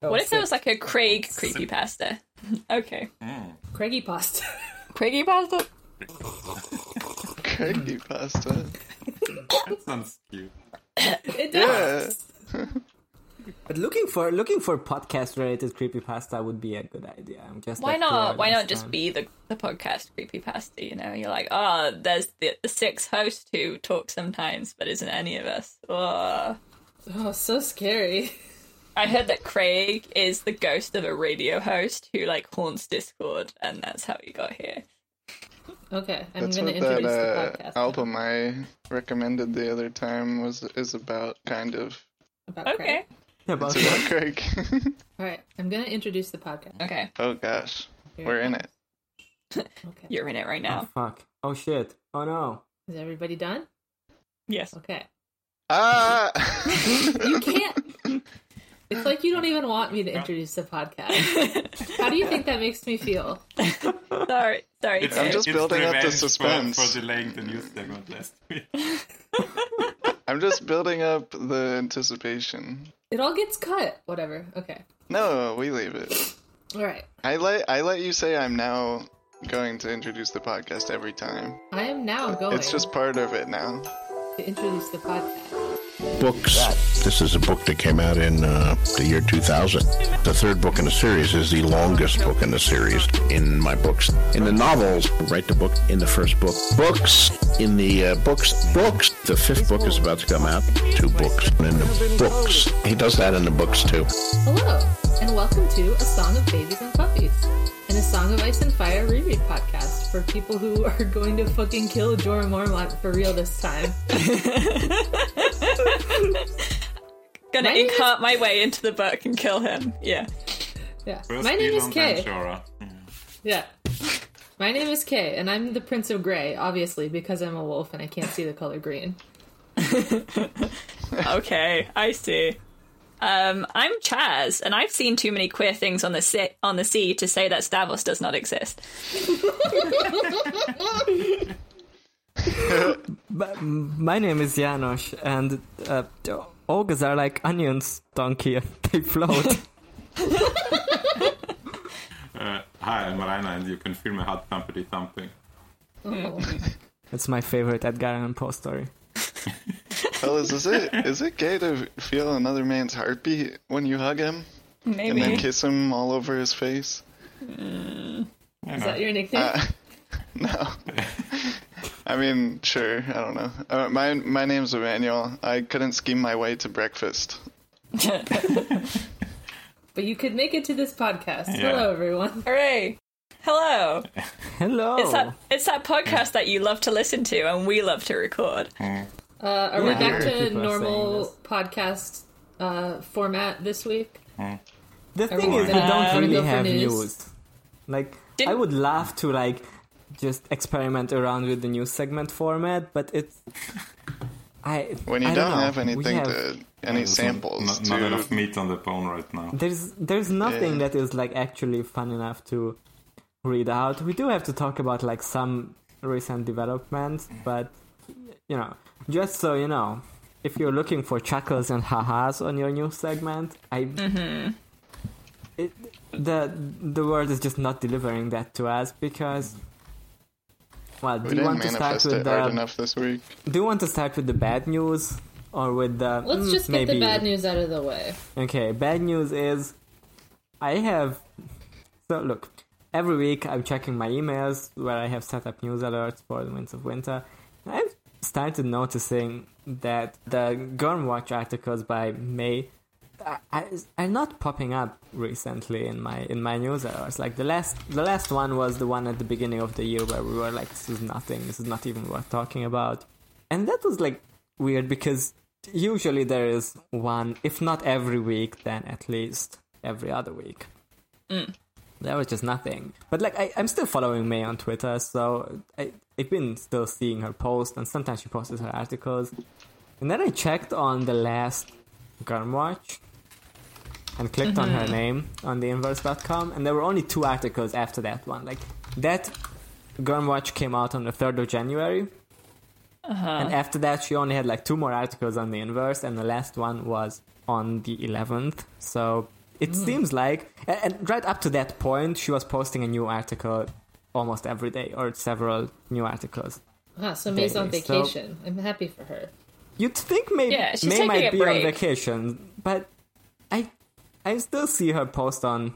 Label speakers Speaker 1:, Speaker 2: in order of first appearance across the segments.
Speaker 1: What if there was like a Craig creepypasta? okay.
Speaker 2: Craigie pasta.
Speaker 1: Craigie pasta?
Speaker 3: Crazy pasta.
Speaker 4: Hmm. That sounds cute.
Speaker 2: it
Speaker 3: Yeah.
Speaker 2: does.
Speaker 5: But looking for looking for podcast related creepypasta would be a good idea. I'm just
Speaker 1: Why
Speaker 5: like,
Speaker 1: not?
Speaker 5: bored
Speaker 1: Why
Speaker 5: this
Speaker 1: not just
Speaker 5: time.
Speaker 1: be the, the podcast creepypasta? You know, you're like, oh, there's the, the six host who talks sometimes, but isn't any of us. Oh.
Speaker 2: Oh, so scary.
Speaker 1: I heard that Craig is the ghost of a radio host who like haunts Discord, and that's how he got here.
Speaker 2: Okay, I'm
Speaker 3: That's
Speaker 2: going to
Speaker 3: what that
Speaker 2: introduce the
Speaker 3: uh,
Speaker 2: podcast now
Speaker 3: album I recommended the other time was is about, kind of.
Speaker 2: about
Speaker 1: Okay.
Speaker 2: Craig.
Speaker 5: Yeah, but-
Speaker 3: It's about Craig.
Speaker 2: All right, I'm going to introduce the podcast.
Speaker 1: Okay,
Speaker 3: oh gosh,
Speaker 2: Here.
Speaker 3: we're in it.
Speaker 2: Okay.
Speaker 1: you're in it right
Speaker 5: oh,
Speaker 1: now.
Speaker 5: fuck. Oh shit. Oh no.
Speaker 2: Is everybody done?
Speaker 1: Yes.
Speaker 2: Okay.
Speaker 3: Ah!
Speaker 2: You can't. It's like you don't even want me to introduce the podcast. How do you think that makes me feel?
Speaker 1: sorry, sorry.
Speaker 3: I'm
Speaker 1: Craig.
Speaker 3: just building up the
Speaker 4: revenge for-
Speaker 3: suspense.
Speaker 4: For, delaying the news segment last week.
Speaker 3: I'm just building up the anticipation.
Speaker 2: It all gets cut. Whatever. Okay.
Speaker 3: No, we leave it.
Speaker 2: All right.
Speaker 3: I let I let you say I'm now going to introduce the podcast every time.
Speaker 2: I am now going
Speaker 3: It's just part of it now.
Speaker 2: to introduce the podcast.
Speaker 6: books. This is a book that came out in uh, the year 2000. The third book in the series is the longest book in the series in my books. In the novels, write the book in the first book. Books in the uh, books. Books. The fifth book is about to come out. Two books and in the books. He does that in the books too.
Speaker 2: Hello, and welcome to A Song of Babies and Puppies, and a Song of Ice and Fire reread podcast for people who are going to fucking kill Jorah Mormont for real this time.
Speaker 1: gonna
Speaker 2: My name is-
Speaker 1: incart my way into the book and kill him. Yeah.
Speaker 2: Yeah.
Speaker 4: First
Speaker 2: My name is
Speaker 4: Elon,
Speaker 2: Kay.
Speaker 4: then Jorah.
Speaker 2: Yeah. My name is Kay, and I'm the Prince of Grey, obviously, because I'm a wolf and I can't see the color green.
Speaker 1: Okay, I see. Um, I'm Chaz, and I've seen too many queer things on the sea, on the sea to say that Stavos does not exist.
Speaker 5: But mm, my name is Janos, and uh, ogres are like onions, donkey. They float.
Speaker 4: Uh, hi, I'm Marina, and you can feel my heart thumpity thumping.
Speaker 5: That's my favorite Edgar Allan Poe story.
Speaker 3: Fellas, is it is it gay to feel another man's heartbeat when you hug him and then
Speaker 1: Maybe.
Speaker 3: kiss him all over his face?
Speaker 2: Is that your nickname?
Speaker 5: Uh,
Speaker 3: No. I mean, sure. I don't know. Uh, my my name's Emmanuel. I couldn't scheme my way to breakfast.
Speaker 2: but you could make it to this podcast.
Speaker 4: Yeah.
Speaker 2: Hello, everyone.
Speaker 1: Hooray! Hello.
Speaker 5: Hello.
Speaker 1: It's that it's that podcast that you love to listen to and we love to record.
Speaker 2: Uh, are we
Speaker 5: Yeah.
Speaker 2: back
Speaker 5: People are
Speaker 2: to
Speaker 5: saying
Speaker 2: normal podcast uh, format this week?
Speaker 5: The thing
Speaker 2: we
Speaker 5: is, we
Speaker 2: gonna-
Speaker 5: don't
Speaker 2: gonna
Speaker 5: really
Speaker 2: go for
Speaker 5: have
Speaker 2: news?
Speaker 5: news. Like, I
Speaker 1: Didn't-
Speaker 5: would love to like just experiment around with the news segment format, but it's I
Speaker 3: When you
Speaker 5: I
Speaker 3: don't,
Speaker 5: know.
Speaker 3: have
Speaker 5: We
Speaker 3: anything
Speaker 5: have-
Speaker 3: to any
Speaker 4: There's
Speaker 3: samples
Speaker 4: Not, not
Speaker 3: to
Speaker 4: enough meat on the bone right now.
Speaker 5: there's there's nothing
Speaker 3: Yeah.
Speaker 5: that is like actually fun enough to read out. We do have to talk about like some recent developments,
Speaker 3: Mm.
Speaker 5: but you know, just so you know, if you're looking for chuckles and ha-has on your new segment, I
Speaker 2: Mm-hmm.
Speaker 5: it, the the world is just not delivering that to us because well, do
Speaker 3: we
Speaker 5: you
Speaker 3: didn't
Speaker 5: want to start
Speaker 3: manifest it
Speaker 5: with um,
Speaker 3: hard
Speaker 5: the
Speaker 3: enough this week.
Speaker 5: do you want to start with the bad news or with the
Speaker 2: Let's
Speaker 5: mm,
Speaker 2: just get
Speaker 5: maybe
Speaker 2: the bad news out of the way.
Speaker 5: Okay, bad news is I have. So, look, every week I'm checking my emails where I have set up news alerts for the Winds of Winter. And I've started noticing that the Gorm Watch articles by May I- I- are not popping up recently in my in my news alerts. Like the last the last one was the one at the beginning of the year where we were like, this is nothing, this is not even worth talking about, and that was like weird because usually there is one, if not every week, then at least every other week. There was just nothing. But like I, I'm still following May on Twitter, so I, I've been still seeing her post, and sometimes she posts her articles. And then I checked on the last Gun Watch and clicked on her name on the inverse.com and there were only two articles after that one. Like that Gun Watch came out on the 3rd of January. And after that she only had like two more articles on the inverse and the last one was on the 11th. So it
Speaker 1: Hmm.
Speaker 5: seems like, and, and right up to that point, she was posting a new article almost every day or several new articles.
Speaker 2: Wow, somebody's on
Speaker 5: Days, so-
Speaker 2: vacation. I'm happy for her.
Speaker 5: You'd think maybe
Speaker 1: Yeah, she's
Speaker 5: May
Speaker 1: taking
Speaker 5: might
Speaker 1: a
Speaker 5: be
Speaker 1: break.
Speaker 5: on vacation, but I I still see her post on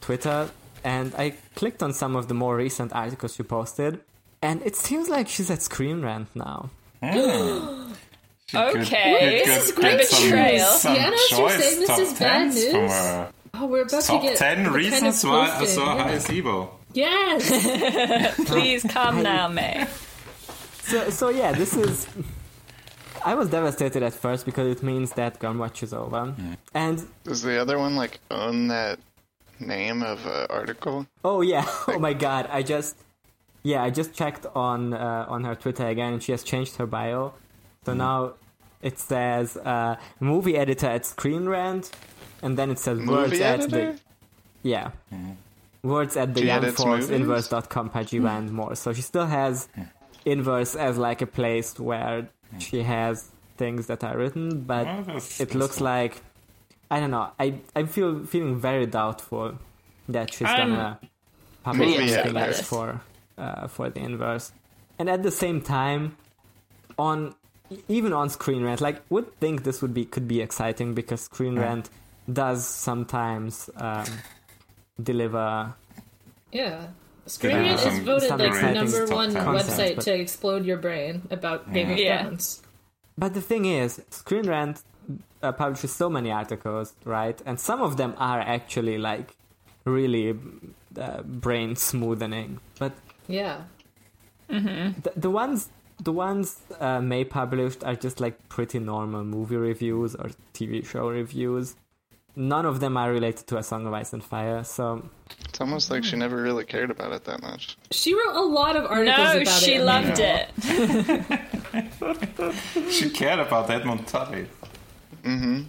Speaker 5: Twitter, and I clicked on some of the more recent articles she posted, and it seems like she's at Screen Rant now.
Speaker 1: Okay.
Speaker 2: This is great
Speaker 1: betrayal.
Speaker 2: Sienna, you're saying this is bad news? Oh, we're about
Speaker 4: top
Speaker 2: to get
Speaker 4: ten
Speaker 2: the kind of
Speaker 4: reasons why I
Speaker 2: posting.
Speaker 4: saw her
Speaker 2: yeah.
Speaker 4: as evil.
Speaker 2: Yes,
Speaker 1: Please come now, May.
Speaker 5: So so yeah, this is. I was devastated at first because it means that Gunwatch is over, and
Speaker 3: Does the other one like own that name of uh, article?
Speaker 5: Oh yeah. Oh my god. I just yeah, I just checked on uh, on her Twitter again and she has changed her bio. So
Speaker 3: Mm.
Speaker 5: now it says uh, movie editor at Screen Rant and then it says words
Speaker 3: Movie
Speaker 5: at
Speaker 3: editor?
Speaker 5: the yeah. Words at the
Speaker 3: She
Speaker 5: Young
Speaker 3: edits
Speaker 5: Force
Speaker 3: movies? Mm.
Speaker 5: Inverse.com Pajiva and more. So she still has Inverse as like a place where she has things that are written, but
Speaker 4: Well, that's-
Speaker 5: it looks like I don't know. I I feel feeling very doubtful that she's
Speaker 1: I'm
Speaker 5: gonna publish
Speaker 3: really
Speaker 5: anything
Speaker 1: upset by
Speaker 5: else
Speaker 1: this.
Speaker 5: for uh, for the inverse. And at the same time, on e-, even on Screen Rant, like would think this would be could be exciting because Screen Rant does sometimes um, deliver.
Speaker 2: yeah. Screaming
Speaker 4: Yeah.
Speaker 2: is voted
Speaker 5: Some
Speaker 2: like
Speaker 5: exciting
Speaker 2: number
Speaker 4: top
Speaker 2: one
Speaker 4: ten.
Speaker 2: website
Speaker 5: Content,
Speaker 2: to explode your brain about Game of
Speaker 1: Yeah.
Speaker 2: Thrones.
Speaker 5: But the thing is, Screen Rant uh, publishes so many articles, right? And some of them are actually like really uh, brain smoothening,
Speaker 2: Mm-hmm.
Speaker 5: but
Speaker 2: Yeah,
Speaker 5: the, the ones the ones uh, May published are just like pretty normal movie reviews or TV show reviews. None of them are related to A Song of Ice and Fire, so
Speaker 3: It's almost like she
Speaker 5: Hmm.
Speaker 3: never really cared about it that much.
Speaker 2: she wrote a lot of articles
Speaker 1: No,
Speaker 2: about
Speaker 1: she
Speaker 2: it.
Speaker 1: loved
Speaker 4: Yeah.
Speaker 1: it.
Speaker 4: She cared about Edmund Tully.
Speaker 3: Mm-hmm.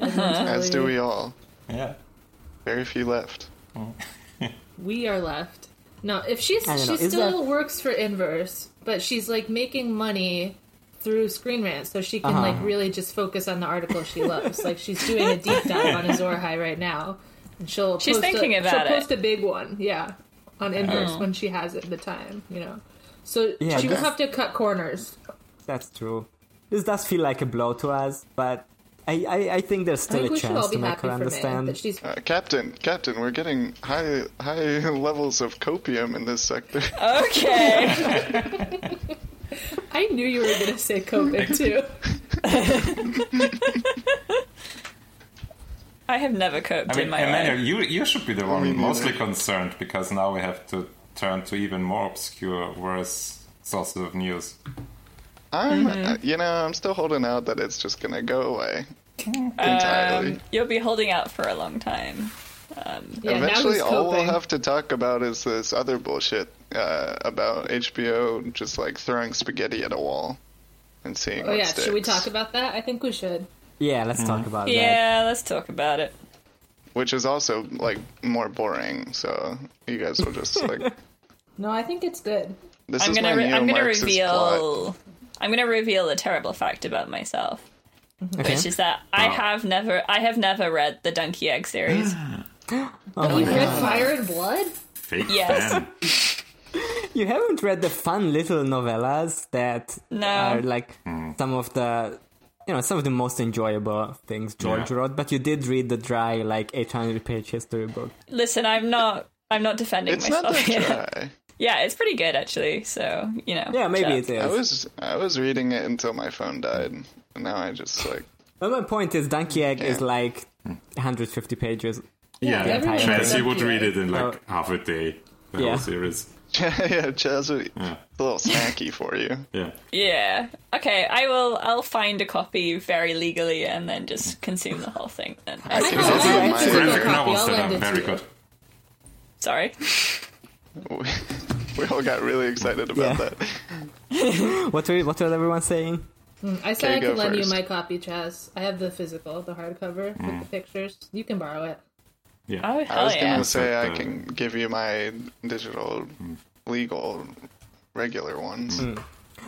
Speaker 3: As do we all.
Speaker 4: Yeah.
Speaker 3: Very few left.
Speaker 2: we are left. No, if she's
Speaker 5: I don't know,
Speaker 2: she
Speaker 5: is
Speaker 2: still
Speaker 5: that-
Speaker 2: works for Inverse, but she's like making money through Screen Rant, so she can
Speaker 5: Uh-huh.
Speaker 2: like really just focus on the article she loves. like she's doing a deep dive on Azor High right now, and she'll
Speaker 1: She's
Speaker 2: post
Speaker 1: thinking
Speaker 2: a,
Speaker 1: about
Speaker 2: she'll
Speaker 1: it.
Speaker 2: post a big one, yeah, on Inverse when she has it the time, you know. So
Speaker 5: Yeah,
Speaker 2: she will
Speaker 5: that's-
Speaker 2: have to cut corners.
Speaker 5: that's true. This does feel like a blow to us, but I, I, I think there's
Speaker 2: I
Speaker 5: still
Speaker 2: think
Speaker 5: a
Speaker 2: we should all
Speaker 5: chance
Speaker 2: be
Speaker 5: to make
Speaker 2: happy
Speaker 5: her
Speaker 2: for May
Speaker 5: understand.
Speaker 2: that she's
Speaker 3: Uh, Captain, Captain, we're getting high high levels of copium in this sector.
Speaker 1: Oh. Okay.
Speaker 2: I knew you were going to say COVID too.
Speaker 1: I have never coped
Speaker 4: I mean,
Speaker 1: in my
Speaker 4: Emmanuel,
Speaker 1: life.
Speaker 4: you, you should be the
Speaker 3: Me
Speaker 4: one
Speaker 3: neither.
Speaker 4: mostly concerned because now we have to turn to even more obscure, worse sources of news.
Speaker 3: I'm,
Speaker 1: Mm-hmm.
Speaker 3: uh, you know, I'm still holding out that it's just gonna go away entirely.
Speaker 1: Um, you'll be holding out for a long time.
Speaker 2: Yeah, now
Speaker 3: Eventually,
Speaker 2: who's
Speaker 3: all we'll
Speaker 2: coping?
Speaker 3: have to talk about is this other bullshit uh, about HBO just like throwing spaghetti at a wall and seeing.
Speaker 2: Oh
Speaker 3: what
Speaker 2: yeah,
Speaker 3: sticks.
Speaker 2: should we talk about that? I think we should.
Speaker 5: Yeah, let's talk about that.
Speaker 1: Yeah, let's talk about it.
Speaker 3: Which is also like more boring. So you guys will just like.
Speaker 2: No, I think it's good.
Speaker 3: This
Speaker 1: I'm
Speaker 3: is
Speaker 1: gonna
Speaker 3: my
Speaker 1: re- I'm gonna
Speaker 3: neo-Marxist plot.
Speaker 1: reveal I'm gonna reveal a terrible fact about myself,
Speaker 3: Mm-hmm.
Speaker 5: Okay.
Speaker 1: which is that I
Speaker 3: Ah.
Speaker 4: Wow.
Speaker 1: have never I have never read the Donkey Egg series.
Speaker 2: You read Fire and Blood?
Speaker 4: Fake
Speaker 1: Yes.
Speaker 4: fan.
Speaker 5: You haven't read the fun little novellas that
Speaker 1: No.
Speaker 5: are like
Speaker 3: Hmm.
Speaker 5: some of the you know some of the most enjoyable things George
Speaker 4: Yeah.
Speaker 5: wrote, but you did read the dry like 800 page history book.
Speaker 1: Listen, I'm not I'm not defending
Speaker 3: It's not
Speaker 1: myself
Speaker 3: that
Speaker 1: here.
Speaker 3: dry.
Speaker 1: Yeah, it's pretty good actually. So you know.
Speaker 5: Yeah, maybe
Speaker 1: so-
Speaker 5: it is.
Speaker 3: I was I was reading it until my phone died, and now I just like
Speaker 5: But my point is, Donkey Egg is
Speaker 3: Yeah. Hmm.
Speaker 5: like 150 pages.
Speaker 4: Yeah,
Speaker 2: everyone
Speaker 4: Tracy
Speaker 5: does
Speaker 2: that.
Speaker 4: would read it in like
Speaker 5: Oh.
Speaker 4: half a day. The
Speaker 5: Yeah.
Speaker 4: whole series.
Speaker 3: yeah, Chaz, it's a little snacky for you.
Speaker 4: Yeah.
Speaker 1: Yeah. Okay, I will I'll find a copy very legally and then just consume the whole thing then.
Speaker 2: I
Speaker 3: can
Speaker 2: have-
Speaker 3: also
Speaker 2: I have
Speaker 3: my-
Speaker 2: a physical
Speaker 4: Graphic
Speaker 2: copy.
Speaker 4: novels
Speaker 2: I'll
Speaker 4: that
Speaker 2: lend
Speaker 4: are
Speaker 2: it to
Speaker 4: very
Speaker 2: you.
Speaker 4: good.
Speaker 1: Sorry.
Speaker 3: We, we all got really excited
Speaker 5: Yeah.
Speaker 3: about that.
Speaker 5: What were, what was everyone saying?
Speaker 2: I said I
Speaker 3: go
Speaker 2: could lend you
Speaker 3: first.
Speaker 2: my copy, Chaz. I have the physical, the hardcover
Speaker 4: Hmm.
Speaker 2: with the pictures. You can borrow it.
Speaker 4: Yeah.
Speaker 1: Oh
Speaker 3: I
Speaker 1: hell
Speaker 3: was
Speaker 1: yeah.
Speaker 3: gonna say I
Speaker 4: Like the-
Speaker 3: can give you my digital, legal, regular ones.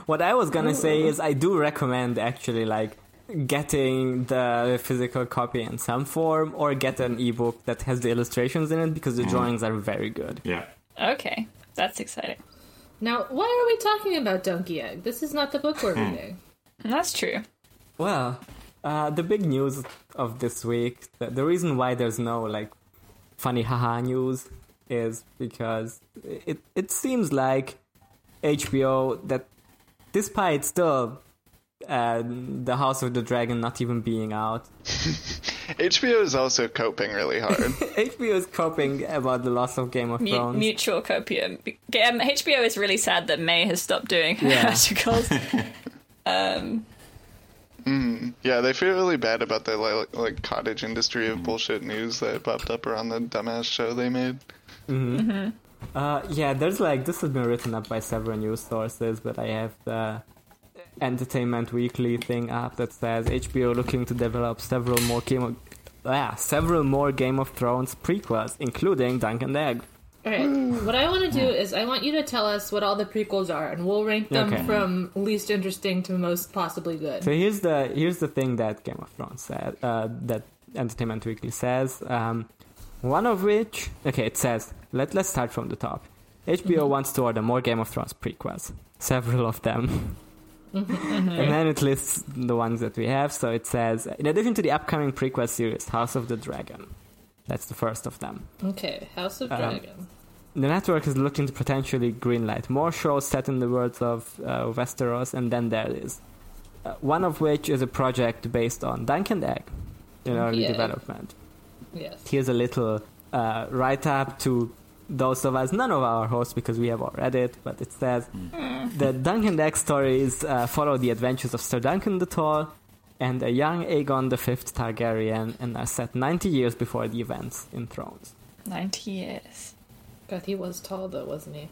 Speaker 5: What I was gonna say is, I do recommend actually like getting the physical copy in some form or get an ebook that has the illustrations in it because
Speaker 3: Hmm.
Speaker 5: the drawings are very good.
Speaker 4: Yeah.
Speaker 1: Okay, that's exciting.
Speaker 2: Now, why are we talking about Donkey Egg? This is not the book we're
Speaker 4: Hmm.
Speaker 2: reading.
Speaker 1: That's true.
Speaker 5: Well, uh, the big news of this week, the, the reason why there's no like funny haha news is because it it seems like HBO that despite still uh, the House of the Dragon not even being out,
Speaker 3: HBO is also coping really hard.
Speaker 5: HBO is coping about the loss of Game of
Speaker 1: Mu-
Speaker 5: Thrones.
Speaker 1: mutual copium. Be- Um, HBO is really sad that May has stopped doing her
Speaker 5: Yeah.
Speaker 1: articles. um,
Speaker 3: yeah, they feel really bad about the like, like cottage industry of bullshit news that popped up around the dumbass show they made.
Speaker 5: Uh, yeah, there's like this has been written up by several news sources, but I have the Entertainment Weekly thing up that says HBO looking to develop several more Game of ah, several more Game of Thrones prequels, including Dunk and Egg.
Speaker 2: All right. What I want to do is I want you to tell us what all the prequels are, and we'll rank them
Speaker 5: Okay.
Speaker 2: from least interesting to most possibly good.
Speaker 5: So here's the here's the thing that Game of Thrones said uh, that Entertainment Weekly says. Um, one of which, okay, it says let let's start from the top. HBO wants to order more Game of Thrones prequels, several of them.
Speaker 2: Hmm. Mm-hmm.
Speaker 5: and then it lists the ones that we have. So it says, in addition to the upcoming prequel series, House of the Dragon, that's the first of them.
Speaker 2: Okay, House of
Speaker 5: Um,
Speaker 2: Dragon.
Speaker 5: The network is looking to potentially greenlight more shows set in the worlds of uh, Westeros, and then there it is. Uh, one of which is a project based on Duncan Egg in early
Speaker 2: Yeah.
Speaker 5: development.
Speaker 2: Yes.
Speaker 5: Here's a little uh, write up to those of us, none of our hosts because we have all read it, but it says the Duncan Egg stories uh, follow the adventures of Sir Duncan the Tall and a young Aegon V Targaryen and are set 90 years before the events in Thrones.
Speaker 1: ninety years.
Speaker 2: God, he was tall though, wasn't he?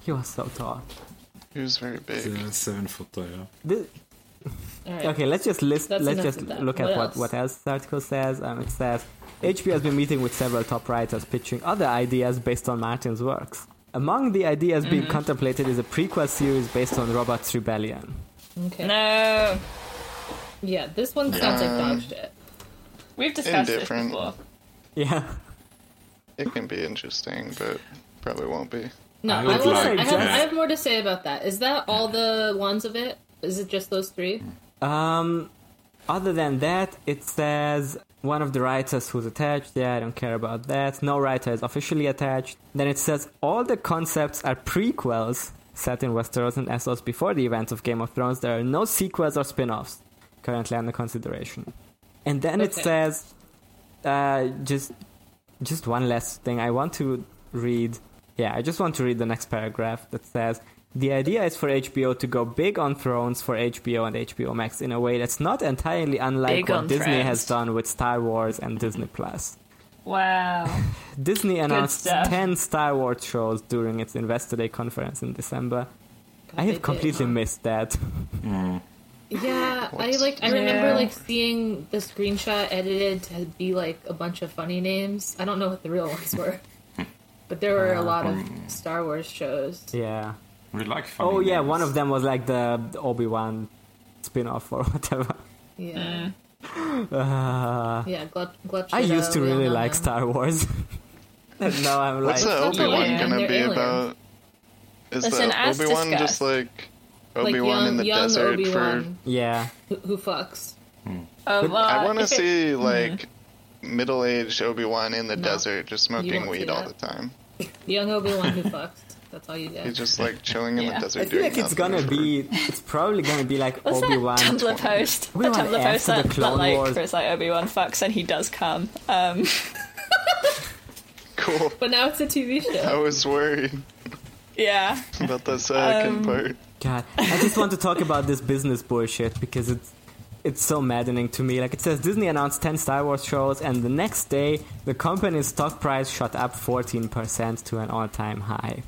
Speaker 5: He was so tall.
Speaker 3: He was very big.
Speaker 4: Yeah, Seven footer, yeah.
Speaker 5: This,
Speaker 2: All right.
Speaker 5: Okay, let's just list.
Speaker 2: That's
Speaker 5: let's
Speaker 2: enough
Speaker 5: just
Speaker 2: of that.
Speaker 5: look at
Speaker 2: What
Speaker 5: what what
Speaker 2: else?
Speaker 5: else the article says. Um, it says HBO has been meeting with several top writers pitching other ideas based on Martin's works. Among the ideas being
Speaker 2: Mm-hmm.
Speaker 5: contemplated is a prequel series based on Robert's Rebellion.
Speaker 2: Okay.
Speaker 1: No,
Speaker 2: Yeah, this one sounds like dog shit.
Speaker 1: we've discussed this
Speaker 3: Indifferent.
Speaker 1: before.
Speaker 5: Yeah,
Speaker 3: It can be interesting, but probably won't be.
Speaker 2: No, I,
Speaker 4: I would
Speaker 2: will-
Speaker 4: like
Speaker 2: I have,
Speaker 4: that.
Speaker 2: I have more to say about that. Is that all the ones of it? Is it just those three?
Speaker 5: Um, other than that, it says one of the writers who's attached. Yeah, I don't care about that. No writer is officially attached. Then it says all the concepts are prequels set in Westeros and Essos before the events of Game of Thrones. There are no sequels or spin offs currently under consideration. And then it
Speaker 2: Okay.
Speaker 5: says uh, just just one last thing. I want to read. Yeah, I just want to read the next paragraph that says the idea is for HBO to go big on Thrones for HBO and HBO Max in a way that's not entirely unlike
Speaker 1: Big on
Speaker 5: what Disney
Speaker 1: Thrones.
Speaker 5: has done with Star Wars and Disney Plus.
Speaker 1: Wow.
Speaker 5: Disney announced
Speaker 1: stuff.
Speaker 5: 10 Star Wars shows during its Investor Day conference in December. I
Speaker 2: they
Speaker 5: have
Speaker 2: did,
Speaker 5: completely
Speaker 2: huh?
Speaker 5: missed that.
Speaker 2: Yeah, I like. I remember like seeing the screenshot edited to be like a bunch of funny names. I don't know what the real ones were, but there were a
Speaker 3: Uh,
Speaker 2: lot of Star Wars shows.
Speaker 5: Yeah.
Speaker 4: We like funny
Speaker 5: Oh, yeah,
Speaker 4: names.
Speaker 5: one of them was like the Obi Wan spin off or whatever.
Speaker 2: Yeah, yeah. Glup, Glup
Speaker 5: Uh, I used to really like Star Wars. and now I'm like,
Speaker 3: What's the
Speaker 2: That's
Speaker 3: Obi Wan
Speaker 1: alien.
Speaker 3: gonna
Speaker 2: They're
Speaker 3: be
Speaker 2: aliens.
Speaker 3: about? Is
Speaker 1: Listen,
Speaker 3: the
Speaker 1: as
Speaker 3: Obi Wan just
Speaker 1: discussed-
Speaker 3: like Obi Wan in the desert for?
Speaker 5: yeah.
Speaker 2: who, who fucks.
Speaker 1: Oh, well,
Speaker 3: I
Speaker 2: Uh,
Speaker 3: want to see like middle-aged Obi Wan in the
Speaker 2: Mm-hmm. No.
Speaker 3: desert, just smoking
Speaker 2: won't see
Speaker 3: weed all the
Speaker 2: that.
Speaker 3: time.
Speaker 2: Young Obi Wan who fucks. That's all you get.
Speaker 3: He's just like chilling in
Speaker 1: Yeah.
Speaker 3: the
Speaker 5: I
Speaker 3: desert
Speaker 5: feel
Speaker 3: doing
Speaker 5: like it's
Speaker 3: nothing
Speaker 5: gonna
Speaker 3: for-
Speaker 5: be. It's probably gonna be like
Speaker 1: What's
Speaker 5: Obi Wan.
Speaker 1: that Tumblr post?
Speaker 5: We
Speaker 1: The
Speaker 5: want
Speaker 1: Tumblr
Speaker 5: F
Speaker 1: post
Speaker 5: for the
Speaker 1: that, that
Speaker 5: Clone
Speaker 1: like
Speaker 5: Wars.
Speaker 1: was like Obi Wan fucks and he does come. Um,
Speaker 3: cool.
Speaker 2: But now it's a TV show.
Speaker 3: I was worried
Speaker 1: yeah,
Speaker 3: about the
Speaker 2: Um,
Speaker 3: second part.
Speaker 5: God, I just want to talk about this business bullshit because it's it's so maddening to me. Like it says, Disney announced ten Star Wars shows, and the next day, the company's stock price shot up fourteen percent to an all-time high.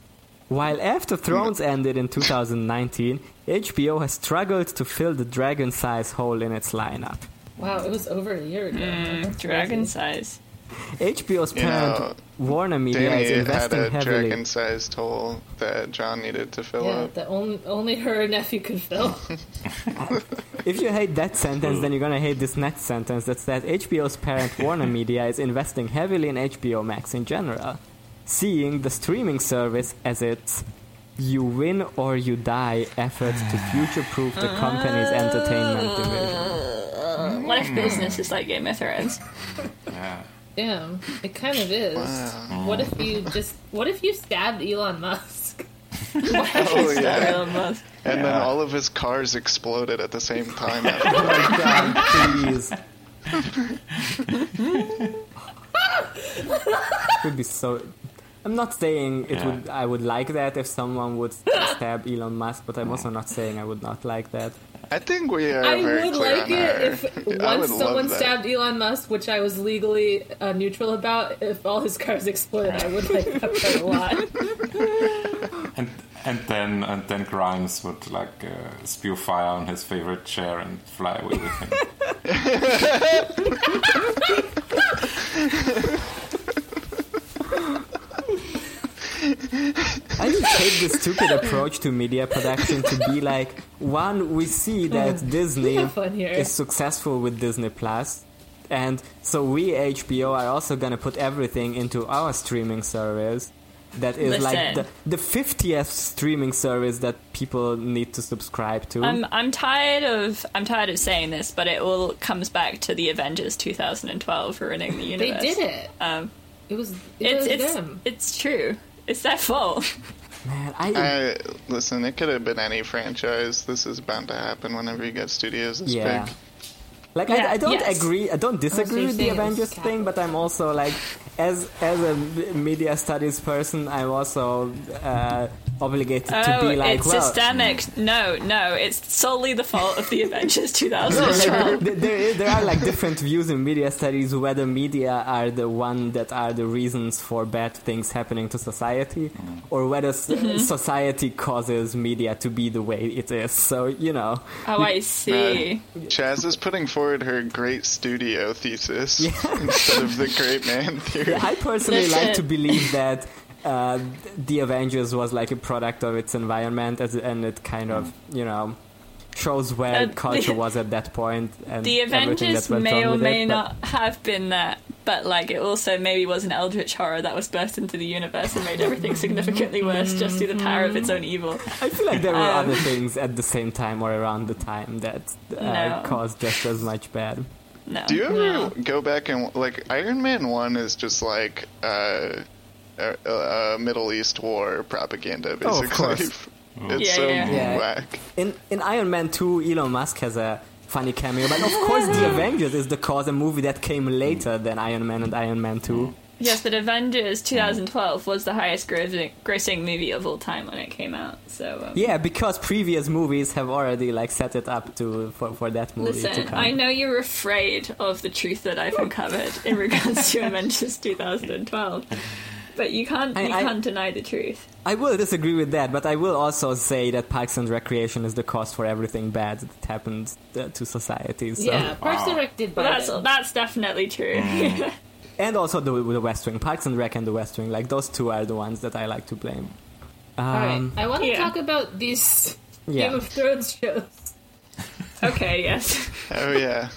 Speaker 5: While after Thrones ended in 2019, HBO has struggled to fill the dragon size hole in its lineup.
Speaker 2: Wow, it was over a year ago. That's
Speaker 1: Mm, dragon
Speaker 2: crazy.
Speaker 1: size.
Speaker 5: HBO's parent
Speaker 3: know,
Speaker 5: Warner Media
Speaker 3: Danny
Speaker 5: is
Speaker 3: had
Speaker 5: investing
Speaker 3: a
Speaker 5: heavily.
Speaker 3: dragon-sized hole that John needed to fill
Speaker 2: Yeah,
Speaker 3: up.
Speaker 2: that only only her nephew could fill.
Speaker 5: If you hate that sentence, then you're gonna hate this next sentence that says HBO's parent Warner Media is investing heavily in HBO Max in general, seeing the streaming service as its "you win or you die" effort to future-proof the company's entertainment division.
Speaker 1: What if business is like Game of Thrones?
Speaker 4: Yeah.
Speaker 2: Damn, it kind of is. What if you just what if you stabbed Elon Musk?
Speaker 3: Oh yeah.
Speaker 1: Elon Musk.
Speaker 3: And then all of his cars exploded at the same time. after-
Speaker 5: Please. would be so. I'm not saying it
Speaker 4: Yeah.
Speaker 5: would. I would like that if someone would stab Elon Musk, but I'm also not saying I would not like that.
Speaker 3: I think we are
Speaker 2: I
Speaker 3: very
Speaker 2: would
Speaker 3: clear
Speaker 2: like
Speaker 3: on
Speaker 2: it
Speaker 3: our-
Speaker 2: if
Speaker 3: I
Speaker 2: once
Speaker 3: would love
Speaker 2: someone
Speaker 3: that.
Speaker 2: stabbed Elon Musk, which I was legally uh, neutral about, if all his cars exploded, I would like that quite a lot.
Speaker 4: And and then and then Grimes would like uh, spew fire on his favorite chair and fly away with him.
Speaker 5: I just hate this stupid approach to media production to be like, one, we see that Disney
Speaker 2: Have fun here.
Speaker 5: is successful with Disney Plus, and so we HBO are also gonna put everything into our streaming service. That is like the
Speaker 1: Listen.
Speaker 5: the fiftieth streaming service that people need to subscribe to.
Speaker 1: I'm I'm tired of I'm tired of saying this, but it all comes back to the Avengers 2012 ruining the
Speaker 2: They
Speaker 1: universe.
Speaker 2: did it.
Speaker 1: Um,
Speaker 2: It was it
Speaker 1: it's
Speaker 2: was
Speaker 1: it's
Speaker 2: them.
Speaker 1: it's true. It's their fault.
Speaker 5: Man, I,
Speaker 3: I, listen, it could have been any franchise. This is bound to happen whenever you get studios this
Speaker 5: yeah.
Speaker 3: big.
Speaker 5: Like
Speaker 1: Yeah,
Speaker 5: I, I don't
Speaker 1: yes.
Speaker 5: agree, I don't disagree
Speaker 2: you're
Speaker 5: with the
Speaker 2: saying it was
Speaker 5: Avengers thing, but I'm also like, as as a v- media studies person, I'm also uh, obligated to
Speaker 1: Oh,
Speaker 5: be like,
Speaker 1: it's
Speaker 5: well,
Speaker 1: systemic. No, no, it's solely the fault of the Avengers
Speaker 5: like,
Speaker 1: 2012.
Speaker 5: th- there, is- there are like different views in media studies whether media are the one that are the reasons for bad things happening to society, or whether s- society causes media to be the way it is. So you know,
Speaker 1: Oh, I see.
Speaker 3: Chaz is putting forward her great studio thesis instead of the great man theory.
Speaker 5: I personally
Speaker 1: Listen.
Speaker 5: like to believe that uh, the Avengers was like a product of its environment, as, and it kind of you know shows where
Speaker 1: Uh, the-
Speaker 5: culture was at that point and
Speaker 1: The
Speaker 5: everything
Speaker 1: Avengers
Speaker 5: that went
Speaker 1: may
Speaker 5: on
Speaker 1: or
Speaker 5: with
Speaker 1: may
Speaker 5: it, but-
Speaker 1: not have been that, but like it also maybe was an eldritch horror that was burst into the universe and made everything significantly worse just through the power of its own evil.
Speaker 5: I feel like there were
Speaker 1: Um,
Speaker 5: other things at the same time or around the time that uh,
Speaker 1: No.
Speaker 5: caused just as much bad.
Speaker 1: No.
Speaker 3: Do you ever go back and like Iron Man One is just like uh, a, a a Middle East war propaganda
Speaker 5: Oh,
Speaker 3: basically.
Speaker 5: of course.
Speaker 3: It's
Speaker 1: Yeah,
Speaker 3: so
Speaker 1: yeah.
Speaker 5: Yeah.
Speaker 3: whack.
Speaker 5: In in Iron Man 2, Elon Musk has a funny cameo, but of course The Avengers is the cause, a movie that came later than Iron Man and Iron Man
Speaker 1: Mm.
Speaker 5: 2.
Speaker 1: Yes, but Avengers 2012 was the highest grossing, grossing movie of all time when it came out. So um,
Speaker 5: Yeah, because previous movies have already like set it up to for, for that movie to
Speaker 1: Listen,
Speaker 5: come.
Speaker 1: I know you're afraid of the truth that I've uncovered in regards to Avengers 2012, but you can't
Speaker 5: I-
Speaker 1: you
Speaker 5: I-
Speaker 1: can't deny the truth.
Speaker 5: I will disagree with that, but I will also say that Parks and Recreation is the cause for everything bad that happened uh, to society. So.
Speaker 2: yeah, Parks and Rec did
Speaker 1: That's
Speaker 2: Biden.
Speaker 1: that's definitely true.
Speaker 5: and also the, the West Wing, Parks and Rec and the West Wing. Like those two are the ones that I like to blame.
Speaker 2: All right,
Speaker 5: Um,
Speaker 2: I want to
Speaker 1: yeah.
Speaker 2: talk about these
Speaker 5: Yeah.
Speaker 2: Game of Thrones shows.
Speaker 1: okay, yes.
Speaker 3: Oh yeah,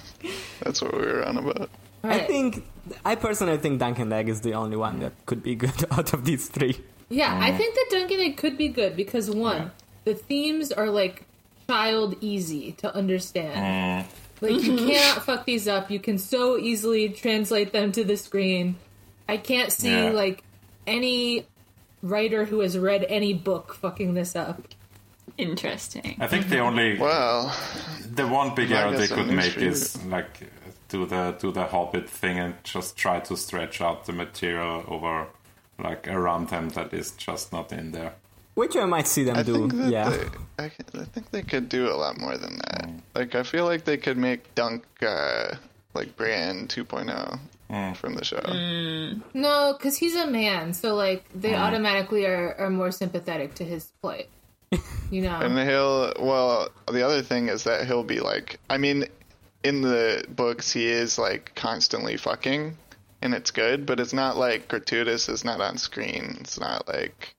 Speaker 3: that's what we were on about.
Speaker 2: All
Speaker 5: I
Speaker 2: right.
Speaker 5: think I personally think Duncan Egg is the only one that could be good out of these three.
Speaker 2: Yeah, I think that Duncan Egg could be good because one, the themes are like child easy to understand.
Speaker 4: Mm.
Speaker 2: Like you cannot fuck these up. You can so easily translate them to the screen. I can't see
Speaker 4: Yeah.
Speaker 2: like any writer who has read any book fucking this up.
Speaker 1: Interesting.
Speaker 4: I think the only
Speaker 3: Well,
Speaker 4: the one big
Speaker 3: I
Speaker 4: error they
Speaker 3: guess
Speaker 4: could
Speaker 3: I'm
Speaker 4: make
Speaker 3: intrigued.
Speaker 4: is like do the do the Hobbit thing and just try to stretch out the material over like around them that is just not in there.
Speaker 5: Which I might see them
Speaker 3: I
Speaker 5: do.
Speaker 3: think that
Speaker 5: Yeah.
Speaker 3: they, I, c- I think they could do a lot more than that. Like I feel like they could make Dunk uh, like Bran 2.0 from the show.
Speaker 2: No, because he's a man, so like they automatically are, are more sympathetic to his plight. You know,
Speaker 3: And he'll well, the other thing is that he'll be like I mean, in the books he is like constantly fucking, and it's good, but it's not like gratuitous. It's not on screen. It's not like,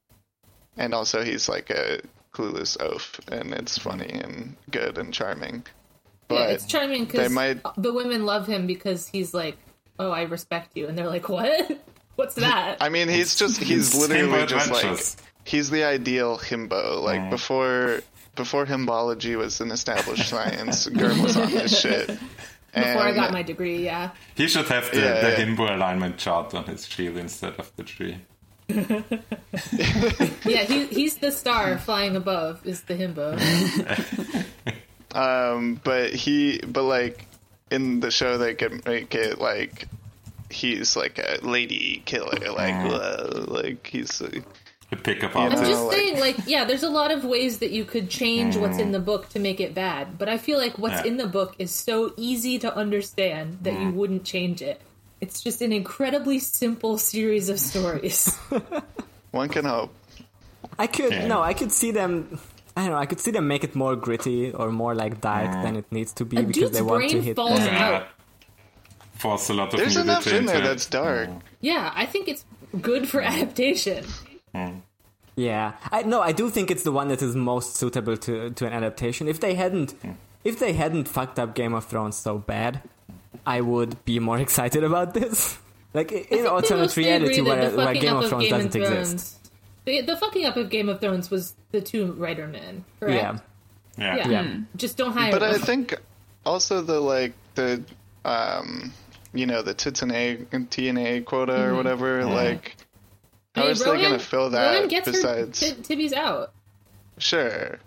Speaker 3: and also he's like a clueless oaf, and it's funny and good and charming.
Speaker 2: Yeah,
Speaker 3: But
Speaker 2: it's charming
Speaker 3: they
Speaker 2: because
Speaker 3: might-
Speaker 2: the women love him because he's like, "Oh, I respect you," and they're like, "What? What's that?"
Speaker 3: I mean, he's just he's
Speaker 4: Himbo
Speaker 3: literally just like
Speaker 4: Adventures.
Speaker 3: he's the ideal himbo. Like before before himbology was an established science, Gurm was on this shit. And
Speaker 2: Before I got my degree, yeah.
Speaker 4: He should have the,
Speaker 3: Yeah,
Speaker 4: the
Speaker 3: yeah.
Speaker 4: Himbo alignment chart on his shield instead of the tree.
Speaker 2: Yeah, he, he's the star flying above, is the himbo.
Speaker 3: um, but he but like in the show they could make it like he's like a lady killer, like whoa, like he's a-
Speaker 4: The pickup
Speaker 3: know,
Speaker 4: artist.
Speaker 2: I'm just
Speaker 3: like- Mm.
Speaker 2: saying, like, yeah, there's a lot of ways that you could change what's in the book to make it bad, but I feel like what's
Speaker 4: Yeah.
Speaker 2: in the book is so easy to understand that
Speaker 3: Mm.
Speaker 2: you wouldn't change it. It's just an incredibly simple series of stories.
Speaker 3: one can hope.
Speaker 5: I could
Speaker 4: Yeah.
Speaker 5: no, I could see them. I don't know. I could see them make it more gritty or more like dark than it needs to be
Speaker 2: A
Speaker 5: because
Speaker 2: dude's
Speaker 5: they want to
Speaker 2: brain
Speaker 5: hit.
Speaker 2: falls
Speaker 5: that.
Speaker 2: out.
Speaker 4: Force a lot of
Speaker 3: There's
Speaker 4: nudity
Speaker 3: enough in
Speaker 4: into
Speaker 3: there
Speaker 4: it.
Speaker 3: that's dark.
Speaker 2: Yeah, I think it's good for adaptation.
Speaker 5: Yeah, I no, I do think it's the one that is most suitable to to an adaptation. If they hadn't,
Speaker 3: Hmm.
Speaker 5: if they hadn't fucked up Game of Thrones so bad, I would be more excited about this. Like i- in
Speaker 2: I think they
Speaker 5: alternate
Speaker 2: mostly
Speaker 5: reality
Speaker 2: agree that
Speaker 5: where,
Speaker 2: the
Speaker 5: where
Speaker 2: fucking
Speaker 5: Game
Speaker 2: up
Speaker 5: of Thrones doesn't exist.
Speaker 2: Thrones- The, the fucking up of Game of Thrones was the two writer men, correct?
Speaker 5: Yeah,
Speaker 4: Yeah.
Speaker 2: Yeah.
Speaker 5: Yeah.
Speaker 2: Just don't hire
Speaker 3: But
Speaker 2: them.
Speaker 3: I think also the like the um you know the tits and egg and TNA quota
Speaker 5: Mm-hmm.
Speaker 3: or whatever like how
Speaker 2: Hey,
Speaker 3: is they gonna fill
Speaker 2: Rowan
Speaker 3: that
Speaker 2: gets her
Speaker 3: besides
Speaker 2: ti- tibbies out.
Speaker 3: sure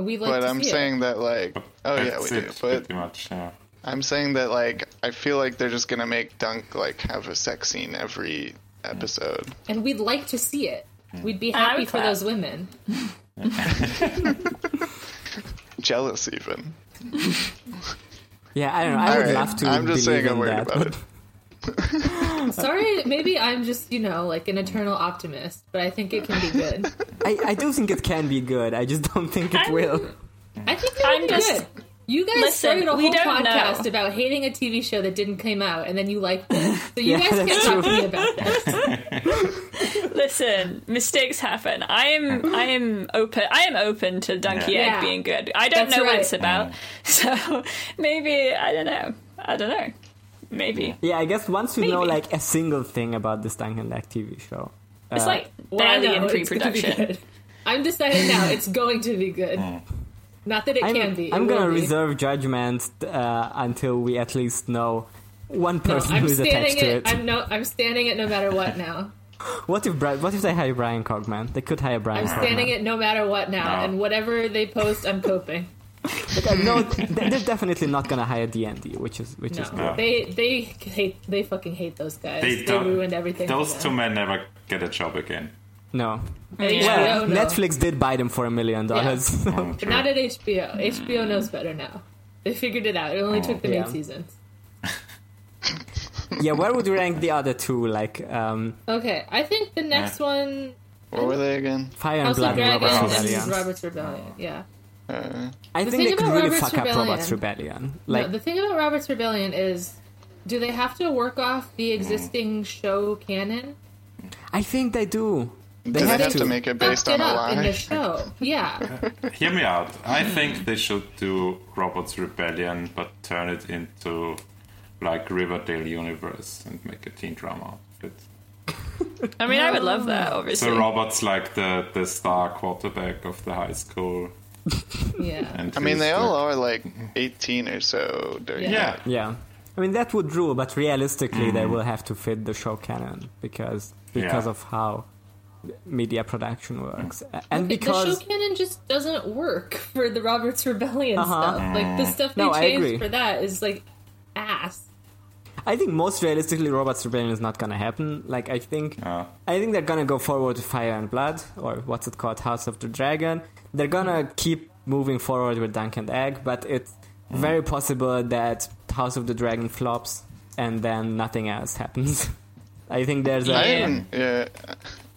Speaker 2: And we like
Speaker 3: but
Speaker 2: to
Speaker 3: I'm
Speaker 2: see it.
Speaker 3: saying that like oh yeah we
Speaker 4: That's
Speaker 3: do
Speaker 4: it,
Speaker 3: but
Speaker 4: pretty much. Yeah.
Speaker 3: I'm saying that like I feel like they're just gonna make Dunk like have a sex scene every episode
Speaker 2: and we'd like to see it. We'd be
Speaker 1: I
Speaker 2: happy
Speaker 1: would
Speaker 2: for
Speaker 1: clap.
Speaker 2: those women.
Speaker 3: jealous even
Speaker 5: yeah. I don't know. I would
Speaker 3: Alright,
Speaker 5: love to.
Speaker 3: I'm just
Speaker 5: believe
Speaker 3: saying I'm
Speaker 5: in
Speaker 3: worried
Speaker 5: that,
Speaker 3: about
Speaker 5: but-
Speaker 3: it.
Speaker 2: Sorry, maybe I'm just you know like an eternal optimist, but I think it can be good.
Speaker 5: I, I do think it can be good. I just don't think it
Speaker 1: I'm-
Speaker 5: will.
Speaker 2: I think it
Speaker 1: I'm
Speaker 2: can be
Speaker 1: just-
Speaker 2: good. You guys
Speaker 1: Listen,
Speaker 2: started a
Speaker 1: we
Speaker 2: whole
Speaker 1: don't know.
Speaker 2: podcast about hating a TV show that didn't come out, and then you liked it. So you
Speaker 5: Yeah,
Speaker 2: guys can
Speaker 5: that's
Speaker 2: talk to
Speaker 5: true.
Speaker 2: me about that.
Speaker 1: Listen, mistakes happen. I am I am open I am open to Donkey
Speaker 4: Yeah.
Speaker 1: Egg
Speaker 2: Yeah.
Speaker 1: being good. I don't
Speaker 2: That's
Speaker 1: know what
Speaker 2: right.
Speaker 1: it's about. So maybe I don't know. I don't know. Maybe.
Speaker 5: Yeah, I guess once you know
Speaker 1: Maybe.
Speaker 5: like a single thing about this Duncan Lack TV show,
Speaker 1: It's like
Speaker 2: Well, I
Speaker 1: barely in
Speaker 2: know, it's gonna be
Speaker 1: pre-production.
Speaker 2: good. I'm deciding now it's going to be good.
Speaker 4: Hmm.
Speaker 2: Not that it
Speaker 5: I'm,
Speaker 2: can be. it
Speaker 5: I'm gonna
Speaker 2: will be.
Speaker 5: reserve judgment uh, until we at least know one
Speaker 2: No,
Speaker 5: person
Speaker 2: I'm
Speaker 5: who is
Speaker 2: standing
Speaker 5: attached
Speaker 2: it.
Speaker 5: to it.
Speaker 2: I'm no. I'm standing it no matter what now.
Speaker 5: What if Bri- what if they hire Brian Cogman? They could hire Brian.
Speaker 2: I'm standing it no matter what now,
Speaker 4: No.
Speaker 2: and whatever they post, I'm coping.
Speaker 5: Cogman. no, they- they're definitely not gonna hire D and D, which is which
Speaker 2: No,
Speaker 5: is
Speaker 4: No.
Speaker 2: they they hate. They fucking hate those guys. They,
Speaker 4: don't-
Speaker 2: ruined everything. for
Speaker 4: Those two
Speaker 2: them.
Speaker 4: men never get a job again.
Speaker 5: no.
Speaker 2: At
Speaker 1: Yeah.
Speaker 5: Well,
Speaker 2: HBO, no.
Speaker 5: Netflix did buy them for a million dollars.
Speaker 2: but not at HBO. HBO knows better now. They figured it out. It
Speaker 4: Oh,
Speaker 2: only took them
Speaker 5: Yeah.
Speaker 2: eight seasons.
Speaker 5: Yeah, where would you rank the other two? Like um,
Speaker 2: Okay, I think the next one,
Speaker 3: what were they again
Speaker 5: Fire and
Speaker 2: House of
Speaker 5: Blood and Robert's
Speaker 2: Dragons, and
Speaker 5: Rebellion.
Speaker 2: Robert's Rebellion. Yeah.
Speaker 3: uh,
Speaker 5: I
Speaker 2: The
Speaker 5: think
Speaker 2: thing
Speaker 5: they could
Speaker 2: about
Speaker 5: really
Speaker 2: Robert's
Speaker 5: fuck up Robert's Rebellion. Like,
Speaker 2: no, the thing about Robert's Rebellion is, do they have to work off the existing show canon?
Speaker 5: I think they do. They
Speaker 3: do they
Speaker 5: have
Speaker 3: have
Speaker 5: to.
Speaker 3: to make it based
Speaker 2: Fucked
Speaker 3: on
Speaker 2: it
Speaker 3: a
Speaker 2: up in the
Speaker 3: lie
Speaker 2: show. Yeah,
Speaker 4: Hear me out. I think they should do Robots Rebellion, but turn it into like Riverdale universe and make a teen drama. of it.
Speaker 1: I mean I would
Speaker 2: Mm.
Speaker 1: love that obviously.
Speaker 4: So Robert's like the, the star quarterback of the high school.
Speaker 2: yeah.
Speaker 4: And
Speaker 3: I mean
Speaker 4: he's
Speaker 3: they
Speaker 4: the-
Speaker 3: all are like 18 or so during
Speaker 4: Yeah.
Speaker 5: Yeah. I mean that would rule, but realistically they will have to fit the show canon because because
Speaker 4: Yeah.
Speaker 5: of how media production works. A- And
Speaker 2: Mm. the
Speaker 5: because
Speaker 2: show canon just doesn't work for the Roberts Rebellion
Speaker 5: Uh-huh.
Speaker 2: stuff. Like the stuff they
Speaker 5: No, I agree.
Speaker 2: changed for that is like ass.
Speaker 5: I think most realistically Robots Rebellion is not gonna happen. Like I think
Speaker 4: Yeah.
Speaker 5: I think they're gonna go forward with Fire and Blood or what's it called, House of the Dragon. They're gonna keep moving forward with Dunk and Egg, but it's very possible that House of the Dragon flops and then nothing else happens. I think there's a
Speaker 3: I haven't, yeah,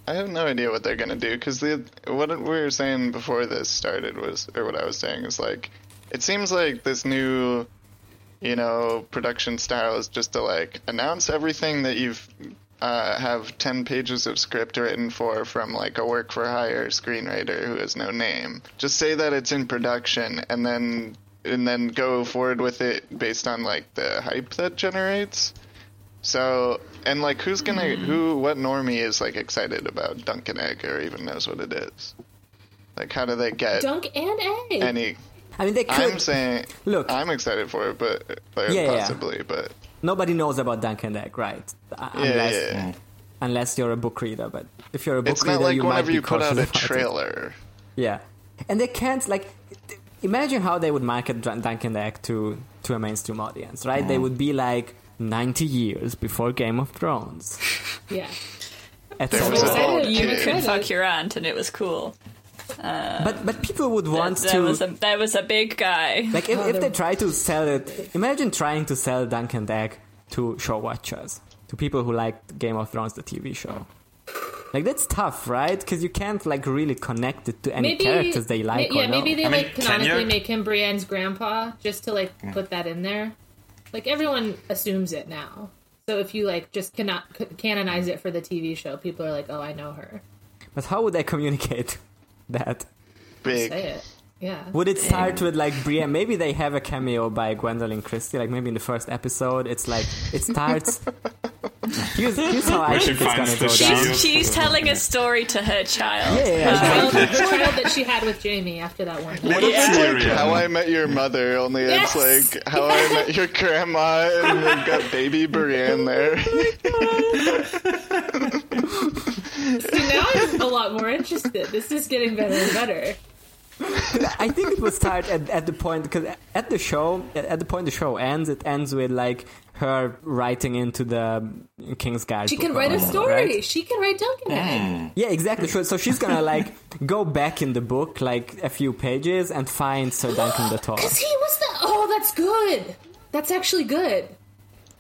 Speaker 3: I have no idea what they're gonna do because the what we were saying before this started was, or what I was saying is like, it seems like this new you know, production style is just to like announce everything that you've uh, have ten pages of script written for from like a work for hire screenwriter who has no name. Just say that it's in production, and then and then go forward with it based on like the hype that generates. So and like who's gonna who what normie is like excited about Dunkin' Egg or even knows what it is? Like how do they get
Speaker 2: Dunk and egg.
Speaker 3: any?
Speaker 5: I mean, they could.
Speaker 3: I'm saying
Speaker 5: Look.
Speaker 3: I'm excited for it, but like,
Speaker 5: Yeah, yeah.
Speaker 3: possibly, but
Speaker 5: Nobody knows about Dunkin' Egg, right? Uh,
Speaker 3: yeah,
Speaker 5: unless,
Speaker 3: yeah. yeah.
Speaker 5: unless you're a book reader. But if you're a book
Speaker 3: It's
Speaker 5: reader,
Speaker 3: not like
Speaker 5: you might
Speaker 3: whenever
Speaker 5: be
Speaker 3: you put
Speaker 5: cautious
Speaker 3: out a
Speaker 5: about it.
Speaker 3: trailer.
Speaker 5: Yeah, and they can't like. th- Imagine how they would market Dun- Dunkin' Egg to to a mainstream audience, right?
Speaker 3: Mm.
Speaker 5: They would be like ninety years before Game of Thrones,
Speaker 2: Yeah.
Speaker 5: etc.
Speaker 3: was a-
Speaker 1: So
Speaker 3: Oh,
Speaker 1: you
Speaker 3: okay.
Speaker 1: could fuck your aunt, and it was cool.
Speaker 5: But but people would
Speaker 1: There,
Speaker 5: want
Speaker 1: there
Speaker 5: to
Speaker 1: was a there was a big guy.
Speaker 5: like if, if they try to sell it. Imagine trying to sell Dunkin' Egg to show watchers, to people who like Game of Thrones, the TV show. Like that's tough, right? Because you can't like really connect it to any
Speaker 2: Maybe
Speaker 5: characters they like.
Speaker 2: ma- yeah,
Speaker 5: or no.
Speaker 2: maybe they
Speaker 4: I mean,
Speaker 2: like
Speaker 4: can
Speaker 2: canonically
Speaker 4: you-
Speaker 2: make him Brienne's grandpa just to like put that in there. Like everyone assumes it now. So if you like just cannot c- canonize it for the TV show, people are like, "Oh, I know her."
Speaker 5: But how would they communicate that?
Speaker 3: Big.
Speaker 2: Say it. Yeah.
Speaker 5: Would it start with like Brienne? Maybe they have a cameo by Gwendolyn Christie. Like maybe in the first episode, it's like it starts. here's, here's how I
Speaker 4: Where she
Speaker 5: think it's gonna
Speaker 4: finds the
Speaker 5: go
Speaker 4: shield.
Speaker 5: down.
Speaker 1: She's, she's telling a story to her child.
Speaker 5: Yeah, yeah,
Speaker 2: Well, the child that she had with Jamie after that one.
Speaker 3: What if it's like
Speaker 4: Tyrion.
Speaker 3: How I Met Your Mother, only
Speaker 2: Yes!
Speaker 3: it's like How I Met Your Grandma, and they've got baby Brienne there.
Speaker 2: See, now I'm a lot more interested. This is getting better and better.
Speaker 5: I think it would start at, at the point because at the show, at the point the show ends, it ends with like her writing into the King's Guard.
Speaker 2: She can
Speaker 5: book or
Speaker 2: write a
Speaker 5: whatever,
Speaker 2: story.
Speaker 5: right?
Speaker 2: She can write Duncan. Egg.
Speaker 5: Yeah, exactly. So, so she's gonna like go back in the book like a few pages and find Sir Duncan the Tall.
Speaker 2: Cause he was the. Oh, that's good. That's actually good.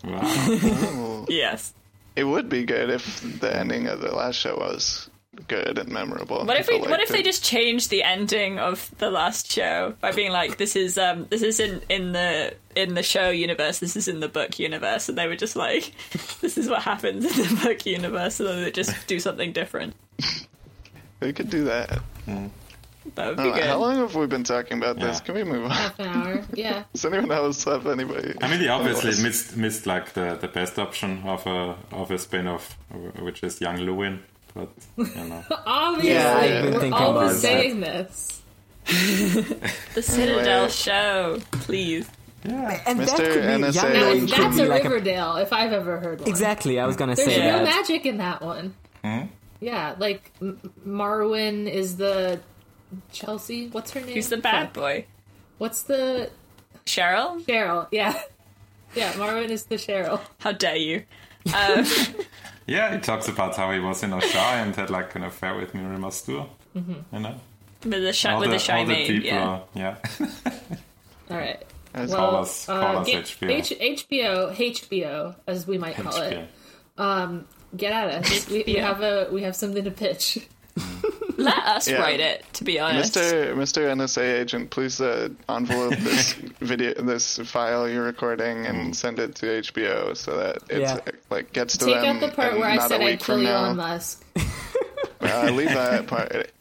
Speaker 4: Wow.
Speaker 1: Yes.
Speaker 3: it would be good if the ending of the last show was good and memorable.
Speaker 1: What if we,
Speaker 3: People
Speaker 1: what if
Speaker 3: liked
Speaker 1: they
Speaker 3: it.
Speaker 1: just changed the ending of the last show by being like this is um this is in in the in the show universe this is in the book universe and they were just like this is what happens in the book universe and then they just do something different
Speaker 3: We could do that.
Speaker 1: that would be
Speaker 3: Uh,
Speaker 1: good
Speaker 3: How long have we been talking about this?
Speaker 4: Yeah.
Speaker 3: Can we move on?
Speaker 2: Half an hour. Yeah.
Speaker 3: Does anyone else have anybody?
Speaker 4: I mean, they obviously
Speaker 3: otherwise?
Speaker 4: missed missed like the, the best option of a of a spin-off, which is Young Lewin. But you know,
Speaker 2: Obviously,
Speaker 5: Yeah, I've been
Speaker 2: we're
Speaker 5: thinking
Speaker 2: all
Speaker 5: about
Speaker 2: been saying this.
Speaker 1: the Citadel show please
Speaker 4: yeah.
Speaker 5: And that
Speaker 3: Mr.
Speaker 5: could be
Speaker 3: NSA.
Speaker 5: young
Speaker 3: Now,
Speaker 2: Now,
Speaker 5: Lewin
Speaker 3: It
Speaker 5: could
Speaker 2: that's
Speaker 5: be
Speaker 2: a
Speaker 5: like
Speaker 2: Riverdale, if I've ever heard one.
Speaker 5: Exactly, I was gonna
Speaker 2: There's
Speaker 5: say uh,
Speaker 2: real
Speaker 5: that.
Speaker 2: magic in that one.
Speaker 4: Hmm?
Speaker 2: Yeah, like M- Marwin is the Chelsea. What's her name?
Speaker 1: who's the bad boy
Speaker 2: What's the
Speaker 1: Cheryl
Speaker 2: Cheryl? Yeah, yeah. Marwin is the Cheryl.
Speaker 1: how dare you Um,
Speaker 4: yeah, he talks about how he was in a shower and had like an affair with Miri Mastur.
Speaker 3: Mm-hmm.
Speaker 4: You know,
Speaker 1: with a shy
Speaker 4: all
Speaker 1: with
Speaker 4: the,
Speaker 1: a shy
Speaker 4: all the
Speaker 1: name
Speaker 4: people.
Speaker 1: yeah
Speaker 4: Are, yeah.
Speaker 2: All right.
Speaker 3: That's
Speaker 2: well,
Speaker 4: us- call
Speaker 2: uh,
Speaker 4: us
Speaker 2: get-
Speaker 4: HBO.
Speaker 2: H- HBO, HBO, as we might call it. Get at us. We, we
Speaker 1: Yeah.
Speaker 2: have a we have something to pitch.
Speaker 1: let us
Speaker 3: Yeah.
Speaker 1: write it to be honest
Speaker 3: Mr. Mr. NSA agent, please uh, envelope this video, this file you're recording, and send it to HBO so that it's
Speaker 5: Mm. Yeah.
Speaker 3: uh, like gets to
Speaker 2: Take
Speaker 3: them.
Speaker 2: out the part
Speaker 3: and
Speaker 2: where I
Speaker 3: not a
Speaker 2: said I'd
Speaker 3: week
Speaker 2: kill
Speaker 3: from
Speaker 2: Elon
Speaker 3: now.
Speaker 2: Musk.
Speaker 3: Uh, leave that part.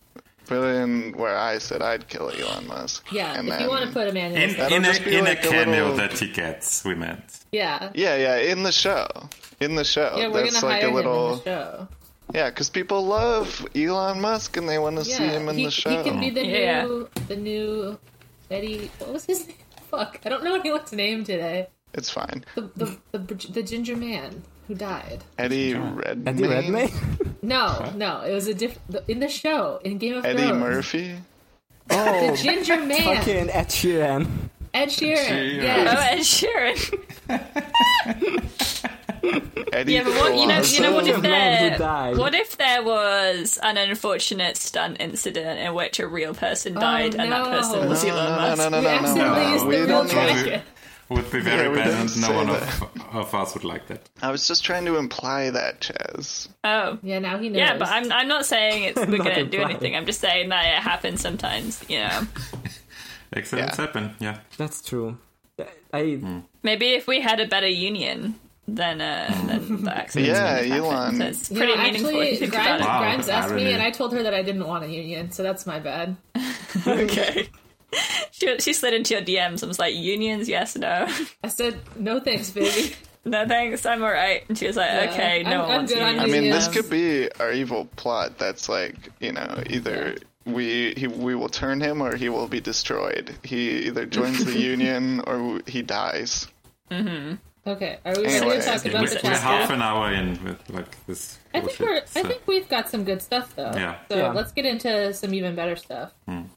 Speaker 3: Put in where I said I'd kill Elon Musk.
Speaker 2: Yeah,
Speaker 3: and
Speaker 2: if
Speaker 3: then,
Speaker 2: you want to put a man in,
Speaker 4: In,
Speaker 2: his-
Speaker 3: That'll
Speaker 4: in a,
Speaker 3: just be
Speaker 4: in
Speaker 3: like
Speaker 4: a
Speaker 3: a
Speaker 4: cameo
Speaker 3: little-
Speaker 4: that he gets, we meant.
Speaker 2: yeah,
Speaker 3: Yeah, yeah, in the show, in the show.
Speaker 2: yeah, we're
Speaker 3: That's
Speaker 2: gonna
Speaker 3: like
Speaker 2: hire
Speaker 3: a
Speaker 2: him in
Speaker 3: little
Speaker 2: the show.
Speaker 3: yeah, because people love Elon Musk and they want to
Speaker 2: Yeah,
Speaker 3: see him in
Speaker 2: he,
Speaker 3: the show.
Speaker 2: he can be the
Speaker 1: Yeah.
Speaker 2: new the new Eddie. What was his name? Fuck, I don't know anyone's name today.
Speaker 3: It's fine.
Speaker 2: The the, the the ginger man who died.
Speaker 3: Eddie Redmayne,
Speaker 5: Eddie Redmayne?
Speaker 2: No, no, it was a different in the show in Game of
Speaker 3: Eddie
Speaker 2: Thrones.
Speaker 3: Murphy.
Speaker 2: The ginger man,
Speaker 5: Fucking Ed Sheeran.
Speaker 2: Ed Sheeran.
Speaker 4: Sheeran.
Speaker 1: oh
Speaker 2: Yes.
Speaker 1: Ed Sheeran
Speaker 3: Eddie
Speaker 1: Yeah, but what, you know, you know what if
Speaker 5: Awesome. Man
Speaker 1: there,
Speaker 5: who died.
Speaker 1: what if there was an unfortunate stunt incident in which a real person died and that
Speaker 2: Oh, no.
Speaker 1: person was
Speaker 3: No,
Speaker 1: Elon
Speaker 3: no,
Speaker 1: Musk?
Speaker 2: We
Speaker 3: no, no, no, no,
Speaker 2: accidentally
Speaker 3: no.
Speaker 2: used
Speaker 3: We
Speaker 2: the real
Speaker 3: don't
Speaker 4: track.
Speaker 3: need-
Speaker 2: jacket.
Speaker 4: Would be very
Speaker 3: we
Speaker 4: bad,
Speaker 3: didn't
Speaker 4: and no
Speaker 3: say
Speaker 4: one
Speaker 3: that.
Speaker 4: of, of us would like that.
Speaker 3: I was just trying to imply that, Chaz.
Speaker 1: Oh,
Speaker 2: Yeah, now he knows.
Speaker 1: yeah, but I'm I'm not saying it's we're
Speaker 5: Not
Speaker 1: gonna do
Speaker 5: implying.
Speaker 1: anything. I'm just saying that it happens sometimes. You know,
Speaker 4: Accidents
Speaker 3: Yeah.
Speaker 4: happen. Yeah.
Speaker 5: That's true. I
Speaker 1: Maybe if we had a better union, then uh, then the accident.
Speaker 3: Yeah,
Speaker 1: wouldn't have happened.
Speaker 3: Elon.
Speaker 1: So it's
Speaker 2: You
Speaker 1: pretty
Speaker 2: know,
Speaker 1: meaningful. when you
Speaker 2: actually,
Speaker 1: think
Speaker 2: Grimes,
Speaker 1: about
Speaker 4: Wow,
Speaker 2: Grimes asked me,
Speaker 4: irony.
Speaker 2: and I told her that I didn't want a union, so that's my bad.
Speaker 1: it. Okay. She, she slid into your DMs and was like, "Unions, yes, no,
Speaker 2: I said, no thanks, baby.
Speaker 1: no, thanks, I'm all right." And she was like,
Speaker 2: Yeah,
Speaker 1: "Okay, no
Speaker 2: I'm-
Speaker 1: one
Speaker 2: I'm
Speaker 1: wants
Speaker 2: good on
Speaker 1: unions."
Speaker 3: I mean, this
Speaker 2: Yeah.
Speaker 3: could be our evil plot. That's like you know either we he, we will turn him or he will be destroyed. He either joins the union or he dies.
Speaker 2: Okay, are we
Speaker 3: Anyway,
Speaker 2: ready to talk
Speaker 3: okay,
Speaker 2: about
Speaker 4: we're,
Speaker 2: the
Speaker 4: we're half
Speaker 2: podcast?
Speaker 4: an hour in with like this.
Speaker 2: I think
Speaker 4: bullshit,
Speaker 2: we're. I
Speaker 4: so-
Speaker 2: think we've got some good stuff though.
Speaker 4: Yeah. Hmm.
Speaker 2: So
Speaker 5: Yeah.
Speaker 2: let's get into some even better stuff.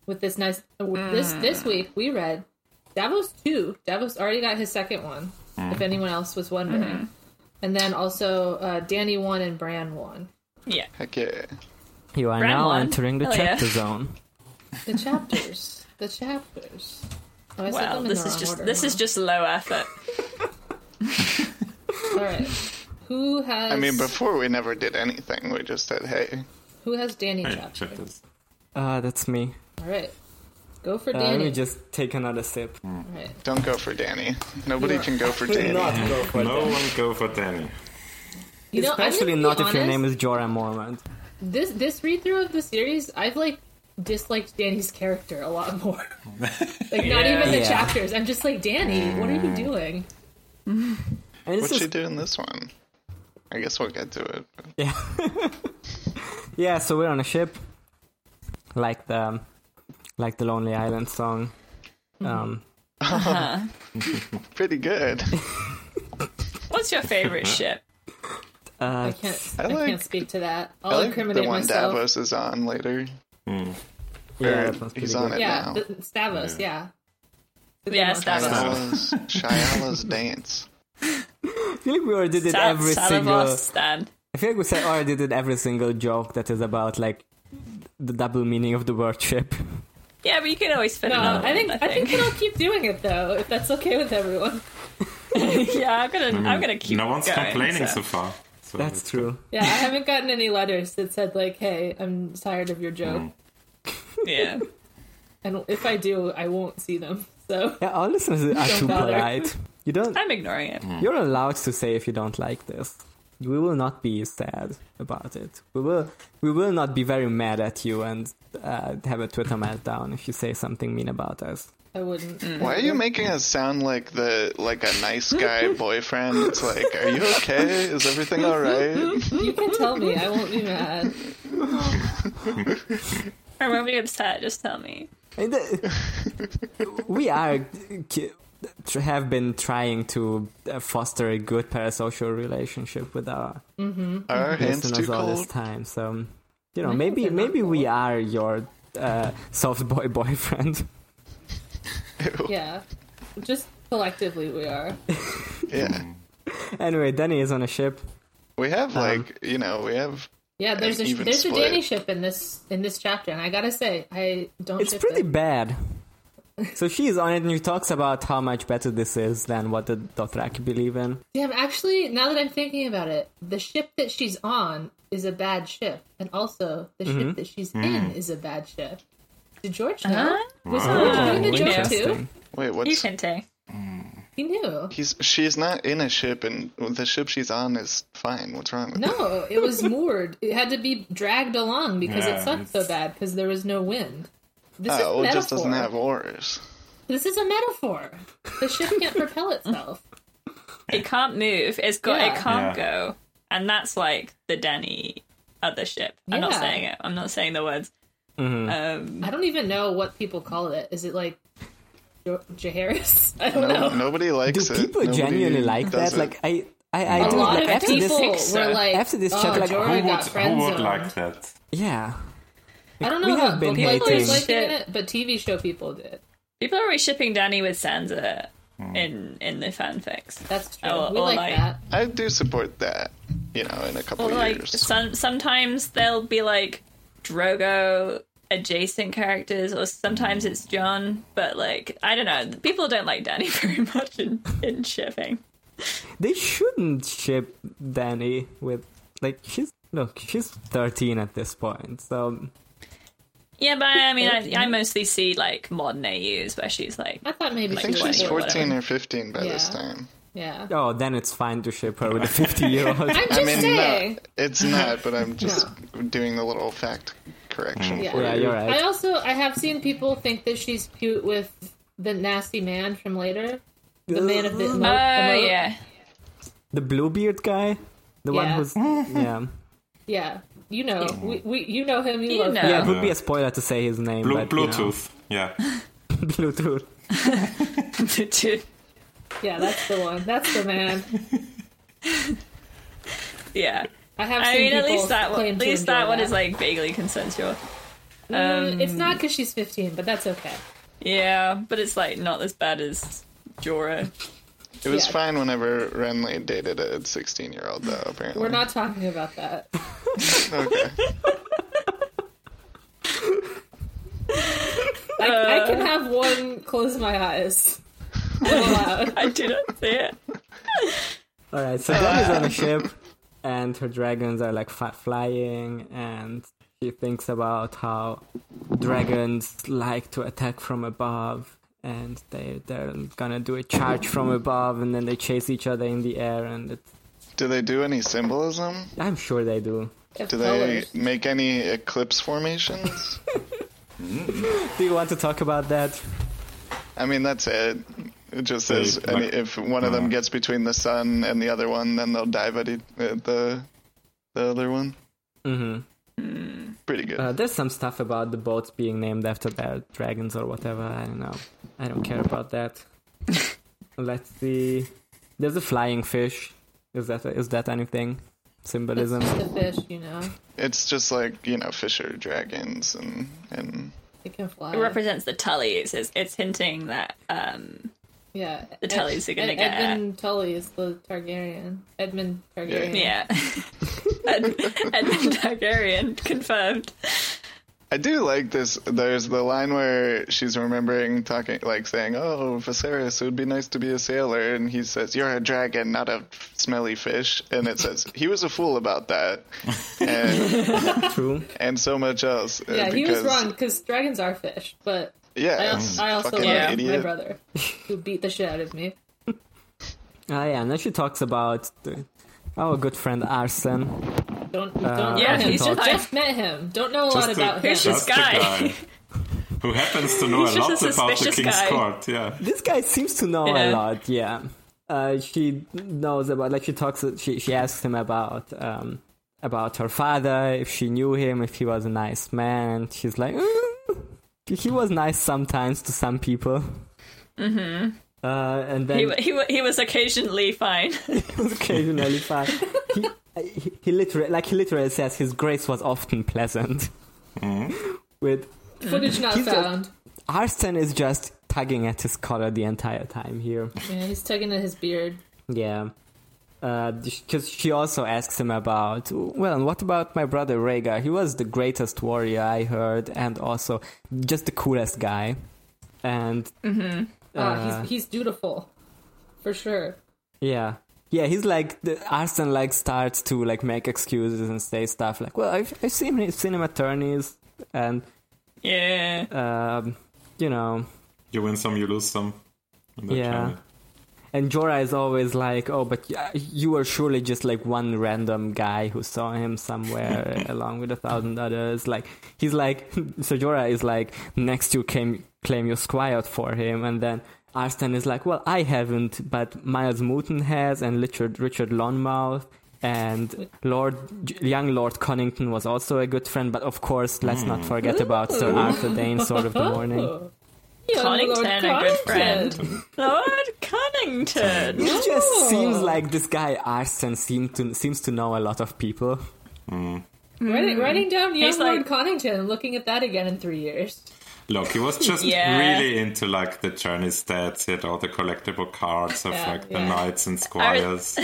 Speaker 2: With this nice, with this
Speaker 5: Hmm.
Speaker 2: this week we read Davos two. Davos already got his second one.
Speaker 4: Hmm.
Speaker 2: If anyone else was wondering,
Speaker 5: Hmm.
Speaker 2: and then also uh, Danny one and Bran one.
Speaker 1: yeah,
Speaker 3: Heck yeah.
Speaker 5: you are
Speaker 1: Brand
Speaker 5: now
Speaker 1: one.
Speaker 5: entering the
Speaker 1: Hell yeah.
Speaker 5: chapter zone.
Speaker 2: The chapters. the chapters. Oh, I said
Speaker 1: well,
Speaker 2: them in
Speaker 1: this
Speaker 2: the
Speaker 1: is
Speaker 2: wrong
Speaker 1: just
Speaker 2: order,
Speaker 1: this
Speaker 2: huh?
Speaker 1: is just low effort.
Speaker 2: all right. Who has?
Speaker 3: I mean, before we never did anything. We just said, hey,
Speaker 2: who has Danny
Speaker 4: Hey,
Speaker 2: chapter?
Speaker 4: check this.
Speaker 5: Uh, that's me.
Speaker 2: All right, go for
Speaker 5: Uh, let
Speaker 2: Danny.
Speaker 5: me just take another sip.
Speaker 2: All right.
Speaker 3: don't go for Danny. Nobody can go for
Speaker 5: Do
Speaker 3: Danny.
Speaker 5: not go for
Speaker 4: No
Speaker 5: that.
Speaker 4: one go for Danny.
Speaker 2: You know, I'm gonna
Speaker 5: Especially
Speaker 2: be
Speaker 5: not if your
Speaker 2: honest.
Speaker 5: name is Jorah Mormont.
Speaker 2: this this read through of the series, I've like disliked Danny's character a lot more. like not even the
Speaker 5: Yeah. Mm.
Speaker 2: chapters. I'm just like Danny, what are you doing?
Speaker 5: And it's
Speaker 3: What's she
Speaker 5: just,
Speaker 3: doing this one? I guess we'll get to it.
Speaker 5: yeah, so we're on a ship, like the like the Lonely Island song.
Speaker 2: Hmm. Mm-hmm.
Speaker 5: Um,
Speaker 1: Uh-huh.
Speaker 3: Pretty good.
Speaker 1: What's your favorite ship?
Speaker 5: uh,
Speaker 2: I can't. I,
Speaker 3: like-
Speaker 2: can't speak to that. I'll
Speaker 3: I like
Speaker 2: incriminate
Speaker 3: the one
Speaker 2: myself.
Speaker 3: Davos is on later.
Speaker 4: Mm.
Speaker 5: yeah,
Speaker 3: Or
Speaker 5: that one's pretty
Speaker 3: he's
Speaker 5: good.
Speaker 3: on it
Speaker 2: Yeah,
Speaker 3: now.
Speaker 2: the, it's Davos. Yeah.
Speaker 1: Yeah, it's Davos.
Speaker 3: Shyamalan's, Shyamalan's dance.
Speaker 5: I feel like we already did
Speaker 1: Sa-
Speaker 5: every
Speaker 1: Salavos
Speaker 5: single.
Speaker 1: Stan.
Speaker 5: I feel like we said already did every single joke that is about like the double meaning of the word ship.
Speaker 1: Yeah, but you can always fit
Speaker 2: No,
Speaker 1: another one,
Speaker 2: I think I think that I'll keep doing it though, if that's okay with everyone.
Speaker 1: yeah, I'm gonna
Speaker 4: I
Speaker 1: I'm
Speaker 4: mean,
Speaker 1: gonna keep.
Speaker 4: No one's
Speaker 1: going,
Speaker 4: complaining
Speaker 1: so.
Speaker 4: so, far. So
Speaker 5: That's true.
Speaker 2: Yeah, I haven't gotten any letters that said like, "Hey, I'm tired of your joke,"
Speaker 3: Mm.
Speaker 1: Yeah.
Speaker 2: and if I do, I won't see them. So
Speaker 5: Yeah, our listeners are too
Speaker 2: bother.
Speaker 5: polite. You don't.
Speaker 1: I'm ignoring it.
Speaker 5: You're allowed to say if you don't like this. We will not be sad about it. We will. We will not be very mad at you and uh, have a Twitter meltdown if you say something mean about us.
Speaker 2: I wouldn't.
Speaker 3: Why are you making us sound like the like a nice guy boyfriend? It's like, are you okay? Is everything all right?
Speaker 2: You can tell me. I won't be mad.
Speaker 1: Or when we upset, just tell me.
Speaker 5: And the- we are ki- have been trying to uh, foster a good parasocial relationship with our
Speaker 3: Are our hands too
Speaker 5: listeners all this
Speaker 3: cold?
Speaker 5: time. So, you know,
Speaker 2: think
Speaker 5: maybe
Speaker 2: they're not
Speaker 5: maybe we are your uh, soft boy boyfriend.
Speaker 2: Yeah. Just collectively, we are.
Speaker 3: Yeah,
Speaker 5: anyway, Danny is on a ship.
Speaker 3: we have
Speaker 5: Um,
Speaker 3: like you know we have
Speaker 2: Yeah, there's a
Speaker 3: even
Speaker 2: there's a
Speaker 3: split.
Speaker 2: Danny ship in this in this chapter, and I gotta say, I don't.
Speaker 5: It's
Speaker 2: ship
Speaker 5: pretty
Speaker 2: it.
Speaker 5: bad. So she's on it, and she talks about how much better this is than what the Dothraki believe in.
Speaker 2: Damn, actually, now that I'm thinking about it, the ship that she's on is a bad ship, and also the
Speaker 3: Mm-hmm.
Speaker 2: ship that she's
Speaker 3: Mm.
Speaker 2: in is a bad ship. Did George know?
Speaker 1: Uh-huh.
Speaker 2: Was George doing the joke too?
Speaker 5: Interesting.
Speaker 3: wait
Speaker 1: He's
Speaker 3: what's
Speaker 1: hinting.
Speaker 2: He knew.
Speaker 3: he's she's not in a ship and the ship she's on is fine. What's wrong with that?
Speaker 2: No, it was moored. It had to be dragged along because it
Speaker 4: Yeah,
Speaker 2: sucked so
Speaker 4: it's-
Speaker 2: bad because there was no wind. This is a
Speaker 3: Oh, it
Speaker 2: metaphor.
Speaker 3: just doesn't have oars.
Speaker 2: This is a metaphor. The ship can't propel itself.
Speaker 1: It can't move. It's got.
Speaker 2: Yeah.
Speaker 1: It can't
Speaker 4: Yeah.
Speaker 1: go. And that's like the Denny other ship. I'm not
Speaker 2: Yeah.
Speaker 1: saying it. I'm not saying the words. Um,
Speaker 2: I don't even know what people call it. Is it like Jo- Jaharis? I
Speaker 3: No,
Speaker 2: don't know.
Speaker 3: Nobody likes
Speaker 5: Do
Speaker 3: it.
Speaker 5: people
Speaker 3: Nobody
Speaker 5: genuinely like
Speaker 3: does
Speaker 5: that?
Speaker 3: it.
Speaker 5: Like I, I, I
Speaker 2: A
Speaker 5: do.
Speaker 2: lot
Speaker 5: Like
Speaker 2: of
Speaker 5: after
Speaker 2: people
Speaker 5: this,
Speaker 1: this-
Speaker 2: were like,
Speaker 5: after this
Speaker 2: oh,
Speaker 5: chapter, like,
Speaker 2: Jorah
Speaker 4: Who
Speaker 2: got
Speaker 4: would, who would
Speaker 2: friendzoned."
Speaker 4: like that?
Speaker 5: yeah.
Speaker 2: I don't know
Speaker 5: We
Speaker 2: about
Speaker 5: have been
Speaker 2: book lovers
Speaker 5: hating.
Speaker 2: liking
Speaker 1: Shit.
Speaker 2: it, but TV show people did.
Speaker 1: people are already shipping Danny with Sansa in in the fanfics.
Speaker 2: That's true.
Speaker 1: Or-
Speaker 2: we
Speaker 1: or
Speaker 2: like,
Speaker 1: Oh, like-
Speaker 2: that.
Speaker 3: I do support that. You know, in a couple
Speaker 1: Or like
Speaker 3: years.
Speaker 1: some, sometimes they'll be like Drogo adjacent characters, or sometimes it's John. But like I don't know, people don't like Danny very much in, in shipping.
Speaker 5: They shouldn't ship Danny with like she's look she's thirteen at this point, so
Speaker 1: Yeah, but I mean, I, I mostly see like modern AU, especially it's like
Speaker 2: I thought maybe
Speaker 1: I
Speaker 3: I
Speaker 2: she
Speaker 3: think
Speaker 2: was
Speaker 1: Like,
Speaker 3: she's
Speaker 1: whatever.
Speaker 3: 14 or 15 by this
Speaker 2: Yeah.
Speaker 3: time.
Speaker 2: Yeah.
Speaker 5: Oh, then it's fine to ship her with a 50 year old.
Speaker 2: I'm just
Speaker 3: I mean,
Speaker 2: saying.
Speaker 1: uh,
Speaker 3: no, it's not, but I'm just doing the little fact correction
Speaker 2: Yeah.
Speaker 3: for
Speaker 5: yeah,
Speaker 3: you.
Speaker 5: you're right.
Speaker 2: I also I have seen people think that she's cute with the nasty man from later, the man of the
Speaker 1: oh
Speaker 2: emote, emote.
Speaker 1: yeah,
Speaker 5: The Bluebeard guy? The one
Speaker 2: Yeah.
Speaker 5: who's. Yeah.
Speaker 2: yeah. You know, we, we you know him. You,
Speaker 1: You
Speaker 2: love
Speaker 1: know.
Speaker 2: him.
Speaker 5: Yeah, it would
Speaker 4: Yeah.
Speaker 5: be a spoiler to say his name.
Speaker 4: Blu-
Speaker 5: but, you know,
Speaker 4: Bluetooth. Yeah.
Speaker 5: Bluetooth.
Speaker 1: Dude.
Speaker 2: Yeah, that's the one. That's the man.
Speaker 1: yeah.
Speaker 2: I have.
Speaker 1: I
Speaker 2: seen
Speaker 1: mean, at
Speaker 2: people
Speaker 1: least that one,
Speaker 2: claim
Speaker 1: at
Speaker 2: to
Speaker 1: least
Speaker 2: enjoy
Speaker 1: that one is like um, vaguely consensual.
Speaker 2: Mm, it's not because she's 15, but that's okay.
Speaker 1: Yeah, but it's like not as bad as Jorah.
Speaker 3: It was
Speaker 2: Yeah.
Speaker 3: fine whenever Renly dated a 16 year old, though, apparently.
Speaker 2: We're not talking about that.
Speaker 3: Okay.
Speaker 2: I,
Speaker 1: Uh,
Speaker 2: I can have one close my eyes. uh, I'm allowed.
Speaker 1: I do not see it.
Speaker 5: Alright, so Demi's on a ship, and her dragons are like fa- flying, and she thinks about how dragons like to attack from above, and they, they're gonna do a charge from above, and then they chase each other in the air, and it,
Speaker 3: Do they do any symbolism?
Speaker 5: I'm sure they do.
Speaker 2: If
Speaker 3: Do they
Speaker 2: colors.
Speaker 3: make any eclipse formations?
Speaker 5: Do you want to talk about that?
Speaker 3: I mean, that's it. It just
Speaker 4: They-
Speaker 3: says any,
Speaker 4: like-
Speaker 3: if one of them
Speaker 4: no.
Speaker 3: gets between the sun and the other one, then they'll dive at, e- at the the other one.
Speaker 5: Mm-hmm.
Speaker 1: Hmm.
Speaker 3: Pretty good.
Speaker 5: Uh, there's some stuff about the boats being named after their dragons or whatever. I don't know. I don't care about that. Let's see. There's a flying fish. Is that is that anything? Symbolism.
Speaker 2: the fish, you know,
Speaker 3: it's just like you know, fisher dragons and and
Speaker 2: it can fly.
Speaker 1: It represents the Tullys. It's, it's hinting that um,
Speaker 2: yeah,
Speaker 1: the Tullys are gonna
Speaker 2: Ed-
Speaker 1: get-
Speaker 2: Edmund Tully is the Targaryen. Edmund Targaryen.
Speaker 1: yeah, Ed, Edmund Targaryen confirmed.
Speaker 3: I do like this. There's the line where she's remembering talking, like saying, "Oh, Viserys, it would be nice to be a sailor," and he says, "You're a dragon, not a smelly fish." And it says he was a fool about that, and,
Speaker 5: True.
Speaker 3: and so much else. uh,
Speaker 2: Yeah, he was
Speaker 3: because-
Speaker 2: wrong because dragons are fish, but
Speaker 3: Yeah,
Speaker 2: I also, I also love
Speaker 3: fucking
Speaker 1: yeah,
Speaker 2: my
Speaker 3: idiot.
Speaker 2: brother who beat the shit out of me.
Speaker 5: Ah, yeah. And then she talks about the, our good friend Arsen.
Speaker 2: Don't
Speaker 5: Uh,
Speaker 2: don't
Speaker 1: Yeah,
Speaker 2: know him.
Speaker 1: he's
Speaker 5: just-
Speaker 2: just met him. Don't know a lot
Speaker 4: Just
Speaker 2: about
Speaker 4: a-
Speaker 2: him.
Speaker 1: Here's just-
Speaker 4: Just the
Speaker 1: guy.
Speaker 4: guy who happens to know a
Speaker 1: He's just
Speaker 4: lot
Speaker 1: a
Speaker 4: about the
Speaker 1: suspicious
Speaker 4: king's
Speaker 1: guy.
Speaker 4: court. Yeah.
Speaker 5: This guy seems to know a
Speaker 1: Yeah.
Speaker 5: lot. Yeah. Uh, she knows about. Like she talks. She she asks him about um about her father. If she knew him. If he was a nice man. And she's like. "Mm, He was nice sometimes to some people. Mm-hmm. Uh, and
Speaker 1: Hmm.
Speaker 5: then
Speaker 1: He, wa- he, wa- he was occasionally fine.
Speaker 5: occasionally fine. He, he, he literally, like he literally says, his grace was often pleasant.
Speaker 4: Mm-hmm.
Speaker 5: With
Speaker 2: Footage not
Speaker 5: He's a-
Speaker 2: found.
Speaker 5: Arsene is just tugging at his collar the entire time here.
Speaker 2: Yeah, he's tugging at his beard.
Speaker 5: Yeah, because she also asks him about well, and what about my brother Rhaegar? He was the greatest warrior I heard, and also just the coolest guy. And Uh,
Speaker 2: Ah, he's he's dutiful, for sure.
Speaker 5: Yeah. Yeah, he's like the Arsene like starts to like make excuses and say stuff like, "Well, I've I've seen him, seen him at tourneys, and
Speaker 1: Yeah,
Speaker 5: um, you know."
Speaker 4: You win some, you lose some. And that
Speaker 5: Yeah.
Speaker 4: kind of-
Speaker 5: And Jorah is always like, "Oh, but y- you were surely just like one random guy who saw him somewhere along with a thousand others." Like he's like, so Jorah is like, "Next you came claim your squire for him," and then Arsene is like, "Well, I haven't, but Miles Mouton has, and Richard Richard Lonmouth." And Lord, J- young Lord Connington was also a good friend, but of course, let's not forget about Sir Arthur Dane, Sword of the Morning.
Speaker 2: Oh. Yeah,
Speaker 1: Connington,
Speaker 2: Lord
Speaker 1: a good friend.
Speaker 2: Connington.
Speaker 1: Lord Cunnington.
Speaker 5: It just seems like this guy Arsene seem to, seems to know a lot of people.
Speaker 2: Writing, writing down young
Speaker 1: He's
Speaker 2: Lord
Speaker 1: like-
Speaker 2: Connington and looking at that again in three years.
Speaker 4: Look, he was just
Speaker 1: Yeah.
Speaker 4: really into like the journey stats. He had all the collectible cards of
Speaker 2: Yeah,
Speaker 4: like the
Speaker 2: yeah.
Speaker 4: knights and squires.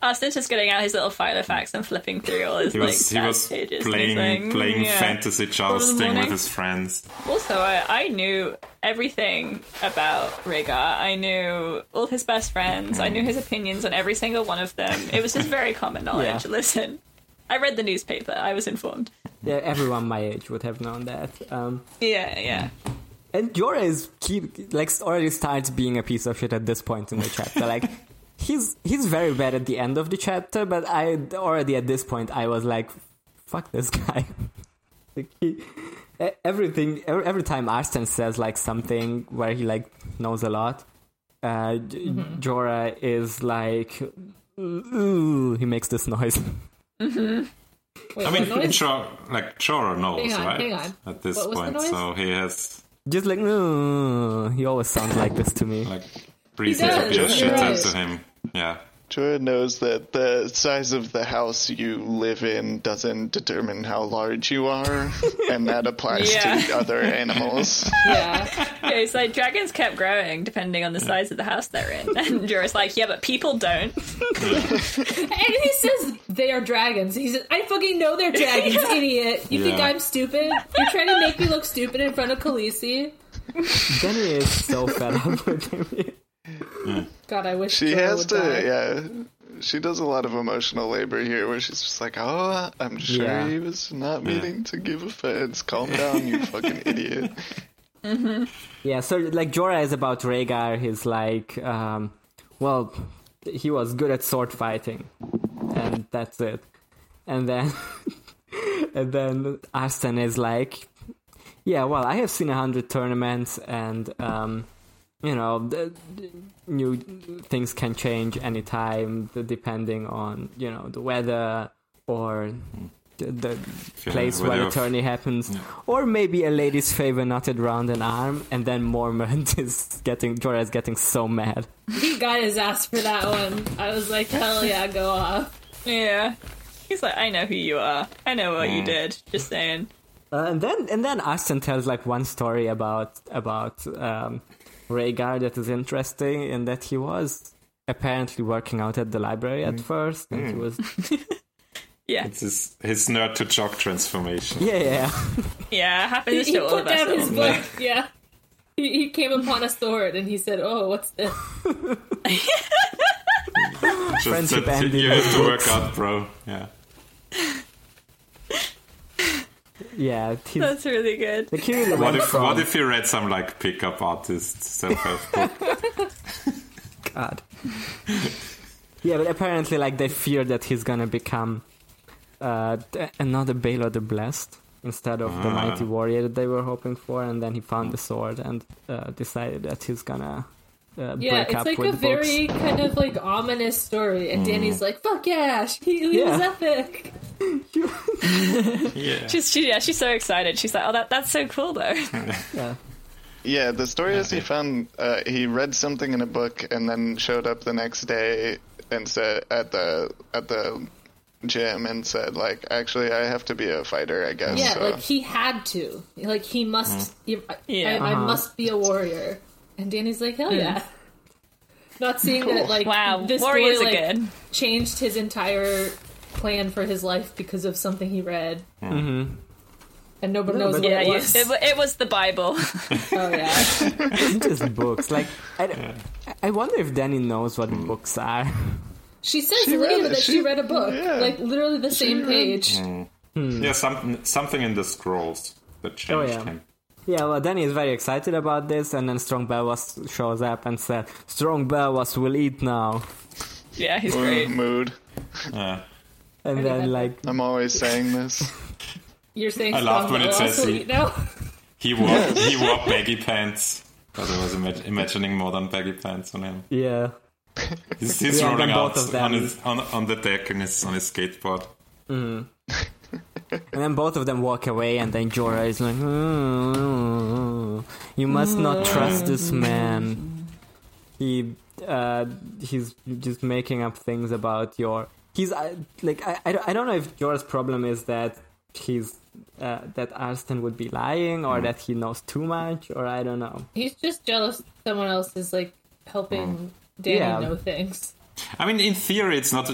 Speaker 1: Austin's just Oh, getting out his little file of facts and flipping through all his
Speaker 4: He was
Speaker 1: like stats
Speaker 4: he was
Speaker 1: pages and he's
Speaker 4: playing
Speaker 1: like,
Speaker 4: playing
Speaker 1: yeah.
Speaker 4: fantasy jousting with
Speaker 1: morning.
Speaker 4: his friends.
Speaker 1: Also, I, I knew everything about Rhaegar. I knew all his best friends. I knew his opinions on every single one of them. It was just very common knowledge.
Speaker 5: Yeah.
Speaker 1: Listen, I read the newspaper. I was informed.
Speaker 5: Yeah, everyone my age would have known that. Um,
Speaker 1: Yeah, yeah.
Speaker 5: and Jorah is keep like already starts being a piece of shit at this point in the chapter. Like he's he's very bad at the end of the chapter, but I already at this point I was like, fuck this guy. like he, e- everything every, every time Arstan says like something where he like knows a lot, uh, J- Jorah is like, ooh, he makes this noise.
Speaker 2: Wait,
Speaker 4: I mean,
Speaker 2: what noise?
Speaker 4: Chor- like Chora knows,
Speaker 2: Hang on,
Speaker 4: right?
Speaker 2: hang on.
Speaker 4: At this
Speaker 2: What was the
Speaker 4: point,
Speaker 2: noise?
Speaker 4: so he has
Speaker 5: Just like, ooh, he always sounds like this to me.
Speaker 4: like reason to
Speaker 2: does,
Speaker 4: be a
Speaker 2: you're
Speaker 4: shit
Speaker 2: right.
Speaker 4: to him. Yeah.
Speaker 3: Jorah knows that the size of the house you live in doesn't determine how large you are, and that applies
Speaker 1: Yeah.
Speaker 3: to other animals.
Speaker 2: yeah,
Speaker 1: Yeah, it's like dragons kept growing depending on the size of the house they're in. And Jorah's like, yeah, but people don't.
Speaker 2: and he says they are dragons. He says, "I fucking know they're dragons, idiot. You think
Speaker 4: Yeah.
Speaker 2: I'm stupid? You're trying to make me look stupid in front of Khaleesi."
Speaker 5: Danny is so fed up with him.
Speaker 2: God, I wish
Speaker 3: She
Speaker 2: Jorah
Speaker 3: has
Speaker 2: would
Speaker 3: to,
Speaker 2: die.
Speaker 3: yeah. She does a lot of emotional labor here, where she's just like, "Oh, I'm sure
Speaker 5: Yeah.
Speaker 3: he was not meaning to give offense. Calm down, you fucking idiot."
Speaker 5: Yeah, so like Jorah is about Rhaegar. He's like, um, well, he was good at sword fighting, and that's it. And then, and then Arsene is like, yeah, well, I have seen a hundred tournaments, and um, you know, the, the new things can change anytime, the- depending on you know the weather or the, the
Speaker 4: Yeah,
Speaker 5: place where
Speaker 4: whether
Speaker 5: the
Speaker 4: of-
Speaker 5: tourney happens, or maybe a lady's favor knotted round an arm, and then Mormont is getting Jorah is getting so mad.
Speaker 2: He got his ass for that one. I was like, hell yeah, go off.
Speaker 1: Yeah. He's like, I know who you are. I know what you did. Just saying.
Speaker 5: Uh, and then and then Aston tells like one story about about um, Rhaegar that is interesting in that he was apparently working out at the library
Speaker 4: Mm.
Speaker 5: at first, and he was
Speaker 1: Yeah.
Speaker 4: It's his, his nerd to jock transformation.
Speaker 5: yeah yeah.
Speaker 1: Yeah, it happens
Speaker 2: He
Speaker 1: to all
Speaker 2: put
Speaker 1: of us.
Speaker 2: down
Speaker 1: at
Speaker 2: his
Speaker 1: one
Speaker 2: book. Yeah. He, he came upon a sword and he said, oh, what's this?
Speaker 4: Just
Speaker 5: Friendship
Speaker 4: that
Speaker 5: ending
Speaker 4: you
Speaker 5: with
Speaker 4: have to work out, bro. Yeah.
Speaker 5: yeah he's,
Speaker 1: That's really good.
Speaker 5: like, he really
Speaker 4: What
Speaker 5: went
Speaker 4: if,
Speaker 5: from
Speaker 4: what if you read some like pickup artist self-help book?
Speaker 5: God. yeah, but apparently, like they fear that he's gonna become uh, th- another Baylor the Blessed instead of
Speaker 4: Ah.
Speaker 5: the mighty warrior that they were hoping for, and then he found the sword and uh, decided that he's gonna uh,
Speaker 2: Yeah,
Speaker 5: break
Speaker 2: it's
Speaker 5: up
Speaker 2: like
Speaker 5: with
Speaker 2: a
Speaker 5: the
Speaker 2: very kind of like ominous story.
Speaker 1: Mm.
Speaker 2: And Danny's like, fuck yeah, he, he was
Speaker 5: Yeah.
Speaker 2: epic.
Speaker 4: Yeah.
Speaker 1: She's, she, yeah, she's so excited. She's like, oh, that, that's so cool, though.
Speaker 5: books. Yeah.
Speaker 3: Yeah, the story is he found uh, he read something in a book and then showed up the next day and said at the at the gym and said like, "Actually, I have to be a fighter, I guess."
Speaker 2: Yeah,
Speaker 3: so.
Speaker 2: like he had to. Like he must, I-
Speaker 1: Mm. Yeah. Mm.
Speaker 2: I, I
Speaker 5: Uh-huh.
Speaker 2: must be a warrior. And Danny's like, hell yeah. Not seeing that, like,
Speaker 1: Wow,
Speaker 2: this
Speaker 1: warriors
Speaker 2: story,
Speaker 1: are
Speaker 2: like,
Speaker 1: good.
Speaker 2: changed his entire plan for his life because of something he read. Mm-hmm. And nobody knows
Speaker 5: but-
Speaker 2: what
Speaker 1: Yeah,
Speaker 2: it
Speaker 1: you,
Speaker 2: was.
Speaker 1: it, wa- it was the Bible.
Speaker 2: oh yeah.
Speaker 5: just books. Like I, don't- I wonder if Danny knows what books are.
Speaker 2: She says
Speaker 3: She
Speaker 2: later
Speaker 3: read it.
Speaker 2: that she,
Speaker 3: She-
Speaker 2: read a book,
Speaker 3: yeah.
Speaker 2: like literally the same page.
Speaker 4: Yeah, some, something in the scrolls that changed
Speaker 5: Oh, yeah.
Speaker 4: him.
Speaker 5: Yeah, well, Danny is very excited about this, and then Strong Bell was shows up and said, "Strong Bell was will eat now,"
Speaker 1: yeah, he's
Speaker 3: Ooh,
Speaker 1: great.
Speaker 3: mood.
Speaker 4: Yeah.
Speaker 5: and then like
Speaker 3: I'm always saying this.
Speaker 2: You're saying
Speaker 4: I laughed
Speaker 2: Strong
Speaker 4: when it
Speaker 2: Bow
Speaker 4: says
Speaker 2: also,
Speaker 4: he-
Speaker 2: Oh, you know?
Speaker 4: He wore he wore baggy pants. But I was imag- imagining more than baggy pants on him.
Speaker 5: yeah.
Speaker 4: He's, he's
Speaker 5: Yeah, and
Speaker 4: rolling
Speaker 5: then
Speaker 4: out
Speaker 5: both of
Speaker 4: on,
Speaker 5: them-
Speaker 4: his, on on the deck and his on his skateboard.
Speaker 5: And then both of them walk away, and then Jorah is like, "Mm, "You must not trust this man. He, uh, he's just making up things about your. He's uh, like, I, I, don't- I don't know if Jorah's problem is that he's uh, that Arston would be lying, or that he knows too much, or I don't know.
Speaker 2: He's just jealous someone else is like helping Danny
Speaker 5: Yeah.
Speaker 2: know things.
Speaker 4: I mean, in theory, it's not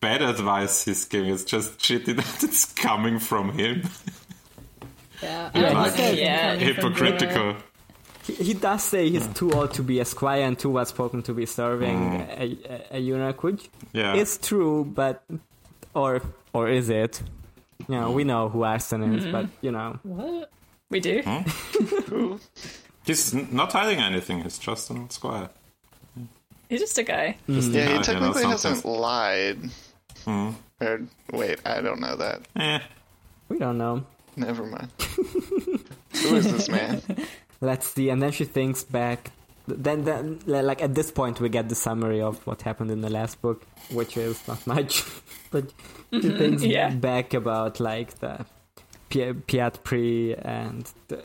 Speaker 4: bad advice he's giving. It's just shitty that it's coming from him.
Speaker 2: Yeah, I don't
Speaker 5: Yeah.
Speaker 2: like that it's
Speaker 1: Yeah.
Speaker 2: coming from Jorah.
Speaker 4: Hypocritical.
Speaker 5: He, he does say he's too old to be a squire and too well spoken to be serving
Speaker 4: Uh.
Speaker 5: a, a, a eunuch, which
Speaker 4: Yeah.
Speaker 5: is true, but or or is it? you know, we know who Arson is, but you know,
Speaker 2: What?
Speaker 1: We do.
Speaker 4: He's n- not hiding anything. He's just an old squire.
Speaker 1: He's just a guy.
Speaker 4: Just
Speaker 3: Yeah,
Speaker 4: an
Speaker 3: he
Speaker 4: idol
Speaker 3: technically
Speaker 4: sometimes.
Speaker 3: hasn't lied. Or, wait, I don't know that.
Speaker 4: Hmm. Eh,
Speaker 5: we don't know.
Speaker 3: Never mind. Who is this man?
Speaker 5: Let's see. And then she thinks back. Then, then, like at this point, we get the summary of what happened in the last book, which is not much. but she thinks
Speaker 1: yeah.
Speaker 5: back about like the Pi- Piat Pri and the,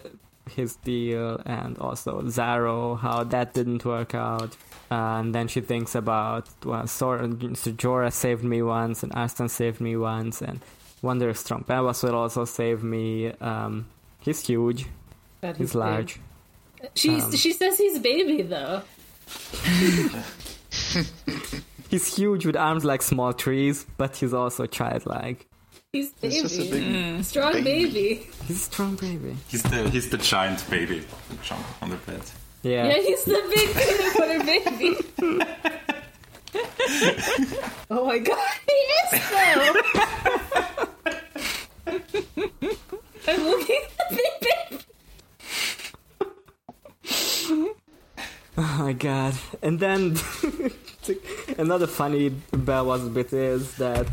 Speaker 5: his deal, and also Zaro, how that didn't work out. Uh, and then she thinks about well, Sora, Jorah saved me once, and Aston saved me once, and wonder if Strompelos will also save me. Um, he's huge.
Speaker 2: God,
Speaker 5: He's
Speaker 2: big.
Speaker 5: large. Um,
Speaker 2: She's, she says he's baby though.
Speaker 5: He's huge with arms like small trees, but he's also childlike.
Speaker 2: He's baby.
Speaker 3: He's just a big.
Speaker 5: Mm.
Speaker 2: Strong
Speaker 3: baby.
Speaker 2: baby.
Speaker 5: He's a strong baby.
Speaker 4: he's the he's the giant baby. Jump on the bed.
Speaker 5: Yeah.
Speaker 2: Yeah, he's the big peanut butter baby. oh my god, he is though. I'm looking at the big baby.
Speaker 5: Oh my god. And then another funny Bell was bit is that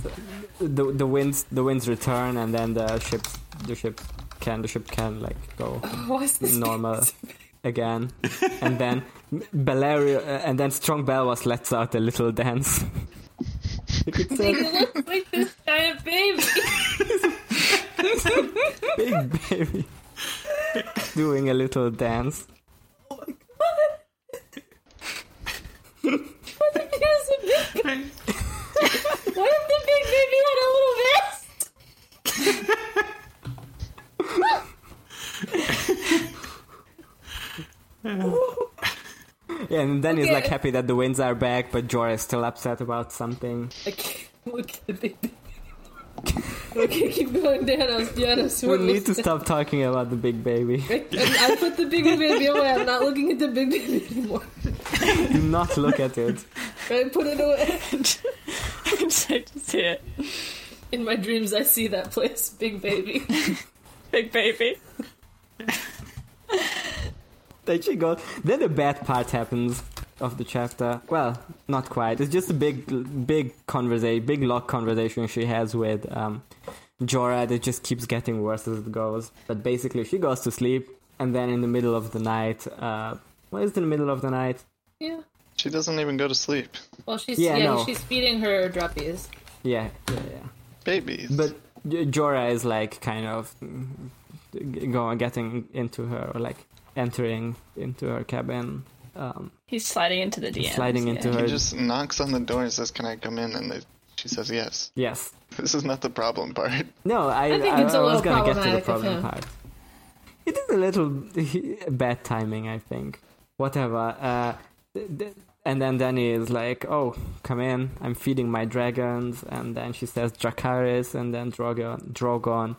Speaker 5: the the winds the winds return and then the ship the ship can the ship can like go
Speaker 2: What's this?
Speaker 5: normal again. And then Belario and then Strong Bell was lets out a little dance.
Speaker 2: thing? It looks like this giant baby.
Speaker 5: Big baby doing a little dance.
Speaker 2: He was a big baby. What if the big baby had a little vest?
Speaker 5: Yeah, and then he's
Speaker 2: Okay.
Speaker 5: like happy that the winds are back, but Jorah is still upset about something.
Speaker 2: I can't look at the big baby. Okay, keep going, Danos. Danos,
Speaker 5: We
Speaker 2: what was
Speaker 5: need to
Speaker 2: that?
Speaker 5: stop talking about the big baby.
Speaker 2: I, I put the big baby away. I'm not looking at the big baby anymore.
Speaker 5: Do not look at it.
Speaker 2: I put it away.
Speaker 1: so just here,
Speaker 2: In my dreams, I see that place, big baby.
Speaker 1: big baby.
Speaker 5: Then she goes. Then the bad part happens of the chapter. Well, not quite. It's just a big, big conversation, big lock conversation she has with um, Jorah that just keeps getting worse as it goes. But basically, she goes to sleep, and then in the middle of the night, uh, what is it in the middle of the night?
Speaker 2: Yeah.
Speaker 3: She doesn't even go to sleep.
Speaker 2: Well, she's
Speaker 5: Yeah,
Speaker 2: yeah,
Speaker 5: no.
Speaker 2: she's feeding her droppies.
Speaker 5: Yeah, yeah, yeah.
Speaker 3: Babies.
Speaker 5: But J- Jorah is like kind of mm, g- going getting into her or like entering into her cabin, um,
Speaker 1: He's sliding into the DMs.
Speaker 5: sliding into
Speaker 1: yeah.
Speaker 5: her.
Speaker 3: he just knocks on the door and says, Can I come in? And they, she says, Yes.
Speaker 5: Yes.
Speaker 3: This is not the problem part.
Speaker 5: No, I, I,
Speaker 2: I think it's
Speaker 5: I
Speaker 2: a
Speaker 5: was
Speaker 2: little
Speaker 5: gonna get to the
Speaker 2: problematic of
Speaker 5: problem
Speaker 2: him.
Speaker 5: part. It is a little bad timing, I think. Whatever. Uh, th- th- and then Danny is like, "Oh, come in. I'm feeding my dragons." And then she says Dracaris, and then Drogon, Drogon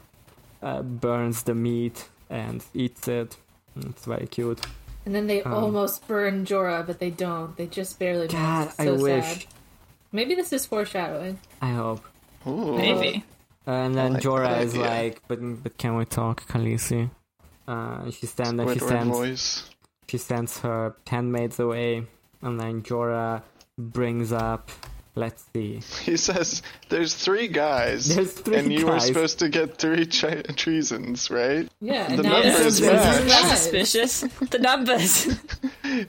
Speaker 5: uh, burns the meat and eats it. It's very cute.
Speaker 2: And then they
Speaker 5: Um.
Speaker 2: almost burn Jorah, but they don't. They just barely. miss.
Speaker 5: God,
Speaker 2: It's
Speaker 5: I
Speaker 2: so
Speaker 5: wish.
Speaker 2: sad. Maybe this is foreshadowing.
Speaker 5: I hope.
Speaker 3: Ooh.
Speaker 1: Maybe.
Speaker 5: And then
Speaker 3: like
Speaker 5: Jorah
Speaker 3: that
Speaker 5: is
Speaker 3: idea.
Speaker 5: like, but but can we talk, Khaleesi? Uh, she stands and she
Speaker 3: Squidward
Speaker 5: stands.
Speaker 3: voice.
Speaker 5: She sends her handmaids away, and then Jorah brings up. Let's see.
Speaker 3: He says, There's three guys.
Speaker 5: There's three
Speaker 3: And you were
Speaker 5: guys."
Speaker 3: supposed to get three tre- treasons, right?
Speaker 2: Yeah, and
Speaker 3: The
Speaker 2: now this
Speaker 3: numbers
Speaker 2: is
Speaker 3: match.
Speaker 1: That's suspicious. The numbers.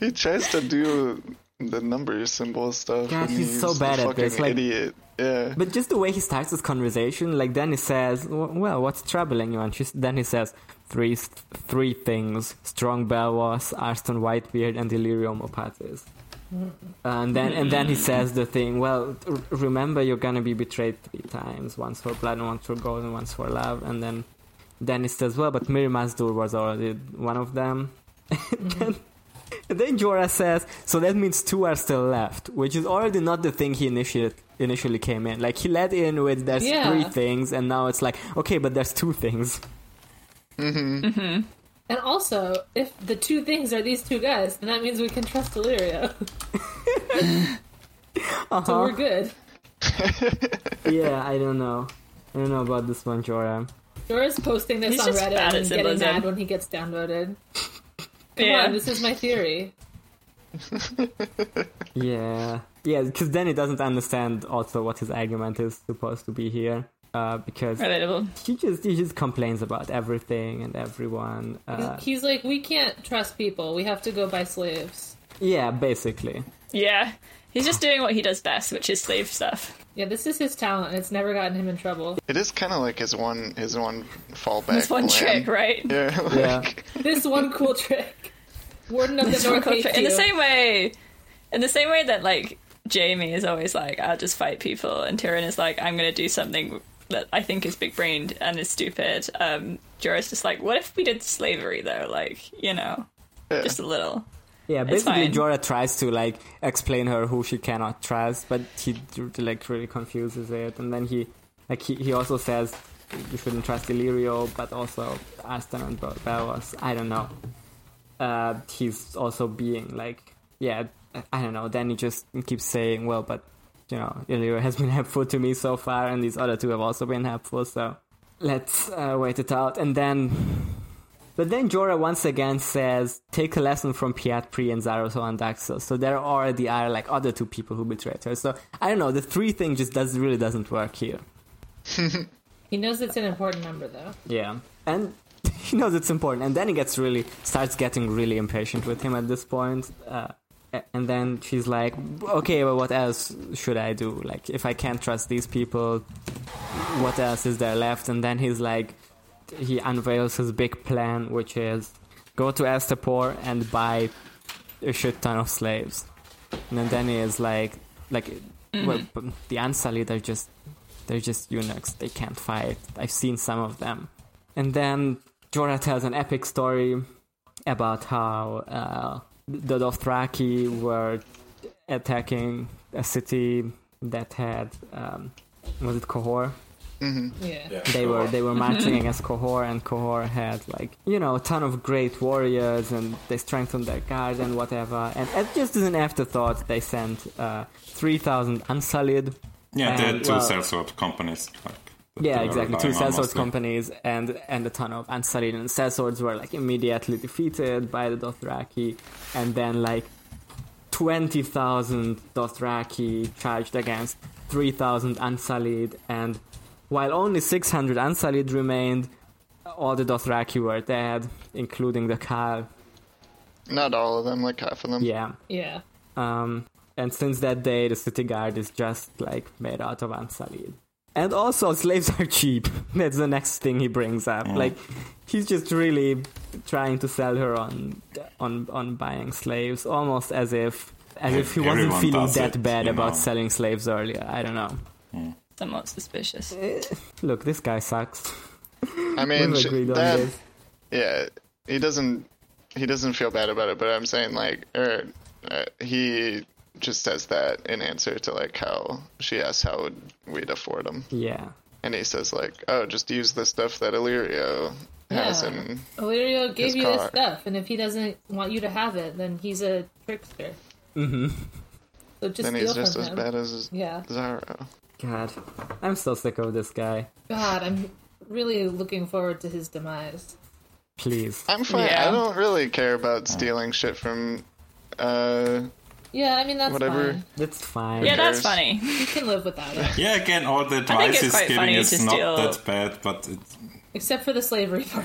Speaker 3: He tries to do the number symbol stuff.
Speaker 5: God,
Speaker 3: and
Speaker 5: he's so
Speaker 3: a
Speaker 5: bad at this,
Speaker 3: fucking
Speaker 5: like-
Speaker 3: idiot. Yeah.
Speaker 5: But just the way he starts this conversation, like then he says, "W- "Well, what's troubling you?" And she, then he says, three, three things: Strong Belwas, Arston Whitebeard, and Delirium Opatis." And then, and then he says the thing. Well, r- remember, you're gonna be betrayed three times: once for blood, and once for gold, and once for love. And then, then he says, "Well, but Miri Mazdur was already one of them." and, then, and then Jorah says, "So that means two are still left," which is already not the thing he initiated initially came in. Like he let in with there's
Speaker 2: Yeah.
Speaker 5: three things, and now it's like, okay, but there's two things.
Speaker 1: Mm-hmm.
Speaker 2: And also, if the two things are these two guys, then that means we can trust Illyrio. so we're good.
Speaker 5: Yeah, I don't know. I don't know about this one, Jorah.
Speaker 2: Jorah's posting this
Speaker 1: He's
Speaker 2: on
Speaker 1: just
Speaker 2: Reddit
Speaker 1: bad at
Speaker 2: and getting
Speaker 1: symbolism.
Speaker 2: mad when he gets downvoted. Come
Speaker 1: Yeah.
Speaker 2: on, this is my theory.
Speaker 5: Yeah, yeah, because then he doesn't understand also what his argument is supposed to be here. Uh, because
Speaker 1: Relatable.
Speaker 5: he just he just complains about everything and everyone. Uh,
Speaker 2: He's like, we can't trust people. We have to go buy slaves.
Speaker 5: yeah, basically.
Speaker 1: Yeah. He's just doing what he does best, which is slave stuff.
Speaker 2: Yeah, this is his talent. It's never gotten him in trouble.
Speaker 3: It is kind of like his one his one fallback.
Speaker 1: It's one
Speaker 3: plan.
Speaker 1: trick, right?
Speaker 3: Yeah, like,
Speaker 5: Yeah.
Speaker 2: This one cool trick. Warden of the
Speaker 1: It's one
Speaker 2: North
Speaker 1: cool
Speaker 2: hates
Speaker 1: trick. In
Speaker 2: you.
Speaker 1: the same way, in the same way that like Jamie is always like, "I'll just fight people," and Tyrion is like, "I'm going to do something that I think is big brained and is stupid." Um, Jorah's just like, "What if we did slavery though? Like, you know,
Speaker 3: yeah.
Speaker 1: just a little."
Speaker 5: Yeah,
Speaker 1: It's
Speaker 5: basically,
Speaker 1: fine.
Speaker 5: Jorah tries to like explain her who she cannot trust, but he like really confuses it, and then he like he, he also says you shouldn't trust Illyrio, but also Aston and Bel- Belwas. I don't know. Uh, he's also being like, yeah, I don't know. Then he just keeps saying, well, but you know, Illyrio has been helpful to me so far, and these other two have also been helpful, so let's uh, wait it out, and then but then Jorah once again says, take a lesson from Piat Pri and Zaros and Daxos. So there already are like other two people who betrayed her. So I don't know, the three thing just does really doesn't work here.
Speaker 2: He knows it's an important number, though.
Speaker 5: Yeah. And he knows it's important. And then he gets really, starts getting really impatient with him at this point. Uh, a- and then she's like, okay, well, what else should I do? Like, if I can't trust these people, what else is there left? And then he's like, he unveils his big plan, which is go to Astapor and buy a shit ton of slaves. And then Danny is like, like, well, but the Ansalid are just, they're just eunuchs. They can't fight. I've seen some of them. And then Jorah tells an epic story about how uh, the Dothraki were attacking a city that had, um, was it Kohor?
Speaker 2: Yeah.
Speaker 5: they were they were marching against Kohor, and Kohor had like you know a ton of great warriors, and they strengthened their guard and whatever. And as just as an afterthought, they sent uh, three thousand unsullied.
Speaker 4: Yeah, they had
Speaker 5: And,
Speaker 4: two
Speaker 5: well-
Speaker 4: sellsword companies. Like, that
Speaker 5: Yeah,
Speaker 4: they were
Speaker 5: exactly. Two
Speaker 4: relying on
Speaker 5: sellsword
Speaker 4: mostly.
Speaker 5: companies and and a ton of unsullied, and sellswords were like immediately defeated by the Dothraki, and then like twenty thousand Dothraki charged against three thousand unsullied, and while only six hundred unsullied remained, all the Dothraki were dead, including the Kyle.
Speaker 3: not all of them, like half of them.
Speaker 5: Yeah.
Speaker 2: Yeah.
Speaker 5: Um, and since that day, the city guard is just like made out of unsullied. And also, slaves are cheap. That's the next thing he brings up. Like, he's just really trying to sell her on on on buying slaves, almost as if as if he wasn't
Speaker 4: Everyone
Speaker 5: feeling
Speaker 4: does
Speaker 5: that
Speaker 4: it,
Speaker 5: bad
Speaker 4: you
Speaker 5: about
Speaker 4: know.
Speaker 5: selling slaves earlier. I don't know.
Speaker 1: Somewhat suspicious.
Speaker 5: Look, this guy sucks.
Speaker 3: I mean,
Speaker 5: We've
Speaker 3: sh-
Speaker 5: agreed on
Speaker 3: that
Speaker 5: this.
Speaker 3: yeah, he doesn't he doesn't feel bad about it, but I'm saying like, er, uh, he just says that in answer to like how she asks how would we'd afford them,
Speaker 5: Yeah.
Speaker 3: and he says like, oh, just use the stuff that Illyrio has,
Speaker 2: Yeah.
Speaker 3: and
Speaker 2: Illyrio gave
Speaker 3: His
Speaker 2: you this
Speaker 3: car.
Speaker 2: stuff, and if he doesn't want you to have it, then he's a trickster. Mm-hmm. So just
Speaker 3: then
Speaker 2: steal
Speaker 3: he's just
Speaker 2: from
Speaker 3: as
Speaker 2: him.
Speaker 3: bad as
Speaker 2: Yeah.
Speaker 3: Zaro.
Speaker 5: God, I'm so sick of this guy.
Speaker 2: God, I'm really looking forward to his demise.
Speaker 5: Please.
Speaker 3: I'm fine.
Speaker 1: Yeah.
Speaker 3: I don't really care about stealing shit from. Uh,
Speaker 2: Yeah, I mean that's
Speaker 3: Whatever.
Speaker 2: fine.
Speaker 5: That's fine.
Speaker 1: Yeah, that's
Speaker 3: cares?
Speaker 1: funny.
Speaker 2: You can live without it,
Speaker 4: Yeah, again, all the advice
Speaker 1: it's
Speaker 4: he's
Speaker 1: quite
Speaker 4: giving
Speaker 1: funny
Speaker 4: is
Speaker 1: to
Speaker 4: not
Speaker 1: steal-
Speaker 4: that bad, but it's
Speaker 2: except for the slavery part.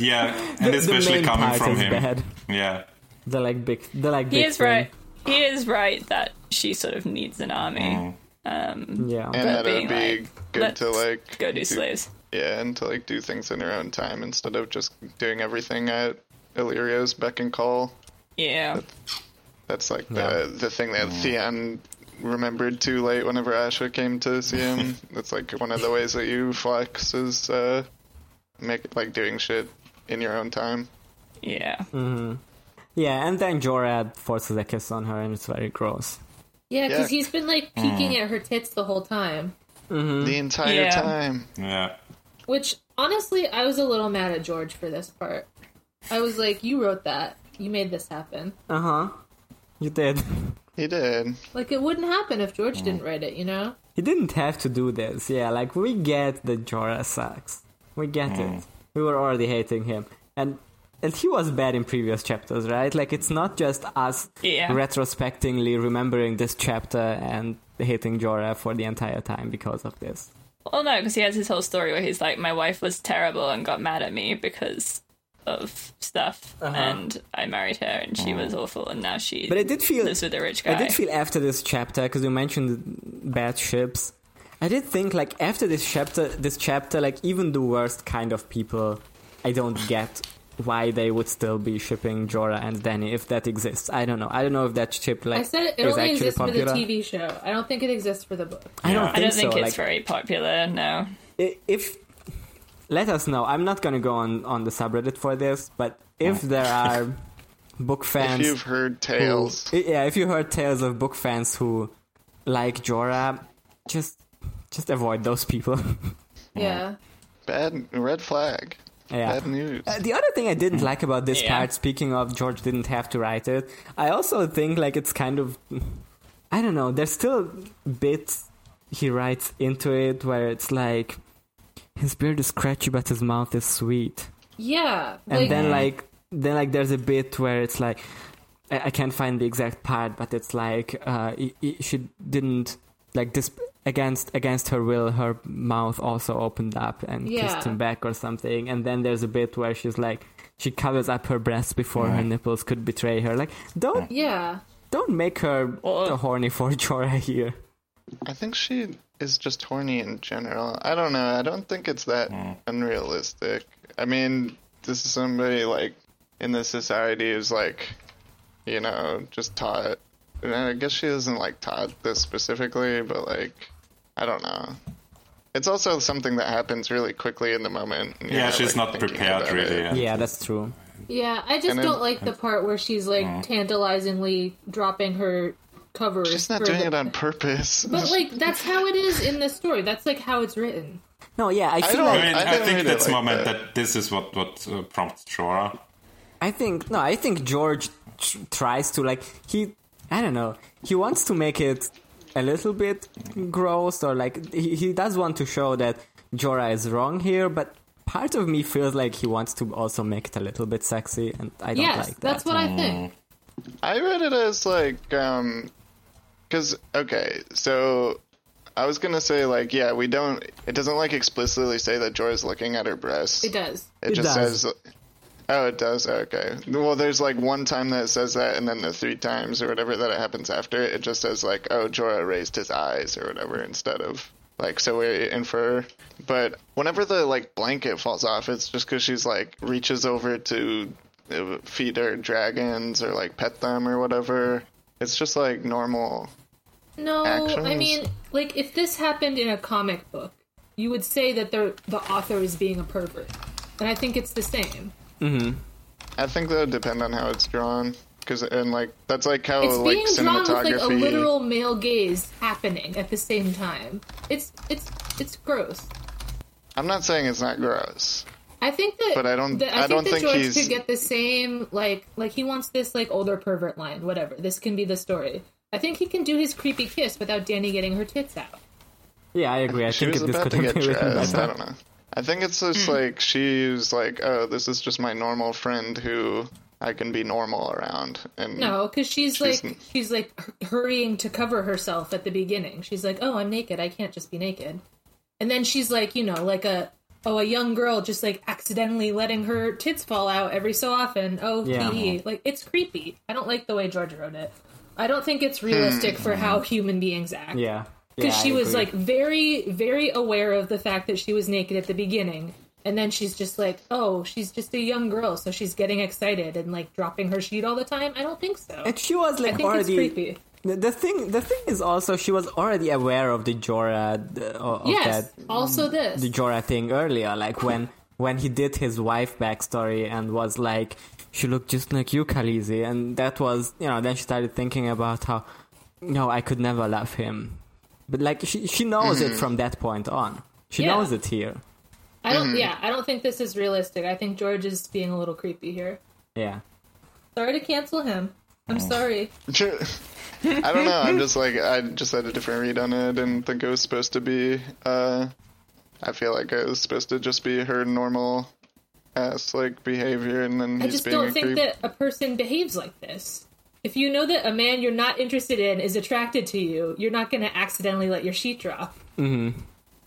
Speaker 4: yeah, and
Speaker 5: The- the
Speaker 4: especially
Speaker 5: main
Speaker 4: coming
Speaker 5: part
Speaker 4: from
Speaker 5: is
Speaker 4: him.
Speaker 5: bad.
Speaker 4: Yeah,
Speaker 5: They're like big. They're like big.
Speaker 1: He is
Speaker 5: thing.
Speaker 1: right. He is right that she sort of needs an army. Um,
Speaker 5: Yeah.
Speaker 1: But
Speaker 3: and that it
Speaker 1: being
Speaker 3: would be
Speaker 1: like,
Speaker 3: Mm. good to
Speaker 1: let's
Speaker 3: like
Speaker 1: go do slaves.
Speaker 3: Yeah, and to like do things in her own time instead of just doing everything at Illyrio's beck and call.
Speaker 1: Yeah.
Speaker 3: That's like
Speaker 5: Yeah.
Speaker 3: the the thing that Theon remembered too late whenever Asha came to see him. That's like one of the ways that you flex is uh make like doing shit in your own time.
Speaker 1: Yeah.
Speaker 5: Yeah, and then Jorad forces a kiss on her, and it's very gross.
Speaker 2: Yeah, because
Speaker 3: Yeah.
Speaker 2: he's been like peeking at her tits the whole time.
Speaker 5: Mm-hmm.
Speaker 3: The entire
Speaker 1: Yeah.
Speaker 3: time.
Speaker 4: yeah.
Speaker 2: Which honestly, I was a little mad at George for this part. I was like, you wrote that. You made this happen.
Speaker 5: Uh huh. Uh-huh. You did.
Speaker 3: He did.
Speaker 2: Like it wouldn't happen if George didn't write it, you know?
Speaker 5: He didn't have to do this. Yeah, like we get that Jorah sucks. We get it. We were already hating him, and and he was bad in previous chapters, right? Like it's not just us
Speaker 1: Yeah.
Speaker 5: retrospectively remembering this chapter and hating Jorah for the entire time because of this.
Speaker 1: Well, no, because he has his whole story where he's like, my wife was terrible and got mad at me because of stuff, and I married her and she was awful, and now she
Speaker 5: Uh-huh. Mm. But I did feel
Speaker 1: lives with a rich guy.
Speaker 5: I did feel after this chapter because you mentioned bad ships. I did think like after this chapter, this chapter, like even the worst kind of people, I don't get why they would still be shipping Jorah and Danny if that exists. I don't know. I don't know if that ship like
Speaker 2: I said it, it
Speaker 5: is
Speaker 2: only
Speaker 5: actually
Speaker 2: exists
Speaker 5: popular.
Speaker 2: for the TV show. I don't think it exists for the book.
Speaker 5: I don't
Speaker 4: Yeah.
Speaker 5: think
Speaker 1: I don't
Speaker 5: so.
Speaker 1: think it's
Speaker 5: like,
Speaker 1: very popular, no.
Speaker 5: i- if let us know. I'm not gonna go on on the subreddit for this, but if there are book fans,
Speaker 3: Oh. If you've heard
Speaker 5: who-
Speaker 3: tales,
Speaker 5: i- yeah, if you heard tales of book fans who like Jorah, just just avoid those people.
Speaker 2: Yeah.
Speaker 3: bad red flag.
Speaker 5: yeah.
Speaker 3: Bad news.
Speaker 5: Uh, the other thing I didn't like about this
Speaker 1: Yeah.
Speaker 5: part, speaking of George didn't have to write it, I also think like it's kind of, I don't know. There's still bits he writes into it where it's like his beard is scratchy but his mouth is sweet,
Speaker 2: Yeah.
Speaker 5: and
Speaker 2: Like
Speaker 5: then like then like there's a bit where it's like I, I can't find the exact part, but it's like uh, he- he- she didn't like this against against her will her mouth also opened up and kissed
Speaker 2: Yeah.
Speaker 5: him back or something and then there's a bit where she's like she covers up her breasts before her nipples could betray her like don't
Speaker 2: Yeah.
Speaker 5: don't make her
Speaker 1: Well,
Speaker 5: horny for Jorah here
Speaker 3: I think she is just horny in general. I don't know. I don't think it's that
Speaker 4: Hmm.
Speaker 3: unrealistic. I mean, this is somebody like in the society who's like, you know, just taught. And I guess she isn't like taught this specifically, but like, I don't know. It's also something that happens really quickly in the moment. and you're
Speaker 4: Yeah,
Speaker 3: like,
Speaker 4: she's not
Speaker 3: thinking
Speaker 4: prepared
Speaker 3: about
Speaker 4: really.
Speaker 3: it.
Speaker 4: and-
Speaker 5: yeah that's true
Speaker 2: Yeah, I just
Speaker 3: And then-
Speaker 2: don't like the part where she's like
Speaker 5: Mm.
Speaker 2: tantalizingly dropping her cover.
Speaker 3: She's not
Speaker 2: for
Speaker 3: doing
Speaker 2: the-
Speaker 3: it on purpose.
Speaker 2: But like that's how it is in the story. That's like how it's written.
Speaker 5: no yeah I feel
Speaker 3: don't-
Speaker 5: like
Speaker 4: I mean,
Speaker 3: I
Speaker 4: I,
Speaker 3: didn't
Speaker 4: think
Speaker 3: read it
Speaker 4: that's
Speaker 3: like
Speaker 4: moment
Speaker 3: that.
Speaker 4: that. this is what what uh, prompts Jorah.
Speaker 5: I think no. I think George tr- tries to like he. I don't know. He wants to make it a little bit gross, or like he, he does want to show that Jorah is wrong here. But part of me feels like he wants to also make it a little bit sexy, and I don't
Speaker 2: yes,
Speaker 5: like that. Mm.
Speaker 2: that's what I think.
Speaker 3: I read it as like, um, because okay, so I was gonna say like, yeah, we don't. It doesn't like explicitly say that Jorah's looking at her breasts.
Speaker 2: It does.
Speaker 3: It,
Speaker 5: It
Speaker 3: just
Speaker 5: does.
Speaker 3: says. Oh, it does. Okay. Well, there's like one time that it says that, and then the three times or whatever that it happens after, it just says like, "Oh, Jorah raised his eyes" or whatever instead of like so we infer. But whenever the like blanket falls off, it's just because she's like reaches over to uh, feed her dragons or like pet them or whatever. It's just like normal.
Speaker 2: No, I
Speaker 3: Actions.
Speaker 2: mean, like if this happened in a comic book, you would say that the the author is being a pervert, and I think it's the same.
Speaker 3: I think that would depend on how it's drawn. Because and like that's like how
Speaker 2: It's
Speaker 3: like
Speaker 2: being drawn with
Speaker 3: cinematography.
Speaker 2: like a literal male gaze happening at the same time. It's it's it's gross.
Speaker 3: I'm not saying it's not gross.
Speaker 2: I think that,
Speaker 3: But I don't-
Speaker 2: That,
Speaker 3: I
Speaker 2: think
Speaker 3: don't
Speaker 2: that
Speaker 3: think
Speaker 2: George
Speaker 3: he's-
Speaker 2: could get the same like like he wants this like older pervert line. Whatever. This can be the story. I think he can do his creepy kiss without Danny getting her tits out.
Speaker 5: yeah, I agree. I
Speaker 3: she
Speaker 5: think
Speaker 3: was
Speaker 5: if this
Speaker 3: about
Speaker 5: could
Speaker 3: to
Speaker 5: have
Speaker 3: get
Speaker 5: been written
Speaker 3: dressed. I
Speaker 5: better.
Speaker 3: don't know. I think it's
Speaker 5: Hmm.
Speaker 3: just like she's like, oh, this is just my normal friend who I can be normal around, and
Speaker 5: Mm.
Speaker 2: No, because she's,
Speaker 3: n-
Speaker 2: like she's like hur- hurrying to cover herself at the beginning. She's like, "Oh, I'm naked. I can't just be naked." And then she's like, you know, like a oh, a young girl just like accidentally letting her tits fall out every so often. Oh,
Speaker 5: Yeah.
Speaker 2: pee. like it's creepy. I don't like the way George wrote it. I don't think it's realistic for how human beings act.
Speaker 5: Hmm. Yeah,
Speaker 2: because
Speaker 5: Yeah,
Speaker 2: she
Speaker 5: I
Speaker 2: was
Speaker 5: agree.
Speaker 2: like very very aware of the fact that she was naked at the beginning and then she's just like oh she's just a young girl so she's getting excited and like dropping her sheet all the time i don't think so
Speaker 5: and she was
Speaker 2: i
Speaker 5: like
Speaker 2: think it's
Speaker 5: already.
Speaker 2: creepy
Speaker 5: The, the thing, the thing is also she was already aware of the Jorah uh, of
Speaker 2: yes
Speaker 5: that Mm.
Speaker 2: also this
Speaker 5: the Jorah thing earlier, like when when he did his wife backstory and was like, she looked just like you, Khaleesi, and that was you know. Then she started thinking about how, no, I could never love him, but like she she knows it from that point on. She
Speaker 2: Yeah.
Speaker 5: knows it here.
Speaker 2: i don't
Speaker 3: Mm-hmm.
Speaker 2: yeah i don't think this is realistic i think george is being a little creepy here
Speaker 5: Yeah.
Speaker 3: Oh.
Speaker 2: sorry to cancel him i'm sorry
Speaker 3: Sure. I don't know. I'm just like I just had a different read on it. I didn't think it was supposed to be. Uh, I feel like it was supposed to just be her normal ass like behavior, and then
Speaker 2: I
Speaker 3: he's
Speaker 2: just
Speaker 3: being
Speaker 2: don't
Speaker 3: a
Speaker 2: think
Speaker 3: creep.
Speaker 2: that a person behaves like this. If you know that a man you're not interested in is attracted to you, you're not going to accidentally let your sheet drop.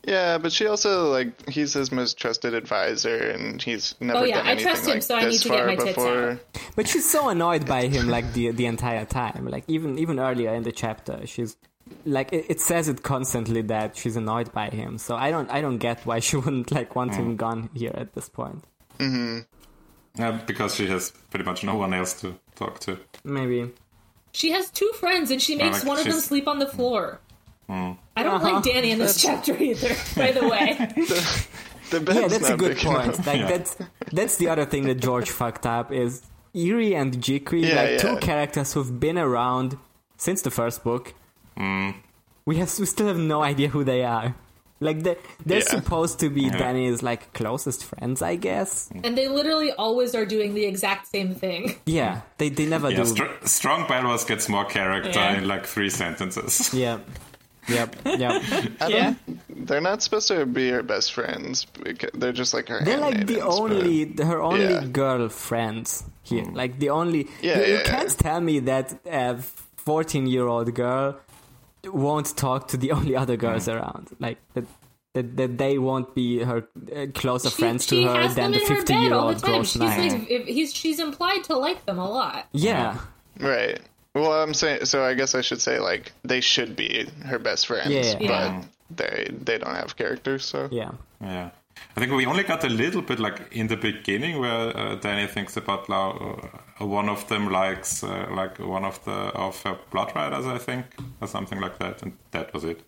Speaker 3: Yeah, but she also like he's his most trusted advisor, and he's never
Speaker 2: Oh, yeah,
Speaker 3: done
Speaker 2: I
Speaker 3: anything
Speaker 2: trust him,
Speaker 3: like
Speaker 2: so I
Speaker 3: this
Speaker 2: need to get
Speaker 3: far
Speaker 2: my tits
Speaker 3: before.
Speaker 2: out.
Speaker 5: But she's so annoyed by him like the the entire time. Like even even earlier in the chapter, she's like it, it says it constantly that she's annoyed by him. So I don't I don't get why she wouldn't like want him gone here at this point.
Speaker 4: Yeah, because she has pretty much no one else to talk to.
Speaker 5: Maybe.
Speaker 2: She has two friends and she makes
Speaker 4: like,
Speaker 2: one of them
Speaker 4: she's-
Speaker 2: sleep on the floor.
Speaker 3: Hmm.
Speaker 2: I don't
Speaker 5: Uh-huh.
Speaker 2: like Danny in this chapter either, by the way.
Speaker 3: The bed's
Speaker 5: yeah, that's
Speaker 3: not
Speaker 5: a good
Speaker 3: big enough.
Speaker 5: point. Like
Speaker 4: Yeah.
Speaker 5: that's that's the other thing that George fucked up is Eerie and Jikri,
Speaker 3: Yeah,
Speaker 5: like two
Speaker 3: yeah.
Speaker 5: characters who've been around since the first book. We have we still have no idea who they are. Like they they're
Speaker 3: Yeah.
Speaker 5: supposed to be Danny's like closest friends, I guess.
Speaker 2: And they literally always are doing the exact same thing.
Speaker 5: Yeah, they they never
Speaker 4: Yeah,
Speaker 5: do.
Speaker 4: str- strong Belwas gets more character
Speaker 1: Yeah.
Speaker 4: in like three sentences.
Speaker 5: yeah, yep, yep.
Speaker 1: yeah.
Speaker 3: They're not supposed to be her best friends. Because they're just like her.
Speaker 5: They're like the
Speaker 3: handmaidens,
Speaker 5: only
Speaker 3: but-
Speaker 5: her only
Speaker 3: Yeah. Hmm.
Speaker 5: girl friends here. Like the only
Speaker 3: Yeah,
Speaker 5: you, you
Speaker 3: yeah,
Speaker 5: can't tell me that a fourteen year old girl won't talk to the only other girls
Speaker 3: Hmm.
Speaker 5: around. Like that, that that they won't be her uh, closer friends to her than the fifteen year old gross
Speaker 2: She's
Speaker 5: knight.
Speaker 2: like, if he's she's implied to like them a lot.
Speaker 5: yeah.
Speaker 3: Right. Well, I'm saying so. I guess I should say like they should be her best friends,
Speaker 5: Yeah.
Speaker 3: but
Speaker 2: Yeah.
Speaker 3: they they don't have characters. So
Speaker 5: yeah,
Speaker 4: Yeah. I think we only got a little bit like in the beginning where uh, Danny thinks about Lau, uh, one of them likes uh, like one of the of her blood riders, I think, or something like that, and that was it.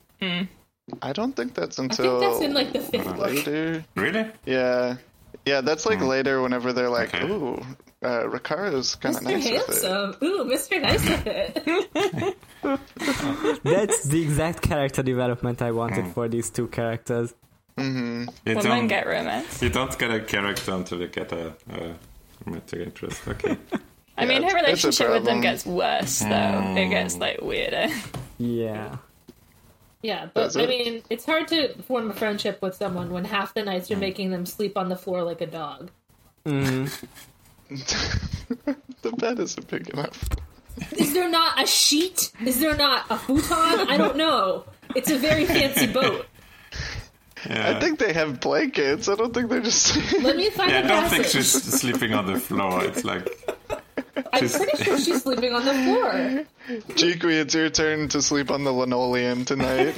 Speaker 3: I don't think that's
Speaker 2: I think
Speaker 3: until
Speaker 2: that's in like the fifth
Speaker 3: uh,
Speaker 2: book.
Speaker 3: later.
Speaker 4: Really?
Speaker 3: Yeah, yeah, that's like later. Whenever they're like,
Speaker 4: Okay.
Speaker 3: "Ooh, uh, Ricaro's kind of
Speaker 2: Mr.
Speaker 3: nice with it."
Speaker 2: Handsome. Ooh, Mr. Nice with it.
Speaker 5: that's the exact character development I wanted
Speaker 3: Hmm.
Speaker 5: for these two characters.
Speaker 4: You
Speaker 3: um,
Speaker 1: Women get romance.
Speaker 4: you don't get a character until you get a uh, romantic interest. Okay.
Speaker 1: I mean, her
Speaker 3: it's- it's a
Speaker 1: relationship
Speaker 3: um,
Speaker 1: with them
Speaker 3: problem.
Speaker 1: gets worse, though.
Speaker 3: mm.
Speaker 1: It gets like weirder.
Speaker 5: Yeah,
Speaker 2: Yeah, but
Speaker 3: Does
Speaker 2: I
Speaker 3: it?
Speaker 2: mean, it's hard to form a friendship with someone when half the nights
Speaker 3: Hmm.
Speaker 2: you're making them sleep on the floor like a dog.
Speaker 3: The bed isn't big enough.
Speaker 2: Is there not a sheet? Is there not a futon? I don't know. It's a very fancy boat.
Speaker 4: Yeah.
Speaker 3: I think they have blankets. I don't think they're just.
Speaker 2: Let me find
Speaker 4: Yeah, I
Speaker 2: a
Speaker 4: don't think
Speaker 2: passage.
Speaker 4: she's sleeping on the floor. It's like
Speaker 2: I'm pretty sure she's sleeping on the floor.
Speaker 3: Jikri, it's your turn to sleep on the linoleum tonight.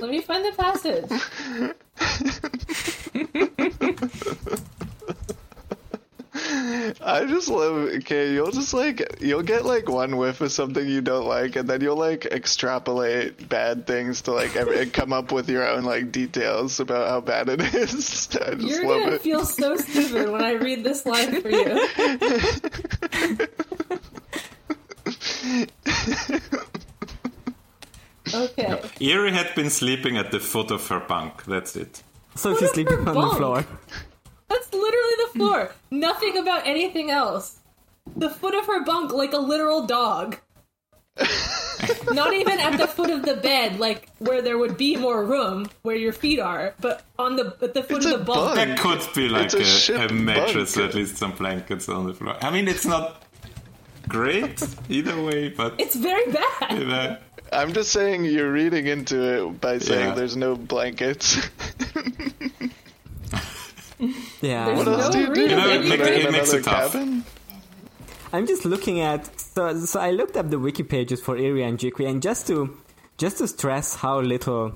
Speaker 2: Let me find the passage.
Speaker 3: I just love okay, you'll just like you'll get like one whiff of something you don't like and then you'll like extrapolate bad things to like every, and come up with your own like details about how bad it is. I just
Speaker 2: You're
Speaker 3: love
Speaker 2: gonna
Speaker 3: it.
Speaker 2: feel so stupid when I read this line for you. okay.
Speaker 4: Eerie had been sleeping at the foot of her bunk. That's it.
Speaker 5: so
Speaker 2: What
Speaker 5: she's
Speaker 2: a
Speaker 5: sleeping on the
Speaker 2: bunk.
Speaker 5: floor.
Speaker 2: That's literally the floor. Nothing about anything else. The foot of her bunk like a literal dog. Not even at the foot of the bed, like where there would be more room where your feet are, but on the at the foot
Speaker 3: It's
Speaker 2: of
Speaker 3: a
Speaker 2: the bunk.
Speaker 3: bunk.
Speaker 4: That could be like
Speaker 3: a
Speaker 4: a,
Speaker 3: ship
Speaker 4: a, mattress,
Speaker 3: bunk.
Speaker 4: at least some blankets on the floor. I mean, it's not great either way, but
Speaker 2: It's very bad.
Speaker 4: uh,
Speaker 3: I'm just saying you're reading into it by saying
Speaker 4: Yeah.
Speaker 3: there's no blankets.
Speaker 5: Yeah,
Speaker 2: There's
Speaker 3: what
Speaker 2: no
Speaker 3: else do you do?
Speaker 2: reason. You know, it
Speaker 3: Live
Speaker 2: make-
Speaker 3: in
Speaker 4: it makes
Speaker 3: another
Speaker 4: it tough.
Speaker 3: cabin?
Speaker 5: I'm just looking at so so I looked up the wiki pages for Iria and Jikri and just to just to stress how little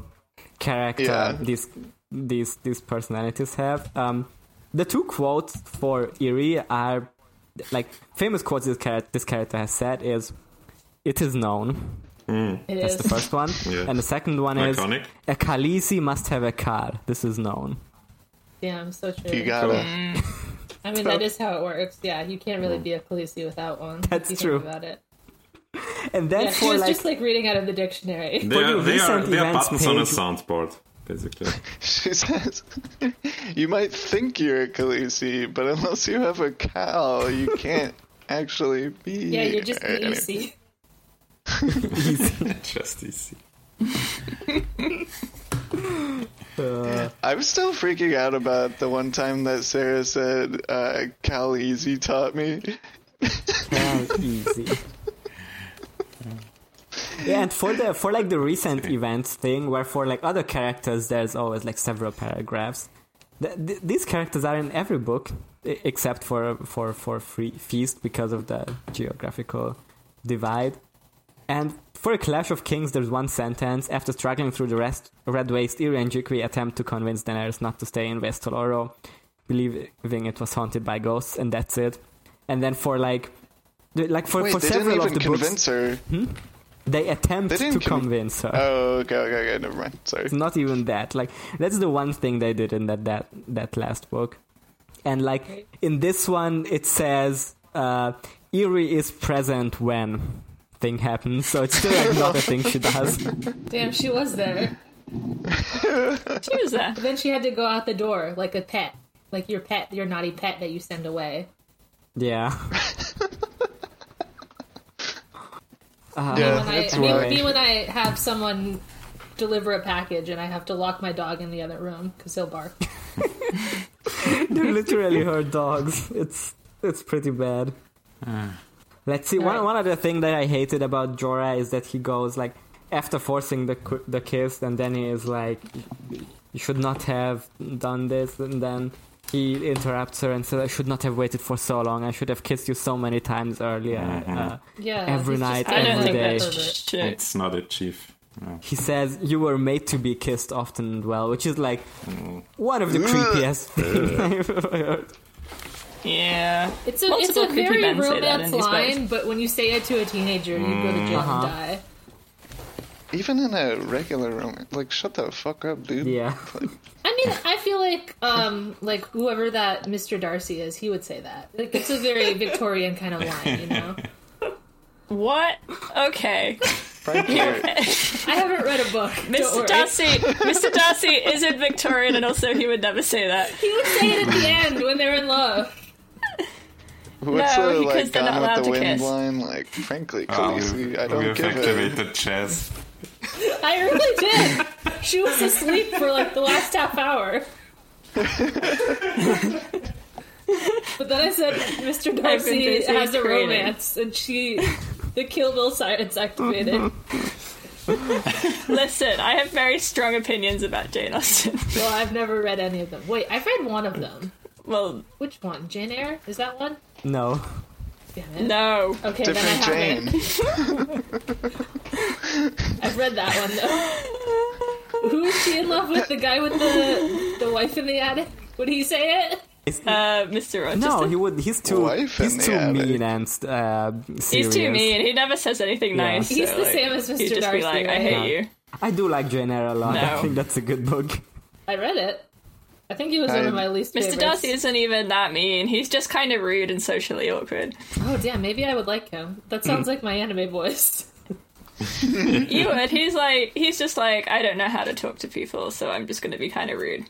Speaker 5: character
Speaker 3: Yeah.
Speaker 5: these these these personalities have. Um, the two quotes for Iri are like famous quotes this character this character has said is it is known.
Speaker 2: It
Speaker 5: That's
Speaker 2: is.
Speaker 5: the first one.
Speaker 4: Yeah.
Speaker 5: And the second one is
Speaker 4: Iconic.
Speaker 5: a Khaleesi must have a car. This is known.
Speaker 2: Damn, so true.
Speaker 3: You gotta
Speaker 2: I mean, that is how it works. Yeah, you can't really be a Khaleesi without one. if
Speaker 5: That's
Speaker 2: you think
Speaker 5: true.
Speaker 2: About it.
Speaker 5: And then
Speaker 2: Yeah, she
Speaker 5: for
Speaker 2: was
Speaker 5: like
Speaker 2: just like reading out of the dictionary.
Speaker 4: they are,
Speaker 5: the
Speaker 4: they are,
Speaker 5: recent
Speaker 4: they are
Speaker 5: events
Speaker 4: buttons on a
Speaker 5: page-
Speaker 4: soundboard, basically.
Speaker 3: She says, "You might think you're a Khaleesi, but unless you have a cow, you can't actually be."
Speaker 2: Yeah, you're just
Speaker 3: Anyway.
Speaker 2: Khaleesi.
Speaker 4: Just easy.
Speaker 5: Uh,
Speaker 3: I'm still freaking out about the one time that Sarah said uh, Cal Easy taught me.
Speaker 5: Cal easy. Yeah, and for the for like the recent events thing, where for like other characters, there's always like several paragraphs. Th- th- these characters are in every book e- except for for for free feast because of the geographical divide. And for a Clash of Kings, there's one sentence. After struggling through the rest, Red Waste, Iri and Jukri attempt to convince Daenerys not to stay in Vestaloro, believing it was haunted by ghosts, and that's it. And then for like, the- like for,
Speaker 3: Wait,
Speaker 5: for
Speaker 3: they didn't
Speaker 5: several
Speaker 3: even
Speaker 5: of the
Speaker 3: convince
Speaker 5: books,
Speaker 3: her.
Speaker 5: they attempt
Speaker 3: They
Speaker 5: to
Speaker 3: didn't con-
Speaker 5: convince her.
Speaker 3: Oh, okay, okay, okay, never mind. Sorry.
Speaker 5: Uh, It's not even that. Like that's the one thing they did in that that that last book, and like in this one, it says uh, Eerie is present when thing happens. So it's still like not a thing she does.
Speaker 2: Damn, she was there.
Speaker 1: She was there.
Speaker 2: But then she had to go out the door like a pet, like your pet, your naughty pet that you send away.
Speaker 5: Yeah.
Speaker 3: yeah,
Speaker 2: When I,
Speaker 3: that's
Speaker 2: me,
Speaker 3: why.
Speaker 2: me when I have someone deliver a package and I have to lock my dog in the other room because he'll bark.
Speaker 5: They're literally her dogs. It's it's pretty bad. Let's see. One
Speaker 2: Alright.
Speaker 5: one other thing that I hated about Jorah is that he goes like after forcing the qu- the kiss, and then he is like, "You should not have done this," and then. He interrupts her and says, "I should not have waited for so long. I should have kissed you so many times earlier." Uh,
Speaker 2: Yeah,
Speaker 5: Every
Speaker 2: he's just
Speaker 5: night,
Speaker 2: kind
Speaker 1: I
Speaker 2: of
Speaker 1: don't
Speaker 5: every
Speaker 2: like
Speaker 1: think
Speaker 2: a
Speaker 5: day.
Speaker 2: pervert.
Speaker 1: that's true.
Speaker 4: It's not a chief. No.
Speaker 5: he says, "You were made to be kissed often and well," which is like one of the creepiest things I've ever heard.
Speaker 1: Yeah.
Speaker 2: It's a,
Speaker 1: Lots
Speaker 2: it's
Speaker 1: of
Speaker 2: a
Speaker 1: little creepy
Speaker 2: very
Speaker 1: men say that
Speaker 2: romance
Speaker 1: in these books.
Speaker 2: line, but when you say it to a teenager, you go to jail
Speaker 5: Uh-huh.
Speaker 2: and die.
Speaker 3: Even in a regular romance, like shut the fuck up, dude.
Speaker 5: Yeah.
Speaker 2: I mean, I feel like um, like whoever that Mr. Darcy is, he would say that. Like it's a very Victorian kind of line, you know.
Speaker 1: What? Okay.
Speaker 3: Right there.
Speaker 2: I haven't read a book. Don't
Speaker 1: Mr.
Speaker 2: worry.
Speaker 1: Darcy. Mr. Darcy is in Victorian, and also he would never say that.
Speaker 2: He would say it at the end when they're in love.
Speaker 3: What's
Speaker 1: No,
Speaker 3: the
Speaker 1: because
Speaker 3: like
Speaker 1: they're not
Speaker 3: gone with
Speaker 1: allowed
Speaker 3: the
Speaker 1: to
Speaker 3: wind
Speaker 1: kiss.
Speaker 3: line? Like, frankly,
Speaker 4: Oh,
Speaker 3: Khaleesi, I
Speaker 4: we
Speaker 3: don't
Speaker 4: have
Speaker 3: give it.
Speaker 4: activated chess.
Speaker 2: I really did. She was asleep for like the last half hour. but then I said, Mr. Darcy
Speaker 1: busy
Speaker 2: has a
Speaker 1: creating.
Speaker 2: romance, and she, the Kill Bill sirens activated.
Speaker 1: Mm-hmm. Listen, I have very strong opinions about Jane Austen.
Speaker 2: Well, I've never read any of them. Wait, I've read one of them.
Speaker 1: Well,
Speaker 2: Which one? Jane Eyre? Is that one?
Speaker 5: No.
Speaker 2: Damn it.
Speaker 1: no.
Speaker 2: Okay,
Speaker 3: Different
Speaker 2: then I haven't.
Speaker 3: Jane.
Speaker 2: I've read that one though. Who is she in love with? The guy with the the wife in the attic? Would he say it?
Speaker 1: Uh, Mr. Rochester.
Speaker 5: No, he would. He's too.
Speaker 3: Wife in
Speaker 5: he's
Speaker 3: the
Speaker 5: too
Speaker 3: attic.
Speaker 5: mean and uh, serious.
Speaker 1: He's too mean. He never says anything
Speaker 5: Yeah.
Speaker 1: nice.
Speaker 2: He's
Speaker 1: so,
Speaker 2: the
Speaker 1: like,
Speaker 2: same as
Speaker 1: He'd
Speaker 2: Mr.
Speaker 1: just
Speaker 2: Darcy.
Speaker 1: be like, "I
Speaker 2: right?
Speaker 1: hate
Speaker 5: Yeah.
Speaker 1: you."
Speaker 5: I do like Jane Eyre a lot. I
Speaker 1: No.
Speaker 5: think that's a good book.
Speaker 2: I read it. I think he was one of
Speaker 3: I-
Speaker 2: my least
Speaker 1: Mr.
Speaker 2: favorites.
Speaker 1: Darcy isn't even that mean. He's just kind of rude and socially awkward.
Speaker 2: Oh damn, maybe I would like him. That
Speaker 1: Hmm.
Speaker 2: sounds like my anime voice.
Speaker 1: You would. He's like, he's just like, I don't know how to talk to people, so I'm just going to be kind of rude.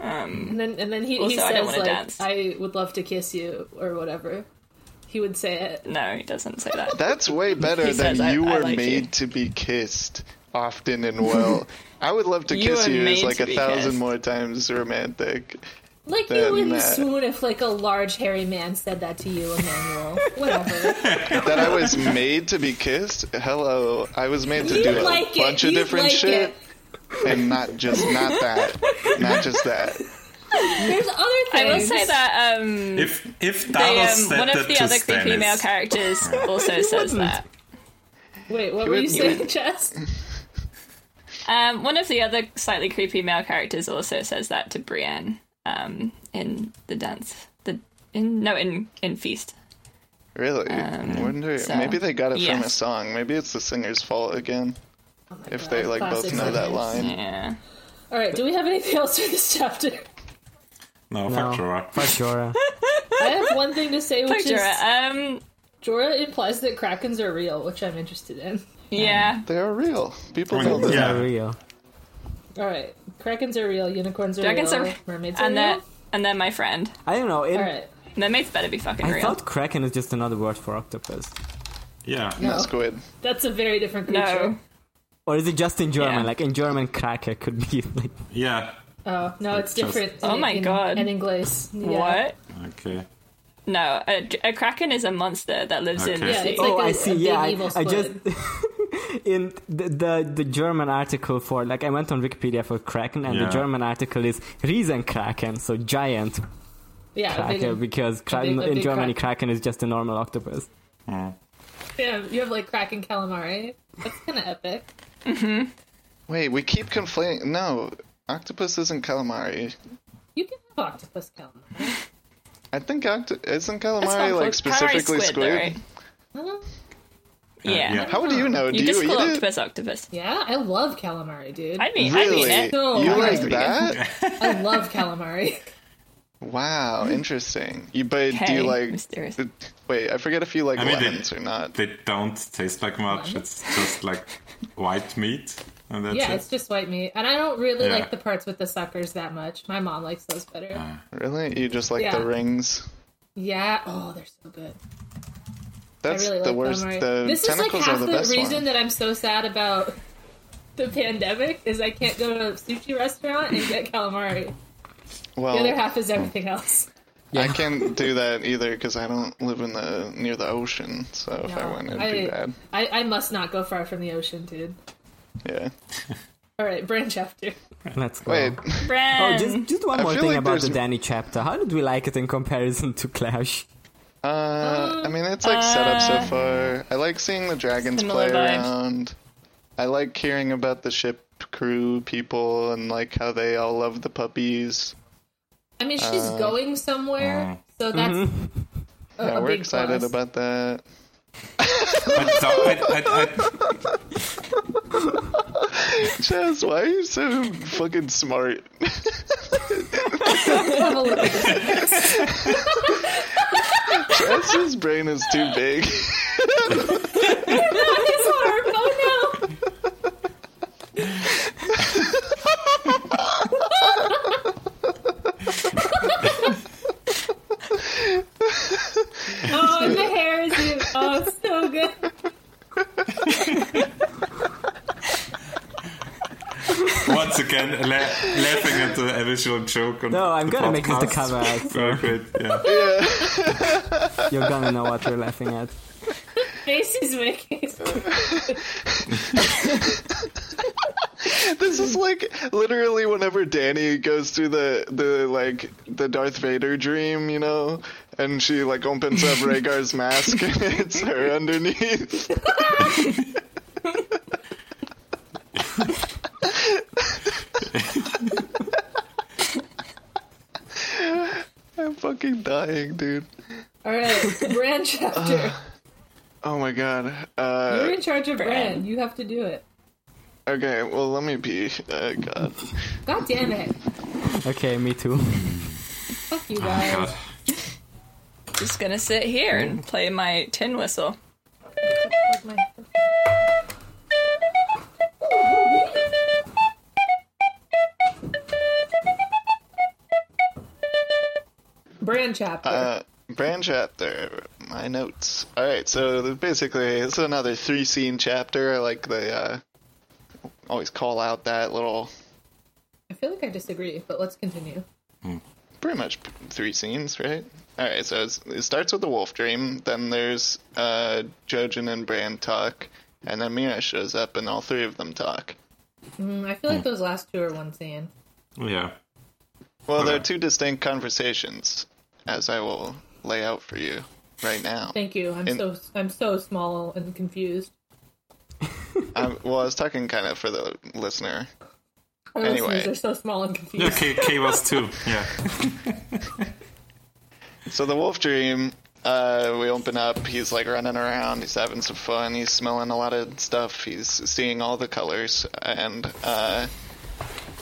Speaker 1: Um,
Speaker 2: And then and then he, he
Speaker 1: Also, I don't
Speaker 2: says
Speaker 1: wanna
Speaker 2: like
Speaker 1: dance.
Speaker 2: I would love to kiss you or whatever. He would say it.
Speaker 1: no, he doesn't say that.
Speaker 3: That's way better
Speaker 1: He
Speaker 3: than
Speaker 1: says, I-
Speaker 3: you
Speaker 1: I
Speaker 3: were
Speaker 1: like
Speaker 3: made
Speaker 1: you."
Speaker 3: to be kissed often and well. I would love to
Speaker 1: You
Speaker 3: kiss
Speaker 1: were
Speaker 3: you is
Speaker 1: made
Speaker 3: like
Speaker 1: to
Speaker 3: a
Speaker 1: be
Speaker 3: thousand
Speaker 1: kissed.
Speaker 3: more times romantic.
Speaker 2: Like
Speaker 3: Then,
Speaker 2: you wouldn't
Speaker 3: uh,
Speaker 2: swoon if like a large hairy man said that to you, Emmanuel. whatever.
Speaker 3: That I was made to be kissed? Hello. I was made to
Speaker 2: You
Speaker 3: do a
Speaker 2: like it.
Speaker 3: bunch of
Speaker 2: You
Speaker 3: different
Speaker 2: like
Speaker 3: shit.
Speaker 2: it.
Speaker 3: And not just not that. Not just that.
Speaker 2: There's other
Speaker 1: I
Speaker 2: things.
Speaker 1: will say that um,
Speaker 4: If if Davos
Speaker 1: they, um,
Speaker 4: said
Speaker 1: one
Speaker 4: that
Speaker 1: of the
Speaker 4: to
Speaker 1: other creepy
Speaker 4: Stannis,
Speaker 1: male characters also says that.
Speaker 2: Wait, what were you
Speaker 3: would-
Speaker 2: saying, Jess?
Speaker 1: Um, one of the other slightly creepy male characters also says that to Brienne um, in the dance. The in no in in feast.
Speaker 3: Really? Wonder
Speaker 1: so,
Speaker 3: maybe they got it from a
Speaker 1: yes.
Speaker 3: song. Maybe it's the singer's fault again. if they like both
Speaker 2: Oh classic
Speaker 3: know that
Speaker 2: singers.
Speaker 3: line.
Speaker 1: Yeah.
Speaker 2: All right, do we have anything else for this chapter?
Speaker 4: no,
Speaker 5: No,
Speaker 4: fuck Jorah.
Speaker 5: for sure.
Speaker 2: I have one thing to say, which is
Speaker 1: Jorah, um,
Speaker 2: Jorah implies that krakens are real, which I'm interested in.
Speaker 1: yeah.
Speaker 3: They are real. People
Speaker 4: I
Speaker 3: know
Speaker 4: mean,
Speaker 3: that.
Speaker 5: Yeah.
Speaker 4: Yeah.
Speaker 5: real.
Speaker 2: All right, krakens are real, unicorns are
Speaker 1: Dragons
Speaker 2: real,
Speaker 1: are
Speaker 2: mermaids are
Speaker 1: and
Speaker 2: real.
Speaker 1: they're and they're my friend.
Speaker 5: I don't know. It,
Speaker 2: All right,
Speaker 1: Mermaids better be fucking
Speaker 5: I
Speaker 1: real.
Speaker 5: thought kraken is just another word for octopus.
Speaker 4: Yeah.
Speaker 2: No.
Speaker 3: Not squid.
Speaker 2: That's a very different
Speaker 1: No.
Speaker 2: creature.
Speaker 5: Or is it just in German?
Speaker 1: Yeah.
Speaker 5: Like in German, cracker could be like
Speaker 4: Yeah.
Speaker 2: Oh no, it's
Speaker 4: Just-
Speaker 2: different.
Speaker 1: Oh my
Speaker 2: in,
Speaker 1: God.
Speaker 2: And in Glace. Yeah.
Speaker 1: What?
Speaker 4: Okay.
Speaker 1: No, a, a kraken is a monster that lives in.
Speaker 4: Okay.
Speaker 1: the
Speaker 2: Yeah,
Speaker 1: sea.
Speaker 2: it's like
Speaker 5: oh,
Speaker 2: a-
Speaker 5: I
Speaker 2: a
Speaker 5: see.
Speaker 2: big
Speaker 5: Yeah, I,
Speaker 2: evil
Speaker 5: I
Speaker 2: squid.
Speaker 5: just in the, the the German article for like I went on Wikipedia for Kraken, and
Speaker 4: Yeah.
Speaker 5: the German article is Riesenkraken, so giant
Speaker 2: Yeah. a big-
Speaker 5: Kraken, because Kra-
Speaker 2: big- a
Speaker 5: in
Speaker 2: big
Speaker 5: Germany
Speaker 2: Kraken.
Speaker 5: Kraken is just a normal octopus.
Speaker 2: yeah. You have like Kraken calamari. That's kind of epic.
Speaker 3: Wait, we keep conflating. No, octopus isn't calamari.
Speaker 2: You can have octopus calamari.
Speaker 3: I think octo- isn't
Speaker 1: That's not
Speaker 3: calamari Oh,
Speaker 1: called-
Speaker 3: like
Speaker 1: calamari's
Speaker 3: specifically squid.
Speaker 1: though, right?
Speaker 2: Huh?
Speaker 1: Yeah.
Speaker 4: yeah.
Speaker 3: How do you know?
Speaker 1: You
Speaker 3: do
Speaker 1: just
Speaker 3: you eat
Speaker 1: call
Speaker 3: it?
Speaker 1: octopus octopus.
Speaker 2: Yeah, I love calamari, dude.
Speaker 1: I mean, I mean
Speaker 3: Really?
Speaker 1: it.
Speaker 2: No,
Speaker 3: you
Speaker 2: I
Speaker 3: like
Speaker 1: think it's
Speaker 3: that?
Speaker 2: I love calamari.
Speaker 3: Wow, interesting. You but do
Speaker 1: Okay,
Speaker 3: you like?
Speaker 1: mysterious.
Speaker 3: Wait, I forget if you like
Speaker 4: I mean, they-
Speaker 3: lemons or not.
Speaker 4: They don't taste like much. It's just like white meat, and that's
Speaker 2: yeah,
Speaker 4: it.
Speaker 2: it's just white meat, and I don't really
Speaker 4: Yeah.
Speaker 2: like the parts with the suckers that much. My mom likes those better.
Speaker 4: Uh.
Speaker 3: Really, you just like
Speaker 2: Yeah.
Speaker 3: the rings.
Speaker 2: Yeah. Oh, they're so good.
Speaker 3: That's
Speaker 2: I really like
Speaker 3: the worst.
Speaker 2: Calamari.
Speaker 3: The
Speaker 2: this is like
Speaker 3: tentacles
Speaker 2: half
Speaker 3: are
Speaker 2: the,
Speaker 3: the, best
Speaker 2: reason
Speaker 3: one.
Speaker 2: that I'm so sad about the pandemic is I can't go to a sushi restaurant and get calamari.
Speaker 3: well,
Speaker 2: The other half is everything else.
Speaker 3: I can't do that either because I don't live in the near the ocean. So if I
Speaker 2: No,
Speaker 3: went, it'd
Speaker 2: I-
Speaker 3: be bad.
Speaker 2: I, I must not go far from the ocean, dude.
Speaker 3: Yeah.
Speaker 2: All right, branch after.
Speaker 5: Let's go.
Speaker 3: Wait,
Speaker 5: Oh,
Speaker 1: Bran.
Speaker 5: just just one
Speaker 3: I
Speaker 5: more
Speaker 3: feel
Speaker 5: thing
Speaker 3: like
Speaker 5: about the
Speaker 3: there's-
Speaker 5: Danny chapter. How did we like it in comparison to Clash?
Speaker 3: Uh, I mean, it's like set up
Speaker 2: Uh,
Speaker 3: so far. I like seeing the dragons
Speaker 1: similar
Speaker 3: play
Speaker 1: vibes.
Speaker 3: around. I like hearing about the ship crew people and like how they all love the puppies.
Speaker 2: I mean, she's
Speaker 3: Uh.
Speaker 2: going somewhere, so that's a,
Speaker 3: Yeah,
Speaker 2: a
Speaker 3: we're
Speaker 2: big
Speaker 3: excited
Speaker 2: plus.
Speaker 3: about that.
Speaker 4: But so- I- I- I-
Speaker 3: Chaz, why are you so fucking smart?
Speaker 2: Have a look.
Speaker 3: Chaz's brain is too big.
Speaker 2: It's hard. Oh no! oh, and the hair is even. Oh, it's so good.
Speaker 4: once again, la- laughing at the visual joke. On
Speaker 5: No, I'm
Speaker 4: the
Speaker 5: gonna make this the
Speaker 4: podcast.
Speaker 5: cover art.
Speaker 4: Very great. Yeah.
Speaker 5: You're gonna know what we're laughing at.
Speaker 2: Face is making.
Speaker 3: this is like literally whenever Danny goes through the the like the Darth Vader dream, you know, and she like opens up Rhaegar's mask and it's her underneath. I'm fucking dying, dude.
Speaker 2: All right, Bran chapter.
Speaker 3: Oh my god.
Speaker 2: You're
Speaker 3: Uh,
Speaker 2: in charge of Bran. You have to do it.
Speaker 3: okay, well let me pee. Uh, god.
Speaker 2: God damn it!
Speaker 5: Okay, me too.
Speaker 2: Fuck you
Speaker 3: Uh,
Speaker 4: Oh,
Speaker 2: guys.
Speaker 4: God.
Speaker 1: just gonna sit here and play my tin whistle.
Speaker 2: Bran chapter.
Speaker 3: Uh, brand chapter, my notes. All right, so th- basically, it's another three scene chapter. I like the uh, always call out that little,
Speaker 2: I feel like I disagree, but let's continue.
Speaker 3: pretty much p- three scenes, right? All right, so it's, it starts with the wolf dream. Then there's uh, Jojen and Brand talk, and then Mira shows up, and all three of them talk.
Speaker 2: Mm, I feel like those last two are one scene.
Speaker 4: Yeah.
Speaker 3: Well, there are
Speaker 4: Okay.
Speaker 3: two distinct conversations, as I will lay out for you right now.
Speaker 2: Thank you. I'm
Speaker 3: And-
Speaker 2: so I'm so small and confused.
Speaker 3: Um, well, I was talking kind of for the listener.
Speaker 2: Our
Speaker 3: Anyway.
Speaker 2: listeners are so small and confused.
Speaker 4: Yeah. K, K was too. Yeah.
Speaker 3: So the wolf dream, uh, we open up. He's like running around. He's having some fun. He's smelling a lot of stuff. He's seeing all the colors, and uh,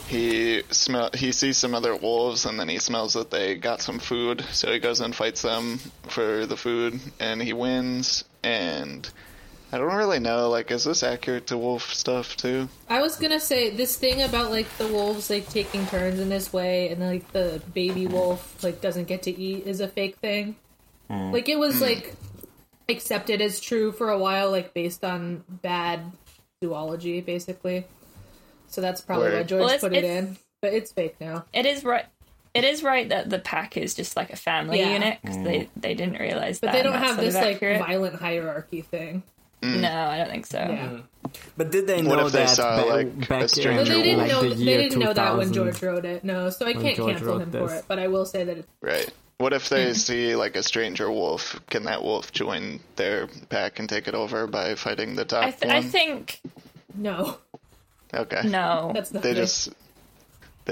Speaker 3: he smell. He sees some other wolves, and then he smells that they got some food. So he goes and fights them for the food, and he wins. And I don't really know. Like, is this accurate to wolf stuff too?
Speaker 2: I was gonna say this thing about like the wolves like taking turns in this way, and like the
Speaker 5: Hmm.
Speaker 3: Hmm.
Speaker 2: baby wolf like doesn't get to eat is a fake thing. Like it was like accepted as true for a while, like based on bad zoology, basically. So that's probably why
Speaker 3: Word.
Speaker 2: George
Speaker 1: Well, it's-
Speaker 2: put it
Speaker 1: it's-
Speaker 2: in. But it's fake now.
Speaker 1: It is right. It is right that the pack is just like a family
Speaker 2: Yeah.
Speaker 1: unit 'cause they
Speaker 4: Mm.
Speaker 1: they didn't realize
Speaker 2: But
Speaker 1: that.
Speaker 2: they
Speaker 1: and
Speaker 2: don't
Speaker 1: that's
Speaker 2: have
Speaker 1: sort
Speaker 2: this
Speaker 1: of
Speaker 2: like
Speaker 1: accurate.
Speaker 2: violent hierarchy thing.
Speaker 1: No, I don't think so.
Speaker 2: Yeah.
Speaker 5: But did they
Speaker 3: What
Speaker 5: know
Speaker 3: if they
Speaker 5: that
Speaker 3: saw,
Speaker 5: ba-
Speaker 3: like, a
Speaker 5: back in
Speaker 2: But
Speaker 3: stranger
Speaker 2: they
Speaker 3: Andrew
Speaker 2: didn't
Speaker 5: like
Speaker 3: Wood.
Speaker 2: know
Speaker 5: the
Speaker 2: they
Speaker 5: year
Speaker 2: didn't know that when
Speaker 5: 2000?
Speaker 2: George wrote it. No, so I can't
Speaker 5: George
Speaker 2: cancel
Speaker 5: wrote
Speaker 2: him for
Speaker 5: this.
Speaker 2: it. But I will say that it's
Speaker 3: Right. What if
Speaker 1: Mm-hmm.
Speaker 3: they see like a stranger wolf? Can that wolf join their pack and take it over by fighting the top
Speaker 1: I, th-
Speaker 3: one?
Speaker 4: Um,
Speaker 1: I think
Speaker 2: no.
Speaker 3: Okay.
Speaker 1: no.
Speaker 2: That's not
Speaker 3: They
Speaker 2: it.
Speaker 3: just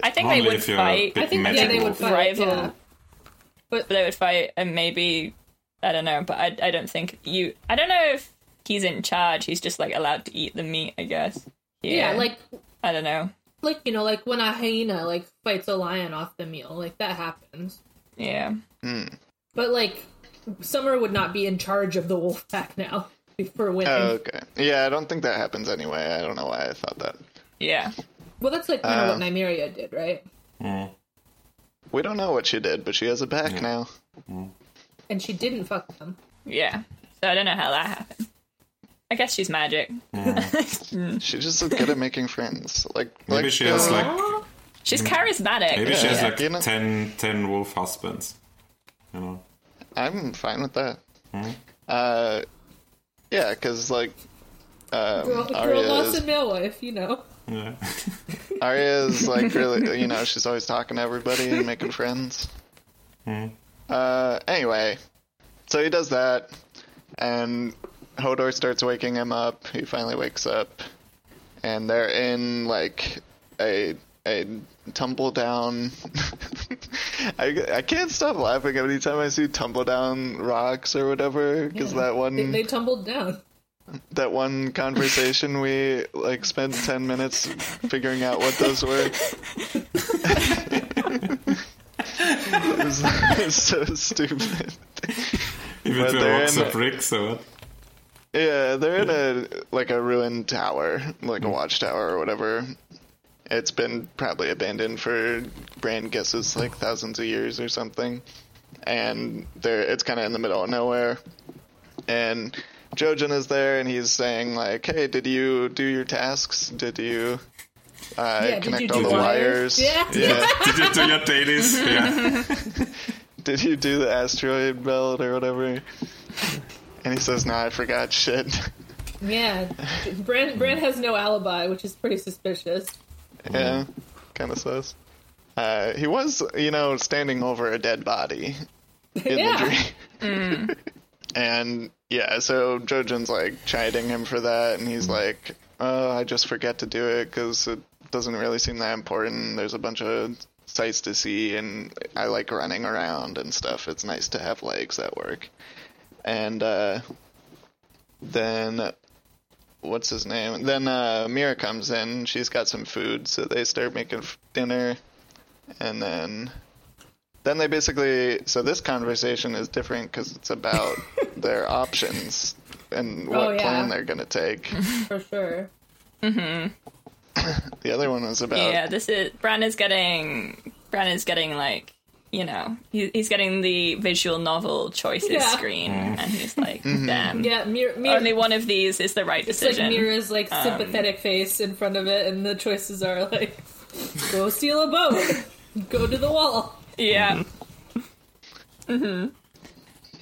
Speaker 1: I think
Speaker 4: Only
Speaker 1: they would
Speaker 4: if you're
Speaker 1: fight.
Speaker 4: a
Speaker 2: I
Speaker 4: big
Speaker 2: think
Speaker 4: magic
Speaker 2: yeah, they would
Speaker 4: wolf.
Speaker 2: fight.
Speaker 1: rival.
Speaker 2: Yeah.
Speaker 1: but they would fight and maybe I don't know, but I, I don't think you I don't know if he's in charge. He's just like allowed to eat the meat, I guess.
Speaker 2: yeah, like
Speaker 1: I don't know.
Speaker 2: like you know, like when a hyena like fights a lion off the meal, like that happens.
Speaker 1: Yeah.
Speaker 2: But like Summer would not be in charge of the wolf pack now for winning.
Speaker 1: Mm-hmm.
Speaker 3: Oh, okay. Yeah, I don't think that happens anyway. I don't know why I thought that.
Speaker 1: Yeah.
Speaker 2: well, that's like kind of
Speaker 3: uh,
Speaker 2: what Nymeria did, right?
Speaker 4: Mm.
Speaker 3: We don't know what she did, but she has a pack now.
Speaker 2: And she didn't fuck them.
Speaker 1: Yeah. So I don't know how that happened. I guess she's magic.
Speaker 3: She just is good at making friends. Like
Speaker 4: Maybe
Speaker 3: like uh,
Speaker 4: she
Speaker 3: the-
Speaker 4: has like
Speaker 1: She's charismatic.
Speaker 4: maybe she has
Speaker 3: Yeah.
Speaker 4: like
Speaker 3: You know-
Speaker 4: 10, 10 wolf husbands. You know.
Speaker 3: I'm fine with that.
Speaker 4: Mm-hmm.
Speaker 3: Uh, yeah, because like um,
Speaker 2: Girl, girl
Speaker 3: Arya
Speaker 2: lost
Speaker 3: is
Speaker 2: in male wife, you know.
Speaker 4: Yeah.
Speaker 3: Arya is like really, you know, she's always talking to everybody and making friends. Uh, anyway, so he does that, and Hodor starts waking him up. He finally wakes up, and they're in like a a tumble down. I, I can't stop laughing every time I see tumble down rocks or whatever because that one
Speaker 2: They, they tumbled down.
Speaker 3: that one conversation we like spent 10 minutes figuring out what those were it, was, it was so stupid
Speaker 4: If
Speaker 3: But
Speaker 4: it were
Speaker 3: they're
Speaker 4: rocks
Speaker 3: in
Speaker 4: or
Speaker 3: a-
Speaker 4: bricks or what.
Speaker 3: yeah they're in a like a ruined tower like
Speaker 2: Hmm.
Speaker 3: a watchtower or whatever it's been probably abandoned for brand guesses like thousands of years or something and they're it's kind of in the middle of nowhere and Jojen is there and he's saying like, "Hey, did you do your tasks? Did you uh,
Speaker 2: Yeah, did
Speaker 3: connect
Speaker 2: you
Speaker 3: all
Speaker 2: do
Speaker 3: the
Speaker 2: wires?
Speaker 3: wires?
Speaker 2: Yeah.
Speaker 4: Did you do your dailies? Yeah.
Speaker 3: Did you do the asteroid belt or whatever?" And he says, "No, I forgot shit."
Speaker 2: Yeah, Brand Brand has no alibi, which is pretty suspicious.
Speaker 3: yeah, kind of sus. Uh, he was, you know, standing over a dead body in
Speaker 2: Yeah.
Speaker 3: the dream. and yeah, so Jojen's like chiding him for that, and he's like, "Oh, I just forget to do it because it doesn't really seem that important. There's a bunch of sights to see, and I like running around and stuff. It's nice to have legs at work." And uh, then what's his name? Then uh, Mira comes in. She's got some food, so they start making f- dinner, and then then they basically. So this conversation is different because it's about their options and what
Speaker 2: Oh, yeah.
Speaker 3: plan they're gonna take.
Speaker 2: For sure.
Speaker 3: The other one was about
Speaker 1: Yeah, this is Bran is getting Bran is getting like you know he, he's getting the visual novel choices
Speaker 2: Yeah.
Speaker 1: screen,
Speaker 3: Mm.
Speaker 1: and he's like,
Speaker 3: Mm-hmm.
Speaker 1: damn,
Speaker 2: Yeah, Mir- Mir-
Speaker 1: only one of these is the right
Speaker 2: it's like
Speaker 1: decision. Um,
Speaker 2: Mira's like sympathetic face in front of it, and the choices are like, go steal a boat, go to the wall.
Speaker 1: yeah. hmm
Speaker 3: Mm-hmm.
Speaker 2: Mm-hmm.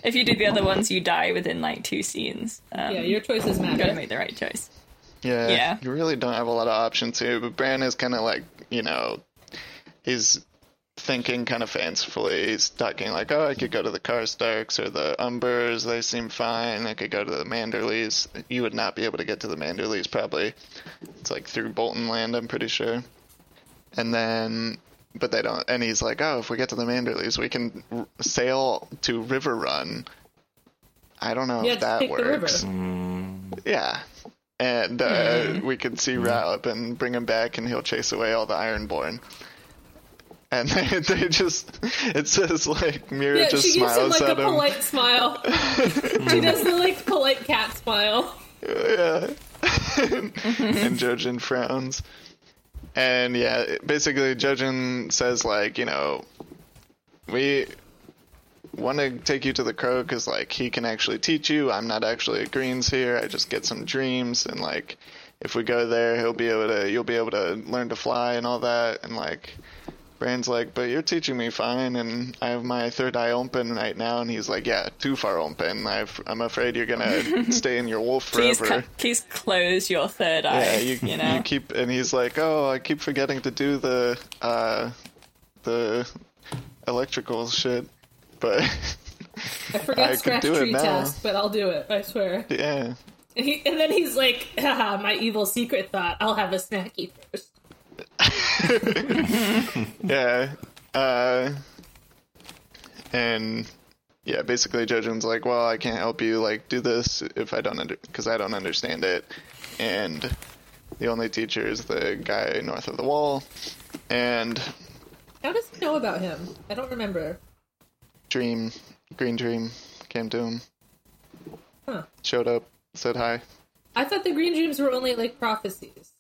Speaker 1: If you do the other ones, you die within like two scenes. Um,
Speaker 2: Yeah, your choices
Speaker 1: you gotta
Speaker 2: matter.
Speaker 1: make the right choice.
Speaker 3: Yeah,
Speaker 1: Yeah.
Speaker 3: You really don't have a lot of options here, but Bran is kind of like, you know, he's thinking kind of fancifully. He's talking like, oh, I could go to the Karstarks or the Umbers. They seem fine. I could go to the Manderleys. You would not be able to get to the Manderleys, probably. It's like through Bolton Land, I'm pretty sure. And then, but they don't. And he's like, oh, if we get to the Manderleys, we can r- sail to River Run. I don't know
Speaker 2: Yeah,
Speaker 3: if
Speaker 2: just
Speaker 3: that
Speaker 2: pick the river.
Speaker 3: works. Yeah. And uh,
Speaker 2: Mm-hmm.
Speaker 3: we could see Ralph and bring him back, and he'll chase away all the Ironborn. And they, they just, it says like Mira
Speaker 2: Yeah,
Speaker 3: just
Speaker 2: she gives him
Speaker 3: smiles
Speaker 2: like a
Speaker 3: at him.
Speaker 2: polite smile. she does the like polite cat smile.
Speaker 3: yeah. and Jojen frowns. And yeah, basically Jojen says like, you know, we want to take you to the crow because like he can actually teach you. I'm not actually at greens here. I just get some dreams and like if we go there, he'll be able to. You'll be able to learn to fly and all that. And like Brand's like, but you're teaching me fine, and I have my third eye open right now. And he's like, yeah, too far open. I've, I'm afraid you're gonna stay in your wolf
Speaker 1: Please,
Speaker 3: forever.
Speaker 1: cu- please close your third eye.
Speaker 3: Yeah, you,
Speaker 1: you, know.
Speaker 3: you keep and he's like, "Oh, I keep forgetting to do the uh the electrical shit." But
Speaker 2: I forgot
Speaker 3: I could
Speaker 2: scratch
Speaker 3: do it
Speaker 2: tree
Speaker 3: now.
Speaker 2: task, but I'll do it. I swear.
Speaker 3: yeah.
Speaker 2: And, he, and then he's like, ah, "My evil secret thought. I'll have a snacky first.
Speaker 3: Yeah. Uh and yeah, basically Jojen's like, "Well, I can't help you like do this if I don't under cuz I don't understand it." And the only teacher is the guy north of the wall. And
Speaker 2: How does he know about him? I don't remember.
Speaker 3: Dream, Green Dream came to him,
Speaker 2: Huh.
Speaker 3: showed up, said hi.
Speaker 2: I thought the green dreams were only like prophecies.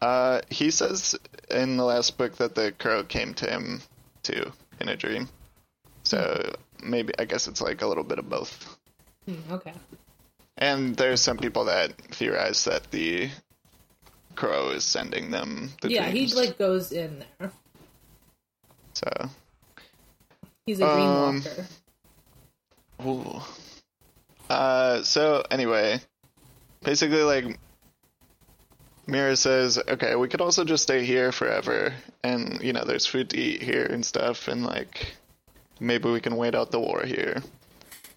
Speaker 3: Uh, he says in the last book that the crow came to him too in a dream. So maybe I guess it's like a little bit of both.
Speaker 2: Hmm, okay.
Speaker 3: And there's some people that theorize that the crow is sending them the
Speaker 2: yeah,
Speaker 3: dreams.
Speaker 2: he like goes in there.
Speaker 3: so.
Speaker 2: He's a green
Speaker 3: Um,
Speaker 2: walker.
Speaker 3: Ooh. Uh, so anyway, basically, like, Mira says, okay, we could also just stay here forever, and you know, there's food to eat here and stuff, and like, maybe we can wait out the war here.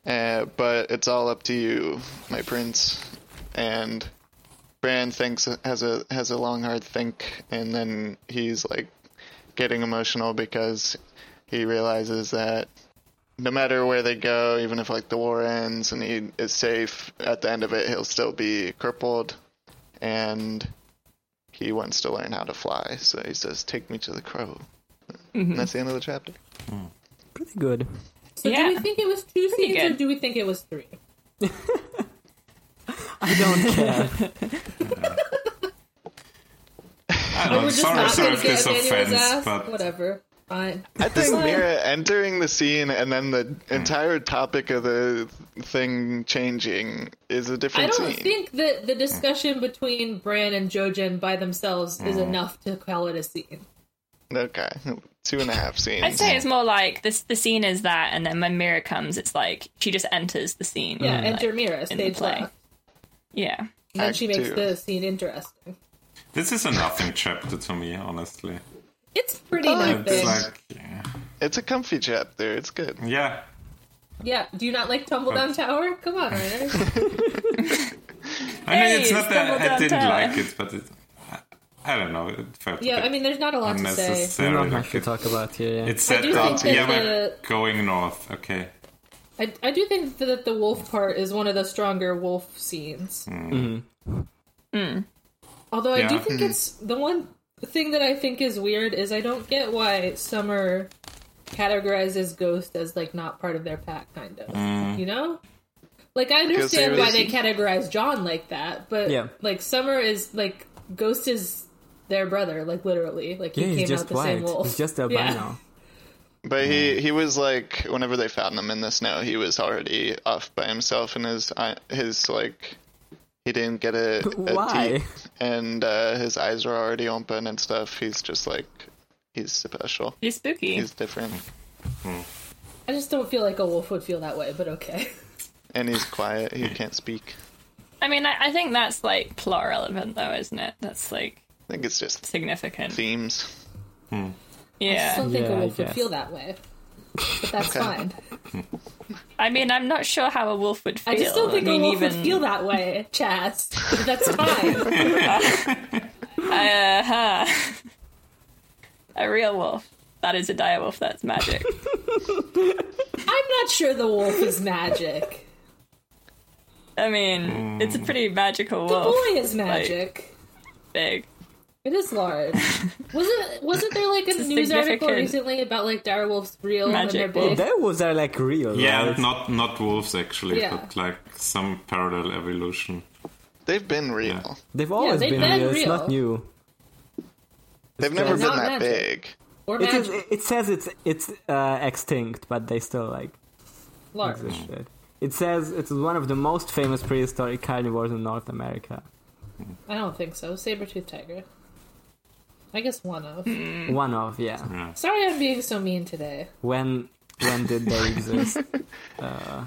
Speaker 3: Uh, but it's all up to you, my prince. And Bran thinks has a has a long hard think, and then he's like getting emotional because he realizes that no matter where they go, even if like the war ends and he is safe at the end of it, he'll still be crippled, and he wants to learn how to fly. So he says, "Take me to the crow."
Speaker 2: Mm-hmm.
Speaker 3: And that's the end of the chapter.
Speaker 5: Pretty good.
Speaker 2: So
Speaker 1: yeah.
Speaker 2: do we think it was two scenes or
Speaker 1: good.
Speaker 2: do we think it was three?
Speaker 5: I don't care.
Speaker 4: I don't know,
Speaker 2: We're just
Speaker 4: sorry,
Speaker 2: not
Speaker 4: sorry
Speaker 2: going
Speaker 4: if
Speaker 2: to get
Speaker 4: this
Speaker 2: Daniel's
Speaker 4: offends,
Speaker 2: ass.
Speaker 4: but
Speaker 2: Whatever. Fine.
Speaker 3: I think Mira entering the scene and then the entire topic of the thing changing is a
Speaker 2: I
Speaker 3: different
Speaker 2: don't
Speaker 3: scene.
Speaker 2: think that the discussion between Bran and Jojen by themselves is
Speaker 4: Mm.
Speaker 2: enough to call it a
Speaker 1: Mm,
Speaker 2: scene.
Speaker 3: Okay, two and a half scenes.
Speaker 1: I'd say it's more like this. The scene is that, and then when Mira comes, it's like she just enters the scene.
Speaker 2: Yeah,
Speaker 3: Mm.
Speaker 1: like,
Speaker 2: enter Mira,
Speaker 1: in the
Speaker 2: stage
Speaker 1: play.
Speaker 2: left.
Speaker 1: Yeah.
Speaker 2: And then
Speaker 3: Act
Speaker 2: she makes
Speaker 3: two.
Speaker 2: the scene interesting.
Speaker 4: this is a nothing chapter to me, honestly.
Speaker 2: It's pretty
Speaker 4: It's
Speaker 2: nothing.
Speaker 4: like, yeah.
Speaker 3: It's a comfy chapter. It's good.
Speaker 4: yeah.
Speaker 2: Yeah, do you not like Tumble Down Tower? Come on, Reiner.
Speaker 4: I mean,
Speaker 1: Hey,
Speaker 4: it's not that
Speaker 1: stumbled
Speaker 4: I
Speaker 1: down
Speaker 4: didn't
Speaker 1: tower.
Speaker 4: like it, but it, I, I don't know. It felt
Speaker 2: yeah,
Speaker 4: a bit
Speaker 2: I mean, there's not a lot to say.
Speaker 5: We
Speaker 4: unnecessary.
Speaker 5: don't
Speaker 4: like
Speaker 5: have to
Speaker 4: it-
Speaker 5: talk about here. Yeah.
Speaker 4: It's
Speaker 2: I
Speaker 4: set
Speaker 2: do
Speaker 4: up.
Speaker 2: think that
Speaker 4: Yeah, we're
Speaker 2: the-
Speaker 4: going north. Okay.
Speaker 2: I, I do think that the wolf part is one of the stronger wolf scenes.
Speaker 5: Mm-hmm.
Speaker 2: Although I do
Speaker 4: Yeah.
Speaker 2: think
Speaker 5: Hmm.
Speaker 2: it's the one thing that I think is weird is I don't get why Summer categorizes Ghost as like not part of their pack, kind of. You know, like I
Speaker 3: Mm. Because they
Speaker 2: understand why
Speaker 3: really-
Speaker 2: they categorize John like that, but
Speaker 5: Yeah.
Speaker 2: like Summer is like Ghost is their brother, like literally, like he
Speaker 5: yeah,
Speaker 2: came
Speaker 5: he's
Speaker 2: out
Speaker 5: just
Speaker 2: the
Speaker 5: white.
Speaker 2: same wolf.
Speaker 5: He's just albino.
Speaker 2: Yeah.
Speaker 3: But he, he was like whenever they found him in the snow, he was already off by himself, and his eye- his like he didn't get a, a
Speaker 5: Why?
Speaker 3: teat, and uh, his eyes were already open and stuff. He's just like he's special.
Speaker 1: You're spooky.
Speaker 3: He's different,
Speaker 2: I just don't feel like a wolf would feel that way, but okay.
Speaker 3: and he's quiet. He can't speak.
Speaker 1: I mean, I, I think that's like plot relevant, though, isn't it? That's like
Speaker 3: I think it's just
Speaker 1: significant.
Speaker 3: themes.
Speaker 2: I
Speaker 1: Yeah.
Speaker 2: don't think
Speaker 5: Yeah,
Speaker 2: a
Speaker 5: I
Speaker 2: wolf would
Speaker 5: guess.
Speaker 2: feel that way. But that's fine.
Speaker 1: I mean, I'm not sure how a wolf would feel.
Speaker 2: I just don't think
Speaker 1: mean,
Speaker 2: a wolf
Speaker 1: even
Speaker 2: would feel that way, Chaz. But that's fine.
Speaker 1: uh-huh. a real wolf. That is a dire wolf. That's magic.
Speaker 2: I'm not sure the wolf is magic.
Speaker 1: I mean, it's a
Speaker 3: Hmm.
Speaker 1: pretty magical
Speaker 2: The
Speaker 1: wolf.
Speaker 2: boy is magic.
Speaker 1: Big.
Speaker 2: It is large. Wasn't wasn't there like a news article
Speaker 1: significant
Speaker 2: recently about like dire wolves real
Speaker 1: magic wolf.
Speaker 2: and they're big?
Speaker 5: Their wolves are uh, like real.
Speaker 4: Yeah,
Speaker 5: right?
Speaker 4: not not wolves actually,
Speaker 2: Yeah.
Speaker 4: but like some parallel evolution.
Speaker 3: They've been real.
Speaker 4: Yeah.
Speaker 5: They've always
Speaker 2: they've
Speaker 5: been,
Speaker 2: been
Speaker 5: real. It's
Speaker 2: real.
Speaker 5: not new.
Speaker 3: They've never
Speaker 2: They're
Speaker 3: been
Speaker 2: not
Speaker 3: that
Speaker 2: magic.
Speaker 3: big.
Speaker 2: Or
Speaker 5: It, is,
Speaker 2: magic.
Speaker 5: it says it's it's uh, extinct, but they still like
Speaker 2: Large.
Speaker 5: Piece of shit. It says it is one of the most famous prehistoric carnivores in North America.
Speaker 2: I don't think so. Saber-toothed tiger. I guess one of.
Speaker 5: Hmm.
Speaker 1: Mm.
Speaker 5: One of, yeah.
Speaker 2: Sorry I'm being so mean today.
Speaker 5: When when did they exist?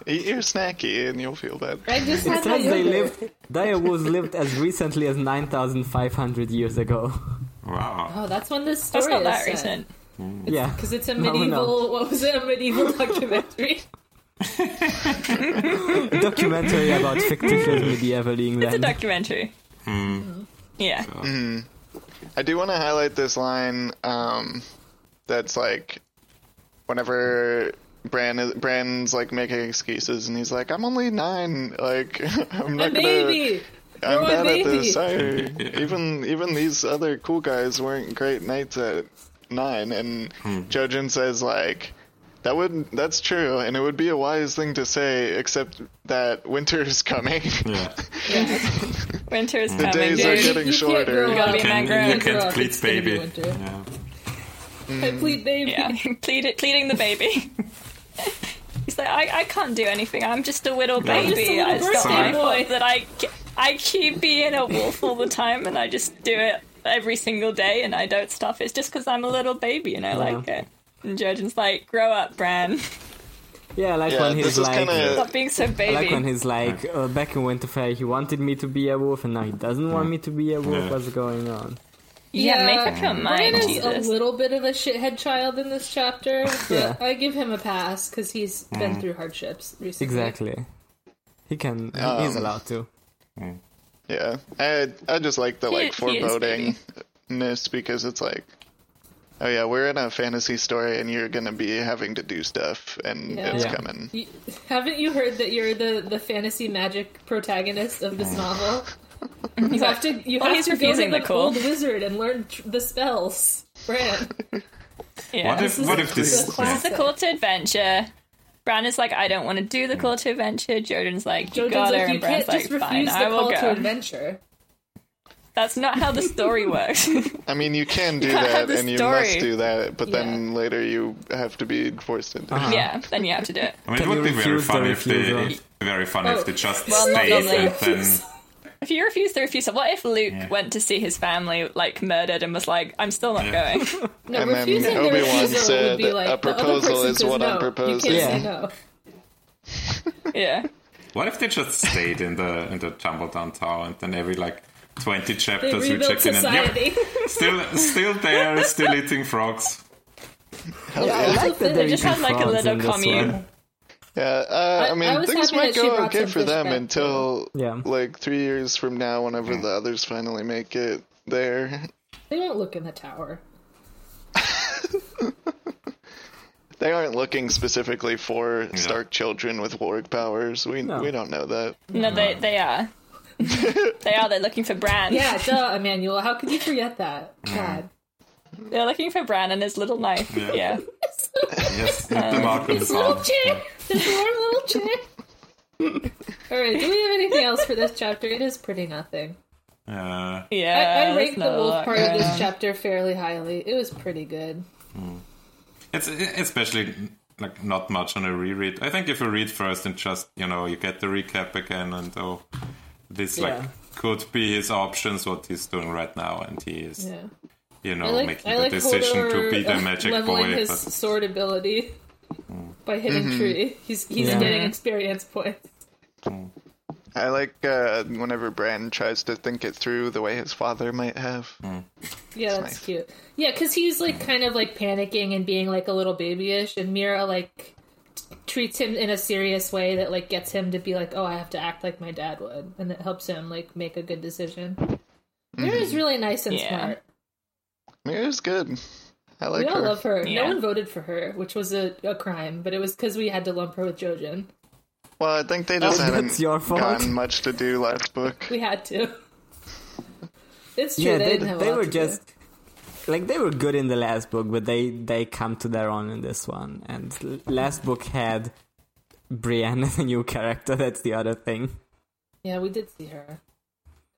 Speaker 3: Eat your snacky and you'll feel better.
Speaker 2: I just had
Speaker 5: It
Speaker 2: my
Speaker 5: says they
Speaker 2: yogurt.
Speaker 5: lived. Direwolves lived as recently as 9,500 years ago.
Speaker 4: Wow.
Speaker 2: Oh, that's when this
Speaker 1: That's
Speaker 2: story
Speaker 1: not that
Speaker 2: is
Speaker 1: recent.
Speaker 5: yeah.
Speaker 2: Because it's a
Speaker 5: No, no.
Speaker 2: medieval, what was it, a medieval documentary?
Speaker 5: documentary about fictitious medieval
Speaker 1: It's a
Speaker 5: England.
Speaker 1: documentary.
Speaker 3: Hmm.
Speaker 1: Yeah.
Speaker 3: I do want to highlight this line um, that's like, whenever Bran is, Bran's like making excuses and he's like, "I'm only nine, like I'm not
Speaker 2: A
Speaker 3: gonna,
Speaker 2: baby!
Speaker 3: I'm
Speaker 2: You're a
Speaker 3: bad at
Speaker 2: baby."
Speaker 3: this. Sorry. Even even these other cool guys weren't great knights at nine." And
Speaker 5: Hmm.
Speaker 3: Jojen says like. That would that's true, and it would be a wise thing to say, except that winter is coming.
Speaker 4: Yeah.
Speaker 1: Winter is
Speaker 3: the
Speaker 1: coming.
Speaker 3: days are
Speaker 1: dude.
Speaker 2: You
Speaker 3: getting
Speaker 2: can't
Speaker 3: shorter.
Speaker 2: grow
Speaker 1: gotta
Speaker 2: up.
Speaker 1: be
Speaker 4: Can,
Speaker 1: Mangrove.
Speaker 4: you can't
Speaker 2: Mangrove,
Speaker 4: pleat
Speaker 2: it's gonna be
Speaker 4: baby.
Speaker 2: winter.
Speaker 4: Yeah.
Speaker 2: I plead baby.
Speaker 1: Yeah, plead, pleading the baby. He's like, I, I can't do anything. I'm just a little
Speaker 4: Yeah.
Speaker 1: baby.
Speaker 4: I'm
Speaker 1: it's not
Speaker 2: just a little birthday
Speaker 1: my
Speaker 2: boy."
Speaker 1: fault that I, ke- I keep being a wolf all the time, and I just do it every single day, and I don't stop. It's just because I'm a little baby, and I like it. And Jordan's like, grow up, Bran.
Speaker 5: Yeah, I like
Speaker 3: Yeah,
Speaker 5: when
Speaker 3: this
Speaker 5: he's
Speaker 3: is
Speaker 5: like,
Speaker 3: kind of
Speaker 1: Stop being so
Speaker 5: I like
Speaker 1: baby.
Speaker 5: when he's like, uh, back in Winterfell, he wanted me to be a wolf, and now he doesn't want me to be a wolf.
Speaker 4: Yeah.
Speaker 5: What's going on?
Speaker 1: yeah,
Speaker 2: Yeah.
Speaker 1: make up your
Speaker 2: Bran
Speaker 1: mind,
Speaker 2: is a
Speaker 1: Jesus.
Speaker 2: little bit of a shithead child in this chapter, but
Speaker 5: Yeah. Mm.
Speaker 2: I give him a pass because he's been through hardships recently.
Speaker 5: Exactly. He can. he- he's allowed to.
Speaker 3: Yeah, I I just like the like
Speaker 1: he is baby.
Speaker 3: forebodingness because it's like, oh yeah, we're in a fantasy story and you're gonna be having to do stuff and
Speaker 2: Yeah.
Speaker 3: it's
Speaker 5: Yeah.
Speaker 3: coming.
Speaker 2: You, haven't you heard that you're the, the fantasy magic protagonist of
Speaker 5: Mm.
Speaker 2: this novel? You have to you
Speaker 1: Well,
Speaker 2: have
Speaker 1: he's
Speaker 2: to go to
Speaker 1: refusing
Speaker 2: the
Speaker 1: the call.
Speaker 2: old wizard and learn tr- the spells, Bran.
Speaker 1: Yeah.
Speaker 4: What if
Speaker 2: is
Speaker 4: what
Speaker 2: a
Speaker 4: if this?
Speaker 2: classic.
Speaker 4: yeah.
Speaker 1: It's the call to adventure. Bran is like, I don't want to do the call to adventure. Jordan's like, you
Speaker 2: Jojen's
Speaker 1: got her,
Speaker 2: like, you
Speaker 1: and Bran's
Speaker 2: can't
Speaker 1: like,
Speaker 2: just
Speaker 1: fine,
Speaker 2: refuse
Speaker 1: I
Speaker 2: the
Speaker 1: will
Speaker 2: call to
Speaker 1: go.
Speaker 2: adventure.
Speaker 1: That's not how the story works.
Speaker 4: Oh.
Speaker 3: I mean, you can do
Speaker 1: can't have
Speaker 3: that
Speaker 1: this
Speaker 3: and you
Speaker 1: story.
Speaker 3: must do that, but then later you have to be forced into.
Speaker 5: Uh-huh.
Speaker 3: it.
Speaker 1: yeah, then you have to do it.
Speaker 4: I mean, it
Speaker 5: Can
Speaker 4: would
Speaker 5: you
Speaker 4: be very
Speaker 5: refuse the
Speaker 4: funny if they
Speaker 5: refusal?
Speaker 4: very funny
Speaker 2: Oh.
Speaker 4: if they just
Speaker 1: Well, not
Speaker 4: stayed
Speaker 1: normally.
Speaker 4: and then
Speaker 1: If you refuse to refuse, what if Luke
Speaker 4: Yeah.
Speaker 1: went to see his family, like murdered, and was like, "I'm still not
Speaker 4: Yeah.
Speaker 1: going."
Speaker 2: No,
Speaker 3: And then
Speaker 2: refusing the
Speaker 3: Obi-Wan
Speaker 2: refusal would
Speaker 3: said,
Speaker 2: be like
Speaker 3: "A
Speaker 2: the other
Speaker 3: proposal
Speaker 2: person
Speaker 3: is
Speaker 2: says
Speaker 3: what I'm
Speaker 2: no.
Speaker 3: proposing."
Speaker 2: You can't
Speaker 5: Yeah.
Speaker 2: say no.
Speaker 1: yeah,
Speaker 4: What if they just stayed in the in the Jumbledown Tower and then every like twenty
Speaker 2: They
Speaker 4: chapters you
Speaker 2: rebuilt
Speaker 4: check in and yep,
Speaker 2: society.
Speaker 4: still still there, still eating frogs.
Speaker 5: I like that
Speaker 1: they
Speaker 5: they're
Speaker 1: just had
Speaker 5: eating
Speaker 1: like a
Speaker 5: frogs
Speaker 1: little
Speaker 5: in this one.
Speaker 1: commune.
Speaker 3: Yeah, uh, I,
Speaker 2: I-
Speaker 3: mean,
Speaker 2: I was
Speaker 3: things
Speaker 2: happy
Speaker 3: might
Speaker 2: that she
Speaker 3: go
Speaker 2: brought
Speaker 3: okay
Speaker 2: some
Speaker 3: for
Speaker 2: fish
Speaker 3: them
Speaker 2: back, too.
Speaker 3: until
Speaker 5: Yeah.
Speaker 3: like three years from now, whenever the others finally make it there.
Speaker 2: They don't look in the tower.
Speaker 3: They aren't looking specifically for Stark children with warg powers. We
Speaker 5: No.
Speaker 3: we don't know that.
Speaker 1: No, they they are. they are. They're looking for Bran.
Speaker 2: Yeah, duh, Emmanuel. How could you forget that?
Speaker 4: Mm,
Speaker 2: God.
Speaker 1: They're looking for Bran and his little knife.
Speaker 4: Yeah.
Speaker 1: Yeah.
Speaker 4: Yes, hit them out with
Speaker 2: This
Speaker 4: the
Speaker 2: little
Speaker 4: arm.
Speaker 2: chick! This warm little chick! Alright, do we have anything else for this chapter? It is pretty nothing.
Speaker 4: Uh,
Speaker 1: Yeah.
Speaker 2: I, I
Speaker 1: there's
Speaker 2: ranked the
Speaker 1: not a
Speaker 2: wolf
Speaker 1: lot
Speaker 2: part of
Speaker 1: going
Speaker 2: this
Speaker 1: on.
Speaker 2: chapter fairly highly. It was pretty good.
Speaker 4: It's especially like not much on a reread. I think if you read first and just you know you get the recap again and oh, this like
Speaker 5: Yeah.
Speaker 4: could be his options what he's doing right now and he is
Speaker 2: Yeah.
Speaker 4: you
Speaker 2: I
Speaker 4: know
Speaker 2: like
Speaker 4: making
Speaker 2: I
Speaker 4: the
Speaker 2: like
Speaker 4: decision to
Speaker 2: Hodor,
Speaker 4: be the
Speaker 2: uh,
Speaker 4: magic
Speaker 2: leveling
Speaker 4: boy.
Speaker 2: his
Speaker 4: But Mm.
Speaker 2: sword ability by hitting
Speaker 3: Mm-hmm.
Speaker 2: tree. He's he's
Speaker 5: Yeah.
Speaker 2: getting experience points.
Speaker 3: I like uh, whenever Bran tries to think it through the way his father might have.
Speaker 5: Hmm.
Speaker 2: Yeah, that's
Speaker 3: nice.
Speaker 2: cute. Yeah, because he's like kind of like panicking and being like a little babyish, and Mira like t- treats him in a serious way that like gets him to be like, oh, I have to act like my dad would, and it helps him like make a good decision.
Speaker 3: Mm-hmm.
Speaker 2: Mira's really nice and
Speaker 1: Yeah.
Speaker 2: smart.
Speaker 3: Mira's good. I like
Speaker 2: we all
Speaker 3: her.
Speaker 2: love her.
Speaker 1: Yeah.
Speaker 2: No one voted for her, which was a, a crime, but it was because we had to lump her with Jojen.
Speaker 3: Well, I think they just
Speaker 5: Oh,
Speaker 3: haven't
Speaker 5: that's your fault.
Speaker 3: gotten much to do last book.
Speaker 2: We had to. It's true.
Speaker 5: Yeah,
Speaker 2: they,
Speaker 5: they,
Speaker 2: didn't have a
Speaker 5: they
Speaker 2: lot
Speaker 5: were
Speaker 2: to do.
Speaker 5: just like they were good in the last book, but they they come to their own in this one. And l- last book had Brienne as a new character. That's the other thing.
Speaker 2: Yeah, we did see her.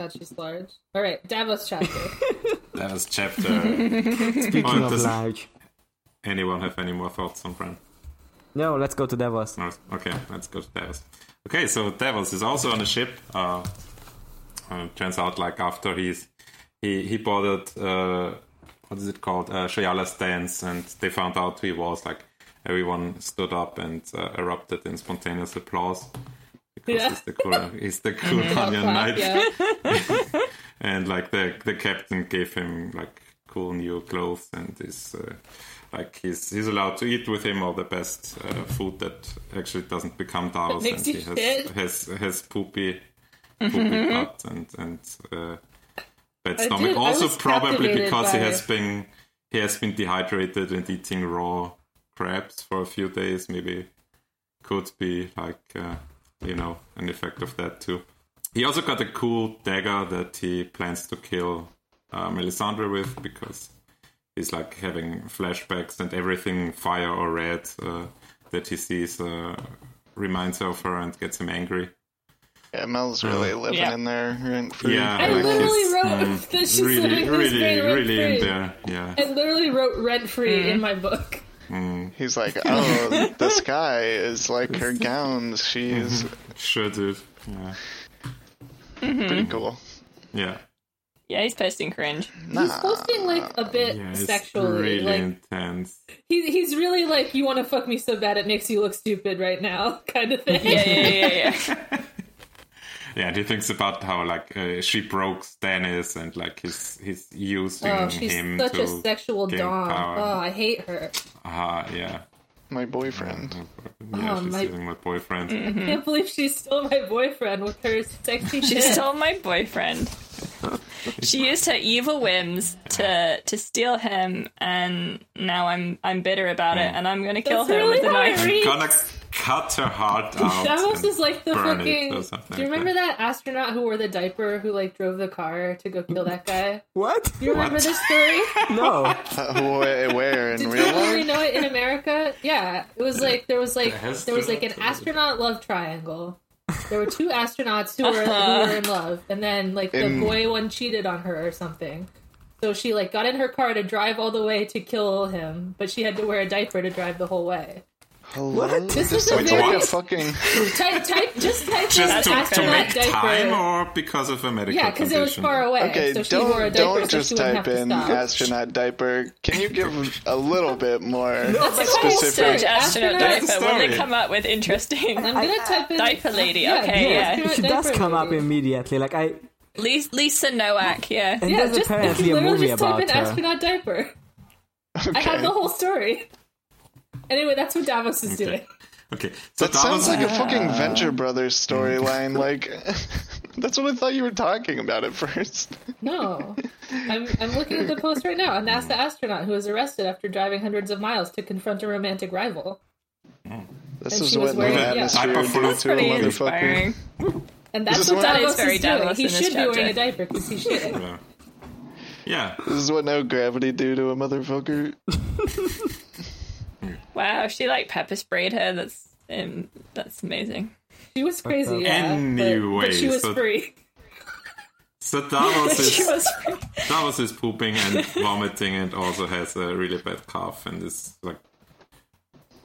Speaker 2: God, she's large. All right, Davos chapter.
Speaker 4: that was chapter. oh,
Speaker 5: Of
Speaker 4: does
Speaker 5: large.
Speaker 4: anyone have any more thoughts on Bran?
Speaker 5: No, let's go to Davos.
Speaker 4: North. Okay, let's go to Davos. Okay, so Davos is also on a ship. Uh, uh, turns out, like after he's he he boarded uh, what is it called uh, Shayala's dance, and they found out who he was. Like everyone stood up and uh, erupted in spontaneous applause because
Speaker 2: Yeah.
Speaker 4: he's the cool he's the cool onion knight, and like the the captain gave him like cool new clothes and is. Uh, like he's he's allowed to eat with him all the best uh, food that actually doesn't become Davos
Speaker 2: makes
Speaker 4: and
Speaker 2: you
Speaker 4: he
Speaker 2: shit.
Speaker 4: has, has has poopy poopy butt and and uh, bad
Speaker 2: I
Speaker 4: stomach.
Speaker 2: did- I
Speaker 4: also,
Speaker 2: was
Speaker 4: probably
Speaker 2: captivated
Speaker 4: because he
Speaker 2: by
Speaker 4: has
Speaker 2: it.
Speaker 4: been he has been dehydrated and eating raw crabs for a few days. Maybe could be like uh, you know an effect of that too. He also got a cool dagger that he plans to kill uh, Melisandre with because he's like having flashbacks and everything fire or red uh, that he sees uh, reminds her of her and gets him angry.
Speaker 3: Yeah, Mel's
Speaker 5: Hmm.
Speaker 3: really living
Speaker 1: Yeah.
Speaker 3: in there rent free.
Speaker 4: Yeah,
Speaker 2: I
Speaker 4: like
Speaker 2: literally
Speaker 4: he's,
Speaker 2: wrote
Speaker 4: mm,
Speaker 2: that she's living
Speaker 4: really,
Speaker 2: this
Speaker 4: really,
Speaker 2: great rent
Speaker 4: really in
Speaker 2: free.
Speaker 4: there. Yeah.
Speaker 2: I literally wrote rent free
Speaker 5: Mm.
Speaker 2: in my book.
Speaker 3: He's like, oh, the sky is like her gowns.
Speaker 5: Mm-hmm.
Speaker 3: She's
Speaker 4: Sure, dude. Mm, Yeah.
Speaker 2: Mm-hmm.
Speaker 3: pretty cool.
Speaker 4: Yeah.
Speaker 1: Yeah, he's posting cringe.
Speaker 2: He's posting like a bit
Speaker 4: yeah it's
Speaker 2: sexually.
Speaker 4: really
Speaker 2: Like
Speaker 4: intense.
Speaker 2: he, he's really like, you want to fuck me so bad it makes you look stupid right now, kind of thing.
Speaker 1: Yeah, yeah, yeah, yeah. yeah.
Speaker 4: Yeah, and he thinks about how like uh, she broke Stannis and like he's he's using
Speaker 2: Oh, she's
Speaker 4: him
Speaker 2: such
Speaker 4: to
Speaker 2: a sexual
Speaker 4: gain
Speaker 2: dom.
Speaker 4: power.
Speaker 2: Oh, I hate her.
Speaker 4: Ah, yeah.
Speaker 3: My boyfriend.
Speaker 4: Yeah,
Speaker 2: Oh,
Speaker 4: she's
Speaker 2: my- Mm-hmm.
Speaker 4: using my boyfriend.
Speaker 2: I
Speaker 5: Mm-hmm.
Speaker 2: can't believe she stole my boyfriend with her sexy
Speaker 1: She
Speaker 2: shit.
Speaker 1: stole my boyfriend. She used her evil whims to to steal him, and now I'm I'm bitter about it, and I'm gonna kill
Speaker 2: That's
Speaker 1: her
Speaker 2: Oh, really
Speaker 1: with a
Speaker 2: how I
Speaker 1: knife.
Speaker 2: read.
Speaker 4: Gonna cut her heart out.
Speaker 2: Davos
Speaker 4: and
Speaker 2: is like the
Speaker 4: burn
Speaker 2: fucking.
Speaker 4: It or something
Speaker 2: Do you
Speaker 4: like
Speaker 2: remember that astronaut who wore the diaper who like drove the car to go kill that guy?
Speaker 5: What?
Speaker 2: Do you remember
Speaker 4: What?
Speaker 2: this story?
Speaker 5: No.
Speaker 3: Uh, where, where in
Speaker 2: Do
Speaker 3: real
Speaker 2: you really
Speaker 3: life?
Speaker 2: know it in America? Yeah, it was like there was like
Speaker 4: That has
Speaker 2: there was
Speaker 4: to-
Speaker 2: like an astronaut love triangle. There were two astronauts who were, who were in love, and then like the
Speaker 3: In-
Speaker 2: boy one cheated on her or something. So she like got in her car to drive all the way to kill him, but she had to wear a diaper to drive the whole way.
Speaker 3: Hello?
Speaker 2: This is a
Speaker 3: It's like
Speaker 2: very
Speaker 3: a fucking.
Speaker 2: type type just type
Speaker 4: Just
Speaker 2: in
Speaker 4: to, to
Speaker 2: astronaut
Speaker 4: make
Speaker 2: diaper.
Speaker 4: time or because of a medical
Speaker 2: yeah, because it was
Speaker 4: condition?
Speaker 2: far away.
Speaker 3: Okay,
Speaker 2: so she wore a diaper
Speaker 3: don't don't
Speaker 2: so
Speaker 3: just
Speaker 2: she wouldn't have
Speaker 3: type
Speaker 2: to
Speaker 3: in
Speaker 2: stop.
Speaker 3: astronaut diaper. Can you give a little bit more?
Speaker 2: That's
Speaker 1: Like,
Speaker 2: whole
Speaker 1: search
Speaker 3: Specific.
Speaker 2: story.
Speaker 1: astronaut
Speaker 2: Astronauts-
Speaker 1: diaper. Will
Speaker 4: Story.
Speaker 1: they come up with interesting?
Speaker 2: I'm gonna type in
Speaker 1: Diaper lady, okay,
Speaker 5: Yeah,
Speaker 1: Yeah.
Speaker 5: she does
Speaker 2: diaper
Speaker 5: come up
Speaker 2: lady.
Speaker 5: immediately. Like I
Speaker 1: Lisa, Lisa Nowak. Yeah.
Speaker 5: and there's
Speaker 2: just,
Speaker 5: apparently
Speaker 2: you
Speaker 5: a
Speaker 2: literally
Speaker 5: movie
Speaker 2: just
Speaker 5: about
Speaker 2: type in
Speaker 5: her.
Speaker 2: astronaut diaper. I have
Speaker 3: Okay.
Speaker 2: the whole story. Anyway, that's what Davos is doing.
Speaker 4: Okay, so
Speaker 3: That sounds
Speaker 4: Davos,
Speaker 3: like a fucking Venture Brothers storyline. Like, that's what I thought you were talking about at first.
Speaker 2: No, I'm I'm looking at the post right now. A NASA astronaut who was arrested after driving hundreds of miles to confront a romantic rival,
Speaker 3: This
Speaker 2: And
Speaker 3: is
Speaker 2: she was
Speaker 3: what
Speaker 2: wearing-
Speaker 3: the
Speaker 2: yeah.
Speaker 3: atmosphere
Speaker 4: Diaper
Speaker 3: would
Speaker 4: full
Speaker 3: do
Speaker 4: of
Speaker 3: to a
Speaker 1: Pretty
Speaker 3: motherfucker.
Speaker 1: inspiring.
Speaker 2: and that's
Speaker 3: This is
Speaker 2: what
Speaker 3: what- That
Speaker 2: Davos
Speaker 1: is very
Speaker 2: is doing.
Speaker 1: Davos
Speaker 2: he
Speaker 1: in this
Speaker 2: should be wearing
Speaker 1: chapter.
Speaker 2: a diaper because he should.
Speaker 4: yeah. yeah,
Speaker 3: This is what no gravity do to a motherfucker.
Speaker 1: Wow. She like pepper sprayed her. That's um, that's amazing.
Speaker 2: She was crazy. Yeah, but,
Speaker 4: Anyway,
Speaker 2: but she was
Speaker 4: so-
Speaker 2: free.
Speaker 4: so Davos
Speaker 1: She
Speaker 4: is
Speaker 1: was.
Speaker 4: Davos is pooping and vomiting and also has a really bad cough and is like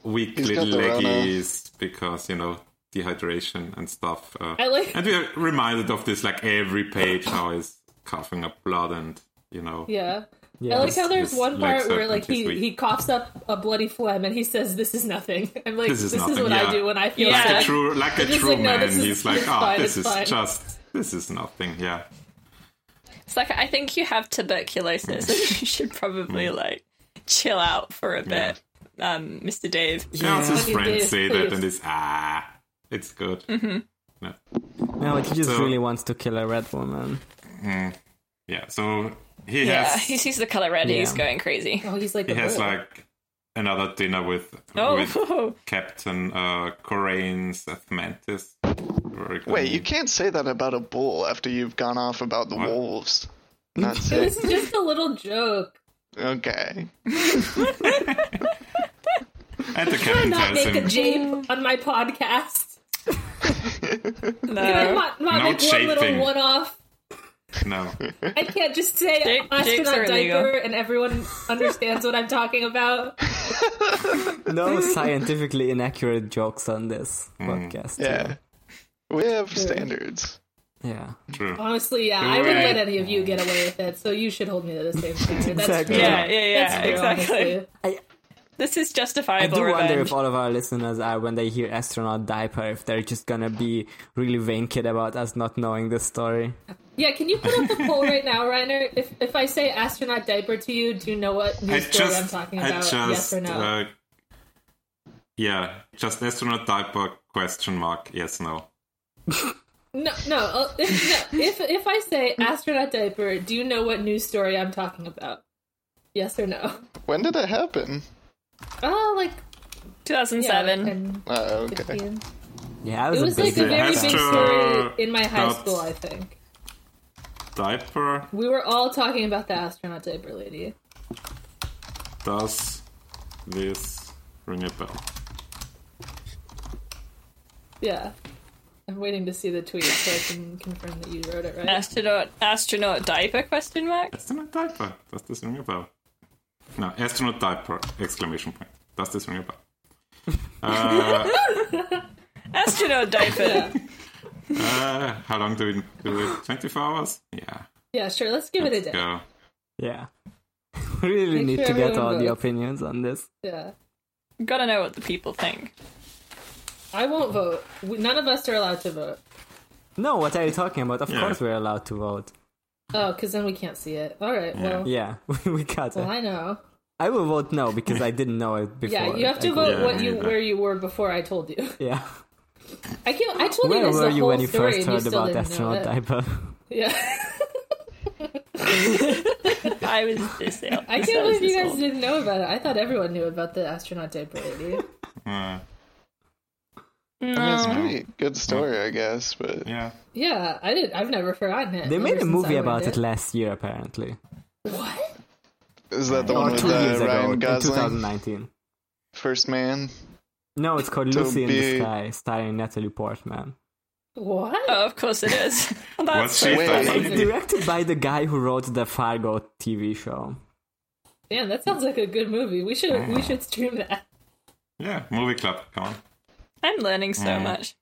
Speaker 4: weak
Speaker 3: He's got
Speaker 4: little
Speaker 3: the Rona.
Speaker 4: leggies because you know dehydration and stuff. Uh,
Speaker 2: I like-
Speaker 4: and we are reminded of this like every page how he's coughing up blood and you know
Speaker 2: Yeah.
Speaker 5: Yeah.
Speaker 2: I like how there's
Speaker 4: His
Speaker 2: one
Speaker 4: legs
Speaker 2: part where
Speaker 4: up
Speaker 2: like
Speaker 4: and he's
Speaker 2: he,
Speaker 4: weak.
Speaker 2: he coughs up a bloody phlegm and he says, "This is nothing." I'm like, "This
Speaker 4: This
Speaker 2: is,
Speaker 4: is nothing,
Speaker 2: what I
Speaker 4: yeah.
Speaker 2: do when I feel
Speaker 1: Like a
Speaker 4: like
Speaker 2: sad."
Speaker 4: a true like a
Speaker 2: He's
Speaker 4: true
Speaker 2: like, no,
Speaker 4: man.
Speaker 2: this is-
Speaker 4: he's like,
Speaker 2: it's
Speaker 4: oh,
Speaker 2: fine,
Speaker 4: this is
Speaker 2: it's fine."
Speaker 4: just this is nothing. Yeah,
Speaker 1: It's like I think you have tuberculosis. you should probably like chill out for a
Speaker 4: Yeah.
Speaker 1: bit, um, Mr. Dave.
Speaker 4: yeah. Also his
Speaker 2: Fucking
Speaker 4: friends
Speaker 2: Dave,
Speaker 4: say that,
Speaker 2: please.
Speaker 4: and it's ah, it's good.
Speaker 2: Mm.
Speaker 5: No, she just
Speaker 4: So-
Speaker 5: really wants to kill a red woman.
Speaker 4: Mm. Yeah, so he
Speaker 1: Yeah,
Speaker 4: has
Speaker 1: he sees the color red. He's
Speaker 5: Yeah.
Speaker 1: going crazy.
Speaker 2: Oh, he's like,
Speaker 4: he
Speaker 2: a
Speaker 4: has
Speaker 2: bird.
Speaker 4: like another dinner with
Speaker 1: Oh,
Speaker 4: with Captain uh, Corain Sathmantis. Very good.
Speaker 3: Wait, you can't say that about a bull after you've gone off about the wolves. That's
Speaker 2: It
Speaker 3: it.
Speaker 2: was just a little joke.
Speaker 3: Okay.
Speaker 4: and the captain
Speaker 2: Not
Speaker 4: tells
Speaker 2: make a
Speaker 4: him
Speaker 2: jape on my podcast.
Speaker 1: Uh-huh.
Speaker 2: Can I
Speaker 1: no.
Speaker 2: not, not
Speaker 4: No
Speaker 2: make one little
Speaker 4: japing.
Speaker 2: one-off?
Speaker 4: no.
Speaker 2: I can't just say
Speaker 1: Jape- japes are
Speaker 2: astronaut
Speaker 1: illegal.
Speaker 2: diaper and everyone understands what I'm talking about.
Speaker 5: no scientifically inaccurate jokes on this podcast.
Speaker 3: Yeah. We have standards.
Speaker 5: Yeah.
Speaker 4: True.
Speaker 2: Honestly, yeah, Oh, I wouldn't
Speaker 4: Right.
Speaker 2: let any of you get away with it, so you should hold me to the same standard. That's
Speaker 5: Exactly.
Speaker 2: true.
Speaker 1: Yeah, yeah, yeah,
Speaker 2: That's true,
Speaker 1: exactly.
Speaker 2: honestly.
Speaker 1: This is
Speaker 5: I
Speaker 1: justifiable
Speaker 5: do wonder
Speaker 1: revenge.
Speaker 5: if all of our listeners are, when they hear astronaut diaper, if they're just gonna be really vain kid about us not knowing this story.
Speaker 2: Yeah, can you put up the poll right now, Reiner? If if I say astronaut diaper to you, do you know what
Speaker 4: I
Speaker 2: news story I'm
Speaker 4: just,
Speaker 2: talking
Speaker 4: I
Speaker 2: about?
Speaker 4: just,
Speaker 2: yes or no?
Speaker 4: uh, yeah, just astronaut diaper question mark. Yes, no.
Speaker 2: no, no, uh, if, no. If if I say astronaut diaper, do you know what news story I'm talking about? Yes or no?
Speaker 3: When did it happen?
Speaker 2: Oh, like yeah,
Speaker 1: 2007.
Speaker 2: like 10,
Speaker 3: Oh, okay.
Speaker 2: 15.
Speaker 5: Yeah, that
Speaker 2: It was
Speaker 5: a
Speaker 2: like
Speaker 5: big
Speaker 2: a very
Speaker 4: Astro-
Speaker 2: big story in my high
Speaker 4: Astronauts.
Speaker 2: school. I think
Speaker 4: Diaper
Speaker 2: we were all talking about the astronaut diaper lady.
Speaker 4: does this ring a bell?
Speaker 2: Yeah. I'm waiting to see the tweet so I can confirm that you wrote it right.
Speaker 1: astronaut astronaut diaper question mark?
Speaker 4: Astronaut diaper. Does this ring a bell? No, astronaut diaper! Exclamation point. Does this ring a bell? Uh,
Speaker 1: Astronaut diaper.
Speaker 4: uh, how long do we do it? 24 hours? Yeah.
Speaker 2: Yeah, sure. Let's give it a day.
Speaker 4: Go.
Speaker 5: Yeah. We really
Speaker 2: Make
Speaker 5: need
Speaker 2: sure
Speaker 5: to get
Speaker 2: everyone
Speaker 5: all the
Speaker 2: votes.
Speaker 5: opinions on this.
Speaker 2: Yeah.
Speaker 1: Gotta know what the people think.
Speaker 2: I won't vote. We, none of us are allowed to vote.
Speaker 5: No, what are you talking about? Of
Speaker 4: Yeah.
Speaker 5: course we're allowed to vote.
Speaker 2: Oh, because then we can't see it. All right. Well,
Speaker 5: Yeah, we got
Speaker 2: well,
Speaker 5: it.
Speaker 2: I know.
Speaker 5: I will vote no because I didn't know it before.
Speaker 2: Yeah, you have to
Speaker 5: I
Speaker 2: vote
Speaker 5: Googled
Speaker 2: what you
Speaker 4: yeah.
Speaker 2: where you were before I told you.
Speaker 5: it. Yeah.
Speaker 2: I can't. I told you
Speaker 5: Where
Speaker 2: this
Speaker 5: were
Speaker 2: the
Speaker 5: you
Speaker 2: whole
Speaker 5: when you
Speaker 2: story
Speaker 5: first
Speaker 2: and you
Speaker 5: heard
Speaker 2: still
Speaker 5: about
Speaker 2: didn't know
Speaker 5: astronaut
Speaker 2: it.
Speaker 5: diaper?
Speaker 2: Yeah,
Speaker 1: I was this ill.
Speaker 2: I can't believe you guys didn't know about it. I thought everyone knew about the astronaut diaper lady.
Speaker 4: Uh,
Speaker 3: I mean, it's a pretty good story, I guess, but
Speaker 4: yeah.
Speaker 2: yeah, I did. I've never forgotten it.
Speaker 5: They
Speaker 2: ever
Speaker 5: made a
Speaker 2: since
Speaker 5: movie
Speaker 2: I
Speaker 5: about
Speaker 2: learned
Speaker 5: it last year, apparently.
Speaker 2: What?
Speaker 3: is that the
Speaker 5: Or
Speaker 3: one with
Speaker 5: two years
Speaker 3: uh,
Speaker 5: ago,
Speaker 3: Ryan
Speaker 5: in
Speaker 3: Gosling?
Speaker 5: 2019.
Speaker 3: First Man?
Speaker 5: No, it's called
Speaker 3: To
Speaker 5: Lucy in the
Speaker 3: be-
Speaker 5: Sky, starring Natalie Portman.
Speaker 2: What?
Speaker 1: Oh, of course it is. Well, That's
Speaker 4: What's she
Speaker 3: Wait.
Speaker 4: funny?
Speaker 5: It's directed by the guy who wrote the Fargo TV show.
Speaker 2: Damn, that sounds like a good movie. We should we should stream that.
Speaker 4: Yeah, movie club. Come on.
Speaker 1: I'm learning so
Speaker 4: Mm.
Speaker 1: much.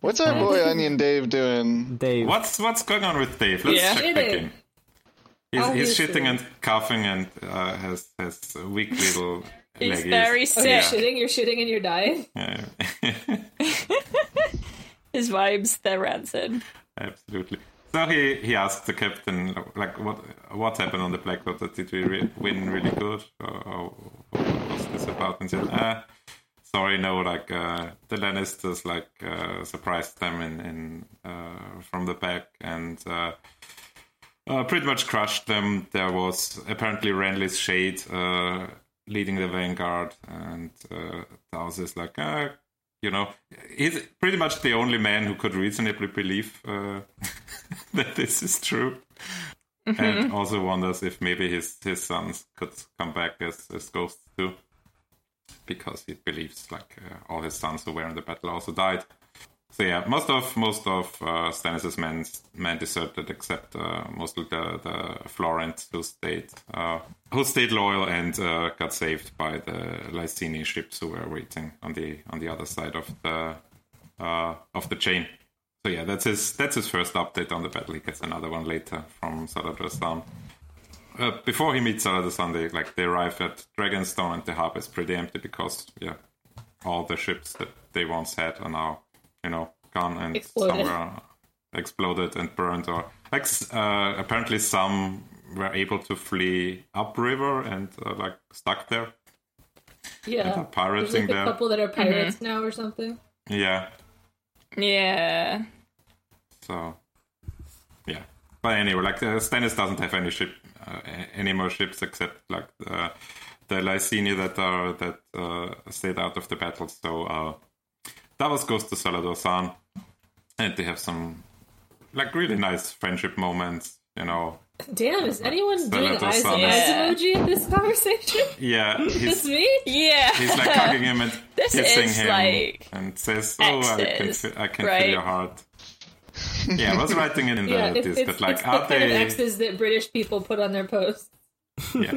Speaker 3: What's our boy Onion Dave doing?
Speaker 5: They
Speaker 4: What's what's going on with Dave? Let's
Speaker 1: Yeah.
Speaker 4: check
Speaker 2: It
Speaker 4: back
Speaker 2: is.
Speaker 4: in. He's, he's
Speaker 2: Obviously.
Speaker 4: shitting and coughing and uh, has has weak little
Speaker 1: He's
Speaker 4: leggies.
Speaker 1: very
Speaker 2: You're
Speaker 1: sick.
Speaker 2: shitting, you're shitting, and you're dying.
Speaker 4: Yeah.
Speaker 1: His vibes, they're rancid.
Speaker 4: Absolutely. So he, he asked the captain like what what happened on the Blackwater? Did we re- win really good or, or what was this about? And said, ah, sorry, no. Like uh, the Lannisters like uh, surprised them in, in uh, from the back and. Uh, uh, pretty much crushed them. There was apparently Renly's shade uh, leading the vanguard, and uh, Taos is like, uh, you know, he's pretty much the only man who could reasonably believe uh, that this is true. And also wonders if maybe his, his sons could come back as, as ghosts too, because he believes like uh, all his sons who were in the battle also died. So yeah, most of most of uh, Stannis's men men deserted, except uh, mostly the the Florent who stayed uh, who stayed loyal and uh, got saved by the Lysini ships who were waiting on the on the other side of the uh, of the chain. So yeah, that's his that's his first update on the battle. He gets another one later from Saladrostan. Uh, before he meets Saladrostan, they like they arrive at Dragonstone and the harbor is pretty empty because yeah, all the ships that they once had are now, you know, gone and
Speaker 2: Exploded.
Speaker 4: somewhere exploded and burned or like s- uh, apparently some were able to flee upriver and uh, like stuck there.
Speaker 2: Yeah. There's
Speaker 4: pirating
Speaker 2: like a
Speaker 4: there.
Speaker 2: couple that are pirates now or something.
Speaker 4: Yeah.
Speaker 1: Yeah.
Speaker 4: So yeah. But anyway, like uh, Stannis doesn't have any ship, uh, a- any more ships except like uh, the Lysini that are that uh, stayed out of the battle. So uh, Davos goes to Salador-san, and they have some like really nice friendship moments. You know,
Speaker 2: Damn, is anyone doing
Speaker 4: Senator
Speaker 2: eyes,
Speaker 4: Sonic.
Speaker 2: eyes
Speaker 1: Yeah.
Speaker 2: emoji in this conversation?
Speaker 4: yeah,
Speaker 2: Just
Speaker 4: he's
Speaker 2: me?
Speaker 1: Yeah.
Speaker 4: he's like hugging him and
Speaker 1: This
Speaker 4: kissing
Speaker 1: is
Speaker 4: him
Speaker 1: like
Speaker 4: and says, "Oh, I can,
Speaker 1: exes,
Speaker 4: feel, I can
Speaker 1: right?
Speaker 4: feel your heart." Yeah, I was writing it in the
Speaker 2: Yeah, it's,
Speaker 4: this,
Speaker 2: it's,
Speaker 4: but like,
Speaker 2: it's the
Speaker 4: are
Speaker 2: kind of
Speaker 4: they?
Speaker 2: X's that British people put on their posts.
Speaker 4: Yeah.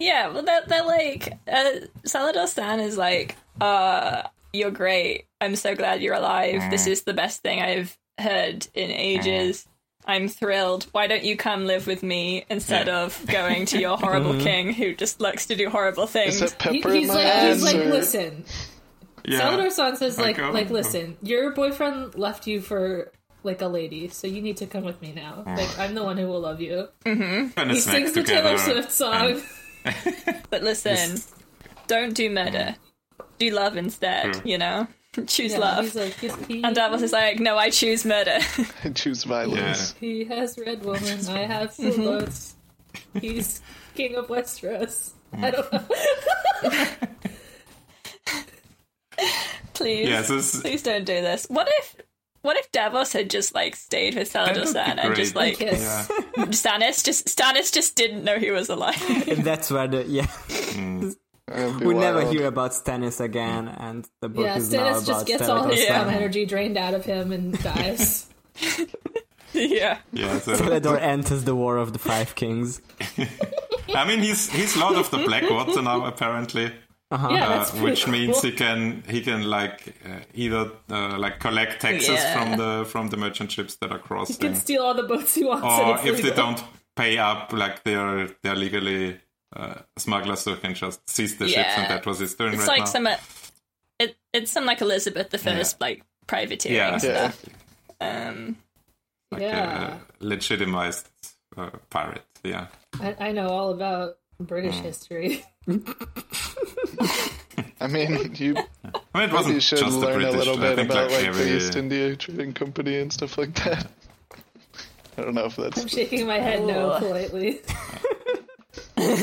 Speaker 1: Yeah, well, they're, they're like, uh, Salador Stan is like, uh, you're great. I'm so glad you're alive. This is the best thing I've heard in ages. I'm thrilled. Why don't you come live with me instead
Speaker 4: Yeah. Mm-hmm.
Speaker 1: of going to your horrible king who just likes to do horrible
Speaker 3: Is
Speaker 1: things?
Speaker 3: it
Speaker 2: He-
Speaker 3: pepper in
Speaker 2: he's
Speaker 3: my
Speaker 2: like,
Speaker 3: ass
Speaker 2: he's like,
Speaker 3: or-
Speaker 2: listen.
Speaker 4: yeah.
Speaker 2: Salvador San says, like,
Speaker 4: Like, oh.
Speaker 2: like, listen, your boyfriend left you for like a lady, so you need to come with me now. Like, I'm the one who will love you.
Speaker 4: Open a
Speaker 2: He
Speaker 4: snack
Speaker 2: sings the
Speaker 4: Oh. together
Speaker 2: Taylor Swift song.
Speaker 4: and-
Speaker 1: but listen, don't do murder. Do love instead,
Speaker 4: True.
Speaker 1: you know? Choose
Speaker 2: Yeah,
Speaker 1: love.
Speaker 2: He's like, he's, he,
Speaker 1: and Davos is like, no, I choose murder.
Speaker 3: I choose violence.
Speaker 2: he has red woman. I have Sulos. he's king of Westeros.
Speaker 4: Mm-hmm.
Speaker 2: I don't know.
Speaker 1: please.
Speaker 4: Yeah, so it's-
Speaker 1: please don't do this. What if what if Davos had just like stayed with Salador
Speaker 4: would be
Speaker 1: Stan and just
Speaker 4: great.
Speaker 1: like
Speaker 2: Kiss.
Speaker 4: yeah.
Speaker 1: Stannis just Stannis just didn't know he was alive.
Speaker 5: And that's where the yeah
Speaker 3: That'd be
Speaker 5: we never
Speaker 3: wild.
Speaker 5: hear about Stannis again, and the book
Speaker 2: Yeah,
Speaker 5: is now
Speaker 2: Stannis
Speaker 5: about
Speaker 2: just gets all his
Speaker 5: Teledor
Speaker 1: Yeah.
Speaker 2: dumb energy drained out of him and dies.
Speaker 1: yeah.
Speaker 4: Yeah, so-
Speaker 5: Stan. Teledor enters the War of the Five Kings.
Speaker 4: I mean, he's he's Lord of the Blackwater now, apparently,
Speaker 2: yeah,
Speaker 4: uh,
Speaker 2: that's pretty
Speaker 4: which means
Speaker 2: cool.
Speaker 4: he can he can like uh, either uh, like collect taxes
Speaker 1: Yeah.
Speaker 4: from the from the merchant ships that are
Speaker 2: he
Speaker 4: crossing,
Speaker 2: can steal all the boats he wants. and
Speaker 4: or
Speaker 2: it's
Speaker 4: if they
Speaker 2: legal.
Speaker 4: don't pay up, like they're they're legally uh, smugglers who can just seize the ships,
Speaker 1: Yeah.
Speaker 4: and that was his turn
Speaker 1: It's like
Speaker 4: right now.
Speaker 1: some uh, it it's some like Elizabeth the first like privateering
Speaker 4: yeah,
Speaker 3: Yeah.
Speaker 1: stuff. Um
Speaker 4: like
Speaker 2: Yeah.
Speaker 4: a legitimized uh, pirate. Yeah,
Speaker 2: I, I know all about British
Speaker 4: Mm.
Speaker 2: history.
Speaker 3: I mean, you
Speaker 4: I mean, it
Speaker 3: probably
Speaker 4: wasn't
Speaker 3: should
Speaker 4: just the
Speaker 3: learn
Speaker 4: British.
Speaker 3: a little
Speaker 4: I
Speaker 3: bit
Speaker 4: think
Speaker 3: about like,
Speaker 4: every,
Speaker 3: the East India Trading Company and stuff like that. I don't know if that's
Speaker 2: I'm shaking my head no politely.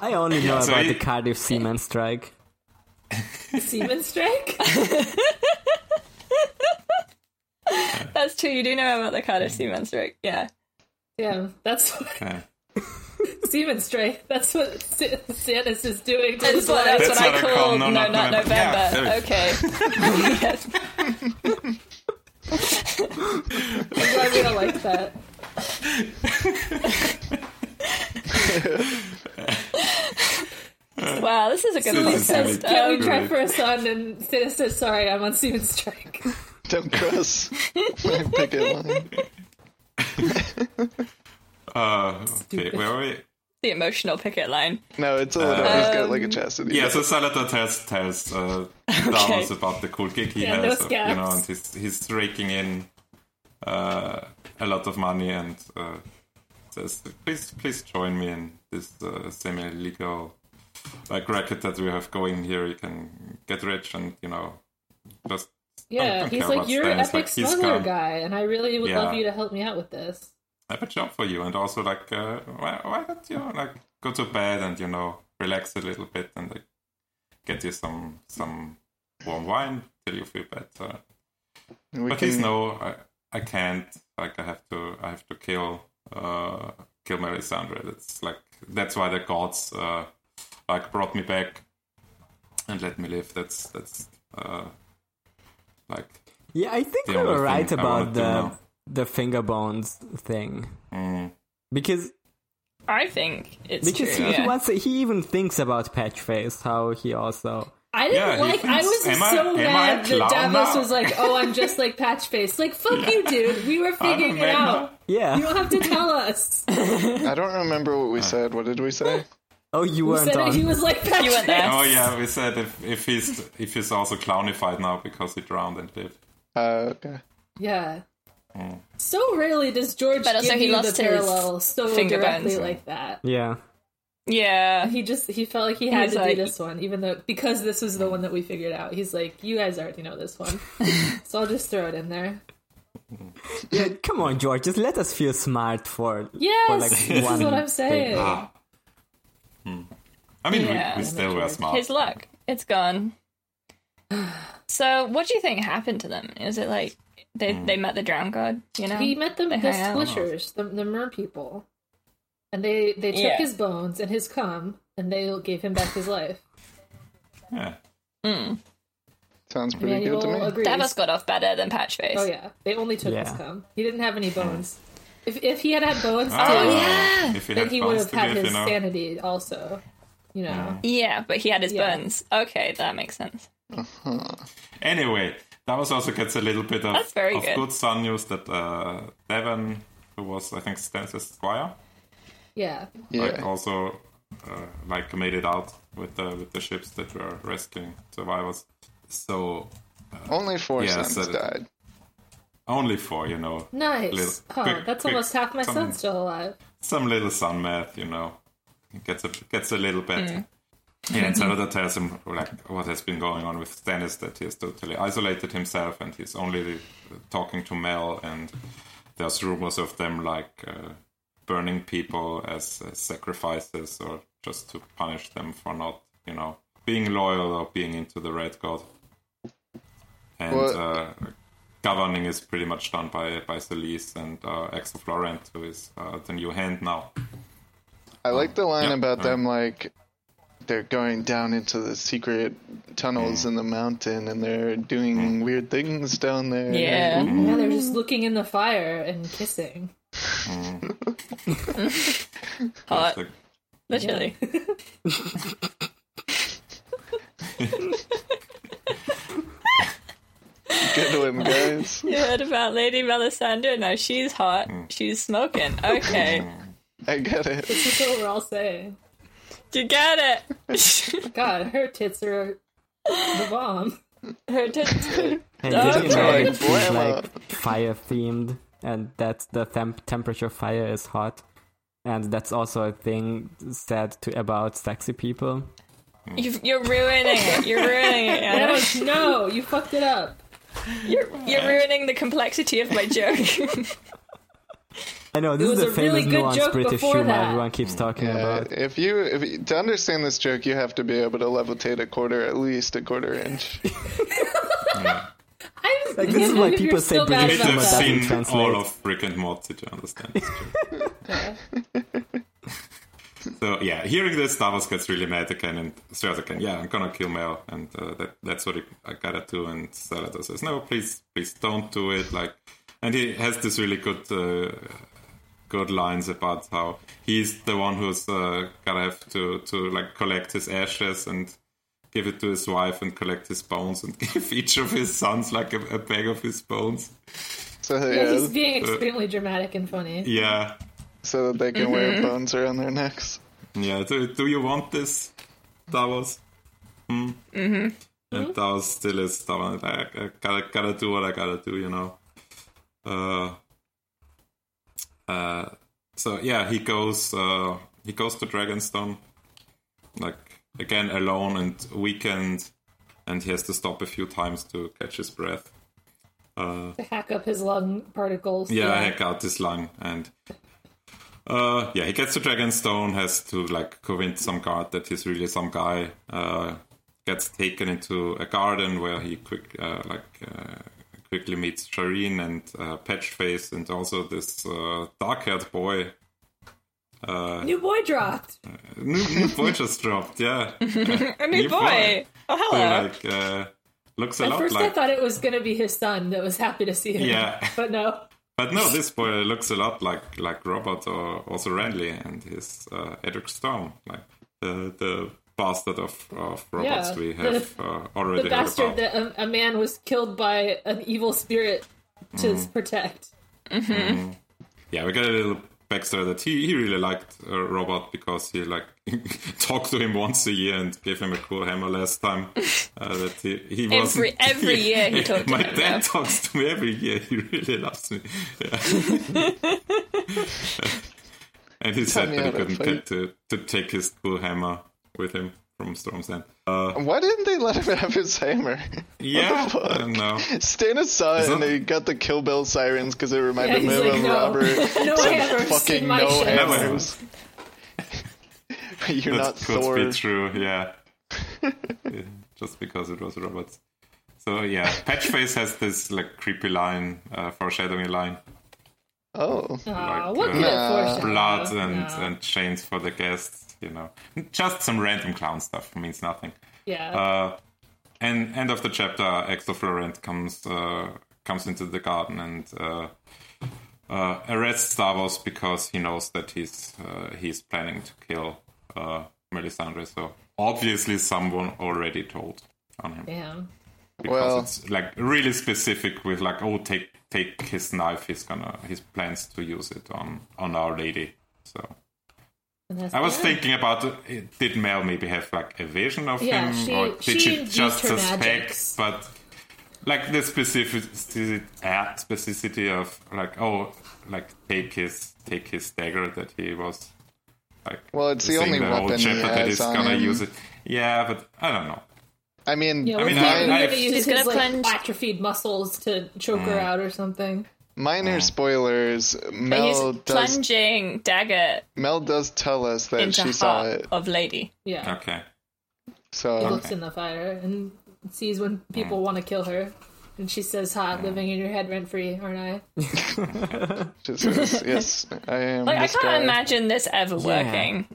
Speaker 5: I only know
Speaker 4: so
Speaker 5: about
Speaker 4: he-
Speaker 5: the Cardiff Seaman Strike.
Speaker 2: Seaman strike?
Speaker 1: that's true, you do know about the Cardiff
Speaker 4: Mm.
Speaker 1: Seaman strike. Yeah.
Speaker 2: Damn, that's
Speaker 4: Yeah.
Speaker 2: Seaman strike. That's what Sa- Santa's is doing. To
Speaker 1: That's
Speaker 2: his
Speaker 1: what,
Speaker 2: wife.
Speaker 1: that's
Speaker 4: That's
Speaker 1: what I
Speaker 4: what I
Speaker 1: call,
Speaker 4: call
Speaker 1: no,
Speaker 4: No
Speaker 1: not
Speaker 4: Not
Speaker 1: November.
Speaker 4: November. Yeah, there it is.
Speaker 1: okay. Yes.
Speaker 2: I'm glad we don't like that.
Speaker 1: Wow, this is a good
Speaker 4: So
Speaker 2: He
Speaker 4: it's
Speaker 1: podcast.
Speaker 2: says,
Speaker 4: Seaman
Speaker 2: "Can we try
Speaker 4: strike.
Speaker 2: for a son?" And Santa says, "Sorry, I'm on Seaman strike."
Speaker 3: don't cross my
Speaker 1: um,
Speaker 3: picket line.
Speaker 4: Uh, okay, where are we?
Speaker 1: the emotional picket line.
Speaker 3: No, it's a little. he's got like a chastity.
Speaker 4: Yeah, so Salata tells tells uh, Davos about the cool gig he
Speaker 2: Yeah,
Speaker 4: has,
Speaker 2: those
Speaker 4: uh, you know,
Speaker 2: gaps.
Speaker 4: and he's he's raking in uh, a lot of money and uh, says, "Please, please join me in this uh, semi-legal like racket that we have going here. You can get rich and you know, just I
Speaker 2: Yeah,
Speaker 4: Oh, don't
Speaker 2: he's
Speaker 4: care
Speaker 2: like,
Speaker 4: about
Speaker 2: "You're an
Speaker 4: Stannis, like,
Speaker 2: epic
Speaker 4: he's
Speaker 2: smuggler
Speaker 4: gone.
Speaker 2: guy, and I really would
Speaker 4: Yeah.
Speaker 2: love you to help me out with this."
Speaker 4: I have a job for you." And also, like, uh, why, why don't you like go to bed and you know relax a little bit and like get you some some warm wine till you feel better.
Speaker 3: we
Speaker 4: But please
Speaker 3: can
Speaker 4: no, I, I can't. Like I have to, I have to kill, uh, kill Melisandre. That's like that's why the gods, uh, like brought me back and let me live. That's that's uh, like
Speaker 5: Yeah, I think
Speaker 4: The
Speaker 5: we
Speaker 4: only
Speaker 5: were
Speaker 4: thing
Speaker 5: right
Speaker 4: I
Speaker 5: about
Speaker 4: wanted to
Speaker 5: the
Speaker 4: know.
Speaker 5: the finger bones thing
Speaker 4: mm.
Speaker 5: because
Speaker 1: I think it's
Speaker 5: because
Speaker 1: true.
Speaker 5: he
Speaker 1: yeah.
Speaker 5: wants he even thinks about Patchface how he also
Speaker 2: I didn't
Speaker 4: Yeah, he
Speaker 2: like. I was
Speaker 4: thinks, "Am I-
Speaker 2: so
Speaker 4: am I a
Speaker 2: mad that
Speaker 4: clown
Speaker 2: Davos
Speaker 4: now?"
Speaker 2: was like, "Oh, I'm just like Patch Face." Like, fuck you, dude. We were figuring it
Speaker 4: man
Speaker 2: out.
Speaker 4: now.
Speaker 5: yeah
Speaker 2: You don't have to tell us.
Speaker 3: I don't remember what we said. What did we say?
Speaker 5: oh you
Speaker 2: He
Speaker 5: weren't
Speaker 2: said
Speaker 5: on
Speaker 2: that he was like Patch
Speaker 1: You went there.
Speaker 4: Oh yeah, we said if if he's if he's also clownified now because he drowned and lived.
Speaker 3: Uh, okay.
Speaker 2: Yeah.
Speaker 4: Mm.
Speaker 2: So rarely does George
Speaker 1: But also
Speaker 2: give
Speaker 1: he
Speaker 2: you
Speaker 1: lost
Speaker 2: the
Speaker 1: his
Speaker 2: parallel so
Speaker 1: finger
Speaker 2: directly
Speaker 1: bones.
Speaker 2: like that.
Speaker 5: yeah
Speaker 1: yeah.
Speaker 2: He just he felt like he had
Speaker 1: He's
Speaker 2: to
Speaker 1: like-
Speaker 2: do this one, even though because this was the one that we figured out. He's like, you guys already know this one, so I'll just throw it in there.
Speaker 5: yeah come on George just let us feel smart for
Speaker 2: Yes,
Speaker 5: like,
Speaker 2: this is
Speaker 5: one
Speaker 2: what I'm
Speaker 5: thing.
Speaker 2: saying.
Speaker 4: Ah. Hmm. I mean,
Speaker 1: Yeah.
Speaker 4: we, we still were smart.
Speaker 1: His luck. It's gone. So what do you think happened to them? Is it like they
Speaker 4: Hmm.
Speaker 1: they met the drowned god, you know?
Speaker 2: He met them, the
Speaker 1: They hang out.
Speaker 2: squishers, the, the mer people, and they they took
Speaker 1: Yeah.
Speaker 2: his bones and his cum, and they gave him back his life.
Speaker 4: Yeah.
Speaker 1: Hmm.
Speaker 3: Sounds pretty good to
Speaker 2: Manuel
Speaker 3: me.
Speaker 2: agrees.
Speaker 1: Davos got off better than Patchface.
Speaker 2: Oh yeah, they only took his
Speaker 5: Yeah.
Speaker 2: cum. He didn't have any bones. If, if he had had Bowen's
Speaker 4: Ah,
Speaker 2: too,
Speaker 4: If he
Speaker 2: Oh, then
Speaker 4: had
Speaker 2: he would
Speaker 4: funds
Speaker 2: have
Speaker 4: to
Speaker 2: had
Speaker 4: give,
Speaker 2: his
Speaker 4: you know.
Speaker 2: sanity also. You know,
Speaker 1: Yeah, but he had his
Speaker 2: Yeah.
Speaker 1: burns. Okay, that makes sense.
Speaker 4: Anyway, Davos also gets a little bit of,
Speaker 1: That's very
Speaker 4: of
Speaker 1: good.
Speaker 4: good sun news that uh, Devon, who was, I think, Stance's squire,
Speaker 2: yeah.
Speaker 4: like
Speaker 3: Yeah.
Speaker 4: also uh, like made it out with the with the ships that were rescuing survivors. So
Speaker 3: Only four
Speaker 4: Yeah,
Speaker 3: sons
Speaker 4: so-
Speaker 3: died.
Speaker 4: only for you know
Speaker 2: Nice.
Speaker 4: Little-
Speaker 2: oh,
Speaker 4: quick-
Speaker 2: that's
Speaker 4: quick-
Speaker 2: almost half my
Speaker 4: some-
Speaker 2: son's still alive.
Speaker 4: some little sun math, you know, gets a gets a little better. Yeah, and Sarada tells him like what has been going on with Stannis that he has totally isolated himself and he's only uh, talking to Mel and there's rumors of them like uh, burning people as, as sacrifices or just to punish them for not you know being loyal or being into the Red God. And
Speaker 3: Well-
Speaker 4: uh, governing is pretty much done by by Solis and uh, Axel Florent, who is uh, the new hand now.
Speaker 3: I like the line
Speaker 4: yeah,
Speaker 3: about
Speaker 4: alright.
Speaker 3: them like they're going down into the secret tunnels
Speaker 4: Mm.
Speaker 3: in the mountain and they're doing weird things down there.
Speaker 1: Yeah.
Speaker 2: Yeah, they're just looking in the fire and kissing.
Speaker 4: Mm,
Speaker 1: Hot.
Speaker 4: Like,
Speaker 1: Literally.
Speaker 3: Good one, guys.
Speaker 1: You heard about Lady Melisandre? Now she's hot.
Speaker 4: Hmm.
Speaker 1: She's smoking. Okay.
Speaker 3: I get it.
Speaker 2: That's what we're all saying.
Speaker 1: You get it.
Speaker 2: God, her tits are the bomb.
Speaker 1: Her tits are
Speaker 5: And did you know
Speaker 1: Okay.
Speaker 5: it is
Speaker 3: Boil
Speaker 5: like
Speaker 3: up.
Speaker 5: fire themed, and that the temp- temperature fire is hot, and that's also a thing said to about sexy people.
Speaker 1: You've, you're ruining it. You're ruining it. Anna.
Speaker 2: Yes, no, you fucked it up.
Speaker 1: You're, you're ruining the complexity of my joke.
Speaker 5: I know this
Speaker 2: was
Speaker 5: is the
Speaker 2: a really
Speaker 5: famous
Speaker 2: good
Speaker 5: nuanced
Speaker 2: joke
Speaker 5: British
Speaker 2: before
Speaker 5: humor
Speaker 2: that.
Speaker 5: everyone keeps talking
Speaker 3: Uh,
Speaker 5: about.
Speaker 3: if you if you- to understand this joke, you have to be able to levitate a quarter, at least a quarter inch.
Speaker 2: I'm
Speaker 5: Like, this is why
Speaker 2: you're
Speaker 5: people say
Speaker 2: so bad
Speaker 5: British
Speaker 4: Need to
Speaker 5: humor
Speaker 2: about that.
Speaker 4: have
Speaker 5: doesn't
Speaker 4: seen all
Speaker 5: translate.
Speaker 4: of Rick and Morty to understand this joke. So yeah, hearing this, Davos gets really mad again, and says again, "Yeah, I'm gonna kill Mel," and uh, that, that's what I gotta do. And Salado says, "No, please, please don't do it." Like, and he has this really good, uh, good lines about how he's the one who's uh, gotta have to to like collect his ashes and give it to his wife and collect his bones and give each of his sons like a, a bag of his bones.
Speaker 3: So
Speaker 2: Yeah,
Speaker 3: yeah,
Speaker 2: he's being extremely dramatic and funny.
Speaker 4: Yeah,
Speaker 3: so that they can
Speaker 2: Mm-hmm.
Speaker 3: wear bones around their necks.
Speaker 4: Yeah, do, do you want this, Davos? Hmm. Mm-hmm. And Davos still is stubborn. Like, I, I gotta, gotta do what I gotta do, you know. Uh, uh, so yeah, he goes. Uh, he goes to Dragonstone, like again alone and weakened, and he has to stop a few times to catch his breath. Uh,
Speaker 2: To hack up his lung particles.
Speaker 4: yeah, I hack out this lung and uh yeah, he gets to Dragonstone, has to like convince some guard that he's really some guy, uh gets taken into a garden where he quick uh, like uh, quickly meets Shireen and uh, Patchface and also this uh, dark-haired boy
Speaker 2: New boy dropped.
Speaker 4: new, new boy just dropped, yeah.
Speaker 1: I mean,
Speaker 4: You
Speaker 1: boy.
Speaker 4: boy.
Speaker 1: Oh,
Speaker 4: Who,
Speaker 1: hello.
Speaker 4: like uh, looks a
Speaker 2: At
Speaker 4: lot
Speaker 2: first, I
Speaker 4: like
Speaker 2: thought it was going to be his son that was happy to see him.
Speaker 4: Yeah.
Speaker 2: But no.
Speaker 4: But no, this boy looks a lot like like Robert or also Renly and his uh, Edric Storm, like the the bastard of, of robots
Speaker 2: Yeah,
Speaker 4: we
Speaker 2: the-
Speaker 4: have uh,
Speaker 2: The
Speaker 4: already heard
Speaker 2: bastard
Speaker 4: about.
Speaker 2: that um, a, a man was killed by an evil spirit to
Speaker 4: Mm.
Speaker 2: protect.
Speaker 4: Yeah, we get a little backstory that he, he really liked uh, Robot because he like talked to him once a year and gave him a cool hammer last time. Uh, that he, he was
Speaker 1: Every- every year he talked to
Speaker 4: My
Speaker 1: him,
Speaker 4: dad
Speaker 1: yeah.
Speaker 4: talks to me every year. He really loves me. Yeah. and he said
Speaker 3: me
Speaker 4: that
Speaker 3: how
Speaker 4: he
Speaker 3: to
Speaker 4: couldn't
Speaker 3: fight.
Speaker 4: get to, to take his cool hammer with him from Storm's End. Uh,
Speaker 3: Why didn't they let him have his hammer?
Speaker 4: yeah,
Speaker 3: fuck?
Speaker 4: I don't know.
Speaker 3: Stannis saw it
Speaker 4: that-
Speaker 3: and he got the Kill Bill sirens because it reminded
Speaker 2: Yeah, he's
Speaker 3: him
Speaker 2: like,
Speaker 3: of
Speaker 2: "No.
Speaker 3: Robert.
Speaker 2: No hammers.
Speaker 3: fucking
Speaker 2: in my
Speaker 3: no
Speaker 2: shit.
Speaker 4: hammer.
Speaker 3: hammers. You're
Speaker 4: That
Speaker 3: not
Speaker 4: could
Speaker 3: Thor.
Speaker 4: be true, yeah. Yeah, Just because it was robots. So yeah, Patchface has this like creepy line, uh, foreshadowing line,
Speaker 3: Oh,
Speaker 2: Aw,
Speaker 4: Like,
Speaker 2: what
Speaker 4: uh,
Speaker 2: could it foreshadow?
Speaker 4: blood
Speaker 2: Uh-huh.
Speaker 4: and,
Speaker 2: No.
Speaker 4: and chains for the guests, you know, just some random clown stuff means nothing.
Speaker 2: yeah.
Speaker 4: Uh, and end of the chapter, Exo Florent comes uh, comes into the garden and uh, uh, arrests Davos because he knows that he's uh, he's planning to kill uh, Melisandre. So obviously, someone already told on him
Speaker 2: Damn.
Speaker 4: because
Speaker 3: Well-
Speaker 4: it's like really specific with like, oh, take take his knife. He's gonna he plans to use it on on Our Lady. So
Speaker 2: And that's
Speaker 4: I was
Speaker 2: bad.
Speaker 4: thinking about uh, it, did Mel maybe have like a vision of
Speaker 2: Yeah,
Speaker 4: him,
Speaker 2: she-
Speaker 4: or did
Speaker 2: she
Speaker 4: she,
Speaker 2: used
Speaker 4: just
Speaker 2: her
Speaker 4: suspect?
Speaker 2: magics.
Speaker 4: But like the specificity, uh, specificity of like oh, like take his take his dagger that he was like.
Speaker 3: Well, it's the only
Speaker 4: saying old
Speaker 3: weapon he
Speaker 4: shepherd that
Speaker 3: has
Speaker 4: he's
Speaker 3: on
Speaker 4: gonna
Speaker 3: him.
Speaker 4: use it. Yeah, but I don't know.
Speaker 3: I mean,
Speaker 2: Yeah,
Speaker 4: I
Speaker 2: we're
Speaker 4: mean,
Speaker 2: probably
Speaker 4: I-
Speaker 2: gonna
Speaker 4: I-
Speaker 2: use
Speaker 1: She's
Speaker 2: his
Speaker 1: gonna
Speaker 2: like,
Speaker 1: plunge-
Speaker 2: atrophied muscles to choke
Speaker 4: Mm.
Speaker 2: her out or something.
Speaker 3: minor spoilers. Mel
Speaker 1: He's
Speaker 3: does
Speaker 1: plunging dagger
Speaker 3: Mel does tell us that
Speaker 1: into
Speaker 3: she saw
Speaker 1: heart
Speaker 3: it.
Speaker 1: of lady.
Speaker 2: Yeah,
Speaker 4: Okay,
Speaker 3: So
Speaker 2: She looks in the fire and sees when people want to kill her, and she says, "Hot, living in your head rent free, aren't I?"
Speaker 3: she says, "Yes, I am."
Speaker 1: Like I
Speaker 3: this
Speaker 1: can't
Speaker 3: guy."
Speaker 1: imagine this ever working.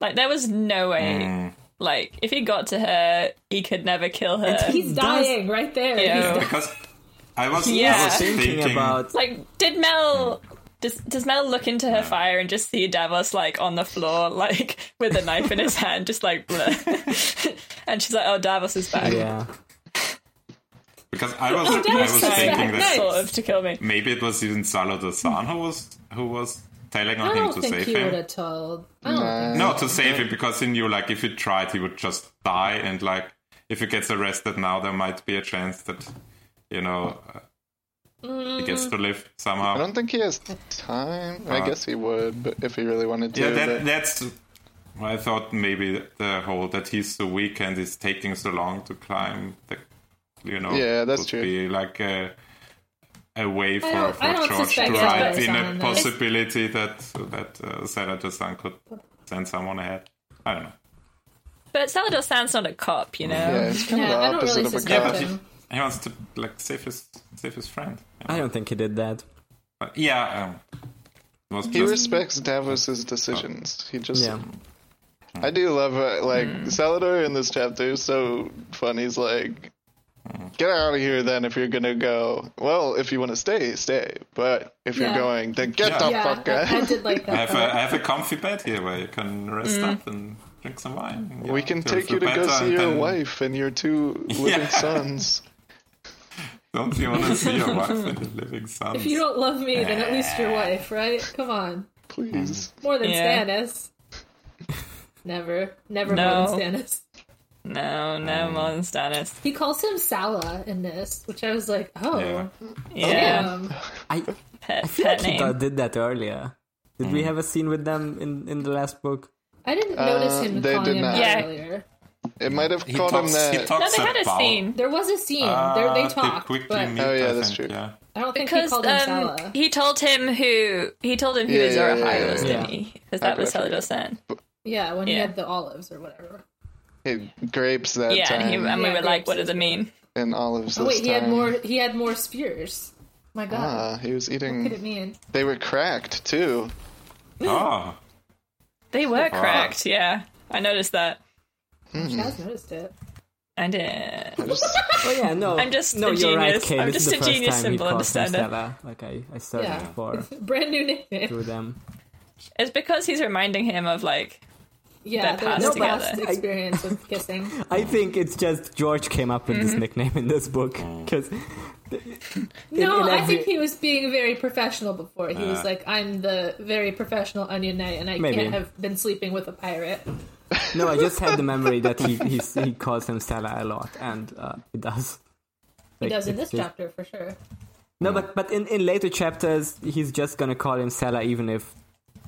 Speaker 1: Like there was no way.
Speaker 4: Mm.
Speaker 1: Like if he got to her, he could never kill her.
Speaker 2: He's dying right there.
Speaker 1: You
Speaker 2: He's
Speaker 1: know?
Speaker 4: because I was
Speaker 1: Yeah.
Speaker 4: I was
Speaker 5: Thinking about
Speaker 1: Like, did Mel?
Speaker 4: Hmm.
Speaker 1: Does, does Mel look into her fire and just see Davos like on the floor, like with a knife in his hand, just like, bleh. and she's like, "Oh, Davos is back."
Speaker 5: yeah,
Speaker 4: because I was
Speaker 1: Oh,
Speaker 4: I
Speaker 1: Davos
Speaker 4: was
Speaker 1: is
Speaker 4: thinking
Speaker 1: back,
Speaker 4: that
Speaker 1: sort of to kill me.
Speaker 4: maybe it was even Salazar who was who was telling on
Speaker 2: I
Speaker 4: him
Speaker 2: don't
Speaker 4: to
Speaker 2: think
Speaker 4: save
Speaker 2: he
Speaker 4: him.
Speaker 2: would have told. I don't think.
Speaker 3: Uh,
Speaker 4: No, to save him because he knew like if he tried, he would just die, and like if he gets arrested now, there might be a chance that you know uh, he
Speaker 2: mm,
Speaker 4: gets
Speaker 3: Mm.
Speaker 4: to live
Speaker 3: I
Speaker 4: somehow.
Speaker 3: don't think he has
Speaker 2: Uh,
Speaker 3: time. I guess he would, but if he really wanted to.
Speaker 4: uh, Yeah,
Speaker 3: but-
Speaker 4: that, that's. I thought maybe the whole that he's so weak and it's taking so long to climb the, you know,
Speaker 3: Yeah, that's
Speaker 4: would
Speaker 3: true.
Speaker 4: be like a, a way for,
Speaker 2: don't- I
Speaker 4: for
Speaker 2: don't
Speaker 4: George to
Speaker 2: suspect that's
Speaker 4: ride
Speaker 2: what
Speaker 4: in
Speaker 2: it's on
Speaker 4: a
Speaker 2: there.
Speaker 4: possibility that that uh, Senator Sun could send someone ahead. I don't know.
Speaker 1: But Salador sounds not a cop, you know.
Speaker 3: yeah, it's kind
Speaker 2: Yeah, I don't
Speaker 3: of the opposite
Speaker 2: really
Speaker 3: of a
Speaker 2: suspect
Speaker 4: Yeah,
Speaker 3: cop.
Speaker 4: but he,
Speaker 2: him.
Speaker 4: he wants to like save his save his friend.
Speaker 5: I don't think he did that.
Speaker 4: But yeah, um, was
Speaker 3: He
Speaker 4: just- Oh.
Speaker 3: respects Davos's decisions. He just.
Speaker 5: Yeah,
Speaker 3: I do love uh, like
Speaker 4: Hmm.
Speaker 3: Salador in this chapter is so fun. He's like,
Speaker 4: mm.
Speaker 3: "Get out of here, then! If you're gonna go, well, if you want to stay, stay. But if
Speaker 2: Yeah.
Speaker 3: you're going, then get
Speaker 4: Yeah.
Speaker 3: the
Speaker 2: Yeah,
Speaker 3: fuck
Speaker 2: I, I
Speaker 3: out."
Speaker 2: did like
Speaker 4: I
Speaker 2: that.
Speaker 4: have a I have a comfy bed here where you can rest
Speaker 1: Mm.
Speaker 4: up and drink some wine. and, you
Speaker 3: We
Speaker 4: know,
Speaker 3: can
Speaker 4: feel-
Speaker 3: take you to
Speaker 4: feel
Speaker 3: go
Speaker 4: better
Speaker 3: see
Speaker 4: and
Speaker 3: your
Speaker 4: then-
Speaker 3: wife and your two living
Speaker 4: Yeah.
Speaker 3: sons.
Speaker 4: Don't you want to see your wife and the living sons?
Speaker 2: If you don't love me, then at least your wife, right? Come on,
Speaker 3: Please,
Speaker 2: more than
Speaker 1: Yeah.
Speaker 2: Stannis. Never, never
Speaker 1: No.
Speaker 2: more than Stannis.
Speaker 1: No, no,
Speaker 3: Um,
Speaker 1: more than Stannis.
Speaker 2: He calls him Sala in this, which I was like, oh,
Speaker 4: Yeah.
Speaker 1: Yeah,
Speaker 2: damn.
Speaker 5: I
Speaker 1: pet,
Speaker 5: feel like
Speaker 1: pet
Speaker 5: he
Speaker 1: name.
Speaker 5: did that earlier. Did we have a scene with them in in the last book?
Speaker 2: I didn't notice him
Speaker 3: they
Speaker 2: calling
Speaker 3: did
Speaker 2: him
Speaker 3: not.
Speaker 2: that
Speaker 1: Yeah.
Speaker 2: earlier.
Speaker 3: it might have
Speaker 4: Hmm. he
Speaker 3: called
Speaker 4: talks,
Speaker 3: him that.
Speaker 4: He talks
Speaker 1: No, they had a
Speaker 4: about,
Speaker 1: scene
Speaker 2: There was a scene.
Speaker 4: uh,
Speaker 2: there they
Speaker 4: they
Speaker 2: talked,
Speaker 4: quickly
Speaker 2: but
Speaker 4: meet,
Speaker 3: Oh, yeah,
Speaker 4: I
Speaker 3: that's true.
Speaker 4: think, Yeah.
Speaker 2: I don't think
Speaker 1: because
Speaker 2: he called him
Speaker 1: um,
Speaker 2: Sala.
Speaker 1: he told him who he told him who
Speaker 3: Yeah,
Speaker 1: yeah, Azor
Speaker 3: yeah, yeah,
Speaker 1: Ahai
Speaker 3: yeah,
Speaker 1: was,
Speaker 5: yeah.
Speaker 1: didn't he? Because that
Speaker 3: Okay,
Speaker 1: was
Speaker 3: I forget.
Speaker 1: Salador San.
Speaker 2: yeah, when he
Speaker 1: yeah.
Speaker 2: had the olives or whatever.
Speaker 3: Hey, grapes that
Speaker 1: Yeah,
Speaker 3: time
Speaker 1: and, he, and we
Speaker 2: Yeah,
Speaker 1: were like,
Speaker 2: grapes
Speaker 1: "What does
Speaker 2: is
Speaker 1: it mean?"
Speaker 3: and olives.
Speaker 2: Oh
Speaker 3: this
Speaker 2: wait, he had
Speaker 3: time.
Speaker 2: more. He had more spears. My God,
Speaker 3: Ah, he was
Speaker 2: what could it
Speaker 3: eating.
Speaker 2: mean?
Speaker 3: They were cracked too.
Speaker 4: Oh,
Speaker 1: They were cracked. Yeah, I noticed that.
Speaker 3: Hmm.
Speaker 2: Chaz noticed it.
Speaker 1: I did.
Speaker 5: Oh yeah, no.
Speaker 1: I'm just
Speaker 5: no,
Speaker 1: a
Speaker 5: you're right,
Speaker 1: genius.
Speaker 5: Kay.
Speaker 1: I'm
Speaker 5: This
Speaker 1: just
Speaker 5: is the
Speaker 1: a
Speaker 5: first
Speaker 1: genius
Speaker 5: time we
Speaker 1: symbol
Speaker 5: caught some
Speaker 1: understander.
Speaker 5: Stella. Like I, I searched
Speaker 2: Yeah.
Speaker 5: for
Speaker 2: Brand new nickname.
Speaker 5: through them.
Speaker 1: It's because he's reminding him of like
Speaker 2: Yeah,
Speaker 1: That
Speaker 2: their
Speaker 1: passed
Speaker 2: their
Speaker 1: together.
Speaker 2: past
Speaker 5: I-
Speaker 2: experience with kissing.
Speaker 5: I think it's just George came up with
Speaker 1: Mm-hmm.
Speaker 5: this nickname in this book
Speaker 2: Mm.
Speaker 5: because
Speaker 2: No,
Speaker 5: in
Speaker 2: I
Speaker 5: every-
Speaker 2: think he was being very professional before. He was like, "I'm the very professional Onion Knight, and I
Speaker 5: Maybe.
Speaker 2: can't have been sleeping with a pirate."
Speaker 5: no, I just had the memory that he he, he calls him Stella a lot, and uh, he does.
Speaker 2: He does in this chapter for sure.
Speaker 5: No, but but in, in later chapters, he's just gonna call him Stella, even if,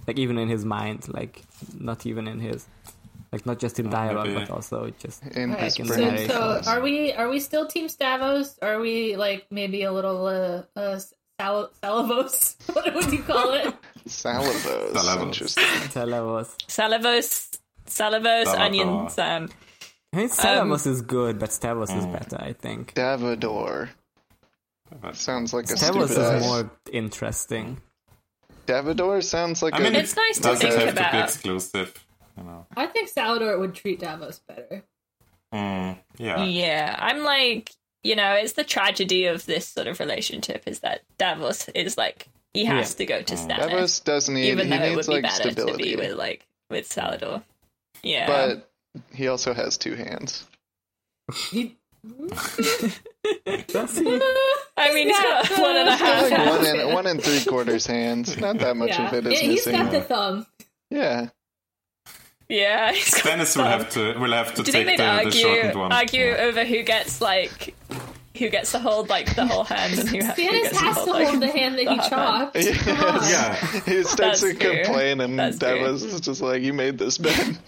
Speaker 5: like, even in his mind, like, not even in his, like, not just in dialogue,
Speaker 4: maybe.
Speaker 5: but also just
Speaker 3: In
Speaker 2: All right,
Speaker 3: his
Speaker 2: so,
Speaker 5: Chicken
Speaker 3: brain.
Speaker 5: Brunette.
Speaker 2: so
Speaker 5: sauce.
Speaker 2: are we are we still Team Stavos? Are we like maybe a little uh, uh sal- Salavos? what would you call it?
Speaker 3: Salivos.
Speaker 4: Salivos.
Speaker 3: Interesting.
Speaker 5: Stella was.
Speaker 1: Salavos, Salavos,
Speaker 4: Salavos.
Speaker 1: Onion Sam.
Speaker 5: I mean, Salavos is good, but Stavos is better, I think.
Speaker 3: Davador. Sounds like a
Speaker 5: Stavos
Speaker 3: stupid
Speaker 5: is
Speaker 3: ass.
Speaker 5: more interesting.
Speaker 3: Davador sounds like
Speaker 4: I mean,
Speaker 3: a
Speaker 1: It's nice to
Speaker 4: doesn't
Speaker 1: think
Speaker 4: have to be
Speaker 1: about.
Speaker 4: exclusive. You know.
Speaker 2: I think Salador would treat Davos better.
Speaker 4: Mm, yeah.
Speaker 1: Yeah, I'm like, you know, it's the tragedy of this sort of relationship is that Davos is like He has to go
Speaker 4: Mm.
Speaker 1: to Stannis,
Speaker 3: Davos does need
Speaker 1: even
Speaker 3: he
Speaker 1: though it would
Speaker 3: needs
Speaker 1: be
Speaker 3: like
Speaker 1: better
Speaker 3: stability,
Speaker 1: to be with like with
Speaker 4: Mm.
Speaker 1: Salador. Yeah,
Speaker 3: but he also has two hands.
Speaker 2: He,
Speaker 5: Does he?
Speaker 1: I mean, he's got one and a half.
Speaker 3: Like one and one and three quarters hands. Not that much
Speaker 2: yeah.
Speaker 3: of it is
Speaker 2: Yeah, he's
Speaker 3: missing.
Speaker 2: got the thumb.
Speaker 3: yeah,
Speaker 1: Yeah, he's got
Speaker 4: Dennis will have to will have to
Speaker 1: Do you
Speaker 4: take
Speaker 1: think
Speaker 4: the,
Speaker 1: they'd
Speaker 4: the
Speaker 1: argue
Speaker 4: shortened one.
Speaker 1: argue over who gets like who gets to hold like the whole hand and who, ha- who
Speaker 2: Stannis
Speaker 1: gets to
Speaker 2: has
Speaker 1: hold,
Speaker 2: to
Speaker 1: like,
Speaker 2: hold the hand that he
Speaker 1: half
Speaker 2: chopped.
Speaker 3: Yes.
Speaker 4: Yeah.
Speaker 3: He starts
Speaker 1: That's
Speaker 3: to
Speaker 1: true.
Speaker 3: complain, and
Speaker 1: That's true.
Speaker 3: Davos is just like, "You made this bed."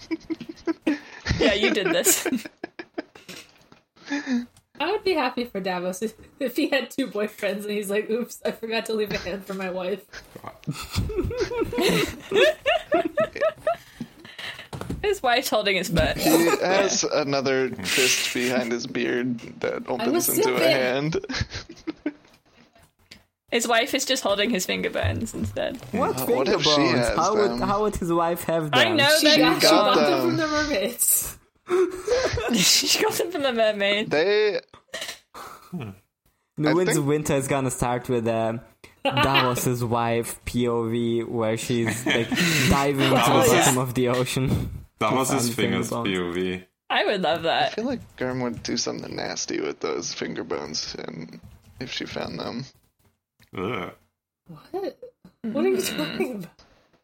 Speaker 1: yeah, you did this.
Speaker 2: I would be happy for Davos if, if he had two boyfriends and he's like, "Oops, I forgot to leave a hand for my wife."
Speaker 1: his wife's holding his butt.
Speaker 3: He has another fist behind his beard that opens
Speaker 2: was
Speaker 3: into a
Speaker 2: sipping.
Speaker 3: hand.
Speaker 1: His wife is just holding his finger burns instead.
Speaker 5: What
Speaker 3: What
Speaker 5: finger
Speaker 3: if she
Speaker 5: bones?
Speaker 3: has
Speaker 5: How would
Speaker 3: them?
Speaker 5: how would his wife have them?
Speaker 1: I know
Speaker 2: She
Speaker 1: that
Speaker 2: got, she got
Speaker 3: Oh, got
Speaker 2: them
Speaker 3: them.
Speaker 2: from the mermaids.
Speaker 1: she got them from a mermaid.
Speaker 3: They
Speaker 5: The
Speaker 3: I
Speaker 5: Winds
Speaker 3: think-
Speaker 5: of Winter is gonna start with um, Davos's wife POV, where she's like diving to the
Speaker 4: Davos is-
Speaker 5: bottom of the ocean.
Speaker 4: Davos's
Speaker 5: Found finger
Speaker 4: fingers
Speaker 5: bones.
Speaker 4: POV.
Speaker 1: I would love
Speaker 3: I
Speaker 1: that.
Speaker 3: feel like Garm would do something nasty with those finger bones, and if she found them,
Speaker 4: Ugh.
Speaker 2: What? What are you talking about?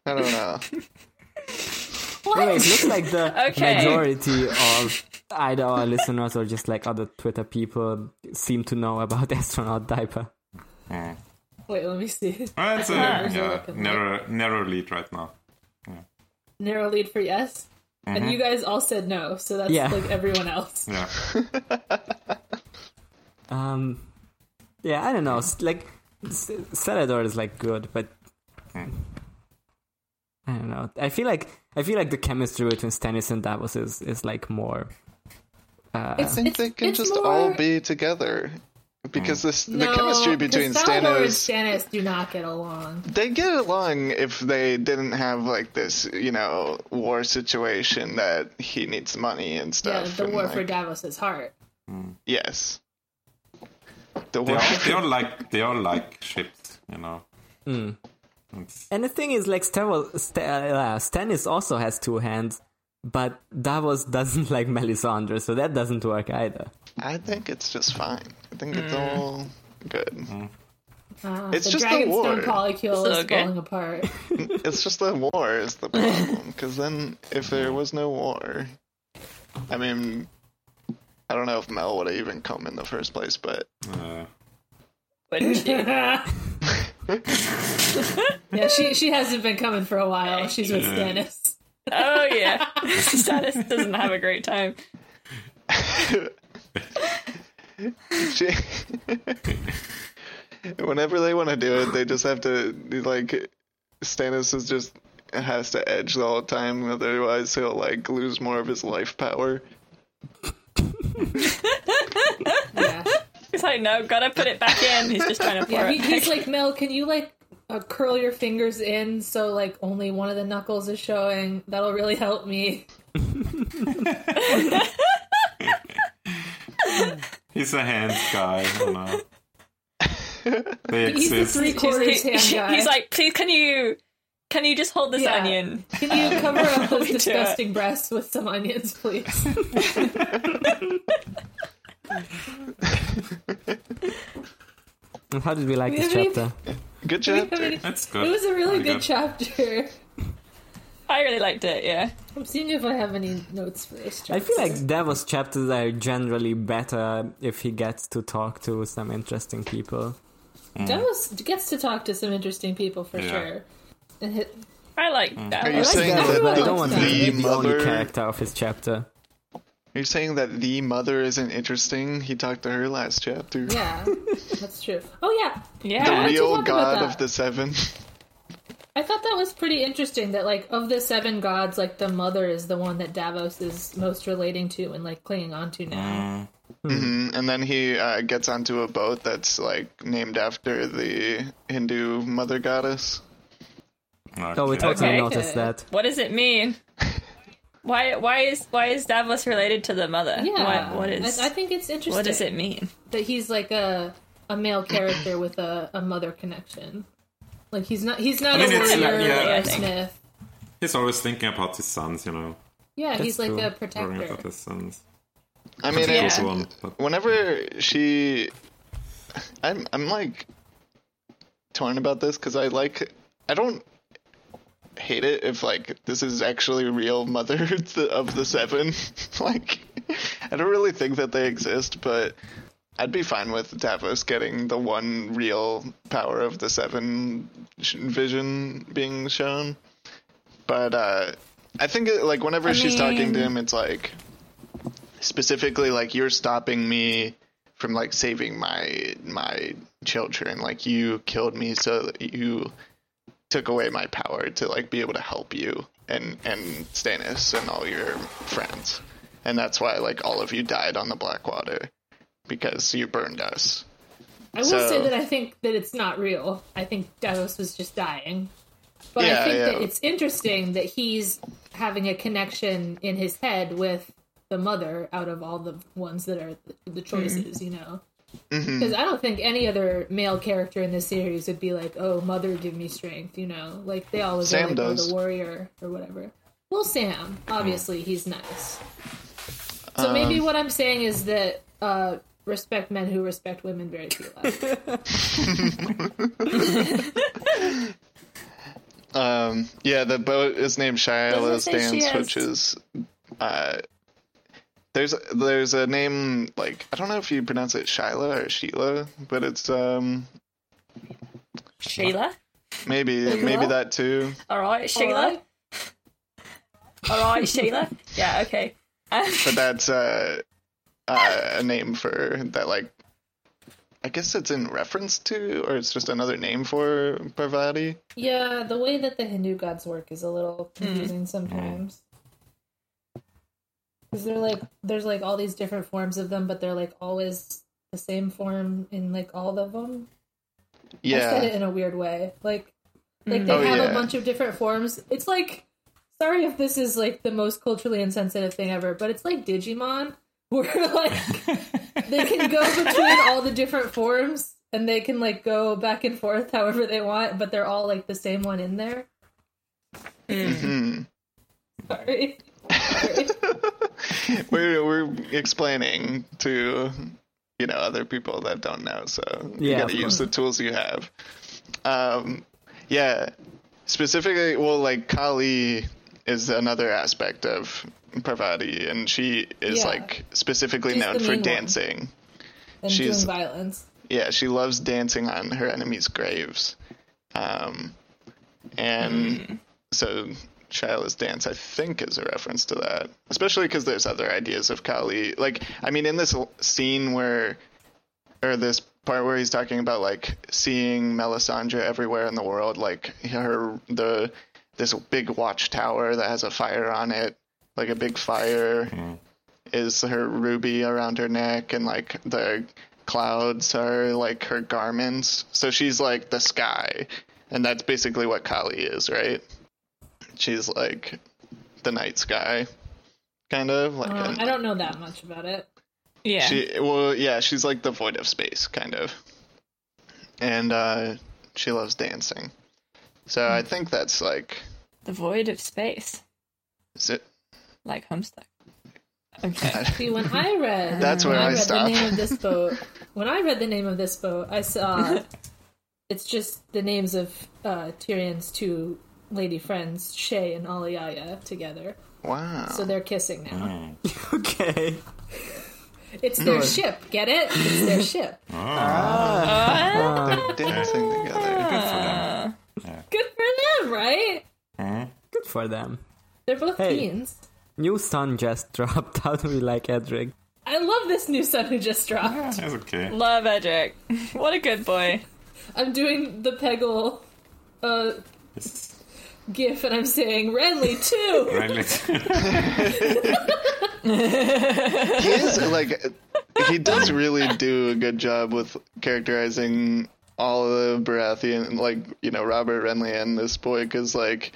Speaker 3: I don't know.
Speaker 5: Wait, it looks like the
Speaker 1: Okay.
Speaker 5: majority of either our listeners or just like other Twitter people seem to know about astronaut diaper.
Speaker 2: Wait, let me see.
Speaker 4: Well, it's a
Speaker 2: Those are
Speaker 4: yeah,
Speaker 2: looking
Speaker 4: narrow narrow lead right now. Mm-hmm.
Speaker 2: Narrow lead for yes, and you guys all said no, so that's
Speaker 5: Yeah.
Speaker 2: like everyone else.
Speaker 4: Yeah.
Speaker 5: Um, yeah, I don't know. s- Like, S- Salador is like good, but eh,
Speaker 4: Mm.
Speaker 5: I don't know. I feel like I feel like the chemistry between Stannis and Davos is is like more. uh,
Speaker 3: I think
Speaker 2: it's-
Speaker 3: they can
Speaker 2: it's
Speaker 3: just
Speaker 2: more-
Speaker 3: all be together. Because this, the
Speaker 2: No,
Speaker 3: chemistry between
Speaker 2: Salador
Speaker 3: Stannis
Speaker 2: and Stannis do not get along.
Speaker 3: they get along if they didn't have like this, you know, war situation that he needs money and
Speaker 2: Yeah,
Speaker 3: stuff.
Speaker 2: the
Speaker 3: and,
Speaker 2: war
Speaker 3: like-
Speaker 2: for Davos's heart.
Speaker 3: Yes. The
Speaker 4: They
Speaker 3: war.
Speaker 4: all, they all like they all like ships, you know.
Speaker 5: hmm. And the thing is, like, Stavros, St- uh, Stannis also has two hands, but Davos doesn't like Melisandre, so that doesn't work either.
Speaker 3: I think it's just fine. I think it's all good.
Speaker 2: Uh,
Speaker 3: It's
Speaker 2: the
Speaker 3: just the war.
Speaker 2: Dragonstone polycule is
Speaker 1: So good.
Speaker 2: falling apart.
Speaker 3: It's just the war is the problem. Because then, if there was no war, I mean, I don't know if Mel would have even come in the first place, but
Speaker 4: Uh,
Speaker 1: Wouldn't you?
Speaker 2: Yeah, she she hasn't been coming for a while. She's with Stannis.
Speaker 1: Oh yeah. Stannis doesn't have a great time.
Speaker 3: She- Whenever they want to do it, they just have to like Stannis is just has to edge the whole time, otherwise he'll like lose more of his life power.
Speaker 2: Yeah,
Speaker 1: He's like, no, gotta put it back in. He's just trying to pour
Speaker 2: yeah. He,
Speaker 1: it.
Speaker 2: he's like Mel. Can you like uh, curl your fingers in so like only one of the knuckles is showing? That'll really help me.
Speaker 4: he's a hands guy, you know. They
Speaker 2: He's the
Speaker 4: exist.
Speaker 2: three
Speaker 1: He's-
Speaker 2: quarters
Speaker 1: he-
Speaker 2: hand guy.
Speaker 1: he's like, please, can you, can you just hold this
Speaker 2: Yeah.
Speaker 1: onion?
Speaker 2: can you cover up those
Speaker 1: do it.
Speaker 2: disgusting breasts with some onions, please?
Speaker 5: And How did we like this
Speaker 2: Really?
Speaker 5: chapter?
Speaker 3: Good
Speaker 2: I mean,
Speaker 3: chapter.
Speaker 4: That's good.
Speaker 2: it was a really
Speaker 4: Pretty
Speaker 2: good chapter.
Speaker 1: I really liked it. Yeah.
Speaker 2: I'm seeing if I have any notes for this chapter.
Speaker 5: I feel like Davos chapters are generally better if he gets to talk to some interesting people.
Speaker 2: Davos gets to talk to some interesting people for
Speaker 4: Mm. Yeah.
Speaker 2: sure. And hit,
Speaker 1: I like that.
Speaker 3: Mm. Are
Speaker 1: one.
Speaker 3: you saying
Speaker 5: Davos,
Speaker 3: that
Speaker 5: but I
Speaker 3: the,
Speaker 5: don't want him to be
Speaker 3: the
Speaker 5: the only
Speaker 3: mother?
Speaker 5: character of his chapter.
Speaker 3: Are you saying that the mother isn't interesting? He talked to her last chapter.
Speaker 2: yeah, that's true. Oh yeah,
Speaker 1: yeah.
Speaker 3: The
Speaker 2: I did
Speaker 3: real
Speaker 2: talk about
Speaker 3: god of
Speaker 2: that.
Speaker 3: the seven.
Speaker 2: I thought that was pretty interesting that like of the seven gods, like the mother is the one that Davos is most relating to and like clinging on to now.
Speaker 3: and then he uh, gets onto a boat that's like named after the Hindu mother goddess.
Speaker 4: Okay.
Speaker 5: Oh, we totally
Speaker 1: Okay.
Speaker 5: noticed that.
Speaker 1: What does it mean? Why why is why is Davos related to the mother?
Speaker 4: Mm.
Speaker 2: Yeah,
Speaker 1: What, what is
Speaker 2: I, I think it's interesting
Speaker 1: what does it mean?
Speaker 2: that he's like a a male character with a, a mother connection. Like he's not he's not
Speaker 4: I mean,
Speaker 2: a
Speaker 4: it's like-
Speaker 2: warrior
Speaker 4: yeah.
Speaker 2: like
Speaker 1: I think.
Speaker 2: Smith.
Speaker 4: He's always thinking about his sons, you know.
Speaker 2: Yeah, he's like
Speaker 5: true.
Speaker 2: a
Speaker 4: Worrying about
Speaker 2: protector.
Speaker 4: his sons.
Speaker 3: I mean,
Speaker 1: Yeah.
Speaker 4: This
Speaker 3: it,
Speaker 4: one, but-
Speaker 3: whenever she, I'm I'm like torn about this because I like I don't hate it if like this is actually real mother of the- of the seven. like I don't really think that they exist, but I'd be fine with Davos getting the one real power of the seven sh- vision being shown. But uh I think it, like whenever she's talking to him, it's like specifically like you're stopping me from like saving my my children like you killed me so that you took away my power to like be able to help you and and Stannis and all your friends and that's why like all of you died on the Blackwater because you burned us
Speaker 2: I will
Speaker 3: So-
Speaker 2: say that I think that it's not real. I think Davos was just dying. But
Speaker 3: Yeah,
Speaker 2: I think
Speaker 3: yeah.
Speaker 2: that it's interesting that he's having a connection in his head with the mother out of all the ones that are the, the choices,
Speaker 3: Mm-hmm.
Speaker 2: you know. Because I don't think any other male character in this series would be like, "Oh, mother, give me strength," you know. Like they always
Speaker 3: Sam
Speaker 2: are like, "Oh,
Speaker 3: does. Hmm.
Speaker 2: the warrior" or whatever. Well, Sam, obviously, he's nice. So
Speaker 3: Um,
Speaker 2: maybe what I'm saying is that uh, respect men who respect women very few. less.
Speaker 3: Um, yeah, the boat is named Shiloh's
Speaker 1: Doesn't say she
Speaker 3: Dance,
Speaker 1: has-
Speaker 3: which is uh, there's there's a name like I don't know if you pronounce it Shiloh or Sheila, but it's um
Speaker 1: Sheila.
Speaker 3: maybe maybe that too.
Speaker 1: All right, Sheila. All right, Sheila. Yeah, okay. Um,
Speaker 3: But that's uh, uh a name for that like I guess it's in reference to, or it's just another name for Parvati.
Speaker 2: yeah, the way that the Hindu gods work is a little
Speaker 3: Hmm.
Speaker 2: confusing sometimes. Because they're like, there's like all these different forms of them, but they're like always the same form in like all of them. I said it
Speaker 3: Yeah,
Speaker 2: in a weird way. Like, like they
Speaker 3: Oh,
Speaker 2: have
Speaker 3: yeah.
Speaker 2: a bunch of different forms. It's like, sorry if this is like the most culturally insensitive thing ever, but it's like Digimon, where like they can go between all the different forms and they can like go back and forth however they want, but they're all like the same one in there. Sorry.
Speaker 3: we're we're explaining to you know other people that don't know, so you
Speaker 5: Yeah,
Speaker 3: gotta
Speaker 5: of
Speaker 3: use the tools you have. Um, yeah, specifically, well, like Kali is another aspect of Parvati, and she is
Speaker 2: Yeah.
Speaker 3: like specifically
Speaker 2: She's
Speaker 3: known
Speaker 2: the
Speaker 3: for
Speaker 2: mean one.
Speaker 3: dancing.
Speaker 2: And
Speaker 3: She's-
Speaker 2: doing violence.
Speaker 3: Yeah, she loves dancing on her enemies' graves. Um, and so Shiloh's dance, I think, is a reference to that. Especially because there's other ideas of Kali. Like, I mean, in this l- scene where, or this part where he's talking about like seeing Melisandre everywhere in the world, like her the this big watchtower that has a fire on it, like a big fire is her ruby around her neck and like the clouds are like her garments. So she's like the sky. And that's basically what Kali is, right? She's like the night sky kind of like
Speaker 2: Uh,
Speaker 3: an-
Speaker 2: I don't know that much about it.
Speaker 1: yeah.
Speaker 3: she well yeah, she's like the void of space kind of. And uh she loves dancing. So I
Speaker 2: Hmm.
Speaker 3: think that's like
Speaker 1: the void of space,
Speaker 3: is it
Speaker 1: like Homestuck. Okay.
Speaker 2: See, when I read,
Speaker 3: That's
Speaker 2: when
Speaker 3: where I
Speaker 2: read
Speaker 3: stop.
Speaker 2: the name of this boat. When I read the name of this boat, I saw it's just the names of uh, Tyrion's two lady friends, Shay and Aliaya, together.
Speaker 3: wow.
Speaker 2: So they're kissing now.
Speaker 4: Mm-hmm.
Speaker 5: Okay.
Speaker 2: It's their ship. Get it? It's their ship.
Speaker 3: They're dancing together.
Speaker 2: Good for them, right?
Speaker 5: Good for them.
Speaker 2: They're both
Speaker 5: Hey.
Speaker 2: teens.
Speaker 5: New son just dropped. How do we like Edric?
Speaker 2: I love this new son who just dropped.
Speaker 4: It's okay.
Speaker 1: Love Edric. What a good boy.
Speaker 2: I'm doing the Peggle uh,
Speaker 4: It's
Speaker 2: gif, and I'm saying Renly too.
Speaker 4: really-
Speaker 3: he is like he does really do a good job with characterizing all of the Baratheon, like you know Robert Renly and this boy, because like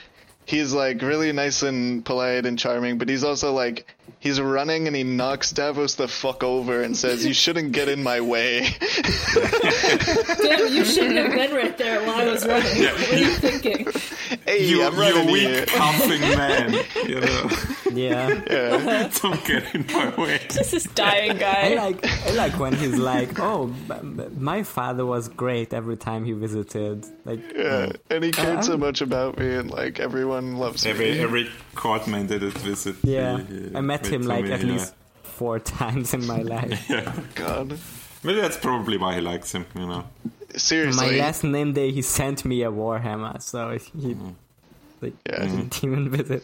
Speaker 3: he's like really nice and polite and charming, but he's also like He's running and he knocks Davos the fuck over and says, "You shouldn't get in my way."
Speaker 2: Damn, you shouldn't have been right there while I was running. What are you thinking?
Speaker 3: hey,
Speaker 4: You,
Speaker 3: I'm
Speaker 4: you
Speaker 3: running here.
Speaker 4: weak coughing man. You know,
Speaker 5: Yeah.
Speaker 4: don't get in my way.
Speaker 1: This is dying
Speaker 5: I
Speaker 1: guy.
Speaker 5: like I like when he's like, "Oh, b- b- my father was great every time he visited." Like,
Speaker 3: Yeah, and he cared
Speaker 5: Oh.
Speaker 3: so much about me, and like everyone loves
Speaker 4: Every
Speaker 3: me.
Speaker 4: every court man did it visit.
Speaker 5: yeah,
Speaker 4: me, uh,
Speaker 5: I met
Speaker 4: with-
Speaker 5: him
Speaker 4: to
Speaker 5: like
Speaker 4: me,
Speaker 5: at
Speaker 4: yeah.
Speaker 5: least four times in my life.
Speaker 3: God,
Speaker 4: Maybe that's probably why he likes him. You know.
Speaker 5: my
Speaker 3: seriously,
Speaker 5: last name day, he sent me a warhammer, so he like
Speaker 3: Yeah.
Speaker 5: didn't even visit.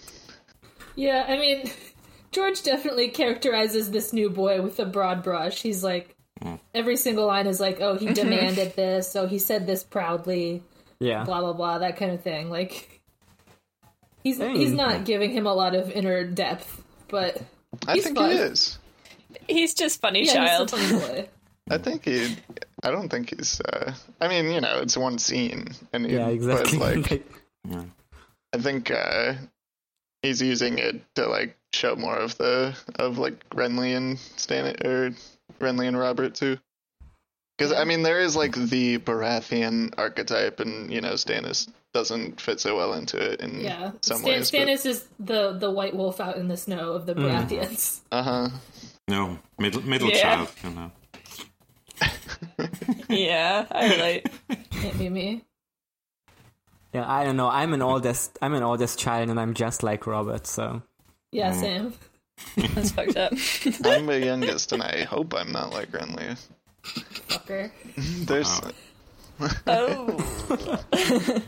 Speaker 2: Yeah, I mean, George definitely characterizes this new boy with a broad brush. He's like,
Speaker 3: Mm.
Speaker 2: every single line is like, oh, he
Speaker 5: Mm-hmm.
Speaker 2: demanded this, so he said this proudly,
Speaker 5: Yeah,
Speaker 2: blah, blah, blah, that kind of thing. Like, he's,
Speaker 5: Dang.
Speaker 2: he's
Speaker 3: Mm.
Speaker 2: not giving him a lot of inner depth, but
Speaker 3: I
Speaker 2: he's
Speaker 3: think
Speaker 2: fun.
Speaker 3: he is.
Speaker 1: He's just funny
Speaker 2: yeah,
Speaker 1: child.
Speaker 2: he's a funny boy.
Speaker 3: I think he. I don't think he's. Uh, I mean, you know, it's one scene, and he-
Speaker 5: yeah, exactly.
Speaker 3: But like,
Speaker 5: Like,
Speaker 3: I think uh, he's using it to like show more of the of like Renly and Stan or Renly and Robert too. Because I mean, there is like the Baratheon archetype, and you know, Stannis doesn't fit so well into it in
Speaker 2: Yeah.
Speaker 3: Mm. some
Speaker 2: Stan-
Speaker 3: ways.
Speaker 2: Stannis is the, the white wolf out in the snow of the Baratheons.
Speaker 3: Uh huh.
Speaker 4: No, middle middle
Speaker 1: Yeah.
Speaker 4: child. You know.
Speaker 1: Yeah, I relate.
Speaker 2: Can't be me.
Speaker 5: yeah, I don't know. I'm an oldest. I'm an oldest child, and I'm just like Robert. So
Speaker 2: Yeah,
Speaker 3: Mm.
Speaker 2: Sam.
Speaker 1: That's fucked up.
Speaker 3: I'm the youngest, and I hope I'm not like Renly.
Speaker 2: Fucker.
Speaker 3: There's
Speaker 5: Uh-huh.
Speaker 1: Oh,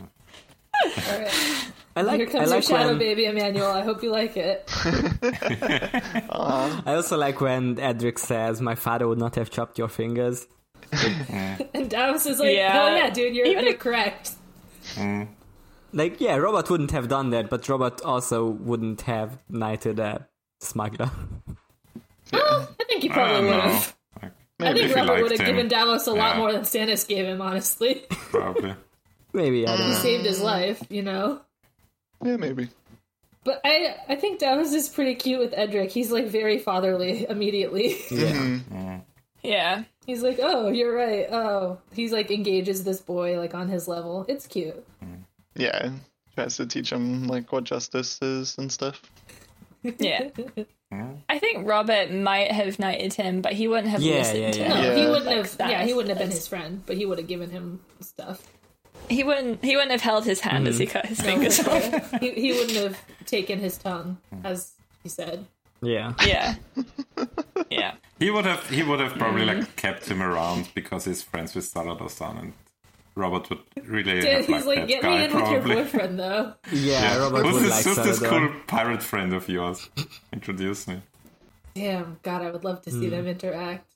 Speaker 2: All right.
Speaker 5: I like.
Speaker 2: Here
Speaker 5: I
Speaker 2: comes your
Speaker 5: like
Speaker 2: shadow
Speaker 5: when-
Speaker 2: baby, Emmanuel. I hope you like it.
Speaker 3: uh-huh.
Speaker 5: I also like when Edric says, "My father would not have chopped your fingers."
Speaker 2: And Davos is like,
Speaker 1: Yeah.
Speaker 2: hell yeah, dude, you're,
Speaker 1: Even
Speaker 2: you're
Speaker 1: if-
Speaker 2: correct.
Speaker 4: Mm.
Speaker 5: Like, yeah, Robert wouldn't have done that, but Robert also wouldn't have knighted a smuggler.
Speaker 2: Well, I think he
Speaker 4: I don't
Speaker 2: probably would
Speaker 4: know.
Speaker 2: have.
Speaker 4: Like,
Speaker 2: I
Speaker 4: if
Speaker 2: think
Speaker 4: he
Speaker 2: Robert would
Speaker 4: liked
Speaker 2: have
Speaker 4: him,
Speaker 2: given Davos a lot
Speaker 4: Yeah.
Speaker 2: more than Stannis gave him, honestly.
Speaker 4: probably.
Speaker 5: Maybe I don't
Speaker 2: he
Speaker 5: know.
Speaker 2: saved
Speaker 4: Mm.
Speaker 2: his life, you know?
Speaker 3: yeah, maybe.
Speaker 2: But I, I think Davos is pretty cute with Edric. He's like very fatherly immediately.
Speaker 5: Yeah,
Speaker 1: yeah.
Speaker 2: He's like, oh, you're right. Oh, he's like engages this boy like on his level. It's cute.
Speaker 3: Yeah, tries to teach him like what justice is and stuff.
Speaker 1: Yeah. I think Robert might have knighted him, but he wouldn't have
Speaker 5: Yeah,
Speaker 1: listened
Speaker 5: yeah,
Speaker 1: to
Speaker 5: yeah.
Speaker 1: him.
Speaker 2: No, he
Speaker 3: Yeah.
Speaker 2: wouldn't have.
Speaker 1: that.
Speaker 2: Yeah, he wouldn't have been his friend, but he would have given him stuff.
Speaker 1: He wouldn't he wouldn't have held his hand as
Speaker 5: Mm.
Speaker 1: he cut his fingers off.
Speaker 2: he, he wouldn't have taken his tongue, as he said.
Speaker 5: yeah.
Speaker 1: Yeah. Yeah.
Speaker 4: He would have he would have probably
Speaker 2: Mm.
Speaker 4: like kept him around because he's friends with Saladostan and Robert would really
Speaker 2: Dude,
Speaker 4: have
Speaker 2: he's
Speaker 4: liked
Speaker 2: like,
Speaker 4: that
Speaker 2: get
Speaker 4: guy
Speaker 2: me in
Speaker 4: probably.
Speaker 2: with your boyfriend, though.
Speaker 5: Yeah, Robert
Speaker 4: Who's
Speaker 5: would
Speaker 4: this,
Speaker 5: like
Speaker 4: who's this cool
Speaker 5: Salador.
Speaker 4: pirate friend of yours? Introduce me.
Speaker 2: Damn, God, I would love to
Speaker 5: Hmm.
Speaker 2: see them interact.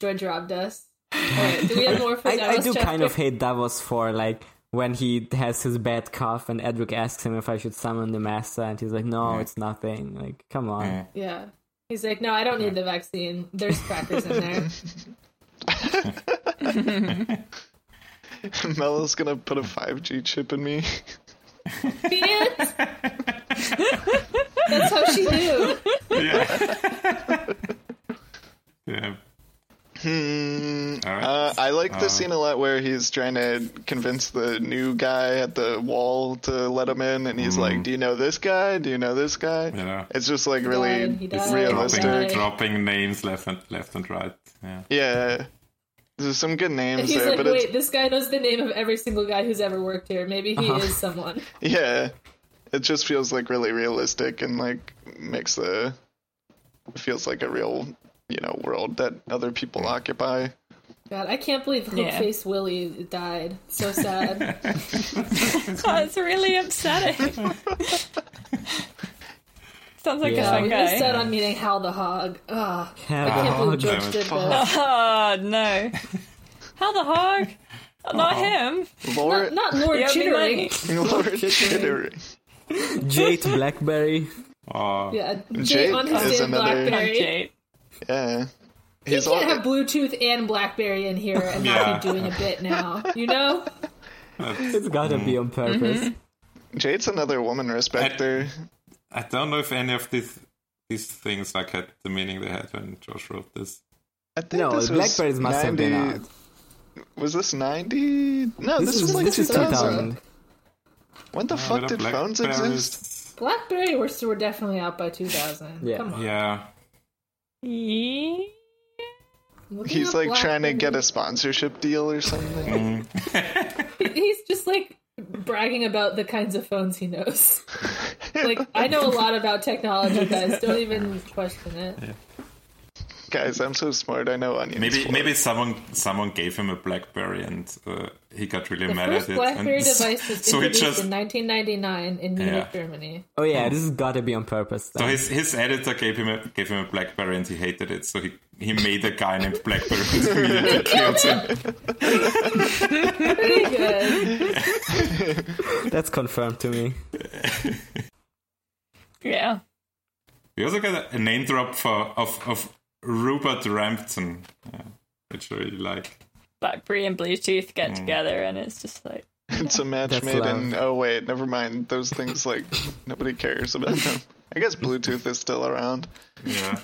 Speaker 2: George robbed us. Alright, do we have more for
Speaker 5: I, I
Speaker 2: Davos
Speaker 5: do
Speaker 2: chapter?
Speaker 5: kind of hate Davos for like when he has his bad cough and Edric asks him if I should summon the master, and he's like, "No, it's nothing." Like, come on.
Speaker 2: Yeah. He's like, no, I don't need the vaccine. There's crackers in there.
Speaker 3: Melo's gonna put a 5G chip in me.
Speaker 2: She is. That's how she knew.
Speaker 4: Yeah. Mm. yeah.
Speaker 3: Hmm.
Speaker 4: All right.
Speaker 3: Uh, I like
Speaker 4: Uh,
Speaker 3: this scene a lot where he's trying to convince the new guy at the wall to let him in, and he's like, "Do you know this guy? Do you know this guy?"
Speaker 4: Mm. Yeah.
Speaker 3: It's just like
Speaker 2: died,
Speaker 3: really
Speaker 2: he died.
Speaker 3: realistic.
Speaker 4: Dropping,
Speaker 2: Realistic.
Speaker 4: dropping names left and left and right. Yeah.
Speaker 3: Yeah, there's some good names
Speaker 2: He's
Speaker 3: there,
Speaker 2: like,
Speaker 3: but
Speaker 2: wait, this guy knows the name of every single guy who's ever worked here. Maybe he
Speaker 5: Uh-huh.
Speaker 2: is someone.
Speaker 3: it's yeah, it just feels like really realistic and like makes the it feels like a real you know world that other people occupy.
Speaker 2: God, I can't believe
Speaker 1: Yeah.
Speaker 2: Hookface Willie died. So sad.
Speaker 1: Oh, it's really upsetting. Sounds like
Speaker 5: Yeah.
Speaker 1: a fun
Speaker 2: I'm really
Speaker 1: guy.
Speaker 2: sad on meeting Hal the Hog. Ugh.
Speaker 5: Have
Speaker 2: I
Speaker 5: a
Speaker 2: can't believe
Speaker 5: hug.
Speaker 2: George did that.
Speaker 1: Oh no. How the hog? Not him.
Speaker 3: Lord,
Speaker 2: Not Lord
Speaker 1: Yeah, be
Speaker 2: Chittering.
Speaker 1: like-
Speaker 3: Lord Chittering.
Speaker 5: Jade Blackberry.
Speaker 4: Oh,
Speaker 2: Yeah, Jay
Speaker 3: Jake
Speaker 2: on his
Speaker 3: is
Speaker 2: damn
Speaker 3: another-
Speaker 2: BlackBerry.
Speaker 1: Jade.
Speaker 3: Yeah,
Speaker 2: You
Speaker 3: he's all.
Speaker 2: can't have Bluetooth and BlackBerry in here and
Speaker 4: Yeah.
Speaker 2: not be doing a bit now. You know?
Speaker 5: It's gotta
Speaker 3: Mm.
Speaker 5: be on purpose.
Speaker 3: Jade's another woman respecter.
Speaker 4: I don't know if any of these these things like had the meaning they had when Josh wrote this.
Speaker 3: I think
Speaker 5: No,
Speaker 3: this was
Speaker 5: Blackberries must have been
Speaker 3: 90
Speaker 5: out.
Speaker 3: Was this 90? No, Oh, this,
Speaker 5: This,
Speaker 3: was
Speaker 5: is,
Speaker 3: like
Speaker 5: this is
Speaker 3: 2000.
Speaker 5: 2000.
Speaker 3: When the fuck
Speaker 4: But
Speaker 3: did phones
Speaker 4: Blackberries-
Speaker 3: exist?
Speaker 2: Blackberry were, were definitely out by 2000.
Speaker 5: Yeah.
Speaker 2: Come on.
Speaker 4: Yeah.
Speaker 1: Yeah.
Speaker 2: Looking
Speaker 3: He's
Speaker 2: up
Speaker 3: like trying to get
Speaker 2: Blackberry-
Speaker 3: a sponsorship deal or something.
Speaker 2: He's just like bragging about the kinds of phones he knows. like I know a lot about technology, guys. Don't even question it.
Speaker 3: Guys, I'm so smart. I know onions.
Speaker 4: Maybe
Speaker 3: for-
Speaker 4: maybe someone someone gave him a BlackBerry and uh, he got really
Speaker 2: The
Speaker 4: mad
Speaker 2: first
Speaker 4: at it.
Speaker 2: BlackBerry
Speaker 4: and
Speaker 2: device was
Speaker 4: so he
Speaker 2: introduced
Speaker 4: just
Speaker 2: in 1999 in Munich,
Speaker 4: Yeah.
Speaker 2: Germany.
Speaker 5: Oh yeah, this has
Speaker 3: Mm.
Speaker 5: got to be on purpose.
Speaker 4: so
Speaker 5: then.
Speaker 4: his his editor gave him a gave him a BlackBerry and he hated it. So he he made a guy named BlackBerry and immediately killed him.
Speaker 2: Pretty good.
Speaker 5: That's confirmed to me.
Speaker 1: Yeah.
Speaker 4: We also got a name drop for of of Rupert Rampton, yeah, which I really like.
Speaker 1: BlackBerry and Bluetooth get together, and it's just like
Speaker 3: it's a match
Speaker 5: That's
Speaker 3: made in.
Speaker 5: loud.
Speaker 3: Oh wait, never mind. Those things like nobody cares about them. I guess Bluetooth is still around.
Speaker 4: Yeah.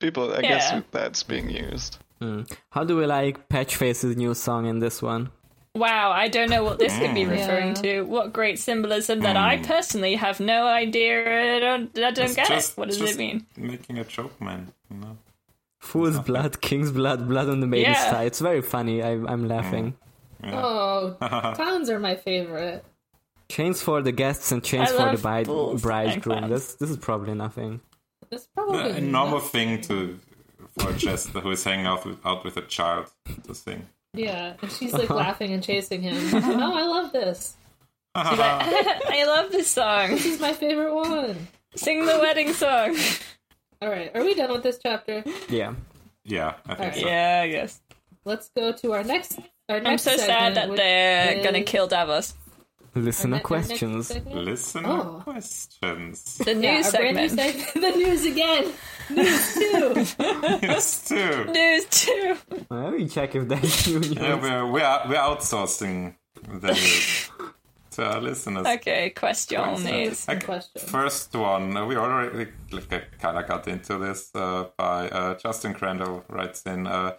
Speaker 3: People, I guess
Speaker 1: Yeah.
Speaker 3: that's being used.
Speaker 5: Hmm. How do we like Patchface's new song in this one?
Speaker 1: Wow, I don't know what this could be referring
Speaker 2: Yeah.
Speaker 1: to. What great symbolism that I personally have no idea. I don't, I don't get it. What does
Speaker 4: just
Speaker 1: it mean?
Speaker 4: Making a joke, man. You know?
Speaker 5: Fool's blood, king's blood, blood on the maiden's
Speaker 1: Yeah.
Speaker 5: thigh. It's very funny. I, I'm laughing.
Speaker 2: Oh, clowns are my favorite.
Speaker 5: Chains for the guests and chains
Speaker 1: I
Speaker 5: for
Speaker 1: love
Speaker 5: the bride,
Speaker 1: fools
Speaker 5: bridegroom.
Speaker 1: and
Speaker 5: This this is probably nothing.
Speaker 2: That's probably
Speaker 3: Uh,
Speaker 4: a normal
Speaker 2: not-
Speaker 4: thing to for a jester who is hanging out with, out with a child to sing.
Speaker 2: Yeah, and she's like laughing and chasing him. oh, I love this.
Speaker 4: uh,
Speaker 1: I love this song.
Speaker 2: This is my favorite one.
Speaker 1: Sing the wedding song.
Speaker 2: All right, are we done with this chapter?
Speaker 5: Yeah.
Speaker 4: Yeah, I think so.
Speaker 1: Yeah, I guess.
Speaker 2: Let's go to our next. Our
Speaker 1: I'm
Speaker 2: next
Speaker 1: so sad
Speaker 2: segment,
Speaker 1: that
Speaker 2: which
Speaker 1: they're
Speaker 2: is-
Speaker 1: gonna kill Davos.
Speaker 5: Listener
Speaker 2: Our next
Speaker 5: questions.
Speaker 2: segment?
Speaker 4: Listen
Speaker 2: Oh.
Speaker 4: to questions.
Speaker 1: The
Speaker 2: Yeah,
Speaker 1: news
Speaker 2: our brand new
Speaker 1: segment.
Speaker 2: segment. the news again. News too.
Speaker 4: yes, too.
Speaker 1: News too.
Speaker 5: Let me check if that's new news.
Speaker 4: Yeah, we're, we're, we're outsourcing the to our listeners.
Speaker 1: Okay, question news.
Speaker 4: Okay,
Speaker 2: question.
Speaker 4: First one, uh, we already kind of got into this uh, by uh, Justin Crandall writes in. Uh,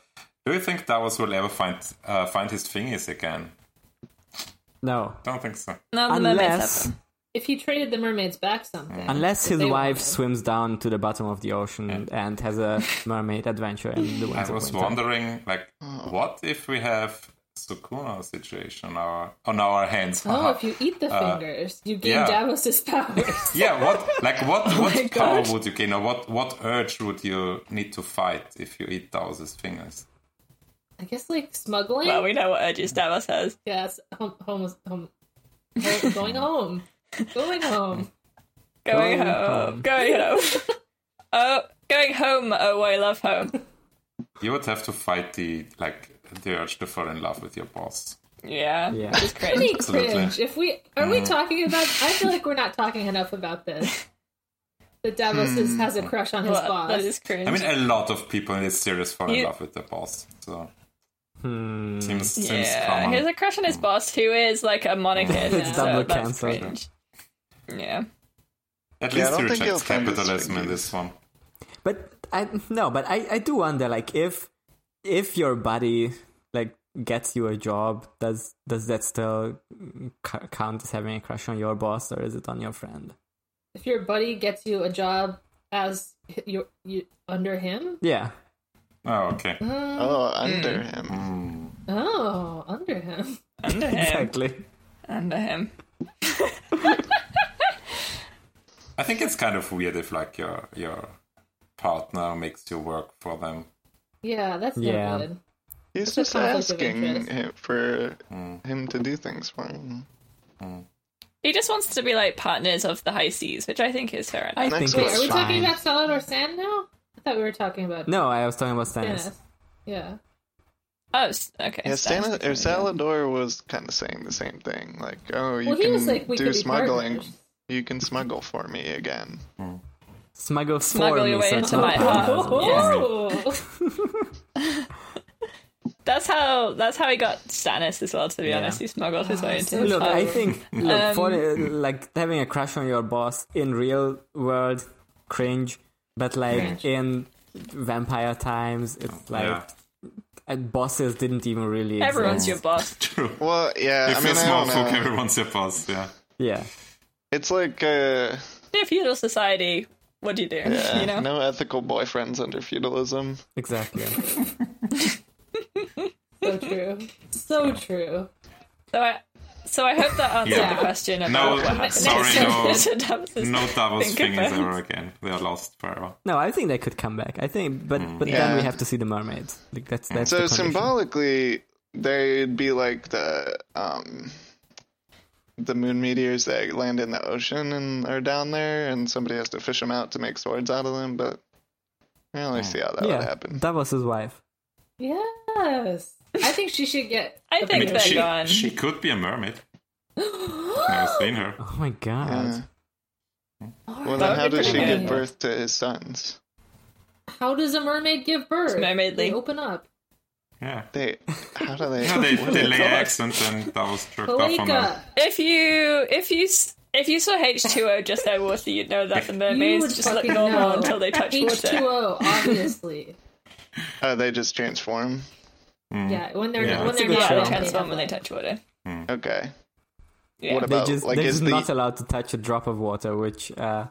Speaker 4: do you think Davos will ever find uh, find his thingies again?
Speaker 5: No.
Speaker 4: Don't think so.
Speaker 1: Now the mermaids
Speaker 5: Unless
Speaker 1: have
Speaker 2: If he traded the mermaids back something.
Speaker 5: unless his
Speaker 2: they
Speaker 5: wife
Speaker 2: wanted.
Speaker 5: swims down to the bottom of the ocean and has a mermaid adventure in the
Speaker 4: I
Speaker 5: winds of
Speaker 4: was
Speaker 5: winter.
Speaker 4: wondering, like,
Speaker 2: Oh.
Speaker 4: what if we have Sukuna situation on our on our hands?
Speaker 2: Oh, if you eat the fingers, you gain
Speaker 4: Uh-huh. yeah.
Speaker 2: Davos's powers.
Speaker 4: yeah, what like what
Speaker 1: my
Speaker 2: Oh
Speaker 4: what power
Speaker 1: God.
Speaker 4: would you gain or what what urge would you need to fight if you eat Dawes's fingers?
Speaker 2: I guess like smuggling.
Speaker 1: Well, we know what urges Davos has.
Speaker 2: yes, home, home, home, home- going home, going home.
Speaker 1: Going
Speaker 5: Going
Speaker 1: home.
Speaker 5: home.
Speaker 1: Going home. oh, going home. Oh, I love home.
Speaker 4: You would have to fight the like the urge to fall in love with your boss.
Speaker 1: Yeah.
Speaker 5: Yeah.
Speaker 1: Just cringe.
Speaker 2: Pretty
Speaker 4: Absolutely.
Speaker 2: cringe. If we are we talking about? I feel like we're not talking enough about this. That Davos is, has a crush on his
Speaker 1: Well,
Speaker 2: boss.
Speaker 1: that is cringe.
Speaker 4: I mean, a lot of people in this series fall in
Speaker 1: You- Mm.
Speaker 4: love with their boss, so
Speaker 5: Hmm.
Speaker 4: seems seems
Speaker 1: yeah,
Speaker 4: common.
Speaker 1: he has a crush on his boss, who is like a monarchist.
Speaker 5: It's
Speaker 1: so
Speaker 5: double
Speaker 1: that's
Speaker 5: cancel.
Speaker 1: cringe. Yeah.
Speaker 3: Yeah, I
Speaker 4: At least he
Speaker 3: don't think
Speaker 4: rejects
Speaker 3: he'll find his
Speaker 4: capitalism in
Speaker 3: fingers.
Speaker 4: this one.
Speaker 5: But I no, but I I do wonder like if if your body like gets you a job, does does that still c- count as having a crush on your boss or is it on your friend?
Speaker 2: if your buddy gets you a job as you, you under him, Um,
Speaker 5: Yeah.
Speaker 4: Oh, okay.
Speaker 2: Mm.
Speaker 3: Oh, under
Speaker 4: Mm.
Speaker 3: him.
Speaker 2: oh, under him.
Speaker 1: Under him.
Speaker 5: Exactly.
Speaker 1: Under him.
Speaker 4: I think it's kind of weird if like your your partner makes you work for them.
Speaker 2: Yeah, that's
Speaker 5: Yeah.
Speaker 2: not good.
Speaker 3: He's
Speaker 2: That's
Speaker 3: just
Speaker 2: a conflict of
Speaker 3: asking
Speaker 2: interest.
Speaker 3: him for him to do things for him.
Speaker 1: He just wants to be like partners of the high seas, which I think is fair enough.
Speaker 5: I
Speaker 3: Next
Speaker 5: think
Speaker 2: Wait,
Speaker 3: one.
Speaker 5: it's
Speaker 2: are we
Speaker 5: fine.
Speaker 2: talking about solid or sand now? I thought we were talking about
Speaker 5: No, I was talking about Stannis.
Speaker 2: Stannis. Yeah.
Speaker 1: Oh, s- okay.
Speaker 3: Yeah, uh,
Speaker 1: Stan's
Speaker 3: Stan- or
Speaker 1: different, yeah.
Speaker 3: Salador was kind of saying the same thing. Like, oh, you
Speaker 2: Well, he
Speaker 3: can
Speaker 2: was like, we could
Speaker 3: do
Speaker 2: be
Speaker 3: smuggling.
Speaker 2: partners.
Speaker 3: You can smuggle for me again.
Speaker 5: Smuggle,
Speaker 1: Smuggle
Speaker 5: for
Speaker 1: your way
Speaker 5: me, so
Speaker 1: into
Speaker 5: no
Speaker 1: my heart.
Speaker 5: problem.
Speaker 2: Oh,
Speaker 1: That's how that's how he got Stannis as well. To be honest, he smuggled his way into.
Speaker 2: Ah, so
Speaker 1: his
Speaker 5: Look,
Speaker 1: heart.
Speaker 5: I think look, for, uh, like having a crush on your boss in real world cringe, but like
Speaker 4: Cringe.
Speaker 5: in vampire times, it's like
Speaker 4: yeah.
Speaker 5: and bosses didn't even really. Exist.
Speaker 1: Everyone's
Speaker 2: uh,
Speaker 1: your boss.
Speaker 4: True.
Speaker 3: Well, yeah. I
Speaker 4: if
Speaker 3: mean,
Speaker 4: you're
Speaker 3: I
Speaker 4: small
Speaker 3: don't
Speaker 4: folk,
Speaker 3: know.
Speaker 4: everyone's your boss. Yeah.
Speaker 5: yeah.
Speaker 3: It's like uh,
Speaker 1: In a feudal society, what do you do? you know?
Speaker 3: no ethical boyfriends under feudalism.
Speaker 5: Exactly.
Speaker 2: So true. So true.
Speaker 1: So I, so I hope that answered
Speaker 4: Yeah.
Speaker 1: the question about
Speaker 4: No,
Speaker 1: what happened.
Speaker 4: sorry, no. No Davos
Speaker 1: Think
Speaker 4: thing is
Speaker 1: about-
Speaker 4: ever again. They are lost forever.
Speaker 5: no, I think they could come back. I think, but but then
Speaker 3: Mm. Yeah.
Speaker 5: we have to see the mermaids. Like that's that's the
Speaker 3: So
Speaker 5: condition.
Speaker 3: symbolically, they'd be like the um, the moon meteors that land in the ocean and are down there, and somebody has to fish them out to make swords out of them. But I don't really see how that would
Speaker 5: Yeah,
Speaker 3: happen.
Speaker 5: that was his wife.
Speaker 2: Yes. I think she should get.
Speaker 1: I
Speaker 2: the
Speaker 1: think
Speaker 2: premium.
Speaker 1: They're that-
Speaker 4: she,
Speaker 1: gone.
Speaker 4: she could be a mermaid. Never seen her.
Speaker 5: Oh my god.
Speaker 3: Yeah.
Speaker 2: All
Speaker 3: Well,
Speaker 2: right.
Speaker 3: then
Speaker 1: would
Speaker 3: how
Speaker 1: be
Speaker 3: does she
Speaker 1: pretty
Speaker 3: give
Speaker 1: good.
Speaker 3: birth to his sons?
Speaker 2: How does a mermaid give birth?
Speaker 1: Mermaidly.
Speaker 2: They open up.
Speaker 4: Yeah.
Speaker 3: They, how do they?
Speaker 4: Yeah, they,
Speaker 3: what
Speaker 4: they
Speaker 3: do
Speaker 4: lay
Speaker 3: call it?
Speaker 4: eggs and then Davos jerked off on
Speaker 2: Kalika.
Speaker 4: them.
Speaker 1: If you, if you, s- if you saw H two O just there water, you'd know that the
Speaker 2: You would
Speaker 1: mermaids just look
Speaker 2: fucking
Speaker 1: normal
Speaker 2: know.
Speaker 1: until they touch water.
Speaker 2: H2O, obviously.
Speaker 3: Oh, they just transform.
Speaker 2: yeah, when they're
Speaker 4: Mm. Yeah,
Speaker 2: when
Speaker 4: that's
Speaker 2: they're
Speaker 5: a good
Speaker 2: not
Speaker 1: Yeah, they
Speaker 5: show.
Speaker 1: transform when they
Speaker 2: touch.
Speaker 1: touch water.
Speaker 3: Okay.
Speaker 1: Yeah.
Speaker 3: What
Speaker 5: They
Speaker 3: about
Speaker 5: just
Speaker 3: like
Speaker 5: they're
Speaker 3: is
Speaker 5: just
Speaker 3: the
Speaker 5: not allowed to touch a drop of water, which uh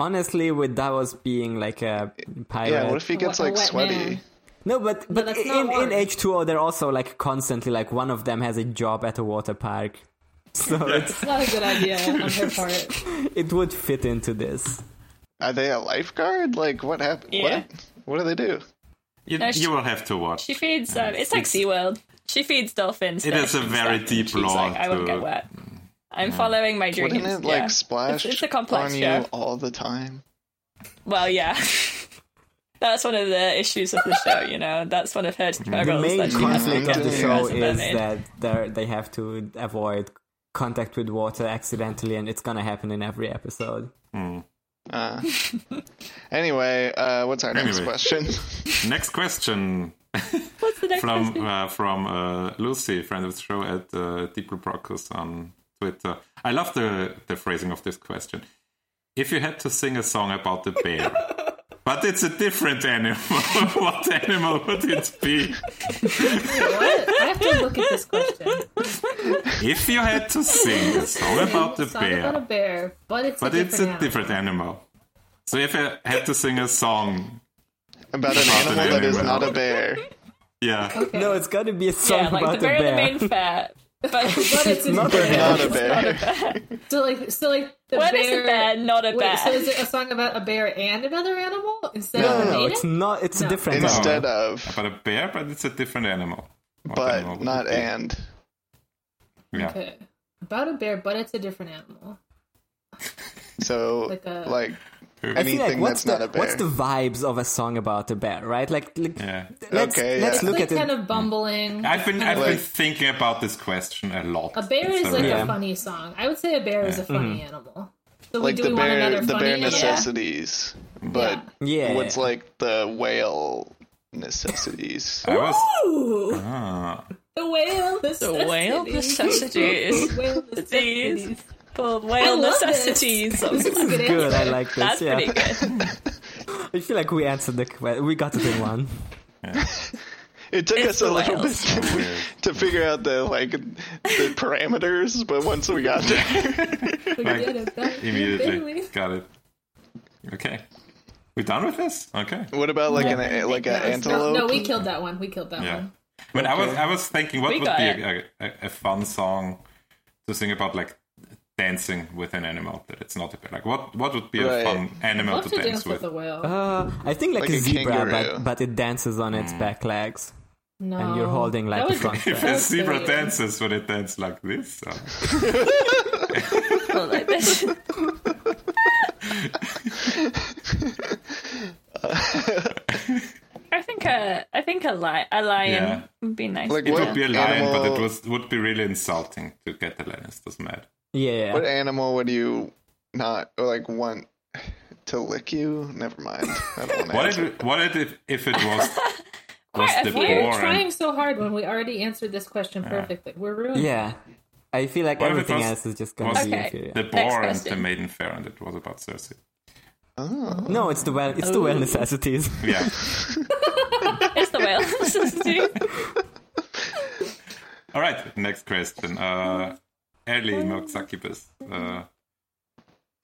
Speaker 5: honestly with Davos being like a pirate
Speaker 3: yeah? What if he gets
Speaker 2: Wet-
Speaker 3: like
Speaker 2: wet
Speaker 3: sweaty?
Speaker 2: man.
Speaker 5: No but but
Speaker 2: that's not
Speaker 5: in, in
Speaker 2: water.
Speaker 5: H2O they're also like constantly like one of them has a job at a water park. So it's,
Speaker 2: It's not a good idea on her part.
Speaker 5: it would fit into this.
Speaker 3: Are they a lifeguard? Like what happened?
Speaker 1: Yeah.
Speaker 3: What? What do they do?
Speaker 4: You,
Speaker 1: No, she-
Speaker 4: you will have to watch.
Speaker 1: She feeds um, it's like
Speaker 4: It's-
Speaker 1: SeaWorld. She feeds dolphins.
Speaker 4: It is
Speaker 1: fish
Speaker 4: a
Speaker 1: and
Speaker 4: very
Speaker 1: stuff, and
Speaker 4: deep
Speaker 1: she's
Speaker 4: lore
Speaker 1: Like, I won't
Speaker 4: to-
Speaker 1: get wet. I'm following my dreams.
Speaker 3: Wouldn't it
Speaker 1: yeah.
Speaker 3: like splash
Speaker 1: It's, it's a complex
Speaker 3: on
Speaker 1: show.
Speaker 3: you all the time?
Speaker 1: Well, yeah. That's one of the issues of the show, you know. That's one of her
Speaker 5: The
Speaker 1: struggles.
Speaker 5: main
Speaker 1: that she has
Speaker 5: conflict
Speaker 1: with
Speaker 5: of the
Speaker 1: her
Speaker 5: show
Speaker 1: as a
Speaker 5: is
Speaker 1: mermaid.
Speaker 5: that they they have to avoid contact with water accidentally and it's gonna happen in every episode.
Speaker 3: Uh, anyway, uh, what's our next
Speaker 4: Anyway.
Speaker 3: question?
Speaker 4: Next question
Speaker 1: What's the next
Speaker 4: from
Speaker 1: question?
Speaker 4: uh, from uh, Lucy, friend of the show at uh, Deep Procus on Twitter. I love the, the phrasing of this question. If you had to sing a song about the bear, but it's a different animal, what animal would it be?
Speaker 2: What? I have to look at this question.
Speaker 4: If you had to sing a song about the
Speaker 2: It's not about a
Speaker 4: bear,
Speaker 2: bear, but it's
Speaker 4: but
Speaker 2: a
Speaker 4: it's a
Speaker 2: different animal.
Speaker 4: different animal. So if I had to sing a song,
Speaker 3: About an
Speaker 4: About an
Speaker 3: animal that is
Speaker 4: animal.
Speaker 3: not a bear.
Speaker 4: yeah,
Speaker 2: Okay.
Speaker 5: No, it's gonna be a song
Speaker 1: Yeah,
Speaker 5: about
Speaker 1: like the
Speaker 5: a
Speaker 1: bear,
Speaker 5: bear.
Speaker 1: the main fat. But
Speaker 2: But it's a
Speaker 5: Not a
Speaker 2: bear.
Speaker 5: bear.
Speaker 3: Not a bear.
Speaker 2: So like, so like the
Speaker 1: what is
Speaker 2: bear.
Speaker 1: a bear? Not a
Speaker 2: Wait,
Speaker 1: bear.
Speaker 2: so is it a song about a bear and another animal instead
Speaker 5: No,
Speaker 2: of
Speaker 5: no,
Speaker 2: a
Speaker 5: no,
Speaker 2: maiden?
Speaker 5: it's not. It's a
Speaker 2: No.
Speaker 5: different.
Speaker 4: It's-
Speaker 3: Instead of,
Speaker 4: but a bear, but it's a different animal. What animal
Speaker 3: but
Speaker 4: would
Speaker 3: not
Speaker 4: it be?
Speaker 3: and.
Speaker 4: Yeah.
Speaker 2: Okay. About a bear, but it's a different animal.
Speaker 3: So
Speaker 2: Like a-
Speaker 3: like
Speaker 5: I feel like
Speaker 3: anything
Speaker 5: what's
Speaker 3: that's
Speaker 5: the
Speaker 3: not a
Speaker 5: what's the
Speaker 3: bear. vibes
Speaker 5: of a song about a bear, right? Like, like
Speaker 4: Yeah.
Speaker 5: let's
Speaker 3: Okay,
Speaker 5: let's
Speaker 3: yeah.
Speaker 5: look
Speaker 2: It's
Speaker 5: at it.
Speaker 2: like kind of bumbling.
Speaker 4: I've been I've been
Speaker 3: Like-
Speaker 4: thinking about this question a lot.
Speaker 2: A bear
Speaker 4: It's
Speaker 2: is like
Speaker 5: Yeah.
Speaker 2: a funny song. I would say a bear is a funny
Speaker 4: Mm-hmm.
Speaker 2: animal. So we
Speaker 3: Like
Speaker 2: do
Speaker 3: the
Speaker 2: we want
Speaker 3: bear,
Speaker 2: another
Speaker 3: the
Speaker 2: funny
Speaker 3: bear
Speaker 2: animal?
Speaker 3: necessities, but
Speaker 5: yeah,
Speaker 3: what's like the whale necessities?
Speaker 4: I was
Speaker 2: Ooh,
Speaker 4: ah,
Speaker 2: the whale.
Speaker 1: the whale necessities.
Speaker 2: Whale
Speaker 1: These
Speaker 2: necessities.
Speaker 1: called
Speaker 2: I
Speaker 1: whale
Speaker 2: love this.
Speaker 1: necessities. or
Speaker 2: This is a
Speaker 1: something.
Speaker 2: good
Speaker 5: good.
Speaker 2: answer.
Speaker 5: I like this.
Speaker 1: That's
Speaker 5: yeah,
Speaker 1: pretty good.
Speaker 5: I feel like we answered the que- we got it in one.
Speaker 3: It took
Speaker 1: It's
Speaker 3: us a
Speaker 1: the
Speaker 3: little
Speaker 1: whales.
Speaker 3: bit
Speaker 4: weird.
Speaker 3: to figure out the like the parameters, but once we got there,
Speaker 2: We
Speaker 4: Like,
Speaker 2: did it. That-
Speaker 4: immediately
Speaker 2: Bailey.
Speaker 4: got it. Okay, we done with this? Okay.
Speaker 3: what about like an like an
Speaker 2: No,
Speaker 3: antelope?
Speaker 2: no, we killed that one. We killed that
Speaker 4: Yeah.
Speaker 2: one.
Speaker 4: But I was I was thinking what
Speaker 1: We
Speaker 4: would be
Speaker 1: got
Speaker 4: a, a, a fun song to sing about like dancing with an animal that it's not a bear. Like what what would be
Speaker 3: Right.
Speaker 4: a fun animal
Speaker 2: Love
Speaker 4: to
Speaker 2: to dance with a
Speaker 4: with?
Speaker 2: whale.
Speaker 5: Uh, I think like, a
Speaker 3: Like a
Speaker 5: zebra,
Speaker 3: kangaroo.
Speaker 5: but but it dances on
Speaker 4: Hmm.
Speaker 5: its back legs,
Speaker 2: no.
Speaker 5: and you're holding like a
Speaker 2: That was-
Speaker 5: front.
Speaker 4: If
Speaker 5: leg.
Speaker 4: a
Speaker 2: was
Speaker 4: zebra
Speaker 2: silly.
Speaker 4: dances, would it dance like this? Or-
Speaker 1: Well, like this.
Speaker 3: Uh,
Speaker 1: I think a I think a, li- a lion
Speaker 4: Yeah.
Speaker 1: would be nice.
Speaker 3: Like
Speaker 4: It
Speaker 3: what
Speaker 4: would be a lion, but it
Speaker 3: animal-
Speaker 4: was would be really insulting to get the Lannisters mad.
Speaker 5: Yeah, yeah.
Speaker 3: What animal would you not or like want to lick you? Never mind. I don't want to.
Speaker 4: What if what if if it was was
Speaker 1: Quite a
Speaker 4: the
Speaker 1: few.
Speaker 2: Why are
Speaker 4: boar
Speaker 2: we
Speaker 4: and-
Speaker 2: trying so hard when we already answered this question perfectly? We're ruined.
Speaker 5: yeah. I feel like
Speaker 4: What if it
Speaker 5: everything
Speaker 4: was-
Speaker 5: else is just gonna
Speaker 4: was-
Speaker 5: be
Speaker 1: Okay.
Speaker 5: inferior.
Speaker 4: the boar and the
Speaker 1: question.
Speaker 4: maiden fair, and it was about Cersei.
Speaker 3: Oh.
Speaker 5: No, it's the well, it's the well necessities.
Speaker 4: Yeah.
Speaker 1: It's the whale.
Speaker 4: All right. Next question. Uh, Ellie
Speaker 1: Um,
Speaker 4: Moxakibus uh,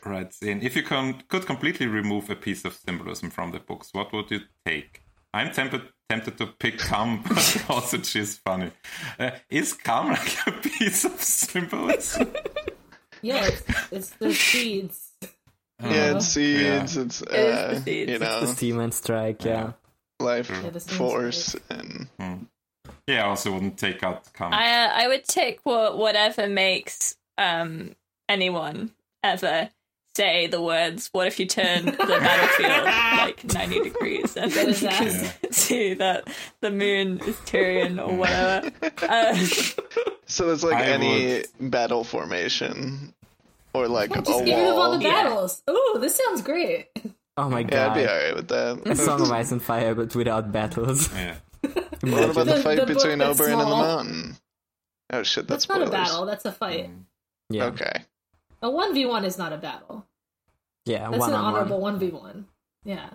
Speaker 4: writes in: If you con- could completely remove a piece of symbolism from the books, what would you take? I'm tempted tempted to pick cum, but also she's funny. Uh, is cum like a piece of symbolism?
Speaker 2: Yeah, it's, it's the seeds. Uh-huh.
Speaker 3: Yeah, it's seeds.
Speaker 4: Yeah.
Speaker 3: It's
Speaker 1: is the
Speaker 3: uh,
Speaker 1: seeds.
Speaker 3: you
Speaker 1: It's the
Speaker 5: The
Speaker 3: know
Speaker 5: Seaman strike, yeah.
Speaker 3: life
Speaker 2: the seeds.
Speaker 3: force and
Speaker 4: Hmm. Yeah, I also wouldn't take out cum.
Speaker 1: I uh, I would take what whatever makes um anyone ever say the words "What if you turn the battlefield like ninety degrees and then
Speaker 2: is that?
Speaker 1: see that the moon is Tyrion or whatever." Uh,
Speaker 3: so it's like
Speaker 4: I
Speaker 3: any battle formation or like a
Speaker 2: Just get rid of all
Speaker 3: wall.
Speaker 2: the
Speaker 1: Yeah.
Speaker 2: battles. Ooh, this sounds great.
Speaker 5: Oh my
Speaker 3: Yeah,
Speaker 5: god.
Speaker 3: I'd be alright with
Speaker 5: A
Speaker 3: that.
Speaker 5: Song of Ice and Fire, but without battles.
Speaker 4: yeah.
Speaker 3: what about the
Speaker 2: The-
Speaker 3: fight
Speaker 2: the book
Speaker 3: between
Speaker 2: that's
Speaker 3: Oberyn and the
Speaker 2: small.
Speaker 3: Mountain? Oh shit, that's
Speaker 2: That's not a
Speaker 3: spoilers.
Speaker 2: battle. That's a fight.
Speaker 5: Yeah,
Speaker 3: Okay.
Speaker 2: A one v one is not a battle.
Speaker 5: yeah,
Speaker 2: That's
Speaker 5: one
Speaker 2: an
Speaker 5: on
Speaker 2: honorable
Speaker 5: one.
Speaker 2: one v one. Yeah.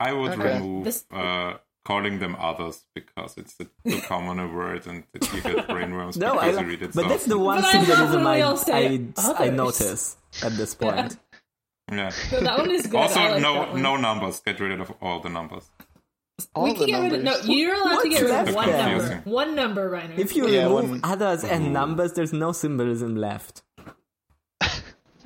Speaker 4: I would
Speaker 3: Okay.
Speaker 4: remove
Speaker 2: This-
Speaker 4: uh, calling them others because it's a too common a word and that you get brainworms
Speaker 5: No, I,
Speaker 4: because you read it.
Speaker 5: but
Speaker 4: so
Speaker 5: that's the one
Speaker 2: But I
Speaker 5: thing that
Speaker 2: love
Speaker 5: is in
Speaker 2: when
Speaker 5: my
Speaker 2: we all say
Speaker 5: I, I
Speaker 2: others.
Speaker 5: notice at this point.
Speaker 4: yeah.
Speaker 2: So that one is good.
Speaker 4: Also,
Speaker 2: I like that
Speaker 4: no
Speaker 2: one.
Speaker 4: no numbers. Get rid of all the numbers.
Speaker 3: All
Speaker 2: we can
Speaker 3: the
Speaker 2: get rid of no.
Speaker 3: numbers.
Speaker 2: You're allowed to
Speaker 5: What's
Speaker 2: get rid of
Speaker 5: left
Speaker 2: one
Speaker 5: there?
Speaker 2: number.
Speaker 4: Confusing.
Speaker 2: One number, Reiner.
Speaker 5: If you
Speaker 3: Yeah,
Speaker 5: remove
Speaker 3: when-
Speaker 5: others and numbers, there's no symbolism left.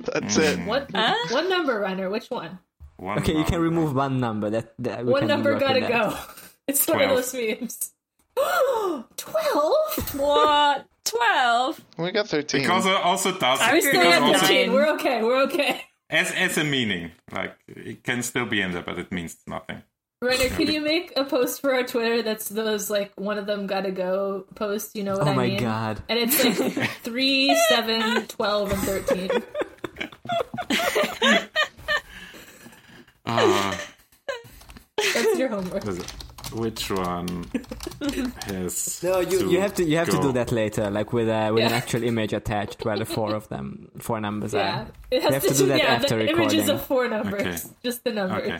Speaker 3: That's it.
Speaker 2: What one number, Reiner? Which one?
Speaker 4: One
Speaker 5: Okay, you
Speaker 4: number.
Speaker 5: can remove one number. That, that we
Speaker 2: One
Speaker 5: can
Speaker 2: number
Speaker 5: work with
Speaker 2: gotta
Speaker 5: that.
Speaker 2: go. It's one of
Speaker 4: Twelve.
Speaker 2: those memes. Twelve.
Speaker 1: what twelve?
Speaker 3: We got thirteen.
Speaker 4: Because it also does
Speaker 1: I was
Speaker 4: because
Speaker 1: thinking
Speaker 4: also-
Speaker 1: of nine.
Speaker 2: Fifteen. We're okay. We're okay.
Speaker 4: as as a meaning, like it can still be in there, but it means nothing.
Speaker 2: Reiner, can you make a post for our Twitter that's those like one of them gotta go post? You know what
Speaker 5: Oh
Speaker 2: I
Speaker 5: my
Speaker 2: mean?
Speaker 5: god.
Speaker 2: And it's like three, seven, twelve, and thirteen.
Speaker 4: Uh,
Speaker 2: That's your homework.
Speaker 4: which one has?
Speaker 5: No, you, you have to you have to do that later, like with a, with an
Speaker 2: Yeah.
Speaker 5: actual image attached where the four of them four numbers
Speaker 2: Yeah,
Speaker 5: are.
Speaker 2: it
Speaker 5: You have to do that
Speaker 2: yeah,
Speaker 5: after
Speaker 2: the images
Speaker 5: recording.
Speaker 2: of four numbers,
Speaker 4: Okay.
Speaker 2: just the numbers.
Speaker 4: Okay.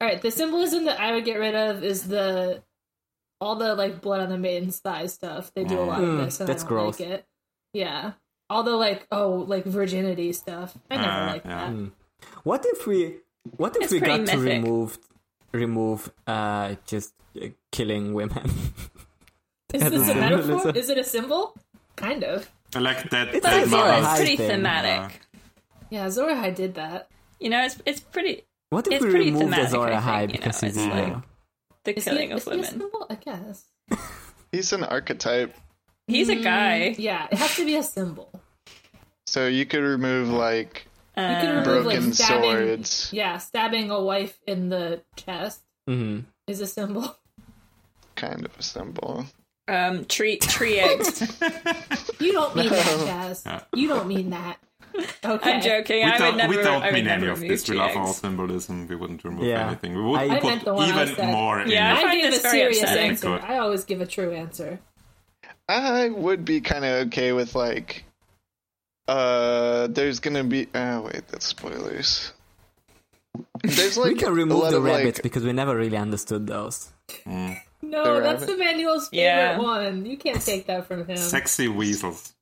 Speaker 2: All right, the symbolism that I would get rid of is the all the like blood on the maiden's thigh stuff. They do a lot of
Speaker 5: Mm,
Speaker 2: this, and
Speaker 5: that's
Speaker 2: I don't
Speaker 5: gross.
Speaker 2: like it. Yeah, all the like oh like virginity stuff. I never
Speaker 4: Ah,
Speaker 2: like
Speaker 4: yeah.
Speaker 5: Mm.
Speaker 2: that.
Speaker 5: What if we what if
Speaker 1: It's
Speaker 5: we got
Speaker 1: pretty
Speaker 5: to
Speaker 1: mythic.
Speaker 5: remove remove uh just uh, killing women?
Speaker 2: Is
Speaker 5: That's
Speaker 2: this a
Speaker 5: a
Speaker 2: metaphor?
Speaker 5: symbolism.
Speaker 2: Is it a symbol? Kind of.
Speaker 4: I like that.
Speaker 5: It's
Speaker 4: that
Speaker 5: like
Speaker 1: Well,
Speaker 5: Hi,
Speaker 1: it's
Speaker 4: mother's-
Speaker 1: pretty
Speaker 5: thing.
Speaker 1: thematic.
Speaker 2: Yeah, Zorahai did that.
Speaker 1: You know, it's it's pretty
Speaker 5: What if
Speaker 1: It's
Speaker 5: we
Speaker 1: pretty
Speaker 5: remove the
Speaker 1: thematic,
Speaker 5: Zora
Speaker 1: I
Speaker 5: High
Speaker 1: think, you
Speaker 5: because
Speaker 1: know,
Speaker 5: he's
Speaker 1: it's
Speaker 5: evil?
Speaker 1: like- the
Speaker 2: Is
Speaker 1: killing
Speaker 2: he,
Speaker 1: of
Speaker 2: is he a
Speaker 1: women.
Speaker 2: symbol? I guess.
Speaker 3: He's an archetype.
Speaker 1: He's a guy.
Speaker 2: Yeah, it has to be a symbol.
Speaker 3: So you could remove like
Speaker 2: You
Speaker 1: Uh,
Speaker 2: can
Speaker 1: Um,
Speaker 2: remove
Speaker 3: broken
Speaker 2: like stabbing,
Speaker 3: swords.
Speaker 2: Yeah, stabbing a wife in the chest
Speaker 5: Mhm.
Speaker 2: is a symbol.
Speaker 3: kind of a symbol.
Speaker 1: Um, tree tree eggs.
Speaker 2: You don't mean that, Jazz. You don't mean that. Okay.
Speaker 1: I'm joking.
Speaker 4: We
Speaker 1: I
Speaker 4: don't,
Speaker 1: would never.
Speaker 4: we don't
Speaker 1: I would
Speaker 4: mean any
Speaker 1: never
Speaker 4: of
Speaker 1: remove
Speaker 4: this. We
Speaker 1: tree
Speaker 4: love
Speaker 1: eggs.
Speaker 4: all symbolism. We wouldn't remove
Speaker 5: Yeah.
Speaker 4: anything. We would
Speaker 5: I- I
Speaker 4: put
Speaker 2: meant the one I
Speaker 4: even
Speaker 2: said.
Speaker 4: more in
Speaker 1: Yeah. I
Speaker 2: I,
Speaker 1: find
Speaker 2: gave a
Speaker 1: this very
Speaker 2: serious
Speaker 1: upsetting.
Speaker 2: answer.
Speaker 4: Good.
Speaker 2: I always give a true answer.
Speaker 3: I would be kind of okay with like, uh, there's gonna be. Oh wait, that's spoilers. There's like
Speaker 5: we can
Speaker 3: a
Speaker 5: remove
Speaker 3: lot
Speaker 5: the
Speaker 3: of
Speaker 5: rabbits
Speaker 3: like.
Speaker 5: because we never really understood those.
Speaker 2: No,
Speaker 4: mm,
Speaker 3: The
Speaker 2: that's the
Speaker 3: rabbit?
Speaker 2: manual's favorite
Speaker 1: Yeah.
Speaker 2: one. You can't take that from him.
Speaker 4: sexy weasels.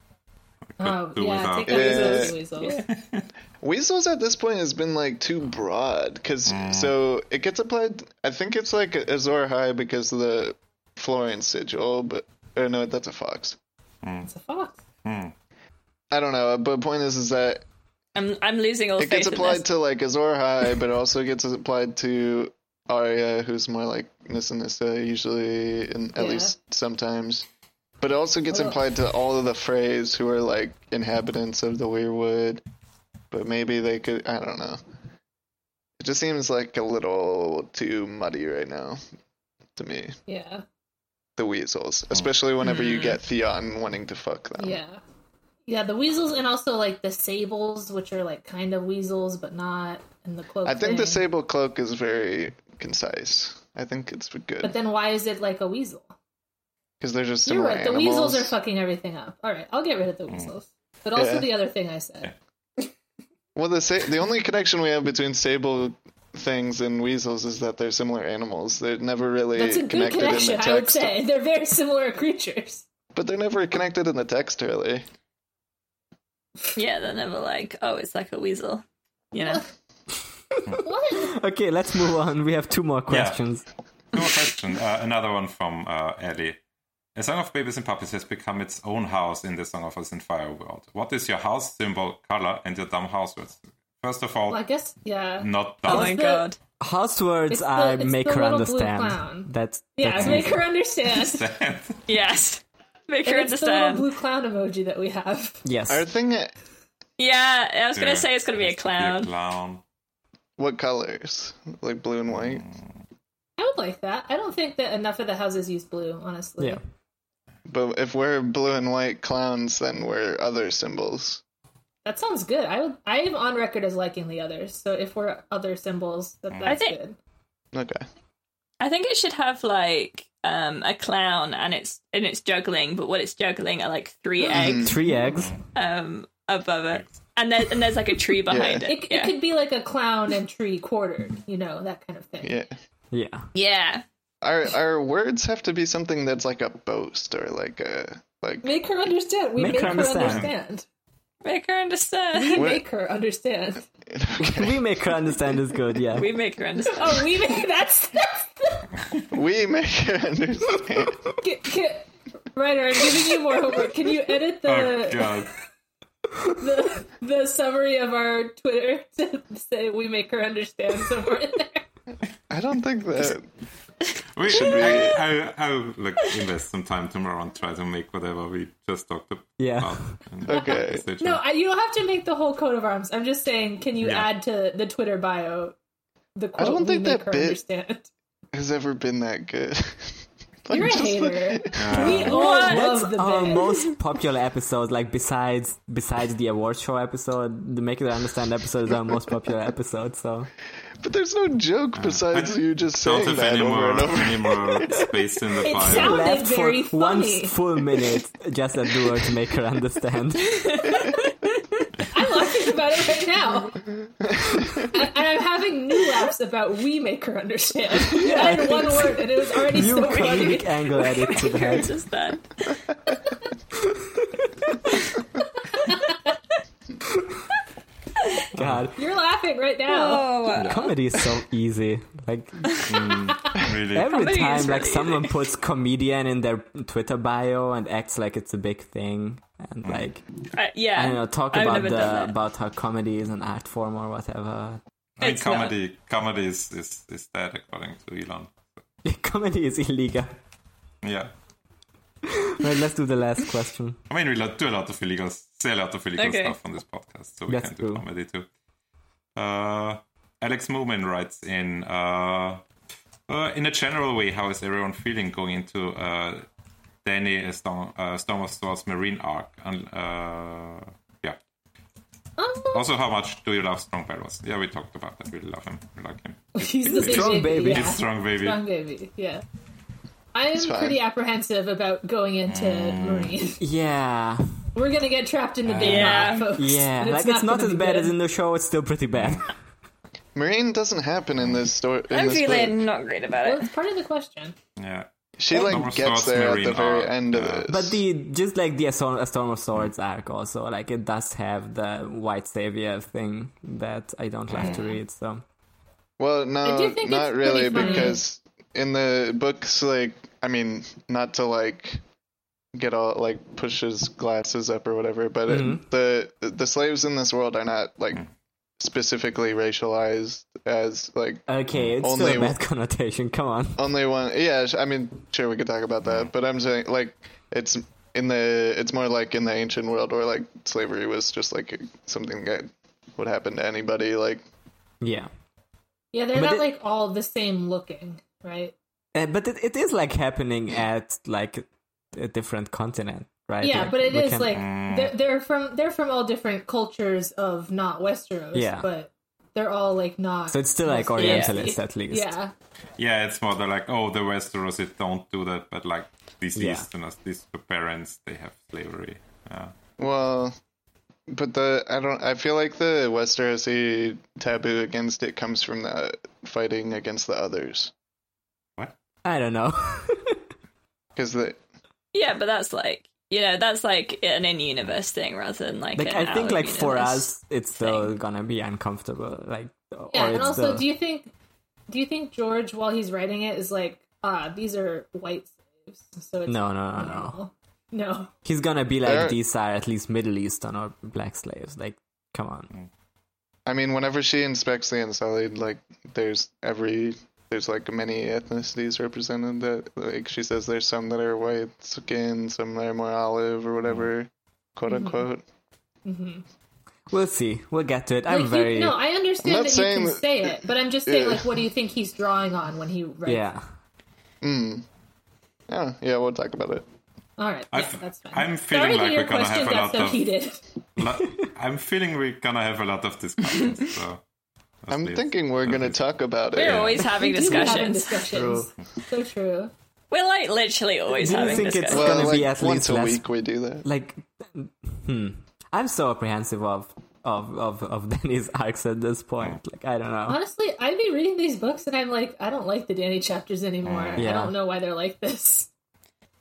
Speaker 4: Could
Speaker 2: oh,
Speaker 4: do
Speaker 2: yeah,
Speaker 4: without.
Speaker 2: take that
Speaker 3: Yeah.
Speaker 2: as a weasel.
Speaker 3: Weasels at this point has been like too broad because
Speaker 5: Mm.
Speaker 3: so it gets applied. I think it's like Azor High because of the Florence sigil, but or no, that's a fox.
Speaker 4: Mm,
Speaker 2: It's a fox.
Speaker 3: I don't know, but point is, is that
Speaker 1: I'm I'm losing all
Speaker 3: it gets
Speaker 1: faith in
Speaker 3: applied
Speaker 1: this.
Speaker 3: to like Azor High, but it also gets applied to Arya, who's more like Nissa Nissa usually, and at
Speaker 2: Yeah.
Speaker 3: least sometimes. But it also gets
Speaker 2: Well-
Speaker 3: applied to all of the Freys who are like inhabitants of the Weirwood. But maybe they could. I don't know. It just seems like a little too muddy right now to me.
Speaker 2: Yeah,
Speaker 3: The weasels, especially whenever you get Theon wanting to fuck them.
Speaker 2: Mm. yeah. Yeah, the weasels and also like the sables, which are like kind of weasels but not, and the cloak.
Speaker 3: I think the
Speaker 2: thing.
Speaker 3: sable cloak is very concise. I think it's good.
Speaker 2: But then why is it like a weasel?
Speaker 3: Because they're just
Speaker 2: You're
Speaker 3: similar
Speaker 2: right. The
Speaker 3: animals. Mm.
Speaker 2: weasels are fucking everything up. All right, I'll get rid of the weasels, but also
Speaker 3: Yeah.
Speaker 2: the other thing I said.
Speaker 3: Well, the sa- the only connection we have between sable things and weasels is that they're similar animals. They're never really
Speaker 2: That's a good
Speaker 3: connected
Speaker 2: connection,
Speaker 3: in the
Speaker 2: I would
Speaker 3: text,
Speaker 2: say. They're very similar creatures.
Speaker 3: but they're never connected in the text really.
Speaker 1: Yeah, they're never like, oh, it's like a weasel. You know?
Speaker 2: What?
Speaker 5: Okay, let's move on. We have two more questions.
Speaker 4: Cool question. Uh, another one from uh, Ellie. A Song of Babies and Puppies has become its own house in the Song of Us and Fire world. What is your house symbol, color, and your dumb house words? First of all,
Speaker 2: Well, I guess, yeah.
Speaker 4: not
Speaker 1: Oh
Speaker 4: dumb.
Speaker 1: my
Speaker 2: It's the-
Speaker 1: god.
Speaker 5: House words
Speaker 2: It's the-
Speaker 5: I
Speaker 2: it's
Speaker 5: make
Speaker 2: the
Speaker 5: her
Speaker 2: little blue
Speaker 5: understand.
Speaker 2: clown.
Speaker 5: That's
Speaker 2: Yeah,
Speaker 5: that's
Speaker 2: make
Speaker 5: it.
Speaker 2: her understand.
Speaker 1: Yes. Make her
Speaker 2: And it's the little
Speaker 1: understand.
Speaker 2: blue clown emoji that we have.
Speaker 5: yes.
Speaker 3: Our thing,
Speaker 1: Yeah, I was gonna say it's gonna be a
Speaker 4: Be
Speaker 1: clown.
Speaker 4: a clown.
Speaker 3: what colors? Like blue and white.
Speaker 2: I would like that. I don't think that enough of the houses use blue, honestly.
Speaker 5: Yeah.
Speaker 3: But if we're blue and white clowns, then we're other symbols.
Speaker 2: That sounds good. I would, I am on record as liking the others. So if we're other symbols, that, that's
Speaker 1: Mm. think-
Speaker 2: good.
Speaker 3: Okay.
Speaker 1: I think it should have like um a clown and it's and it's juggling, but what it's juggling are like three
Speaker 3: Mm-hmm.
Speaker 1: eggs
Speaker 2: Mm.
Speaker 5: Three eggs.
Speaker 1: um above it. And there, and there's like a tree behind
Speaker 2: It,
Speaker 1: it. Yeah.
Speaker 2: it could be like a clown and tree quartered, you know, that kind of thing.
Speaker 3: Yeah.
Speaker 5: Yeah.
Speaker 1: yeah.
Speaker 3: Our our words have to be something that's like a boast or like a like
Speaker 2: Make her understand. We
Speaker 5: Make
Speaker 2: make,
Speaker 5: her
Speaker 2: her
Speaker 5: understand.
Speaker 2: understand.
Speaker 1: Make her understand.
Speaker 2: We
Speaker 3: What-
Speaker 2: make her understand.
Speaker 5: We make her understand is good, yeah.
Speaker 1: We make her understand.
Speaker 2: Oh, we make that's that's the
Speaker 3: we make her understand.
Speaker 2: get, get, Ryder, I'm giving you more homework. Can you edit
Speaker 1: Uh,
Speaker 4: Oh
Speaker 2: the
Speaker 4: god.
Speaker 2: the, the summary of our Twitter to say we make her understand somewhere in there?
Speaker 3: I don't think that
Speaker 4: We,
Speaker 3: be-
Speaker 4: I, I, I'll like invest some time tomorrow and try to make whatever we just talked about.
Speaker 5: Yeah.
Speaker 4: And
Speaker 3: Okay.
Speaker 4: message
Speaker 2: No,
Speaker 4: it.
Speaker 2: I, you don't have to make the whole coat of arms. I'm just saying, can you
Speaker 4: Yeah.
Speaker 2: add to the Twitter bio the quote?
Speaker 3: don't
Speaker 2: "We
Speaker 3: think
Speaker 2: make
Speaker 3: that
Speaker 2: her
Speaker 3: bit-
Speaker 2: understand.
Speaker 3: has ever been that good. Like,
Speaker 2: You're a
Speaker 3: just like-
Speaker 2: hater.
Speaker 4: Uh,
Speaker 2: we all
Speaker 1: What?
Speaker 2: love the
Speaker 5: Our
Speaker 2: bit.
Speaker 5: most popular episode, like besides besides the award show episode, the Make It Understand episode is our most popular episode. So
Speaker 3: but there's no joke besides you just
Speaker 4: Uh, Don't
Speaker 3: saying
Speaker 4: have
Speaker 3: that
Speaker 4: any
Speaker 3: over
Speaker 4: more,
Speaker 3: and over.
Speaker 4: any more space in the
Speaker 2: It
Speaker 4: file.
Speaker 2: sounds- Sounded
Speaker 5: left for
Speaker 2: very
Speaker 5: one
Speaker 2: funny.
Speaker 5: full minute just at the word to make her understand.
Speaker 2: I'm laughing about it right now. and, and I'm having new laughs about we make her understand. You added one word and it was already
Speaker 5: New
Speaker 2: so funny.
Speaker 5: comedic angle added to
Speaker 1: Make her
Speaker 5: that.
Speaker 1: understand.
Speaker 5: God,
Speaker 2: You're laughing right now.
Speaker 1: Oh
Speaker 5: comedy is so easy. Like
Speaker 4: Really.
Speaker 5: every
Speaker 1: Comedy is
Speaker 5: time, like
Speaker 1: really
Speaker 5: someone puts comedian in their Twitter bio and acts like it's a big thing, and like
Speaker 1: Uh, yeah.
Speaker 5: I don't know, talk
Speaker 1: I've
Speaker 5: about
Speaker 1: never done
Speaker 5: the
Speaker 1: that.
Speaker 5: about how comedy is an art form or whatever.
Speaker 4: I mean,
Speaker 1: It's not.
Speaker 4: comedy, comedy is, is, is dead according to Elon.
Speaker 5: comedy is illegal.
Speaker 4: Yeah.
Speaker 5: Right, let's do the last question.
Speaker 4: I mean, we lo- do a lot of illegal, say a lot of illegal
Speaker 1: Okay.
Speaker 4: stuff on this podcast, so we
Speaker 5: That's
Speaker 4: can do
Speaker 5: true.
Speaker 4: comedy too. Uh, Alex Moomin writes in, uh, uh, in a general way, how is everyone feeling going into uh, Danny uh, Storm, uh, Storm of Swords Marine arc? And uh, yeah,
Speaker 2: Oh,
Speaker 4: also how much do you love Strong Barrels? Yeah, we talked about that. We love him. We like him.
Speaker 2: he's the big
Speaker 5: Strong baby.
Speaker 2: Yeah.
Speaker 4: He's strong, baby.
Speaker 2: Strong baby. Yeah. I am
Speaker 3: fine.
Speaker 2: pretty apprehensive about going into Marine.
Speaker 5: Yeah,
Speaker 2: We're gonna get trapped in the big
Speaker 1: Yeah.
Speaker 2: knot, folks.
Speaker 5: yeah.
Speaker 2: And
Speaker 5: like it's not
Speaker 2: gonna
Speaker 5: as
Speaker 2: be
Speaker 5: bad
Speaker 2: good.
Speaker 5: as in the show. It's still pretty bad.
Speaker 3: Marine doesn't happen in this story.
Speaker 1: I'm feeling not great about
Speaker 2: Well,
Speaker 1: it.
Speaker 2: it's part of the question.
Speaker 4: Yeah.
Speaker 3: She
Speaker 4: Thomas
Speaker 3: like gets
Speaker 4: Scott's
Speaker 3: there at the
Speaker 4: Marine uh,
Speaker 3: very
Speaker 4: arc,
Speaker 3: end of
Speaker 4: yeah.
Speaker 3: this.
Speaker 5: But the just like the Astor- A Storm of Swords arc also, like it does have the white savior thing that I don't like to read. So
Speaker 3: well, no,
Speaker 2: I do think
Speaker 3: not
Speaker 2: it's
Speaker 3: really,
Speaker 2: pretty funny.
Speaker 3: because in the books, like, I mean, not to like get all like push his glasses up or whatever, but it-
Speaker 5: Mm-hmm.
Speaker 3: the the slaves in this world are not like
Speaker 4: Mm.
Speaker 3: specifically racialized as like
Speaker 5: okay, it's
Speaker 3: Mm, Only-
Speaker 5: still a bad connotation. Come on,
Speaker 3: only one yeah sh- i mean sure we could talk about that but i'm saying like it's in the it's more like in the ancient world where like slavery was just like something that would happen to anybody like
Speaker 5: yeah.
Speaker 2: Yeah, they're
Speaker 5: But
Speaker 2: not
Speaker 5: it-
Speaker 2: like all the same looking, right?
Speaker 5: Uh, but it, it is like happening at like a different continent, right?
Speaker 2: Yeah,
Speaker 5: Like,
Speaker 2: but it
Speaker 5: we
Speaker 2: is
Speaker 5: can-
Speaker 2: like they're, they're from they're from all different cultures of not Westeros.
Speaker 5: Yeah.
Speaker 2: but they're all like not.
Speaker 5: so it's still like Orientalist at least.
Speaker 2: yeah,
Speaker 4: Yeah, it's more they're like, oh, the Westeros, it don't do that, but like these
Speaker 5: Yeah.
Speaker 4: Easterners, these barbarians, they have slavery. Yeah.
Speaker 3: well But the I don't I feel like the Westerosi taboo against it comes from the fighting against the others
Speaker 5: I don't know.
Speaker 3: because the
Speaker 1: Yeah, but that's like you know that's like an in-universe thing rather than like.
Speaker 5: like
Speaker 1: an
Speaker 5: I think like for
Speaker 1: out-of-universe.
Speaker 5: us, it's still gonna be uncomfortable. Like
Speaker 2: Yeah,
Speaker 5: or
Speaker 2: and
Speaker 5: it's
Speaker 2: also,
Speaker 5: the-
Speaker 2: do you think do you think George, while he's writing it, is like, ah, these are white slaves, so it's
Speaker 5: No, no, no, no.
Speaker 2: normal." no.
Speaker 5: he's gonna be like
Speaker 3: There-
Speaker 5: these are at least Middle Eastern or black slaves. Like, come on.
Speaker 3: I mean whenever she inspects the Unsullied, like there's every there's like many ethnicities represented that like she says there's some that are white skin, some that are more olive or whatever, quote
Speaker 5: Mm-hmm.
Speaker 3: unquote.
Speaker 5: We'll see. We'll get to it.
Speaker 2: Mm-hmm. Like
Speaker 5: I'm
Speaker 2: you-
Speaker 5: very
Speaker 2: no, I understand
Speaker 3: I'm
Speaker 2: that
Speaker 3: not
Speaker 2: you
Speaker 3: saying
Speaker 2: can
Speaker 3: that-
Speaker 2: say it, but I'm just saying,
Speaker 3: Yeah.
Speaker 2: like, what do you think he's drawing on when he writes?
Speaker 5: yeah.
Speaker 3: Hmm. Yeah, yeah, we'll talk about it.
Speaker 2: All right,
Speaker 4: I
Speaker 2: yeah,
Speaker 4: f-
Speaker 2: that's fine.
Speaker 4: I'm feeling
Speaker 2: Sorry
Speaker 4: like
Speaker 2: that
Speaker 4: we're
Speaker 2: your
Speaker 4: gonna
Speaker 2: question
Speaker 4: have a
Speaker 2: got
Speaker 4: lot
Speaker 2: so
Speaker 4: of-
Speaker 2: heated.
Speaker 4: Lo- I'm feeling we're gonna have a lot of discussions. So let's
Speaker 3: I'm
Speaker 4: leave.
Speaker 3: thinking we're gonna talk about
Speaker 1: We're
Speaker 3: it.
Speaker 1: always having
Speaker 2: We do be having
Speaker 1: discussions.
Speaker 2: discussions. So true.
Speaker 1: We're like literally always
Speaker 5: Do you
Speaker 1: having
Speaker 5: think it's-
Speaker 1: discussions.
Speaker 3: Well,
Speaker 5: gonna
Speaker 3: like
Speaker 5: be at least
Speaker 3: once a
Speaker 5: less-
Speaker 3: week we do that.
Speaker 5: Like, hmm. I'm so apprehensive of of of of Danny's arcs at this point. Like, I don't know.
Speaker 2: Honestly, I'd be reading these books and I'm like, I don't like the Danny chapters anymore. I
Speaker 5: Yeah.
Speaker 2: don't know why they're like this.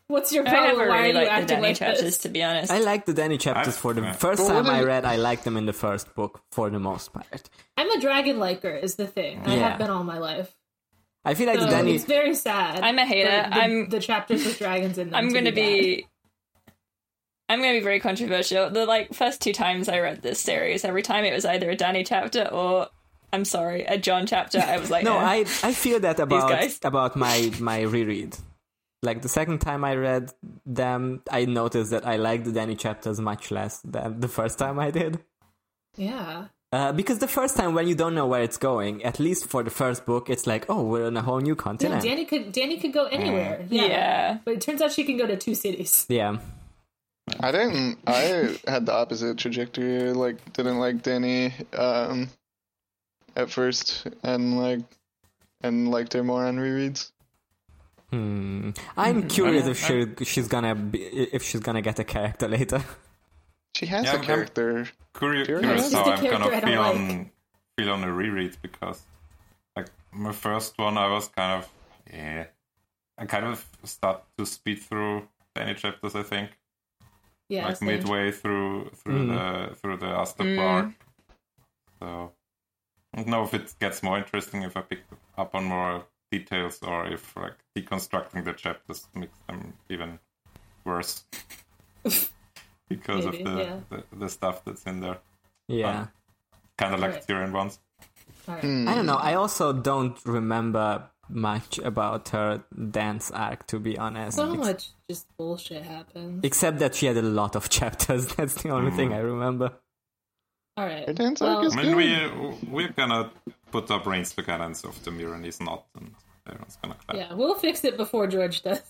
Speaker 2: What's your
Speaker 1: I
Speaker 2: problem?
Speaker 1: never
Speaker 2: why
Speaker 1: really
Speaker 2: are you
Speaker 1: liked the
Speaker 2: acting
Speaker 1: Danny
Speaker 2: like
Speaker 1: chapters,
Speaker 2: this?
Speaker 1: to be honest.
Speaker 5: I like the Danny chapters for the
Speaker 4: I've-
Speaker 5: first
Speaker 3: But
Speaker 5: time I
Speaker 3: wouldn't-
Speaker 5: read. I liked them in the first book for the most part.
Speaker 2: I'm a dragon liker is the thing. I
Speaker 5: Yeah.
Speaker 2: have been all my life.
Speaker 5: I feel like
Speaker 2: So
Speaker 5: the Danny.
Speaker 2: it's very sad.
Speaker 1: I'm a hater.
Speaker 2: for The,
Speaker 1: I'm-
Speaker 2: the chapters with dragons in them.
Speaker 1: I'm
Speaker 2: to
Speaker 1: gonna
Speaker 2: bad.
Speaker 1: be. I'm gonna be very controversial. The like first two times I read this series, every time it was either a Danny chapter or I'm sorry, a John chapter. I was like,
Speaker 5: No,
Speaker 1: eh.
Speaker 5: I I feel that
Speaker 1: guys.
Speaker 5: about about my my reread. Like the second time I read them, I noticed that I liked the Danny chapters much less than the first time I did.
Speaker 2: Yeah.
Speaker 5: Uh, because the first time, when you don't know where it's going, at least for the first book, it's like, oh, we're on a whole new
Speaker 2: Yeah,
Speaker 5: continent.
Speaker 2: Danny could Danny could go anywhere. Yeah.
Speaker 1: yeah.
Speaker 2: But it turns out she can go to two cities.
Speaker 5: Yeah.
Speaker 3: I didn't. I had the opposite trajectory. I, Like, didn't like Danny um, at first, and like, and liked her more on rereads.
Speaker 5: Hmm. I'm curious if she she's gonna be, if she's gonna get a character later.
Speaker 3: She has
Speaker 4: Yeah,
Speaker 3: a
Speaker 4: I'm-
Speaker 3: character.
Speaker 4: Curi-
Speaker 3: Curious.
Speaker 4: curious
Speaker 2: Yeah,
Speaker 4: how
Speaker 2: he's the
Speaker 4: I'm gonna
Speaker 2: character I
Speaker 4: feel
Speaker 2: don't
Speaker 4: on feel on a reread because like my first one I was kind of yeah I kind of start to speed through any chapters I think
Speaker 2: Yeah.
Speaker 4: like
Speaker 2: same.
Speaker 4: midway through through the through the Astor
Speaker 2: Mm.
Speaker 4: arc. So I don't know if it gets more interesting if I pick up on more details or if like deconstructing the chapters makes them even worse because
Speaker 2: Maybe,
Speaker 4: of the,
Speaker 2: yeah.
Speaker 4: the the stuff that's in there.
Speaker 5: Yeah.
Speaker 4: Kind of like
Speaker 2: Right.
Speaker 4: Tyrion ones.
Speaker 2: All right.
Speaker 3: Hmm.
Speaker 5: I don't know. I also don't remember much about her dance arc, to be honest.
Speaker 2: So
Speaker 5: Ex-
Speaker 2: much just bullshit happens.
Speaker 5: Except that she had a lot of chapters. That's the only
Speaker 2: Hmm.
Speaker 5: thing I remember.
Speaker 2: All right.
Speaker 3: Her dance
Speaker 2: Well,
Speaker 3: arc is
Speaker 4: I
Speaker 3: good.
Speaker 4: mean, we we're gonna put our brains together and solve the mirror and he's not, and everyone's gonna clap.
Speaker 2: yeah, we'll fix it before George does.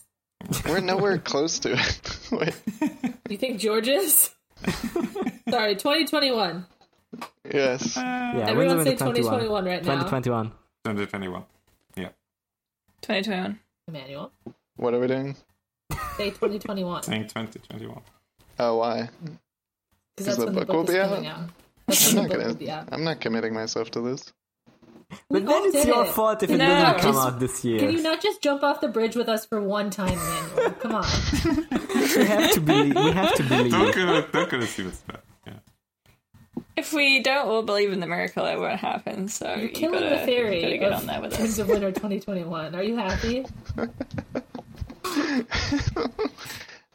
Speaker 3: We're nowhere close to it. Wait,
Speaker 2: You think George is? Sorry, 2021.
Speaker 3: yes.
Speaker 5: Yeah,
Speaker 2: Everyone
Speaker 5: when's
Speaker 2: say
Speaker 5: it
Speaker 2: 2021 right now.
Speaker 5: 2021.
Speaker 4: 2021. Yeah.
Speaker 1: 2021.
Speaker 2: Emmanuel,
Speaker 3: What are we doing?
Speaker 2: say 2021 because
Speaker 4: Saying 2021.
Speaker 3: Oh, why?
Speaker 2: that's
Speaker 3: the
Speaker 2: when the
Speaker 3: book
Speaker 2: book
Speaker 3: will
Speaker 2: is
Speaker 3: be out.
Speaker 2: coming out. That's
Speaker 3: I'm
Speaker 2: when
Speaker 3: not
Speaker 2: the book will
Speaker 3: gonna.
Speaker 2: be out.
Speaker 3: I'm not committing myself to this.
Speaker 5: But
Speaker 2: all
Speaker 5: then it's
Speaker 2: did
Speaker 5: your
Speaker 2: it.
Speaker 5: fault if it
Speaker 1: No,
Speaker 5: doesn't come
Speaker 2: just-
Speaker 5: out this year.
Speaker 2: Can you not just jump off the bridge with us for one time, Emmanuel? Come on.
Speaker 5: we have to believe. We have to
Speaker 4: Don't
Speaker 5: believe.
Speaker 4: go, don't go to see what's bad. Yeah.
Speaker 1: If we don't all believe in the miracle, it won't happen. So
Speaker 2: You're
Speaker 1: you
Speaker 2: killing
Speaker 1: gotta,
Speaker 2: the theory
Speaker 1: you gotta get
Speaker 2: of
Speaker 1: on there with
Speaker 2: Winds
Speaker 1: us.
Speaker 2: of Winter 2021. Are you happy?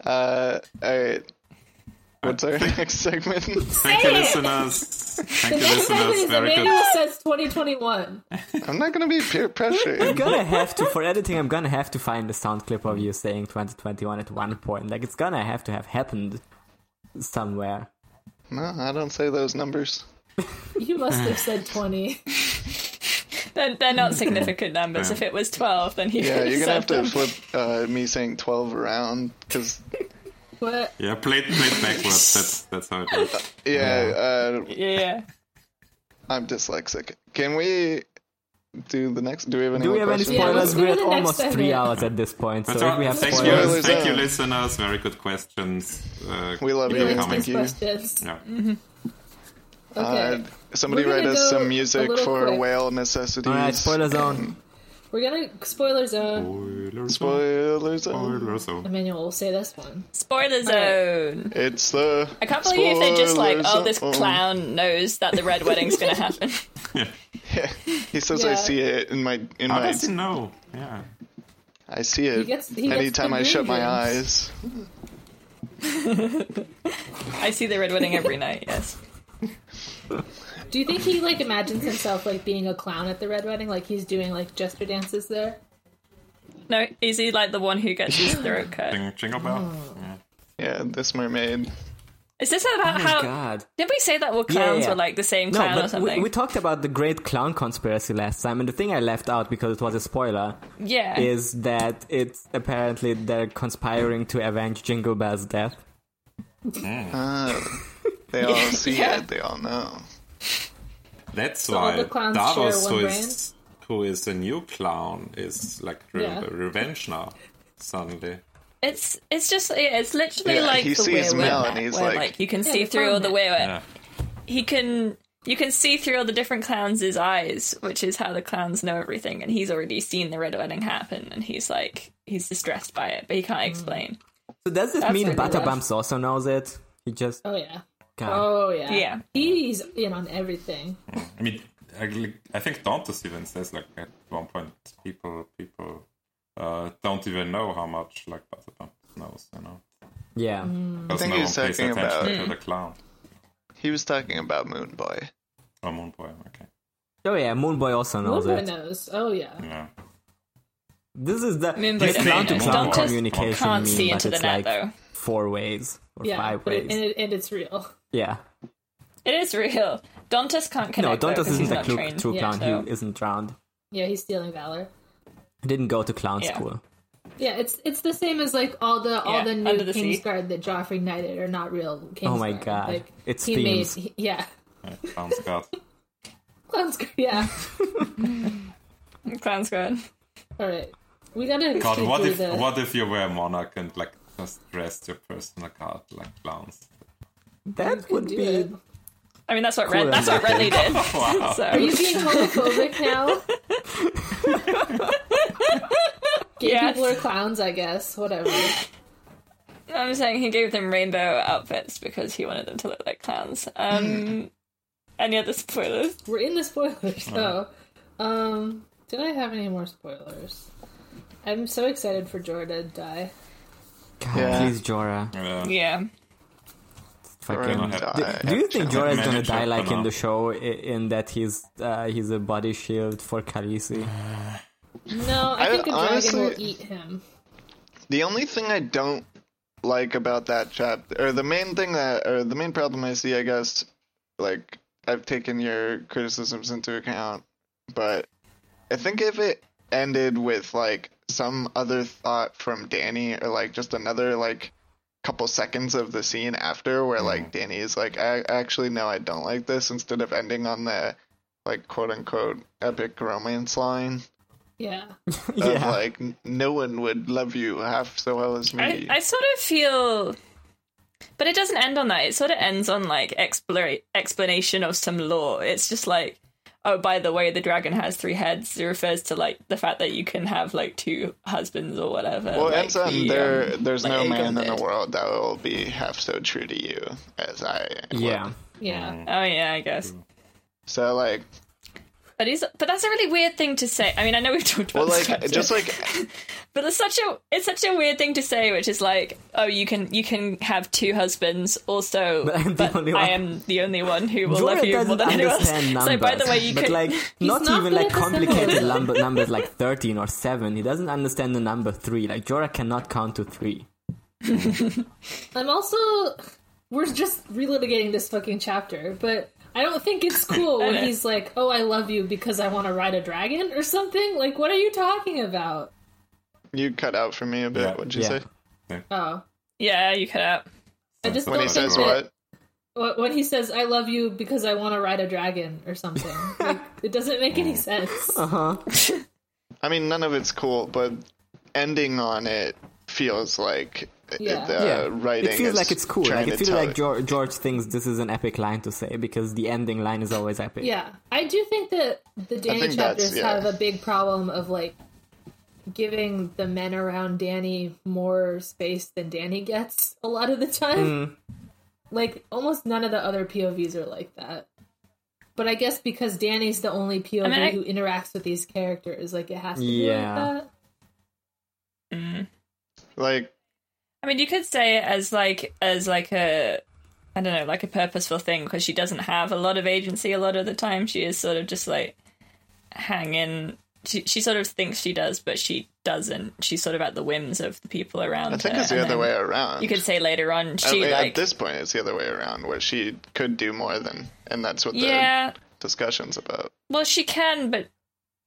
Speaker 3: Uh, all right. What's our next segment?
Speaker 4: Thank you, listeners. Thank you,
Speaker 2: Next segment
Speaker 4: listeners.
Speaker 2: is
Speaker 4: Very
Speaker 2: Emmanuel
Speaker 4: good.
Speaker 2: says 2021.
Speaker 3: I'm not gonna be peer pressure.
Speaker 5: I'm gonna have to for editing. I'm gonna have to find a sound clip of you saying 2021 at one point. Like it's gonna have to have happened somewhere.
Speaker 3: No, I don't say those numbers.
Speaker 2: You must have said 20.
Speaker 1: They're, they're not significant numbers. If it was 12, then he
Speaker 3: Yeah,
Speaker 1: would
Speaker 3: you're gonna have
Speaker 1: said
Speaker 3: to
Speaker 1: them.
Speaker 3: flip uh, me saying twelve around because
Speaker 2: But
Speaker 4: Yeah, play it, play it backwards. That's, that's how it works.
Speaker 3: yeah, uh,
Speaker 1: Yeah.
Speaker 3: I'm dyslexic. Can we do the next. Do we have any?
Speaker 5: Do we
Speaker 3: more
Speaker 5: have any
Speaker 3: questions?
Speaker 2: Yeah,
Speaker 5: spoilers?
Speaker 2: let's do
Speaker 5: We're at
Speaker 2: the next
Speaker 5: almost three
Speaker 2: segment.
Speaker 5: hours at this point, so if
Speaker 4: But uh,
Speaker 5: we have
Speaker 4: thank
Speaker 5: spoilers,
Speaker 4: you,
Speaker 3: Spoilers
Speaker 4: thank
Speaker 3: out.
Speaker 4: you, listeners. Very good questions. Uh,
Speaker 3: We love
Speaker 4: keep
Speaker 3: you.
Speaker 4: them
Speaker 3: Yeah,
Speaker 2: Let's
Speaker 4: coming.
Speaker 2: ask
Speaker 3: thank you. Mm-hmm.
Speaker 2: questions.
Speaker 4: Yeah.
Speaker 2: Okay.
Speaker 3: Uh, somebody
Speaker 2: We're gonna
Speaker 3: write us
Speaker 2: go
Speaker 3: some
Speaker 2: a
Speaker 3: music
Speaker 2: little
Speaker 3: for
Speaker 2: quick.
Speaker 3: whale necessities.
Speaker 5: All right, spoiler zone.
Speaker 2: We're gonna spoiler zone.
Speaker 4: Spoiler zone.
Speaker 3: Spoiler zone.
Speaker 4: Spoiler zone.
Speaker 2: Emmanuel will say this one.
Speaker 1: Spoiler zone.
Speaker 3: It's the.
Speaker 1: I can't believe they're just like,
Speaker 3: spoiler
Speaker 1: oh, this
Speaker 3: zone.
Speaker 1: clown knows that the red wedding's going to happen.
Speaker 3: He says, "I
Speaker 2: Yeah.
Speaker 3: see it in my in
Speaker 4: How
Speaker 3: my.
Speaker 4: does he know? Yeah.
Speaker 3: I see it
Speaker 2: gets- he gets
Speaker 3: anytime
Speaker 2: the
Speaker 3: I shut my
Speaker 2: visions.
Speaker 3: eyes."
Speaker 1: I see the red wedding every night. Yes.
Speaker 2: Do you think he like imagines himself like being a clown at the red wedding, like he's doing like gesture dances there?
Speaker 1: No, is he like the one who gets his throat cut?
Speaker 4: Jing- Jingle bell. Yeah.
Speaker 3: Yeah, this mermaid.
Speaker 1: Is this about
Speaker 5: Oh my
Speaker 1: how?
Speaker 5: god.
Speaker 1: Didn't we say that all
Speaker 5: Yeah,
Speaker 1: clowns
Speaker 5: yeah.
Speaker 1: were like the same
Speaker 5: No,
Speaker 1: clown or
Speaker 5: but we,
Speaker 1: something?
Speaker 5: we talked about the great clown conspiracy last time, and the thing I left out because it was a spoiler
Speaker 1: yeah.
Speaker 5: is that it's apparently they're conspiring to avenge Jingle Bell's death.
Speaker 4: Mm.
Speaker 3: Uh, they all see it. They all know.
Speaker 4: That's
Speaker 2: all
Speaker 4: why
Speaker 2: the clowns share
Speaker 4: Davos,
Speaker 2: one
Speaker 4: who is who is the new clown, is like re-
Speaker 2: Yeah.
Speaker 4: revenge now. Suddenly,
Speaker 1: It's it's just yeah, it's literally
Speaker 3: Yeah,
Speaker 1: like
Speaker 3: he
Speaker 1: the
Speaker 3: sees
Speaker 1: weirwood
Speaker 3: Mel
Speaker 1: map,
Speaker 3: and he's
Speaker 1: where,
Speaker 3: like-
Speaker 1: you can see
Speaker 2: the
Speaker 1: through
Speaker 2: clown
Speaker 1: all the
Speaker 2: map.
Speaker 1: weirwood.
Speaker 4: Yeah.
Speaker 1: He can you can see through all the different clowns' eyes, which is how the clowns know everything. And he's already seen the red wedding happen, and he's like he's distressed by it, but he can't explain.
Speaker 5: So does this
Speaker 1: That's
Speaker 5: mean
Speaker 1: what it
Speaker 5: Butterbumps also knows it? He just
Speaker 2: Oh yeah.
Speaker 5: God.
Speaker 2: Oh yeah.
Speaker 1: Yeah.
Speaker 2: He's in on everything.
Speaker 4: I mean, I, I think Dante's even says like at one point, people people uh, don't even know how much like Butterbump knows. You know,
Speaker 5: yeah.
Speaker 4: because
Speaker 3: think
Speaker 4: no one
Speaker 3: he's
Speaker 4: pays
Speaker 3: talking
Speaker 4: attention
Speaker 3: about-
Speaker 4: to the clown.
Speaker 3: He was talking about Moon Boy.
Speaker 4: Oh, Moon Boy. Okay.
Speaker 5: Oh yeah, Moonboy also knows
Speaker 2: Wilbur
Speaker 5: it.
Speaker 2: knows. Oh yeah.
Speaker 4: Yeah.
Speaker 5: This is the
Speaker 1: Moonboy
Speaker 5: this
Speaker 1: doesn't
Speaker 5: clown to
Speaker 4: know.
Speaker 5: clown
Speaker 4: Don't just-
Speaker 5: communication
Speaker 1: can't
Speaker 5: meme,
Speaker 1: see
Speaker 5: but
Speaker 1: into the
Speaker 5: it's
Speaker 1: net,
Speaker 5: like
Speaker 1: though.
Speaker 5: four ways or
Speaker 2: Yeah.
Speaker 5: five
Speaker 2: But it,
Speaker 5: ways.
Speaker 2: and, it, and it's real.
Speaker 5: yeah.
Speaker 1: It is real. Dantas can't connect.
Speaker 5: No, Dantas
Speaker 1: though, 'cause he's
Speaker 5: isn't a
Speaker 1: not
Speaker 5: clu-
Speaker 1: trained.
Speaker 5: true
Speaker 2: Yeah,
Speaker 5: clown.
Speaker 1: so-
Speaker 5: He isn't drowned.
Speaker 2: Yeah. He's stealing valor.
Speaker 5: He didn't go to clown
Speaker 1: Yeah.
Speaker 5: school.
Speaker 2: Yeah. It's it's the same as like all the all
Speaker 1: Yeah,
Speaker 2: the new
Speaker 1: Under the Sea.
Speaker 2: Kingsguard that Joffrey knighted are not real. Kingsguard.
Speaker 5: Oh my God.
Speaker 2: Like,
Speaker 5: It's
Speaker 2: he
Speaker 5: themes.
Speaker 2: made. he- yeah.
Speaker 4: yeah. Clown's God.
Speaker 2: Clown's good. Yeah.
Speaker 1: Clown's good.
Speaker 2: all right. We gotta.
Speaker 4: God,
Speaker 2: keep
Speaker 4: what
Speaker 2: through
Speaker 4: if
Speaker 2: the...
Speaker 4: what if you were a monarch and like just dressed your personal card like clowns?
Speaker 5: That would
Speaker 2: do
Speaker 5: be
Speaker 2: it.
Speaker 1: I mean, that's what
Speaker 5: Cool
Speaker 1: Red. That's what Redley did.
Speaker 4: Wow.
Speaker 2: Are
Speaker 1: So
Speaker 2: you being homophobic now? Gay
Speaker 1: Yes.
Speaker 2: people are clowns, I guess. Whatever.
Speaker 1: I'm saying he gave them rainbow outfits because he wanted them to look like clowns. Um, any other spoilers?
Speaker 2: We're in the spoilers, so. Um, did I have any more spoilers? I'm so excited for Jorah to die.
Speaker 5: God,
Speaker 3: Yeah.
Speaker 5: please Jorah.
Speaker 4: Yeah.
Speaker 1: Yeah.
Speaker 5: Fucking-
Speaker 4: gonna have-
Speaker 5: Do,
Speaker 3: die.
Speaker 5: do you think Jorah is gonna
Speaker 4: Manage
Speaker 5: die
Speaker 4: it
Speaker 5: like
Speaker 4: for
Speaker 5: in
Speaker 4: now.
Speaker 5: the show, i- in that he's uh, he's a body shield for Khaleesi?
Speaker 2: No, I,
Speaker 3: I-
Speaker 2: think a dragon will
Speaker 3: honestly-
Speaker 2: eat him.
Speaker 3: The only thing I don't like about that chapter, or the main thing that, or the main problem I see, I guess, like I've taken your criticisms into account, but I think if it ended with like some other thought from Danny, or like just another like couple seconds of the scene after where like Danny is like, I actually no, I don't like this, instead of ending on the like quote unquote epic romance line
Speaker 2: Yeah.
Speaker 3: of
Speaker 5: yeah.
Speaker 3: like n- no one would love you half so well as
Speaker 1: I,
Speaker 3: me.
Speaker 1: I sort of feel, but it doesn't end on that. It sort of ends on like explora- explanation of some lore. It's just like, oh, by the way, the dragon has three heads. It refers to like the fact that you can have like two husbands or whatever.
Speaker 3: well, it
Speaker 1: like,
Speaker 3: ends on
Speaker 1: the,
Speaker 3: there.
Speaker 1: um,
Speaker 3: there's
Speaker 1: like
Speaker 3: no
Speaker 1: Aegon
Speaker 3: man in
Speaker 1: did.
Speaker 3: the world that will be half so true to you as I. am."
Speaker 5: Yeah.
Speaker 2: Yeah.
Speaker 1: Oh yeah, I guess.
Speaker 3: So like,
Speaker 1: But he's but that's a really weird thing to say. I mean, I know we've talked about
Speaker 3: well,
Speaker 1: this
Speaker 3: like
Speaker 1: before.
Speaker 3: just like
Speaker 1: But it's such a it's such a weird thing to say, which is like, oh, you can you can have two husbands. Also,
Speaker 5: But I'm the
Speaker 1: but,
Speaker 5: only one.
Speaker 1: I am the only one who will love
Speaker 5: Jorah
Speaker 1: you more
Speaker 5: doesn't
Speaker 1: than anyone else.
Speaker 5: understand numbers.
Speaker 1: So by the way, you
Speaker 5: but
Speaker 1: could
Speaker 5: like not,
Speaker 2: not
Speaker 5: even
Speaker 2: good
Speaker 5: like
Speaker 2: at the
Speaker 5: complicated
Speaker 2: symbols.
Speaker 5: number, numbers like thirteen or seven. He doesn't understand the number three. Like Jorah cannot count to three.
Speaker 2: I'm also. We're just relitigating this fucking chapter, but I don't think it's cool
Speaker 1: know.
Speaker 2: when he's like, oh, I love you because I want to ride a dragon or something. Like, what are you talking about?
Speaker 3: you cut out for me a bit.
Speaker 4: Yeah.
Speaker 3: What'd you
Speaker 5: Yeah.
Speaker 3: say?
Speaker 2: Oh.
Speaker 1: yeah, you cut out.
Speaker 2: I just
Speaker 3: When
Speaker 2: don't
Speaker 3: he
Speaker 2: think
Speaker 3: says
Speaker 2: that-
Speaker 3: what?
Speaker 2: Wh- when he says "I love you" because I want to ride a dragon or something. Like, It doesn't make
Speaker 3: Mm.
Speaker 2: any sense.
Speaker 3: I mean, none of it's cool, but ending on it feels like it-
Speaker 2: Yeah.
Speaker 3: the
Speaker 5: yeah,
Speaker 3: Uh, writing.
Speaker 5: it feels
Speaker 3: is
Speaker 5: like it's cool.
Speaker 3: trying
Speaker 5: Like it
Speaker 3: to
Speaker 5: feels
Speaker 3: tell
Speaker 5: like George, George thinks this is an epic line to say because the ending line is always epic.
Speaker 2: Yeah, I do think that the Danny
Speaker 3: think that's-
Speaker 2: chapters
Speaker 3: yeah.
Speaker 2: have a big problem of like giving the men around Danny more space than Danny gets a lot of the time.
Speaker 3: Mm.
Speaker 2: Like almost none of the other POVs are like that. But I guess because Danny's the only POV
Speaker 1: mean, I-
Speaker 2: who interacts with these characters, like it has to
Speaker 5: Yeah.
Speaker 2: be like that.
Speaker 3: like
Speaker 1: I mean, you could say it as like as like a I don't know, like a purposeful thing because she doesn't have a lot of agency a lot of the time. She is sort of just like hanging. She, she sort of thinks she does, but she doesn't. She's sort of at the whims of the people around
Speaker 3: I think
Speaker 1: her.
Speaker 3: it's the
Speaker 1: and
Speaker 3: other
Speaker 1: then
Speaker 3: way around.
Speaker 1: You could say later on
Speaker 3: I
Speaker 1: she
Speaker 3: mean,
Speaker 1: like
Speaker 3: at this point, it's the other way around, where she could do more than, and that's what the
Speaker 1: yeah.
Speaker 3: discussion's about.
Speaker 1: Well, she can, but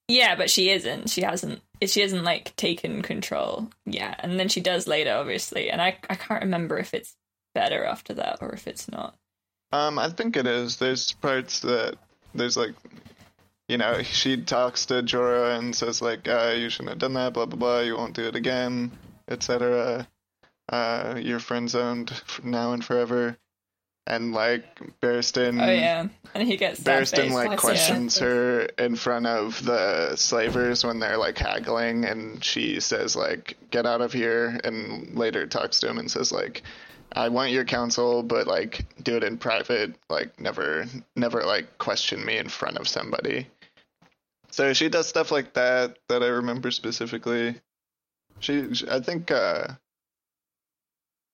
Speaker 1: yeah, but she isn't. She hasn't. She hasn't like taken control. Yeah, and then she does later, obviously. And I I can't remember if it's better after that or if it's not.
Speaker 3: Um, I think it is. There's parts that there's like, you know, she talks to Jorah and says like, uh, "You shouldn't have done that," blah blah blah. You won't do it again, etc. Uh, you're friend zoned now and forever. And like Barristan,
Speaker 1: Oh yeah, and he gets that
Speaker 3: Barristan
Speaker 1: face.
Speaker 3: Mm.
Speaker 2: Classic.
Speaker 3: like questions her in front of the slavers when they're like haggling, and she says like, "Get out of here," and later talks to him and says like, "I want your counsel, but like do it in private. Like never, never like question me in front of somebody." So she does stuff like that that I remember specifically. She, sh- I think, uh,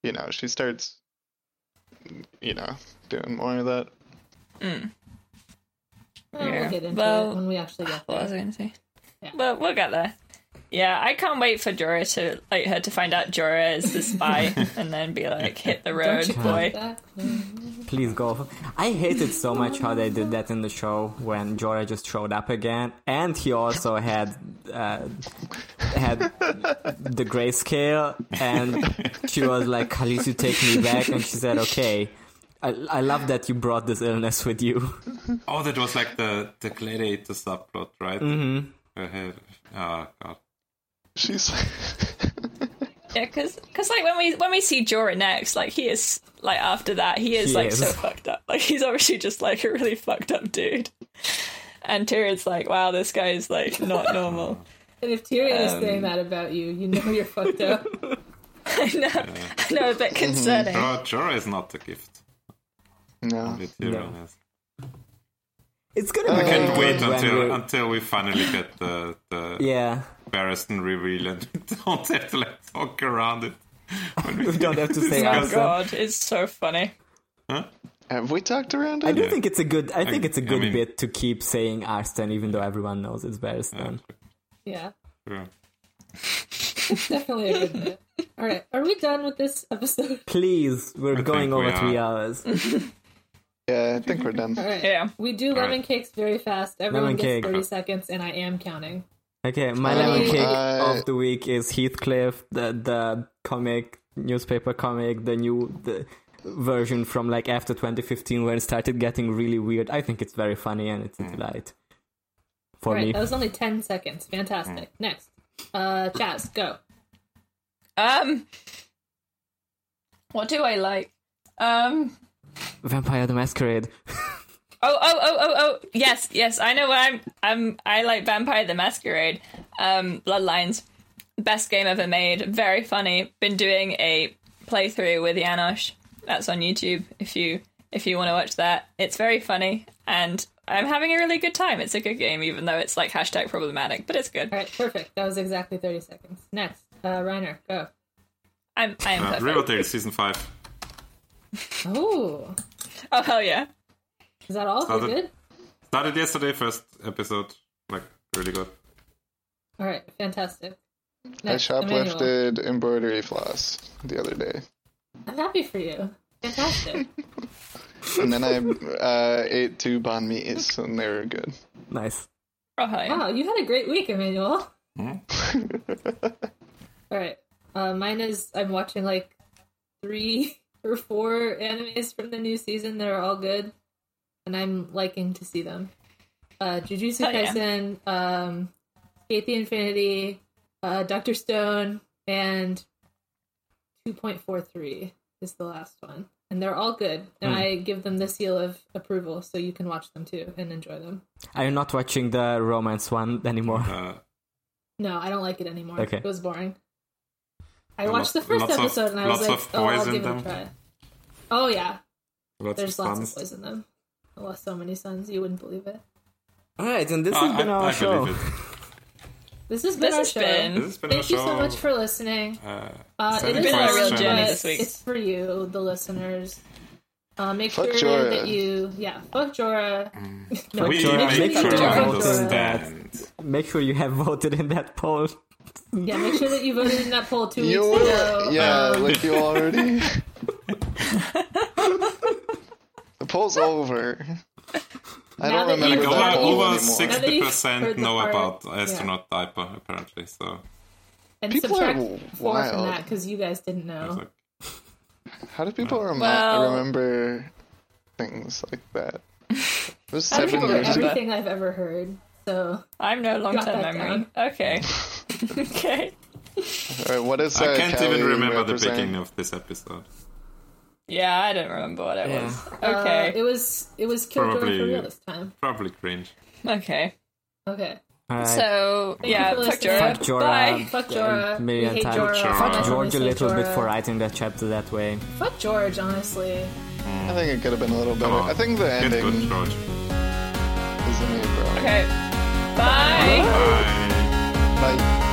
Speaker 3: you know, she starts, you know, doing more of that.
Speaker 1: Mm.
Speaker 2: Eh,
Speaker 1: Yeah.
Speaker 2: We'll get into
Speaker 1: Well-
Speaker 2: it when we actually get
Speaker 1: What was I
Speaker 2: there.
Speaker 1: going to say?
Speaker 2: Yeah.
Speaker 1: But we'll get there. Yeah, I can't wait for Jorah to like her to find out Jorah is the spy and then be like, hit the road,
Speaker 2: Don't you
Speaker 1: boy.
Speaker 2: want that? Mm.
Speaker 5: Please go. I hated so much how they did that in the show when Jorah just showed up again, and he also had uh, had the grayscale, and she was like, "Khalees, you take me back," and she said, "Okay." I, I love that you brought this illness with you.
Speaker 4: Oh, that was like the the gladiator subplot, right?
Speaker 5: Mm.
Speaker 4: Mm-hmm. Oh god.
Speaker 3: She's
Speaker 1: Yeah, because like when we when we see Jorah next, like he is like after that he is
Speaker 5: He
Speaker 1: like
Speaker 5: is.
Speaker 1: so fucked up. Like he's obviously just like a really fucked up dude. And Tyrion's like, wow, this guy is like not normal.
Speaker 2: And if Tyrion is
Speaker 3: Um.
Speaker 2: saying that about you, you know you're fucked up.
Speaker 1: I know, I know, a bit concerning.
Speaker 4: Jorah, Jorah is not a gift.
Speaker 3: no.
Speaker 4: It really is.
Speaker 5: It's gonna be
Speaker 4: I
Speaker 5: very
Speaker 4: can't wait
Speaker 5: good Oh, when
Speaker 4: until
Speaker 5: we're-
Speaker 4: until we finally get the the
Speaker 5: yeah.
Speaker 4: Barristan reveal and we don't have to like talk around it. When
Speaker 5: We don't have to say
Speaker 1: Oh
Speaker 5: ourselves.
Speaker 1: god, it's so funny.
Speaker 3: Have we talked around
Speaker 5: I
Speaker 3: it?
Speaker 5: do think it's a good. I think it's a
Speaker 4: I
Speaker 5: good
Speaker 4: mean-
Speaker 5: bit to keep saying Arston, even though everyone knows it's Barristan.
Speaker 2: Yeah.
Speaker 4: Yeah.
Speaker 2: Definitely a good bit. All right, are we done with this episode?
Speaker 5: Please, we're
Speaker 4: think
Speaker 5: going
Speaker 4: we
Speaker 5: over
Speaker 4: are.
Speaker 5: three hours.
Speaker 3: Yeah, I think we're done.
Speaker 2: All right.
Speaker 1: Yeah.
Speaker 2: We do lemon cakes very fast. Everyone
Speaker 5: Lemon cake.
Speaker 2: gets 30 seconds, and I am counting.
Speaker 5: Okay, my
Speaker 3: Um,
Speaker 5: lemon cake
Speaker 3: I-
Speaker 5: of the week is Heathcliff, the the comic newspaper comic, the new the version from like after 2015 when it started getting really weird. I think it's very funny and it's a
Speaker 4: Hmm.
Speaker 5: delight for
Speaker 2: All right,
Speaker 5: me.
Speaker 2: that was only 10 seconds. Fantastic. Next. Uh, Chaz, go.
Speaker 1: Um What do I like? Um
Speaker 5: Vampire the Masquerade.
Speaker 1: Oh, oh, oh, oh, oh! Yes, yes, I know what I'm. I'm. I like Vampire the Masquerade. Um, Bloodlines, best game ever made. Very funny. Been doing a playthrough with Janosch. That's on YouTube. If you if you want to watch that, it's very funny, and I'm having a really good time. It's a good game, even though it's like hashtag problematic, but it's good.
Speaker 2: All right, perfect. That was exactly 30 seconds. Next. Uh, Reiner, go.
Speaker 1: I'm. I am
Speaker 4: Uh,
Speaker 1: perfect.
Speaker 4: Riverdale season five.
Speaker 2: Oh,
Speaker 1: Oh hell yeah!
Speaker 2: is that all?
Speaker 4: Other-
Speaker 2: We're good?
Speaker 4: Started yesterday, first episode. Like really good.
Speaker 2: All right, fantastic.
Speaker 3: I
Speaker 2: Next, Emmanuel.
Speaker 3: shoplifted embroidery floss the other day,
Speaker 2: I'm happy for you. Fantastic.
Speaker 3: and then I uh, ate two banh mi's, and they were good.
Speaker 5: Nice.
Speaker 1: Oh hell yeah!
Speaker 2: Wow, you had a great week, Emmanuel. All right, uh, mine is I'm watching like three or four animes from the new season that are all good, and I'm liking to see them. uh, Jujutsu
Speaker 1: Oh, yeah.
Speaker 2: Kaisen, um, Skate the Infinity, uh, Doctor Stone, and 2.43 is the last one, and they're all good. And I give them the seal of approval, so you can watch them too and enjoy them.
Speaker 5: Are you not watching the romance one anymore?
Speaker 4: Uh,
Speaker 2: No, I don't like it anymore.
Speaker 5: Okay.
Speaker 2: It was boring. I
Speaker 4: And
Speaker 2: watched the
Speaker 4: lots-
Speaker 2: first
Speaker 4: lots of-
Speaker 2: episode and I was
Speaker 4: lots
Speaker 2: like,
Speaker 4: of
Speaker 2: oh, I'll
Speaker 4: poison
Speaker 2: give it a
Speaker 4: them.
Speaker 2: try. Oh, yeah.
Speaker 4: lots
Speaker 2: There's
Speaker 4: of
Speaker 2: lots
Speaker 4: sons.
Speaker 2: of poison in them. I lost so many sons, you wouldn't believe it.
Speaker 5: All right, and this
Speaker 4: Uh, I,
Speaker 5: has been
Speaker 4: I-
Speaker 5: our
Speaker 4: I
Speaker 5: show. Hmm?
Speaker 4: believe it.
Speaker 2: This has been
Speaker 1: This
Speaker 2: our
Speaker 1: has
Speaker 2: show.
Speaker 1: been.
Speaker 4: This has been
Speaker 2: Thank
Speaker 4: a
Speaker 2: you
Speaker 4: show.
Speaker 2: so much for listening.
Speaker 4: Uh,
Speaker 2: Uh,
Speaker 4: send
Speaker 2: it
Speaker 1: been
Speaker 2: is
Speaker 1: a
Speaker 2: our
Speaker 1: real
Speaker 2: show,
Speaker 1: journey
Speaker 2: but
Speaker 1: this week.
Speaker 2: It's for you, the listeners. Uh, make
Speaker 3: Fuck
Speaker 2: sure
Speaker 3: Jorah.
Speaker 2: that you, yeah, fuck Jorah. no,
Speaker 4: Mm.
Speaker 5: Jorah,
Speaker 2: make
Speaker 4: we
Speaker 2: sure
Speaker 4: make
Speaker 2: that you
Speaker 4: sure
Speaker 5: Jorah
Speaker 2: don't
Speaker 5: Jorah.
Speaker 4: you
Speaker 2: vote Jorah.
Speaker 4: understand.
Speaker 5: Make sure you have voted in that poll.
Speaker 2: Yeah, make sure that you voted in that poll two weeks
Speaker 3: You
Speaker 2: ago. um,
Speaker 3: yeah,
Speaker 4: Um,
Speaker 3: like you already. the poll's over. I
Speaker 2: Now
Speaker 3: don't
Speaker 2: that you-
Speaker 3: remember
Speaker 4: Like
Speaker 2: Now
Speaker 3: that
Speaker 2: that
Speaker 4: over,
Speaker 3: poll
Speaker 2: you've-
Speaker 4: over
Speaker 3: anymore.
Speaker 2: six-
Speaker 4: sixty percent
Speaker 2: heard the
Speaker 4: know
Speaker 2: part-
Speaker 4: about
Speaker 2: yeah.
Speaker 4: astronaut diaper apparently. So
Speaker 2: And
Speaker 3: People
Speaker 2: subtract
Speaker 3: are
Speaker 2: four from
Speaker 3: wild.
Speaker 2: that because you guys didn't
Speaker 4: I was
Speaker 2: know.
Speaker 4: like,
Speaker 3: How do people rem-
Speaker 1: Well-
Speaker 3: remember things like that? It was
Speaker 2: I
Speaker 3: seven
Speaker 2: remember
Speaker 3: years ago.
Speaker 2: everything I've ever heard. So
Speaker 1: I'm no long term
Speaker 2: that
Speaker 1: memory. Okay. okay.
Speaker 3: All right, what is
Speaker 4: I
Speaker 3: uh,
Speaker 4: can't
Speaker 3: Callie
Speaker 4: even remember the
Speaker 3: represent?
Speaker 4: beginning of this episode.
Speaker 1: Yeah, I don't remember what it was.
Speaker 2: uh,
Speaker 1: Okay.
Speaker 2: it was it was killed
Speaker 4: Probably-
Speaker 2: for real this time.
Speaker 4: Probably cringe.
Speaker 1: okay.
Speaker 2: Okay,
Speaker 5: All right.
Speaker 1: So yeah,
Speaker 2: for
Speaker 1: fuck
Speaker 2: listening.
Speaker 1: Jorah.
Speaker 5: Fuck Jorah.
Speaker 1: Bye.
Speaker 2: fuck Jorah. We
Speaker 5: million
Speaker 2: hate
Speaker 5: times.
Speaker 2: Jorah.
Speaker 4: Fuck
Speaker 2: Fuck
Speaker 4: Jorah.
Speaker 5: George a
Speaker 2: honestly,
Speaker 5: little bit
Speaker 2: Jorah.
Speaker 5: for writing that chapter that way.
Speaker 2: Fuck George, honestly.
Speaker 3: I think it could have been a little better.
Speaker 4: Come on.
Speaker 3: I think the
Speaker 4: Get
Speaker 3: ending
Speaker 4: Oh, good,
Speaker 3: is
Speaker 4: George.
Speaker 3: the main problem.
Speaker 1: Okay. Bye.
Speaker 4: Bye.
Speaker 3: Bye.